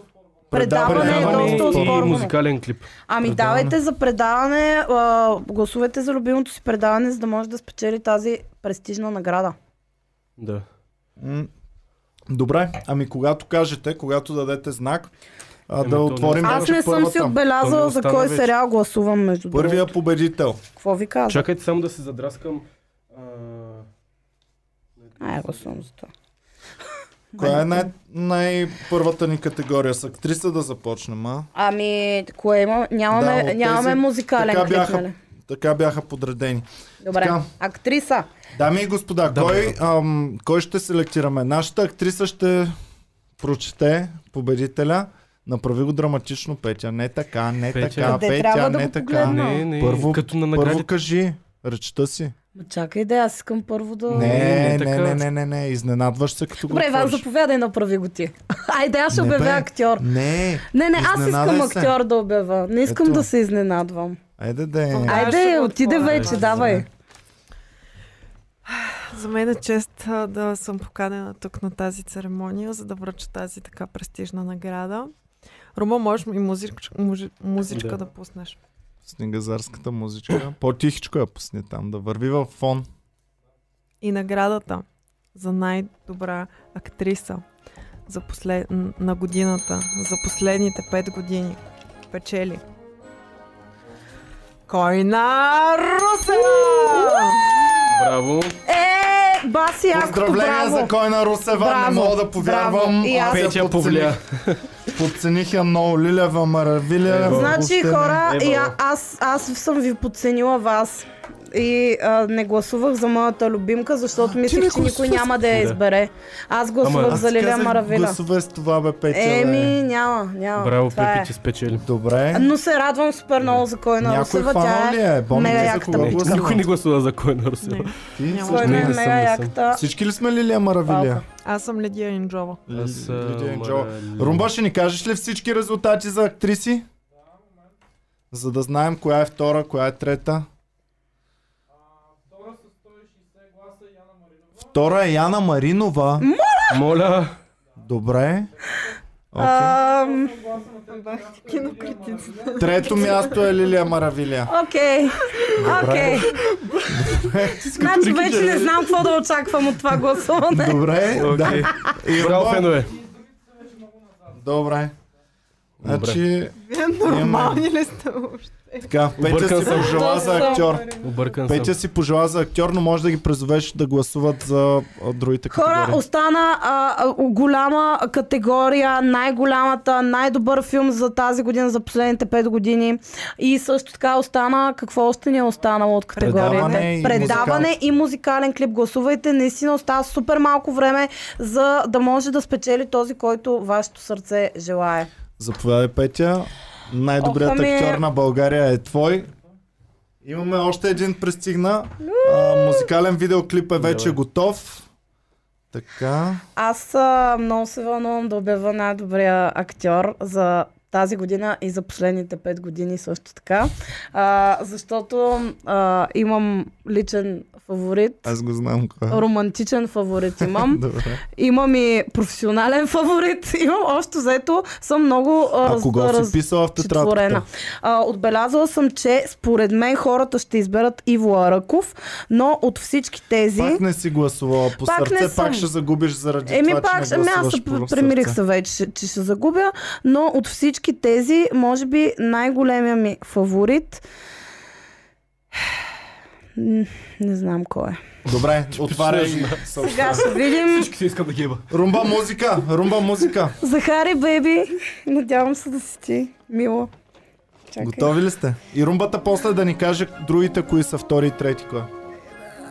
S3: Предаване е
S1: Предаване
S3: доста
S1: и
S2: и
S3: оспорвано.
S2: музикален клип.
S3: Ами
S1: Предаване.
S3: давайте за предаване, а, гласувайте за любимото си предаване, за да може да спечели тази престижна награда.
S2: Да.
S1: М, Добре, ами когато кажете, когато дадете знак, а,
S2: Еми,
S1: Ами да
S2: то не е
S1: отворим
S3: Аз
S1: вече
S3: не съм
S1: първата.
S3: си
S1: Ами
S2: То
S3: отбелязала
S2: не
S3: за
S2: остана
S3: кой
S2: вече.
S3: сериал гласувам между
S1: Първия
S3: другото.
S1: победител.
S3: Какво ви казах?
S2: Чакайте само да се задраскам. а,
S3: Ай, гласувам за това.
S1: Коя е най- най-първата ни категория? С актриса да започнем, а?
S3: Ами, кое има? Нямаме,
S1: Да, от
S3: нямаме
S1: тези-
S3: музикален
S1: така
S3: клип,
S1: бяха-
S3: нали?
S1: Така бяха подредени.
S3: Добре.
S1: Така.
S3: Актриса.
S1: Дами и господа,
S2: Добре.
S1: кой, ам, кой ще селектираме? Нашата актриса ще прочете победителя. Направи го драматично, Петя. Не така, не
S2: Петя.
S1: така,
S3: Къде
S1: Петя,
S3: трябва да
S1: не
S3: го
S1: така.
S3: погледна?
S2: Не, не.
S1: Първо,
S2: като на
S1: първо
S2: награди.
S1: кажи речта си.
S3: Ма Чакай да, аз искам първо да...
S1: Не,
S2: не,
S1: не,
S2: така.
S1: не, не, не, не. Изненадваш се като
S3: Добре,
S1: го
S3: Иван,
S1: отвориш.
S3: заповядай, направи го ти. Айде, аз ще
S1: Не,
S3: обявя
S1: бе.
S3: актьор.
S1: Не,
S3: Не, не, аз
S1: Изненадай
S3: искам
S1: се.
S3: актьор да обява. Не искам
S1: Ето.
S3: да се изненадвам.
S1: айде да е.
S4: Ай, ще
S3: Айде,
S4: го
S3: отиде
S4: отворя.
S3: вече, давай.
S4: За мен е чест а, да съм поканена тук на тази церемония, за да връча тази така престижна награда. Рума, можеш и музичка, музи, музичка да.
S2: Да.
S4: да пуснеш.
S1: Снегазарската музичка. По-тихичко я пусни там, да върви в фон.
S4: И наградата за най-добра актриса за послед... н- на годината, за последните 5 години печели. Койна Русева!
S2: Браво.
S3: Е, баси, якото
S1: Поздравления
S3: браво.
S1: за Койна Русева,
S3: Браво!
S1: не мога да повярвам.
S3: Браво! И аз-
S1: Аз я
S2: Петя
S1: подцених.
S2: повля.
S1: Подцених я много Лилева, Маравилева.
S2: Ева.
S3: Значи,
S1: въобще не.
S3: хора,
S2: Е,
S3: и
S2: браво.
S3: а, аз, аз съм ви подценила вас. И а, не гласувах за моята любимка, защото
S1: не
S3: мислех, че никой
S1: гласува
S3: няма да я
S2: Да.
S3: избере. Аз гласувах
S2: Ама-
S1: Аз
S3: за
S1: ти
S3: Лилия
S1: казах
S3: Маравиля.
S1: Гласове с това, бе, Петя. бе.
S3: Еми, няма, няма.
S2: Браво,
S3: Това
S2: Пепи,
S3: е.
S2: че спечели.
S1: Добре.
S3: Но се радвам супер много за кой на
S1: Някой
S3: Русева. Тя
S1: фанал
S3: е
S1: ли е?
S3: мега
S1: Бомби за
S3: яката
S1: кого
S3: певица.
S1: гласува?
S2: Никой не гласува за кой е на Русия.
S4: Не,
S1: Ти
S4: няма.
S1: всъщност-
S3: Кой
S2: Не,
S3: е
S2: не съм,
S3: мега
S2: не съм.
S3: яката.
S1: Всички ли сме Лилия Маравилия?
S3: Малко.
S4: Аз съм Лидия Инджова.
S2: Аз, а,
S1: Лидия
S2: Мара-
S1: Енджова. Румба, ще ни кажеш ли всички резултати за актриси? За да знаем коя е втора, коя е трета. Втора е Яна Маринова.
S2: Моля.
S1: Добре. Okay.
S3: Ам,
S1: Трето място е Лилия Маравилия.
S3: Окей. Окей. Значи
S2: Рики
S3: вече не
S2: Джервей.
S3: знам какво да очаквам от това гласуване.
S1: Добре, да.
S2: Окей. Браво,
S1: Румба.
S2: фенове.
S1: Добре.
S2: Добре.
S1: Значи,
S4: Вие нормални ли Ами сте въобще?
S1: така, Петя
S2: Объркан
S1: си
S2: съм.
S1: пожела за актьор.
S2: Объркан съм.
S1: Петя си пожела за актьор, но може да ги призовеш да гласуват за а, другите
S3: Хора,
S1: категории.
S3: остана а, а, голяма категория, най-голямата, най-добър филм за тази година, за последните 5 години. И също така остана, какво още ни е останало от категорията?
S1: Предаване и
S3: Предаване и музикален клип. Гласувайте, наистина остава супер малко време, за да може да спечели този, който вашето сърце желае.
S1: Заповядай, Петя. Най-добрият
S3: Ох, ами-
S1: актьор на България е твой. Имаме още един пристигна. А, музикален видеоклип е вече
S2: Добре.
S1: готов. Така.
S3: Аз а, много се вълнувам да обява най-добрия актьор за тази година и за последните 5 години също така. А, защото а, имам личен фаворит.
S1: Аз го знам кой. е.
S3: Романтичен фаворит имам.
S1: Добре.
S3: имам и професионален фаворит. Имам общо заето. Съм много а,
S1: А кого
S3: раз,
S1: си писала в
S3: четворена.
S1: тетрадката?
S3: А, отбелязала съм, че според мен хората ще изберат Иво Араков, но от всички тези...
S1: Пак не си гласувала по
S3: Пак не
S1: сърце,
S3: съм.
S1: пак ще загубиш заради
S3: Еми
S1: това,
S3: пак,
S1: че не
S3: ами аз
S1: гласуваш
S3: се
S1: по
S3: примирих
S1: сърце.
S3: се вече, че- че ще загубя, но от всички тези, може би най-големия ми фаворит М, не знам кой е.
S1: Добре, отваряй.
S2: пишеш,
S3: Сега ще видим.
S2: Всички искам да ги има.
S1: Румба музика, румба музика.
S3: Захари, беби, надявам се да си ти, мило. Чакай.
S1: Готови ли сте? И румбата после да ни каже другите, кои са втори и трети кой. е.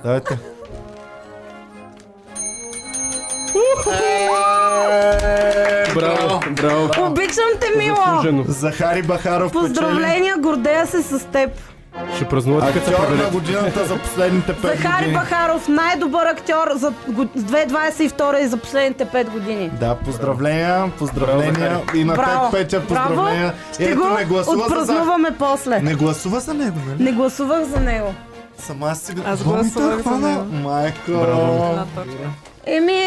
S1: Давайте.
S2: Браво, браво.
S3: Обичам те, мило!
S2: Заслужено.
S1: Захари Бахаров печели
S3: Поздравления, гордея се с теб.
S2: Ще празнувате като се
S1: актьор на
S2: пребере.
S1: годината за последните пет
S3: Захари
S1: години.
S3: Бахаров, най-добър актьор за го- 2022 и за последните 5 години.
S1: Да, поздравления, поздравления
S2: Браво,
S1: и на
S3: Браво!
S1: теб Петя поздравления.
S3: Браво! Ще
S1: Ето
S3: го
S1: не гласува за Зах-
S3: отпразнуваме после.
S1: Не гласува за него, нали?
S3: Не гласувах за него.
S1: Сама аз си го...
S4: Аз
S1: Боми,
S4: гласувах
S1: той
S4: за
S1: хвана.
S4: него.
S1: Майко.
S3: Еми,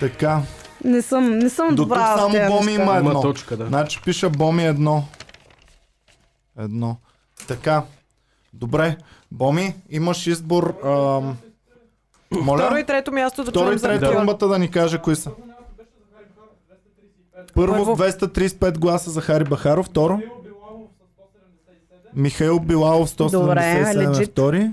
S1: Така.
S3: не съм, не съм
S1: До тук
S3: добра. в
S1: само
S3: тези
S1: Боми
S3: неща.
S1: има едно.
S2: Има точка, да.
S1: Значи пиша Боми едно. Едно. Така. Добре. Боми, имаш избор. Ам...
S4: Второ
S1: Моля,
S4: и трето място да
S1: втори
S4: чуем
S1: и
S4: за
S1: трета
S2: актьор.
S1: румбата да ни каже кои са. Първо
S4: Първо.
S1: 235 гласа за Хари Бахаров, второ. Михаил Билалов
S3: Добре,
S1: 177 е
S3: legit.
S1: втори.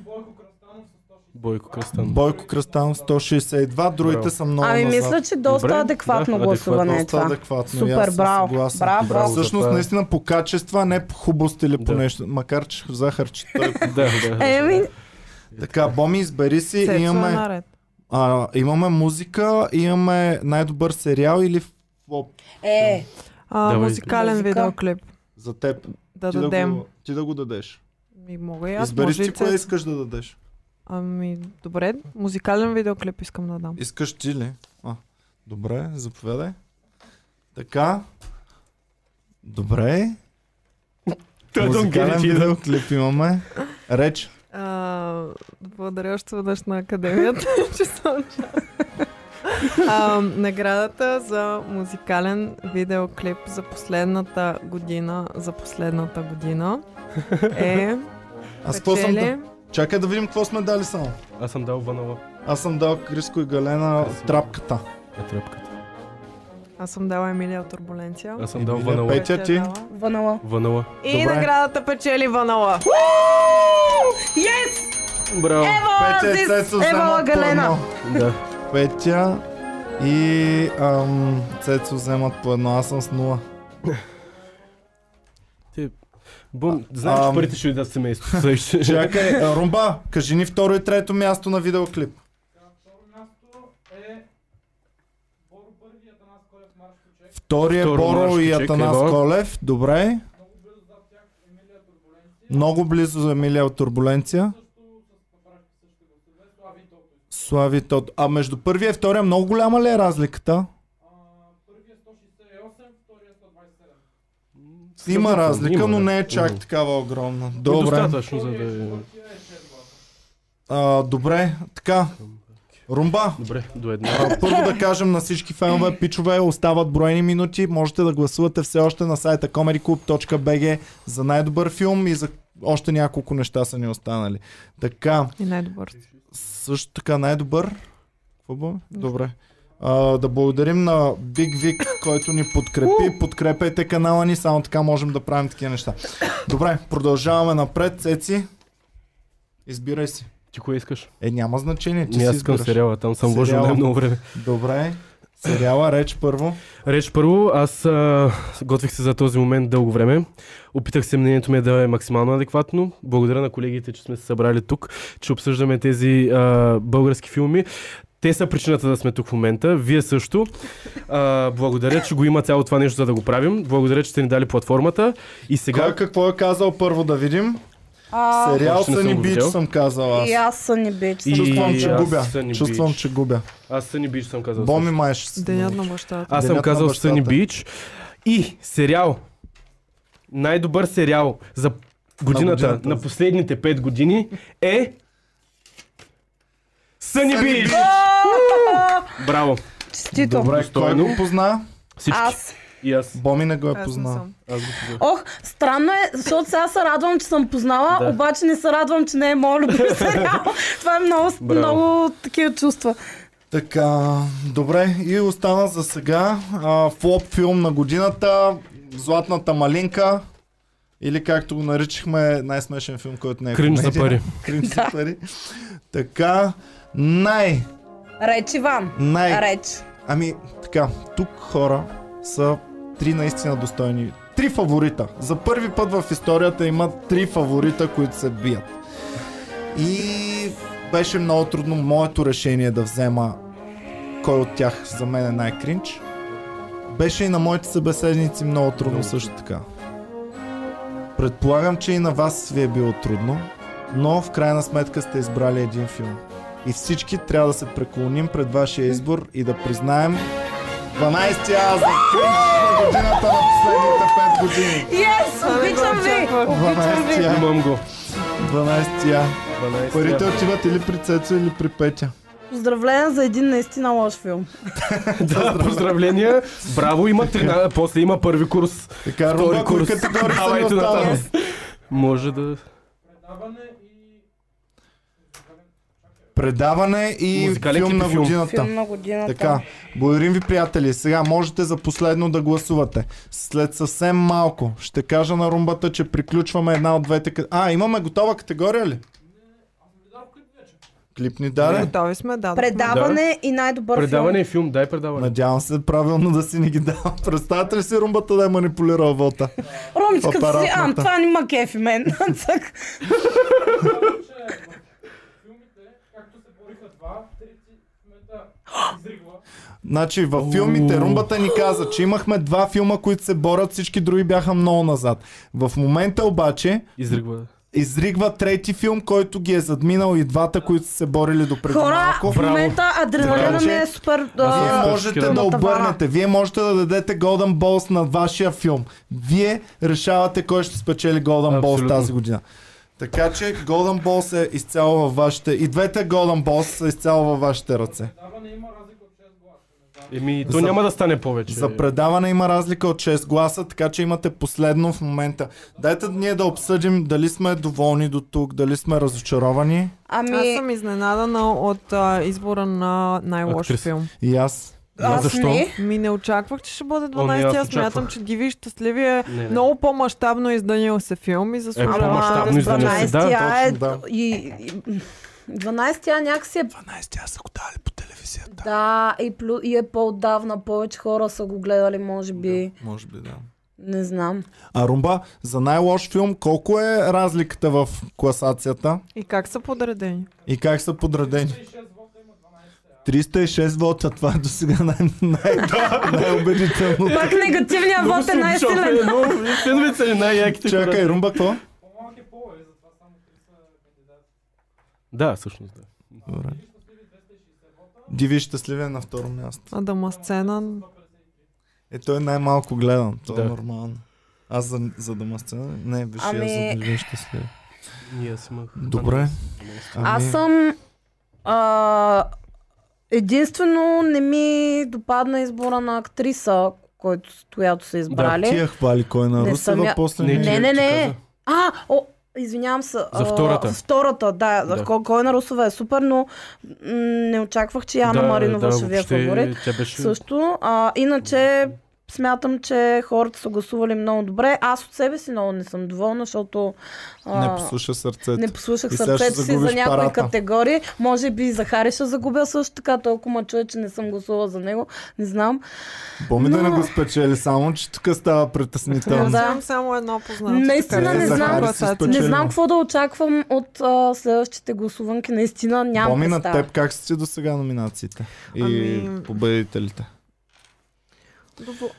S2: Бойко Кръстан.
S1: Бойко Кръстан 162, другите
S2: Браво.
S1: са много
S3: Ами
S1: назад.
S3: мисля, че доста
S2: Добре,
S3: адекватно
S2: да,
S3: гласуване е
S1: Доста
S3: това.
S1: адекватно. и аз
S3: Супер,
S1: съм
S3: браво.
S1: съгласен.
S3: Браво.
S2: Браво.
S1: Всъщност,
S2: Затова е.
S1: наистина по качества, не по хубост или по
S2: Да.
S1: нещо, макар че захар, че той... е
S2: Да, да.
S3: Еми,
S1: така, Боми, избери си,
S4: Цецо е
S1: имаме,
S4: наред.
S1: а, имаме музика, имаме най-добър сериал или флоп
S3: е,
S4: А,
S2: Давай.
S4: музикален
S3: Музика.
S4: видеоклип.
S1: за теб?
S4: Да
S1: ти,
S4: дадем.
S1: да го, ти да го дадеш.
S4: Ми мога и аз.
S1: Избери
S4: може и
S1: ти кое
S4: Цецо.
S1: искаш да дадеш.
S4: Ами, добре, музикален видеоклип искам да дам.
S1: Искаш ти ли? А, добре, заповядай. Така. Добре. е
S2: Той е don't get it
S1: Музикален
S2: either.
S1: видеоклип имаме. Реч.
S4: А, благодаря още веднъж на академията, че съм част. а, наградата за музикален видеоклип за последната година, за последната година е
S1: Аз какво съм да...
S4: печели
S1: Чакай да видим какво сме дали само.
S2: Аз съм дал ванала
S1: Аз съм дал Криско и Галена
S2: Красиво.
S1: трапката.
S2: на тръпката.
S4: Аз съм дала Емилия от Турбуленция.
S2: Аз съм дал
S1: Емилия
S2: ванала.
S1: Пет.
S4: Която
S1: Петя,
S4: е
S1: ти?
S4: дала.
S3: ванала.
S2: Ванала.
S4: И
S1: Добре.
S4: наградата печели Ванала.
S3: Yes!
S2: Браво.
S3: Ева,
S1: Петя и
S3: this-
S1: Цецо
S3: Ева
S1: вземат по едно.
S3: е Галена.
S2: Да.
S1: Петя и ам, Цецо вземат по едно. Аз съм с нула.
S2: Ти... Бум, знаеш, че
S1: Ам.
S2: парите ще ви дадат семейството. Сега ще-
S1: Чакай, а, Румба, кажи ни второ и трето място на видеоклип. Втория
S2: Второ
S1: е Боро
S2: Марш
S1: и
S2: Кючек,
S1: Атанас
S2: ево.
S1: Колев. Добре. Много близо за Емилия от Турбуленция. Слави Тото. А между първия и втория много голяма ли е разликата? Има разлика, но не е чак
S2: Има.
S1: такава огромна.
S2: Добре.
S1: Добре.
S2: Достатъчно, за да е...
S1: А, добре, така. Румба,
S2: Добре, до една.
S1: а, първо да кажем на всички фенове, пичове, остават броени минути. Можете да гласувате все още на сайта comedyclub.bg за най-добър филм и за още няколко неща са ни останали. Така,
S4: И най-добър.
S1: също така най-добър. Какво бе? Добре. А, да благодарим на Big Vic, който ни подкрепи. Подкрепете канала ни, само така можем да правим такива неща. Добре, продължаваме напред. Цеци, избирай си.
S2: Ти кое искаш?
S1: Е, няма значение, ти
S2: Не,
S1: си
S2: аз искам
S1: избираш.
S2: сериала, там съм вложил
S1: Сериала.
S2: най-много време.
S1: Добре. Сериала Реч първо.
S2: Реч първо, аз а, готвих се за този момент дълго време. Опитах се мнението ми да е максимално адекватно. Благодаря на колегите, че сме се събрали тук, че обсъждаме тези а, български филми. Те са причината да сме тук в момента. Вие също. А, благодаря, че го има цяло това нещо, за да го правим. Благодаря, че сте ни дали платформата. И сега...
S1: Кой какво е казал първо да видим?
S3: А,
S1: Сериал
S2: Още не
S1: са ни
S2: съм го
S1: бич
S2: видял.
S1: съм казал аз.
S3: и аз съм ни бич.
S2: И-
S1: Чувствам, че
S2: аз
S1: губя.
S2: Съни
S1: Чувствам,
S2: Бич.
S1: че губя.
S2: Аз Съни Бич съм казал.
S1: Боми
S2: също.
S1: май ще си
S4: Денят на
S1: научи.
S4: бащата.
S2: Аз съм
S1: Денят на
S2: казал
S1: бащата.
S2: Съни Бич. И сериал. Най-добър сериал за годината, на,
S1: годината.
S2: последните 5 години е... Съни
S1: Съни Бич!
S2: Бич! Браво!
S3: Честито.
S1: Добре, кой
S2: Достойно.
S1: го позна?
S2: Всички.
S3: Аз.
S2: И аз.
S1: Боми не го е
S4: Аз не
S1: познал.
S4: съм.
S2: Аз го познавам.
S3: Ох, странно е, защото сега се радвам, че съм познала,
S2: Да.
S3: обаче не се радвам, че не е моят любим сериал. Това е много,
S2: Браво.
S3: много такива чувства.
S1: Така, добре. И остана за сега а, флоп филм на годината. Златната малинка. Или както го наричахме, най-смешен филм, който не е
S2: Кринж за
S1: комедия.
S2: пари.
S1: Кринж за пари. Така, най,
S3: Реч Иван.
S1: най,
S3: Реч.
S1: Ами, така, тук хора са три наистина достойни. Три фаворита. За първи път в историята има три фаворита, които се бият. И беше много трудно моето решение да взема кой от тях за мен е най-кринч. Беше и на моите събеседници много трудно също така. Предполагам, че и на вас ви е било трудно, но в крайна сметка сте избрали един филм. И всички трябва да се преклоним пред вашия избор и да признаем 12-я за кринч на годината на последните 5 години.
S3: Yes,
S4: Това не го
S3: обичам ви.
S4: очаквах.
S3: Обичам ви.
S1: 12-я.
S2: Имам го.
S1: 12-я.
S2: 12.
S1: Парите отиват или при Цецо, или при Петя.
S3: Поздравления за един наистина лош филм.
S2: Да, поздравления. Браво, има 13. После има първи курс.
S1: Така,
S2: Втори
S1: Руба, кои
S2: курс.
S1: категории са ни
S2: Давайте
S1: останали?
S2: нататък. Може да...
S1: Предаване и
S2: Музикален
S1: филм
S2: клип и
S1: на
S2: филм.
S1: годината.
S3: Филм на годината.
S1: Така, благодарим ви, приятели. Сега можете за последно да гласувате. След съвсем малко ще кажа на румбата, че приключваме една от двете. кат- А, имаме готова категория ли? клип ни даде.
S4: Готови сме, да.
S3: Предаване и най-добър
S2: Предаване
S3: филм.
S2: и филм, дай предаване.
S1: Надявам се правилно да си ни ги дал. Представете ли си румбата да е манипулирал вота?
S3: Ромче, като си, а,
S1: Апаратната.
S3: това не ма кефи мен. Цък.
S1: Значи във филмите
S2: Уу.
S1: румбата ни каза, че имахме два филма, които се борят, всички други бяха много назад. В момента обаче
S2: Изригва.
S1: изригва трети филм, който ги е задминал и двата, които са се борили до преди
S3: Хора,
S1: малко.
S3: в момента адреналина
S1: Браво.
S3: ми е супер...
S2: Аз
S1: Вие
S2: съм
S3: Да,
S1: можете
S2: точно
S1: да
S3: на тавана.
S1: обърнете, вие можете да дадете Golden Balls на вашия филм. Вие решавате кой ще спечели Golden Balls
S2: Абсолютно.
S1: тази година. Така че Golden Balls е изцяло във вашите... И двете Golden Balls са изцяло във вашите ръце.
S2: Еми, то
S1: За-
S2: няма да стане повече.
S1: За предаване има разлика от 6 гласа, така че имате последно в момента. Дайте ние да обсъдим дали сме доволни до тук, дали сме разочаровани.
S4: Аз
S3: Ами,
S4: съм изненадана от а, избора на най-лош
S2: Актриса.
S4: филм.
S1: И аз.
S3: аз
S2: Защо?
S3: не.
S4: Ми не очаквах, че ще бъде
S2: О, не, аз
S4: 12. Аз смятам,
S2: очаквах.
S4: че Диви и щастливи е
S2: Не, не.
S4: много по-масштабно изданил се филм и
S2: Е,
S4: заслужава.
S2: по-мащабно
S4: да
S2: изданил се,
S4: спомена.
S3: 12 тя е...
S1: точно, да.
S3: и- и- 12-тя някакси е...
S1: 12 са го дали по телевизията.
S3: Да, и, плю, и е по-отдавна, повече хора са го гледали, може би.
S1: Може би да.
S3: Не знам.
S1: А Румба, за най-лош филм, колко е разликата в класацията
S4: И как са подредени?
S1: и как са подредени? 306 вота, това е до сега най- най- най-убедително.
S3: Пак негативният вод е най-силен.
S2: Феновете са ни най-яките. хора.
S1: Чакай, Румба, какво?
S2: Да, всъщност да.
S1: Добре. Диви щастливе е на второ място.
S4: Адама Сцена.
S1: Е, той е най-малко гледан. То е
S2: Да.
S1: нормално. Аз за, за дома сцена? Не, виж,
S3: Ами-
S1: аз за диви щастливе.
S2: Ние сме.
S1: Добре.
S2: Ами-
S3: Аз
S1: Ами,
S3: съм... А, единствено не ми допадна избора на актриса, който, която са избрали.
S1: Тия хвали кой е на
S3: нали? Не съм
S1: Русева,
S3: я-
S1: после
S2: Не,
S1: е, не,
S3: Не, не,
S2: Ти
S3: не.
S2: каза.
S3: А, о, извинявам се. а,
S2: втората.
S3: Втората, да.
S2: Да.
S3: да. Кой, кой на Русова е супер, но м, не очаквах, че Яна Маринова ще ви е
S2: въобще
S3: фаворит.
S2: Тя беше...
S3: Също. А, иначе смятам, че хората са гласували много добре. Аз от себе си много не съм доволна, защото
S1: не
S3: а,
S1: послуша сърцето.
S3: не послушах
S1: Е, И сега ще
S3: сърцето си
S1: загубиш
S3: за някои
S1: парата.
S3: категории. Може би и за Хари ще загубя също така. Толкова ма чуя, че не съм гласувала за него. Не знам.
S1: Помни да
S3: Но-
S1: не го спечели, само че тук става притеснително.
S3: Да.
S4: Имам само едно познато.
S3: Наистина
S4: така е.
S3: не знам.
S4: Захари си
S1: Класация.
S3: Не
S1: Печелено.
S4: спечели.
S3: знам какво да очаквам от а, следващите гласуванки. Наистина нямам
S1: Боми на
S3: представа.
S1: теб как са ти до сега номинациите и
S4: Ами-
S1: победителите.
S4: Дово-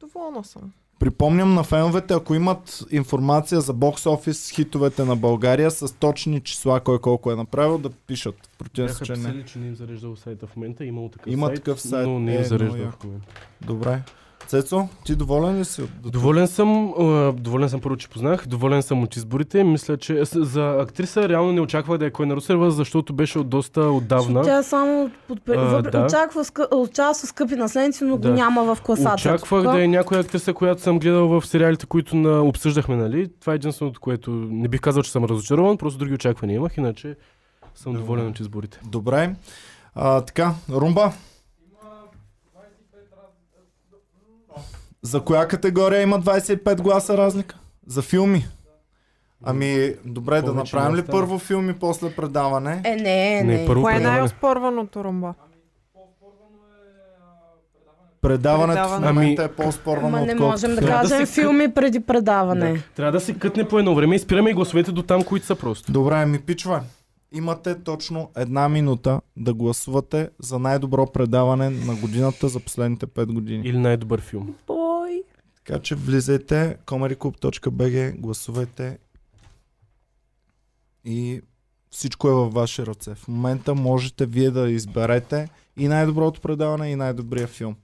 S4: Доволна съм.
S1: Припомням на феновете, ако имат информация за бокс офис хитовете на България с точни числа, кой колко е направил, да пишат. В противен
S2: Бяха
S1: случай не.
S2: писали, че не им зареждал сайта в момента. Имало такъв
S1: Има
S2: сайт,
S1: такъв сайт.
S2: но не
S1: Е,
S2: им
S1: много
S2: зареждал в
S1: яко.
S2: момента.
S1: Добре. Цецо, ти доволен ли си? от-
S2: Доволен съм, а, доволен съм първо, че познах, доволен съм от изборите. Мисля, че с- за актриса реално не очаквах да е кой на Русева, защото беше от доста отдавна.
S3: Тя е само подпре...
S2: А,
S3: въпре...
S2: да.
S3: очаква, скъ... очаква скъпи наследници, но
S2: Да.
S3: го няма в класата.
S2: Очаквах
S3: Тук.
S2: да е някоя актриса, която съм гледал в сериалите, които на... обсъждахме, нали? Това е единственото, което не бих казал, че съм разочарован, просто други очаквания имах, иначе съм
S1: Добре.
S2: доволен от изборите.
S1: Добре. А, така, Румба. За коя категория има 25 гласа разлика? За филми. Ами, добре, да
S2: Повече
S1: направим
S2: не
S1: ли
S2: остава.
S1: първо филми, после предаване?
S3: Е, не, е, не.
S2: Не, първо
S4: Кое е
S2: предаване.
S4: най-оспорваното румба?
S1: Предаването в
S4: Предаване.
S1: момента е
S2: Ами,
S1: по-спорно,
S3: Ама не
S1: отколкото
S3: можем да
S1: филм.
S2: Трябва да
S3: кажем
S2: се къ-
S3: филми преди предаване.
S2: Да. Трябва да се кътне по едно време и спираме и гласовете до там, които са просто.
S1: Добре, ми пичва. Имате точно една минута да гласувате за най-добро предаване на годината за последните 5 години.
S2: Или най-добър филм.
S3: Бой.
S1: Така че влизайте comedyclub.bg, гласувайте и всичко е във ваши ръце. В момента можете вие да изберете и най-доброто предаване, и най-добрия филм.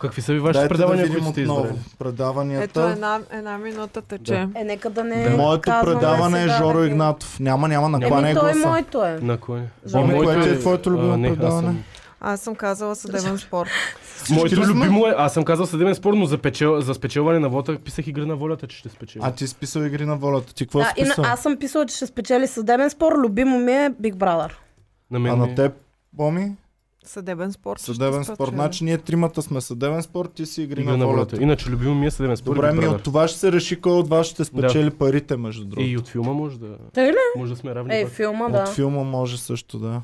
S2: Какви са ви вашите
S1: Дайте
S2: предавания,
S1: да видим
S2: които сте избрали?
S1: отново предаванията.
S4: Ето една, една минута тече.
S3: Е, нека да не.
S2: Да.
S1: Моето
S3: казваме
S1: предаване е
S3: сега
S1: Жоро
S3: да ги-
S1: Игнатов. Няма, няма, накланя
S3: Еми,
S1: е
S3: той е
S1: гласа.
S3: моето е.
S2: На кое?
S3: Жоро.
S2: Моето
S1: Кое е твоето любимо
S2: а, не, аз
S1: предаване?
S2: съм-
S4: Аз съм казала съдебен спор.
S1: Всички
S2: Моето
S1: ли сме?
S2: любимо е, аз съм казал съдебен спор, но за, печел, за спечелване на вота писах игра на волята, че ще спечеля.
S1: А ти си писал игри на волята. Ти какво
S3: Да,
S1: си
S3: и на,
S1: писал?
S3: аз съм писала, че ще спечели съдебен спор. Любимо ми е Big е Brother.
S2: на мен
S1: А
S2: ми-
S1: на теб, Боми?
S4: Съдебен спорт. ще
S1: Съдебен
S4: спечели.
S1: спорт. Значи ние тримата сме съдебен спорт, ти си игри
S2: Игра
S1: на
S2: на
S1: волята.
S2: волята. Иначе любимо ми е съдебен спорт.
S1: Добре,
S2: Big
S1: ми
S2: Brother.
S1: от това ще се реши кой от вас ще спечели парите, между
S2: Е, И
S1: другото.
S2: от филма може да,
S3: Е, ли?
S2: може да сме равни.
S3: Е,
S2: пак.
S3: филма,
S1: От
S3: да.
S1: филма може също да.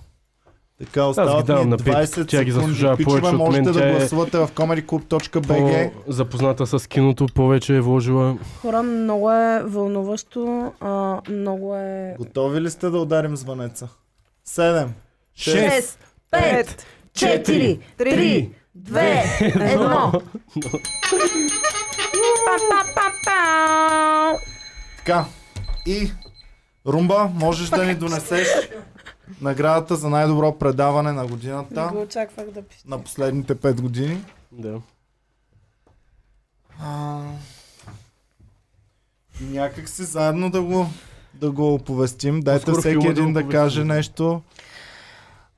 S1: Така, остават
S2: давам
S1: ни
S2: на Петка,
S1: 20
S2: тя ги
S1: секунди.
S2: заслужава
S1: Пичове,
S2: повече от
S1: можете
S2: мен,
S1: да
S2: тя е-
S1: гласувате в comedyclub.bg.
S2: По- Запозната с киното, повече е вложила.
S3: Хора, много е вълнуващо, а, много е...
S1: Готови ли сте да ударим звънеца? 7, 6,
S3: 6, 5, 4, 3, 2, 1.
S1: Така. И Румба, можеш да ни донесеш наградата за най-добро предаване на
S3: Не
S1: годината
S3: го очаквах да пише.
S1: на последните 5 години.
S2: Да.
S1: А... Някак си заедно да го, да го оповестим. Дайте
S2: По-скоро
S1: всеки
S2: филма да
S1: един да,
S2: оповестим.
S1: каже нещо.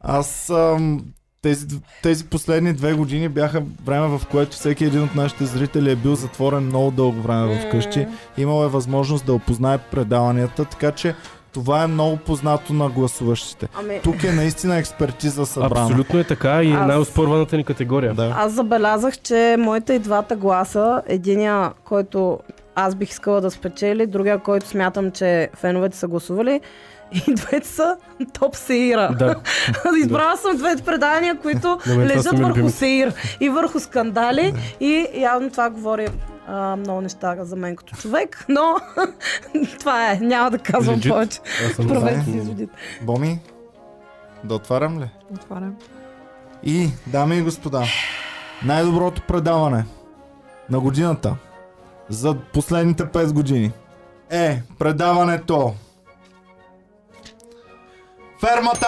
S1: Аз ам, тези, тези последни две години бяха време, в което всеки един от нашите зрители е бил затворен много дълго време вкъщи. Имал е възможност да опознае предаванията, така че това е много познато на гласуващите.
S3: Ами,
S1: Тук е наистина експертиза събрана.
S2: Абсолютно е така и е
S3: Аз-
S2: най-оспорваната ни категория.
S1: Да.
S3: аз забелязах, че моите и двата гласа, единия, който аз бих искала да спечели, другия, който смятам, че феновете са гласували, и двете са топ сеира.
S2: Да.
S3: Избрала съм двете предавания, които
S2: На мен това са
S3: лежат
S2: ми
S3: върху
S2: любимите.
S3: сеир и върху скандали и явно това говори а, много неща за мен като човек, но това е, няма да казвам
S2: Legit.
S3: повече.
S2: Аз съм
S3: Правете си
S2: за-
S3: изводите.
S1: Боми, да отварям ли?
S4: Отварям.
S1: И, дами и господа, най-доброто предаване на годината за последните 5 години е предаването Фермата!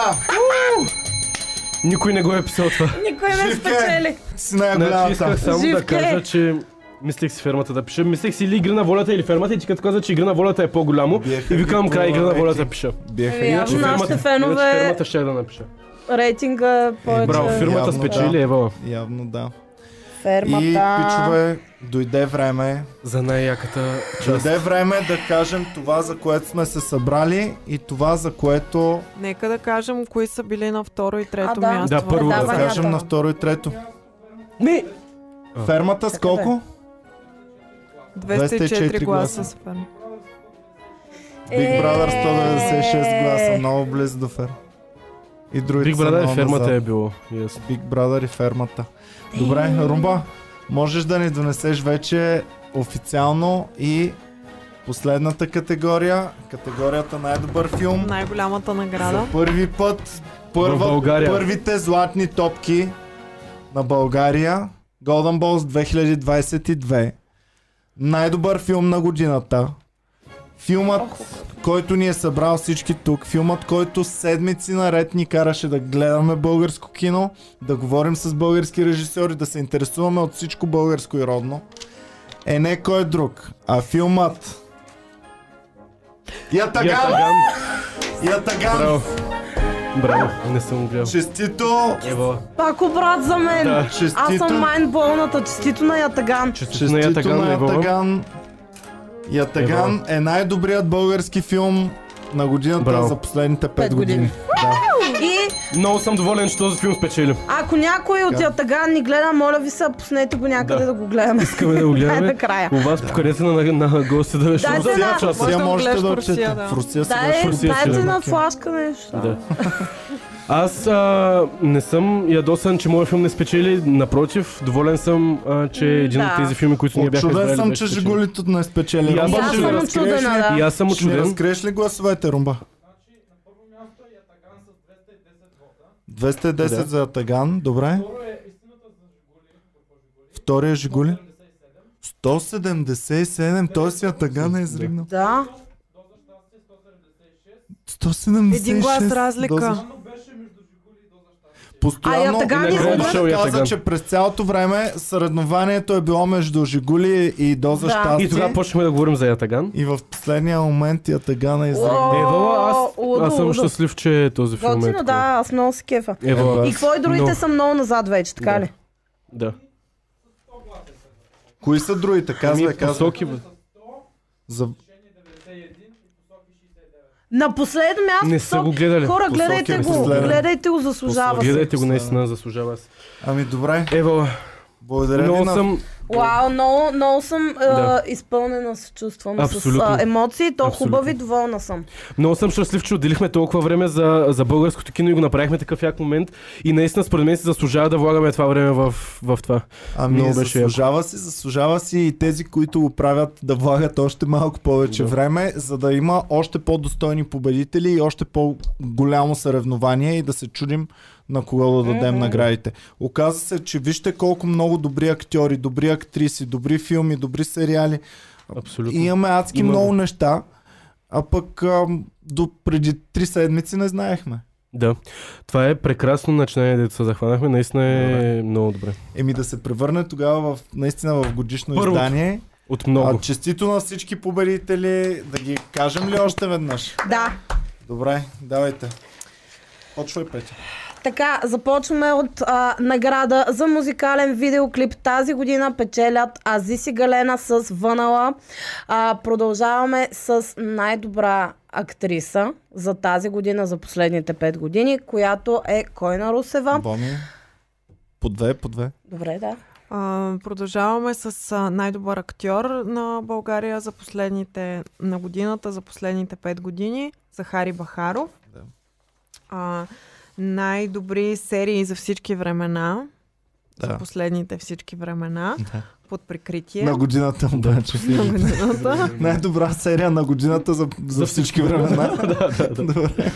S2: Никой не го е писал това.
S3: Никой не
S1: Живке!
S3: спечели.
S1: С
S2: Значи исках
S1: най-голямата.
S2: само да
S3: Живке!
S2: кажа, че мислех си фермата да пиша. Мислех си или игра на волята или фермата и ти като каза, че игра на волята е по-голямо.
S1: Биеха
S2: И викам
S1: ги
S2: край игра на
S1: половеки.
S2: волята пиша.
S1: Биеха
S3: Еми,
S1: ги.
S3: аз- Явно нашите
S2: фермата-
S3: фенове-
S2: иначе фермата ще е да напиша.
S3: Рейтинга повече.
S2: Браво, фирмата
S1: Явно,
S2: спечели
S1: да.
S2: Евала.
S1: Явно да.
S3: Фермата.
S1: И, пичове, дойде време.
S2: За най-яката част.
S1: Дойде време да кажем това, за което сме се събрали и това, за което
S4: Нека да кажем кои са били на второ и трето
S3: А, да.
S4: място.
S2: Да,
S1: да
S2: първо да
S3: Предаванията.
S1: кажем на второ и трето.
S2: Не!
S1: Фермата с колко?
S4: 204
S1: 204 гласа.
S4: гласа. Супер.
S1: Big Brother 196 гласа,
S3: Е.
S1: много близо до фер. И другите
S2: Big
S1: са
S2: Brother
S1: много
S2: и фермата е
S1: назад.
S2: било. Yes.
S1: Big Brother и фермата. Добре, Румба, можеш да ни донесеш вече официално и последната категория, категорията най-добър филм.
S4: Най-голямата награда.
S1: За първи път, първа,
S2: В България.
S1: първите златни топки на България. Golden Balls 2022. Най-добър филм на годината. Филмът, който ни е събрал всички тук. Филмът, който седмици наред ни караше да гледаме българско кино, да говорим с български режисьори, да се интересуваме от всичко българско и родно. Е не кой друг, а филмът. Ятаган!
S2: Ятаган.
S1: Ятаган!
S2: Браво. Браво, не съм го гледал.
S1: Честито!
S2: Евала.
S3: Пако брат за мен.
S2: Да.
S3: Аз
S1: Честито!
S3: съм майнболната. Честито на Ятаган.
S2: Честито на
S1: Честито
S2: Ятаган,
S1: на
S2: Евала.
S1: Ятаган. Ятаган е най-добрият български филм на годината
S2: Браво.
S1: за последните 5,
S3: Пет
S1: години.
S3: години.
S1: Да.
S3: И
S2: Много съм доволен, че този филм спечели.
S3: ако някой от
S1: Така.
S3: Ятаган ни гледа, моля ви се, пуснете го някъде
S2: Да.
S3: да го гледаме.
S2: Искаме да го
S3: Дай
S2: гледаме.
S3: до края.
S2: У вас покарете на, на, на гости да беше
S3: Дайте
S2: за два
S3: на-
S2: часа.
S4: Може
S1: Сега
S4: да
S1: можете
S4: гледаш
S1: да
S4: в Русия,
S1: отчете.
S4: да.
S1: В Русия се
S3: Дай,
S2: Русия ще
S3: дайте
S2: гледаме.
S3: на флашка нещо.
S2: Да. Аз а, не съм ядосан, че моят филм не спечели. Напротив, доволен съм, а, че е един
S3: Да.
S2: от тези филми, които ние бяха
S1: Очуден
S2: избрали,
S1: съм,
S2: беше
S1: че
S2: спечелил.
S1: Жигулито не е
S2: И
S1: спечели.
S2: аз
S1: Румба,
S2: съм
S1: ще
S2: чуден.
S1: разкриеш ли-
S3: Аз съм чудена, да.
S2: И аз съм
S1: Ще
S2: очуден.
S1: разкриеш ли гласовете, Румба? Значи, е 210
S2: Да.
S1: за Атаган, добре. Втория е Жигули. 177, той си Атаган е изригнал.
S3: Да.
S1: 176.
S4: Един глас разлика.
S1: Постоянно
S3: А Ятаган
S2: И накрая дошъл
S1: каза,
S2: Ятаган.
S1: че през цялото време съревнованието е било между Жигули и Доза
S3: Да.
S1: щастие.
S2: И тогава почнахме да говорим за Ятаган.
S1: И в последния момент Ятаган е изригнал.
S3: О,
S2: Евала, аз,
S3: лудо,
S2: аз съм
S3: лудо.
S2: щастлив, че този филм е
S3: Готино, да,
S2: такова.
S3: аз много се кефа.
S2: Евала.
S3: И какво и другите
S2: Но-
S3: са много назад вече, така
S2: Е, Да.
S3: ли?
S2: Да.
S1: Кои са другите?
S2: Ами,
S1: Казвай, казвай.
S2: посоки, бе.
S1: За...
S3: На последно място.
S2: Не са
S3: Сок-
S2: го гледали.
S3: Хора,
S1: Посоки
S3: гледайте
S1: е
S3: го.
S1: последен.
S3: Гледайте го, заслужава се.
S2: Гледайте го, наистина заслужава се.
S1: Ами добре,
S2: Ева,
S1: благодаря ви
S2: много
S1: на...
S2: съм...
S3: Вау, много, много съм
S2: Да.
S3: е, изпълнена с чувствам,
S2: Абсолютно.
S3: с е, емоции, то
S2: Абсолютно.
S3: хубави, доволна съм.
S2: Много съм щастлив, че отделихме толкова време за, за българското кино и го направихме такъв як момент. И наистина, според мен, се заслужава да влагаме това време в, в това.
S1: Ами
S2: Много беше
S1: заслужава си, заслужава си и тези, които го правят да влагат още малко повече
S2: Да.
S1: време, за да има още по-достойни победители и още по-голямо съревнование и да се чудим на кого да дадем
S2: Е.
S3: Мгм.
S1: наградите. Оказва се, че вижте колко много добри актьори, добри актриси, добри филми, добри сериали.
S2: Абсолютно.
S1: И имаме адски
S2: Имаме.
S1: много неща, а пък ам, до преди три седмици не знаехме.
S2: Да. Това е прекрасно начинание, дето се захванахме. Наистина е много добре.
S1: Еми да се превърне тогава в, наистина в годишно
S2: Първото.
S1: издание.
S2: От много.
S1: А, честито на всички победители, да ги кажем ли още веднъж?
S3: Да.
S1: Добре, давайте. Почвай, Петя.
S3: Така, започваме от а, награда за музикален видеоклип. Тази година печелят Азис и Галена с Вънала. А, продължаваме с най-добра актриса за тази година, за последните 5 години, която е Койна Русева.
S1: Боми. По две, по две.
S4: Е.
S3: Добре, да.
S4: А, продължаваме с а, най-добър актьор на България за последните, на годината, за последните 5 години. Захари Бахаров.
S1: Да.
S4: А, най-добри серии за всички времена. За
S1: Да.
S4: последните всички времена. Под прикритие.
S1: На годината обаче.
S4: На годината.
S1: Най-добра серия на годината за, за всички времена. да, да, да. Добре.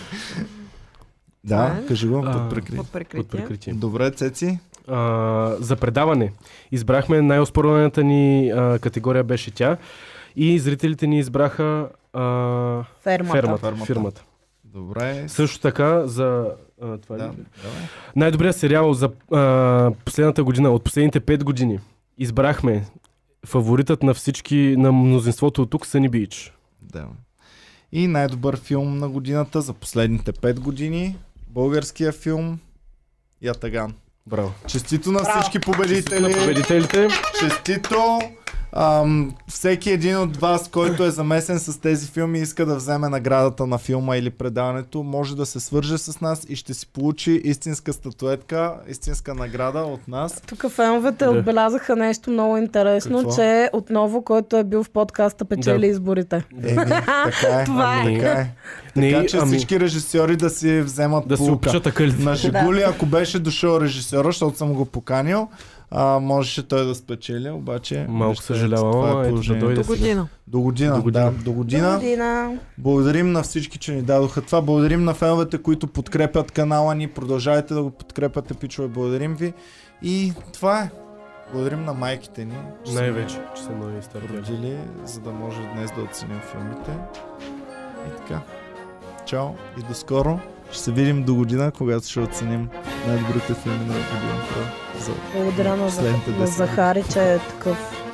S1: Да,
S4: Това е.
S1: кажи го
S2: А,
S1: под прикрит.
S4: Под прикритие.
S2: От прикритие.
S1: Добре, Цеци.
S2: а, за предаване. Избрахме най-оспорваната ни а, категория беше тя. И зрителите ни избраха а,
S3: Фермата.
S2: фермата.
S1: Фермата.
S2: фермата.
S1: Добре.
S2: Също така за а, това
S1: Да,
S2: да.
S1: давай.
S2: най-добрият сериал за а, последната година, от последните 5 години. Избрахме фаворитът на всички, на мнозинството от тук, Съни Бич.
S1: Да. И най-добър филм на годината за последните 5 години. Българския филм Ятаган.
S2: Браво.
S1: Честито на
S3: Браво.
S1: всички победители.
S2: Победителите.
S1: Честито. Ам, всеки един от вас, който е замесен с тези филми и иска да вземе наградата на филма или предаването, може да се свърже с нас и ще си получи истинска статуетка, истинска награда от нас.
S3: Тук феновете
S2: Да.
S3: отбелязаха нещо много интересно,
S1: Какво?
S3: че отново, който е бил в подкаста, печели
S2: Да.
S3: изборите.
S1: Еми, така е.
S3: Това е.
S1: Така е.
S2: Не,
S1: Така че
S2: ами,
S1: всички режисьори да си вземат
S2: да се
S1: поука.
S2: опичат акълите.
S1: На Жигули, ако беше дошъл режисьора, защото съм го поканил, а, можеше той да спечели, обаче...
S2: Малко
S1: вижте,
S2: съжалявам,
S1: това е
S2: ама ето да
S1: положението.
S2: дойде.
S4: До година.
S1: До година,
S2: До година.
S1: да. До
S3: До
S1: година.
S3: година.
S1: Благодарим на всички, че ни дадоха това. Благодарим на феновете, които подкрепят канала ни. Продължавайте да го подкрепяте, пичове. Благодарим ви. И това е. Благодарим на майките ни. че са
S2: Най-вече, че са нови
S1: ни
S2: стари.
S1: Родили, за да може днес да оценим филмите. И така. Чао и до скоро. Ще се видим до година, когато ще оценим най-добрите филми на годината. За
S3: Благодаря на,
S1: Последните
S3: Зах- на
S1: десет.
S3: Захари, че е такъв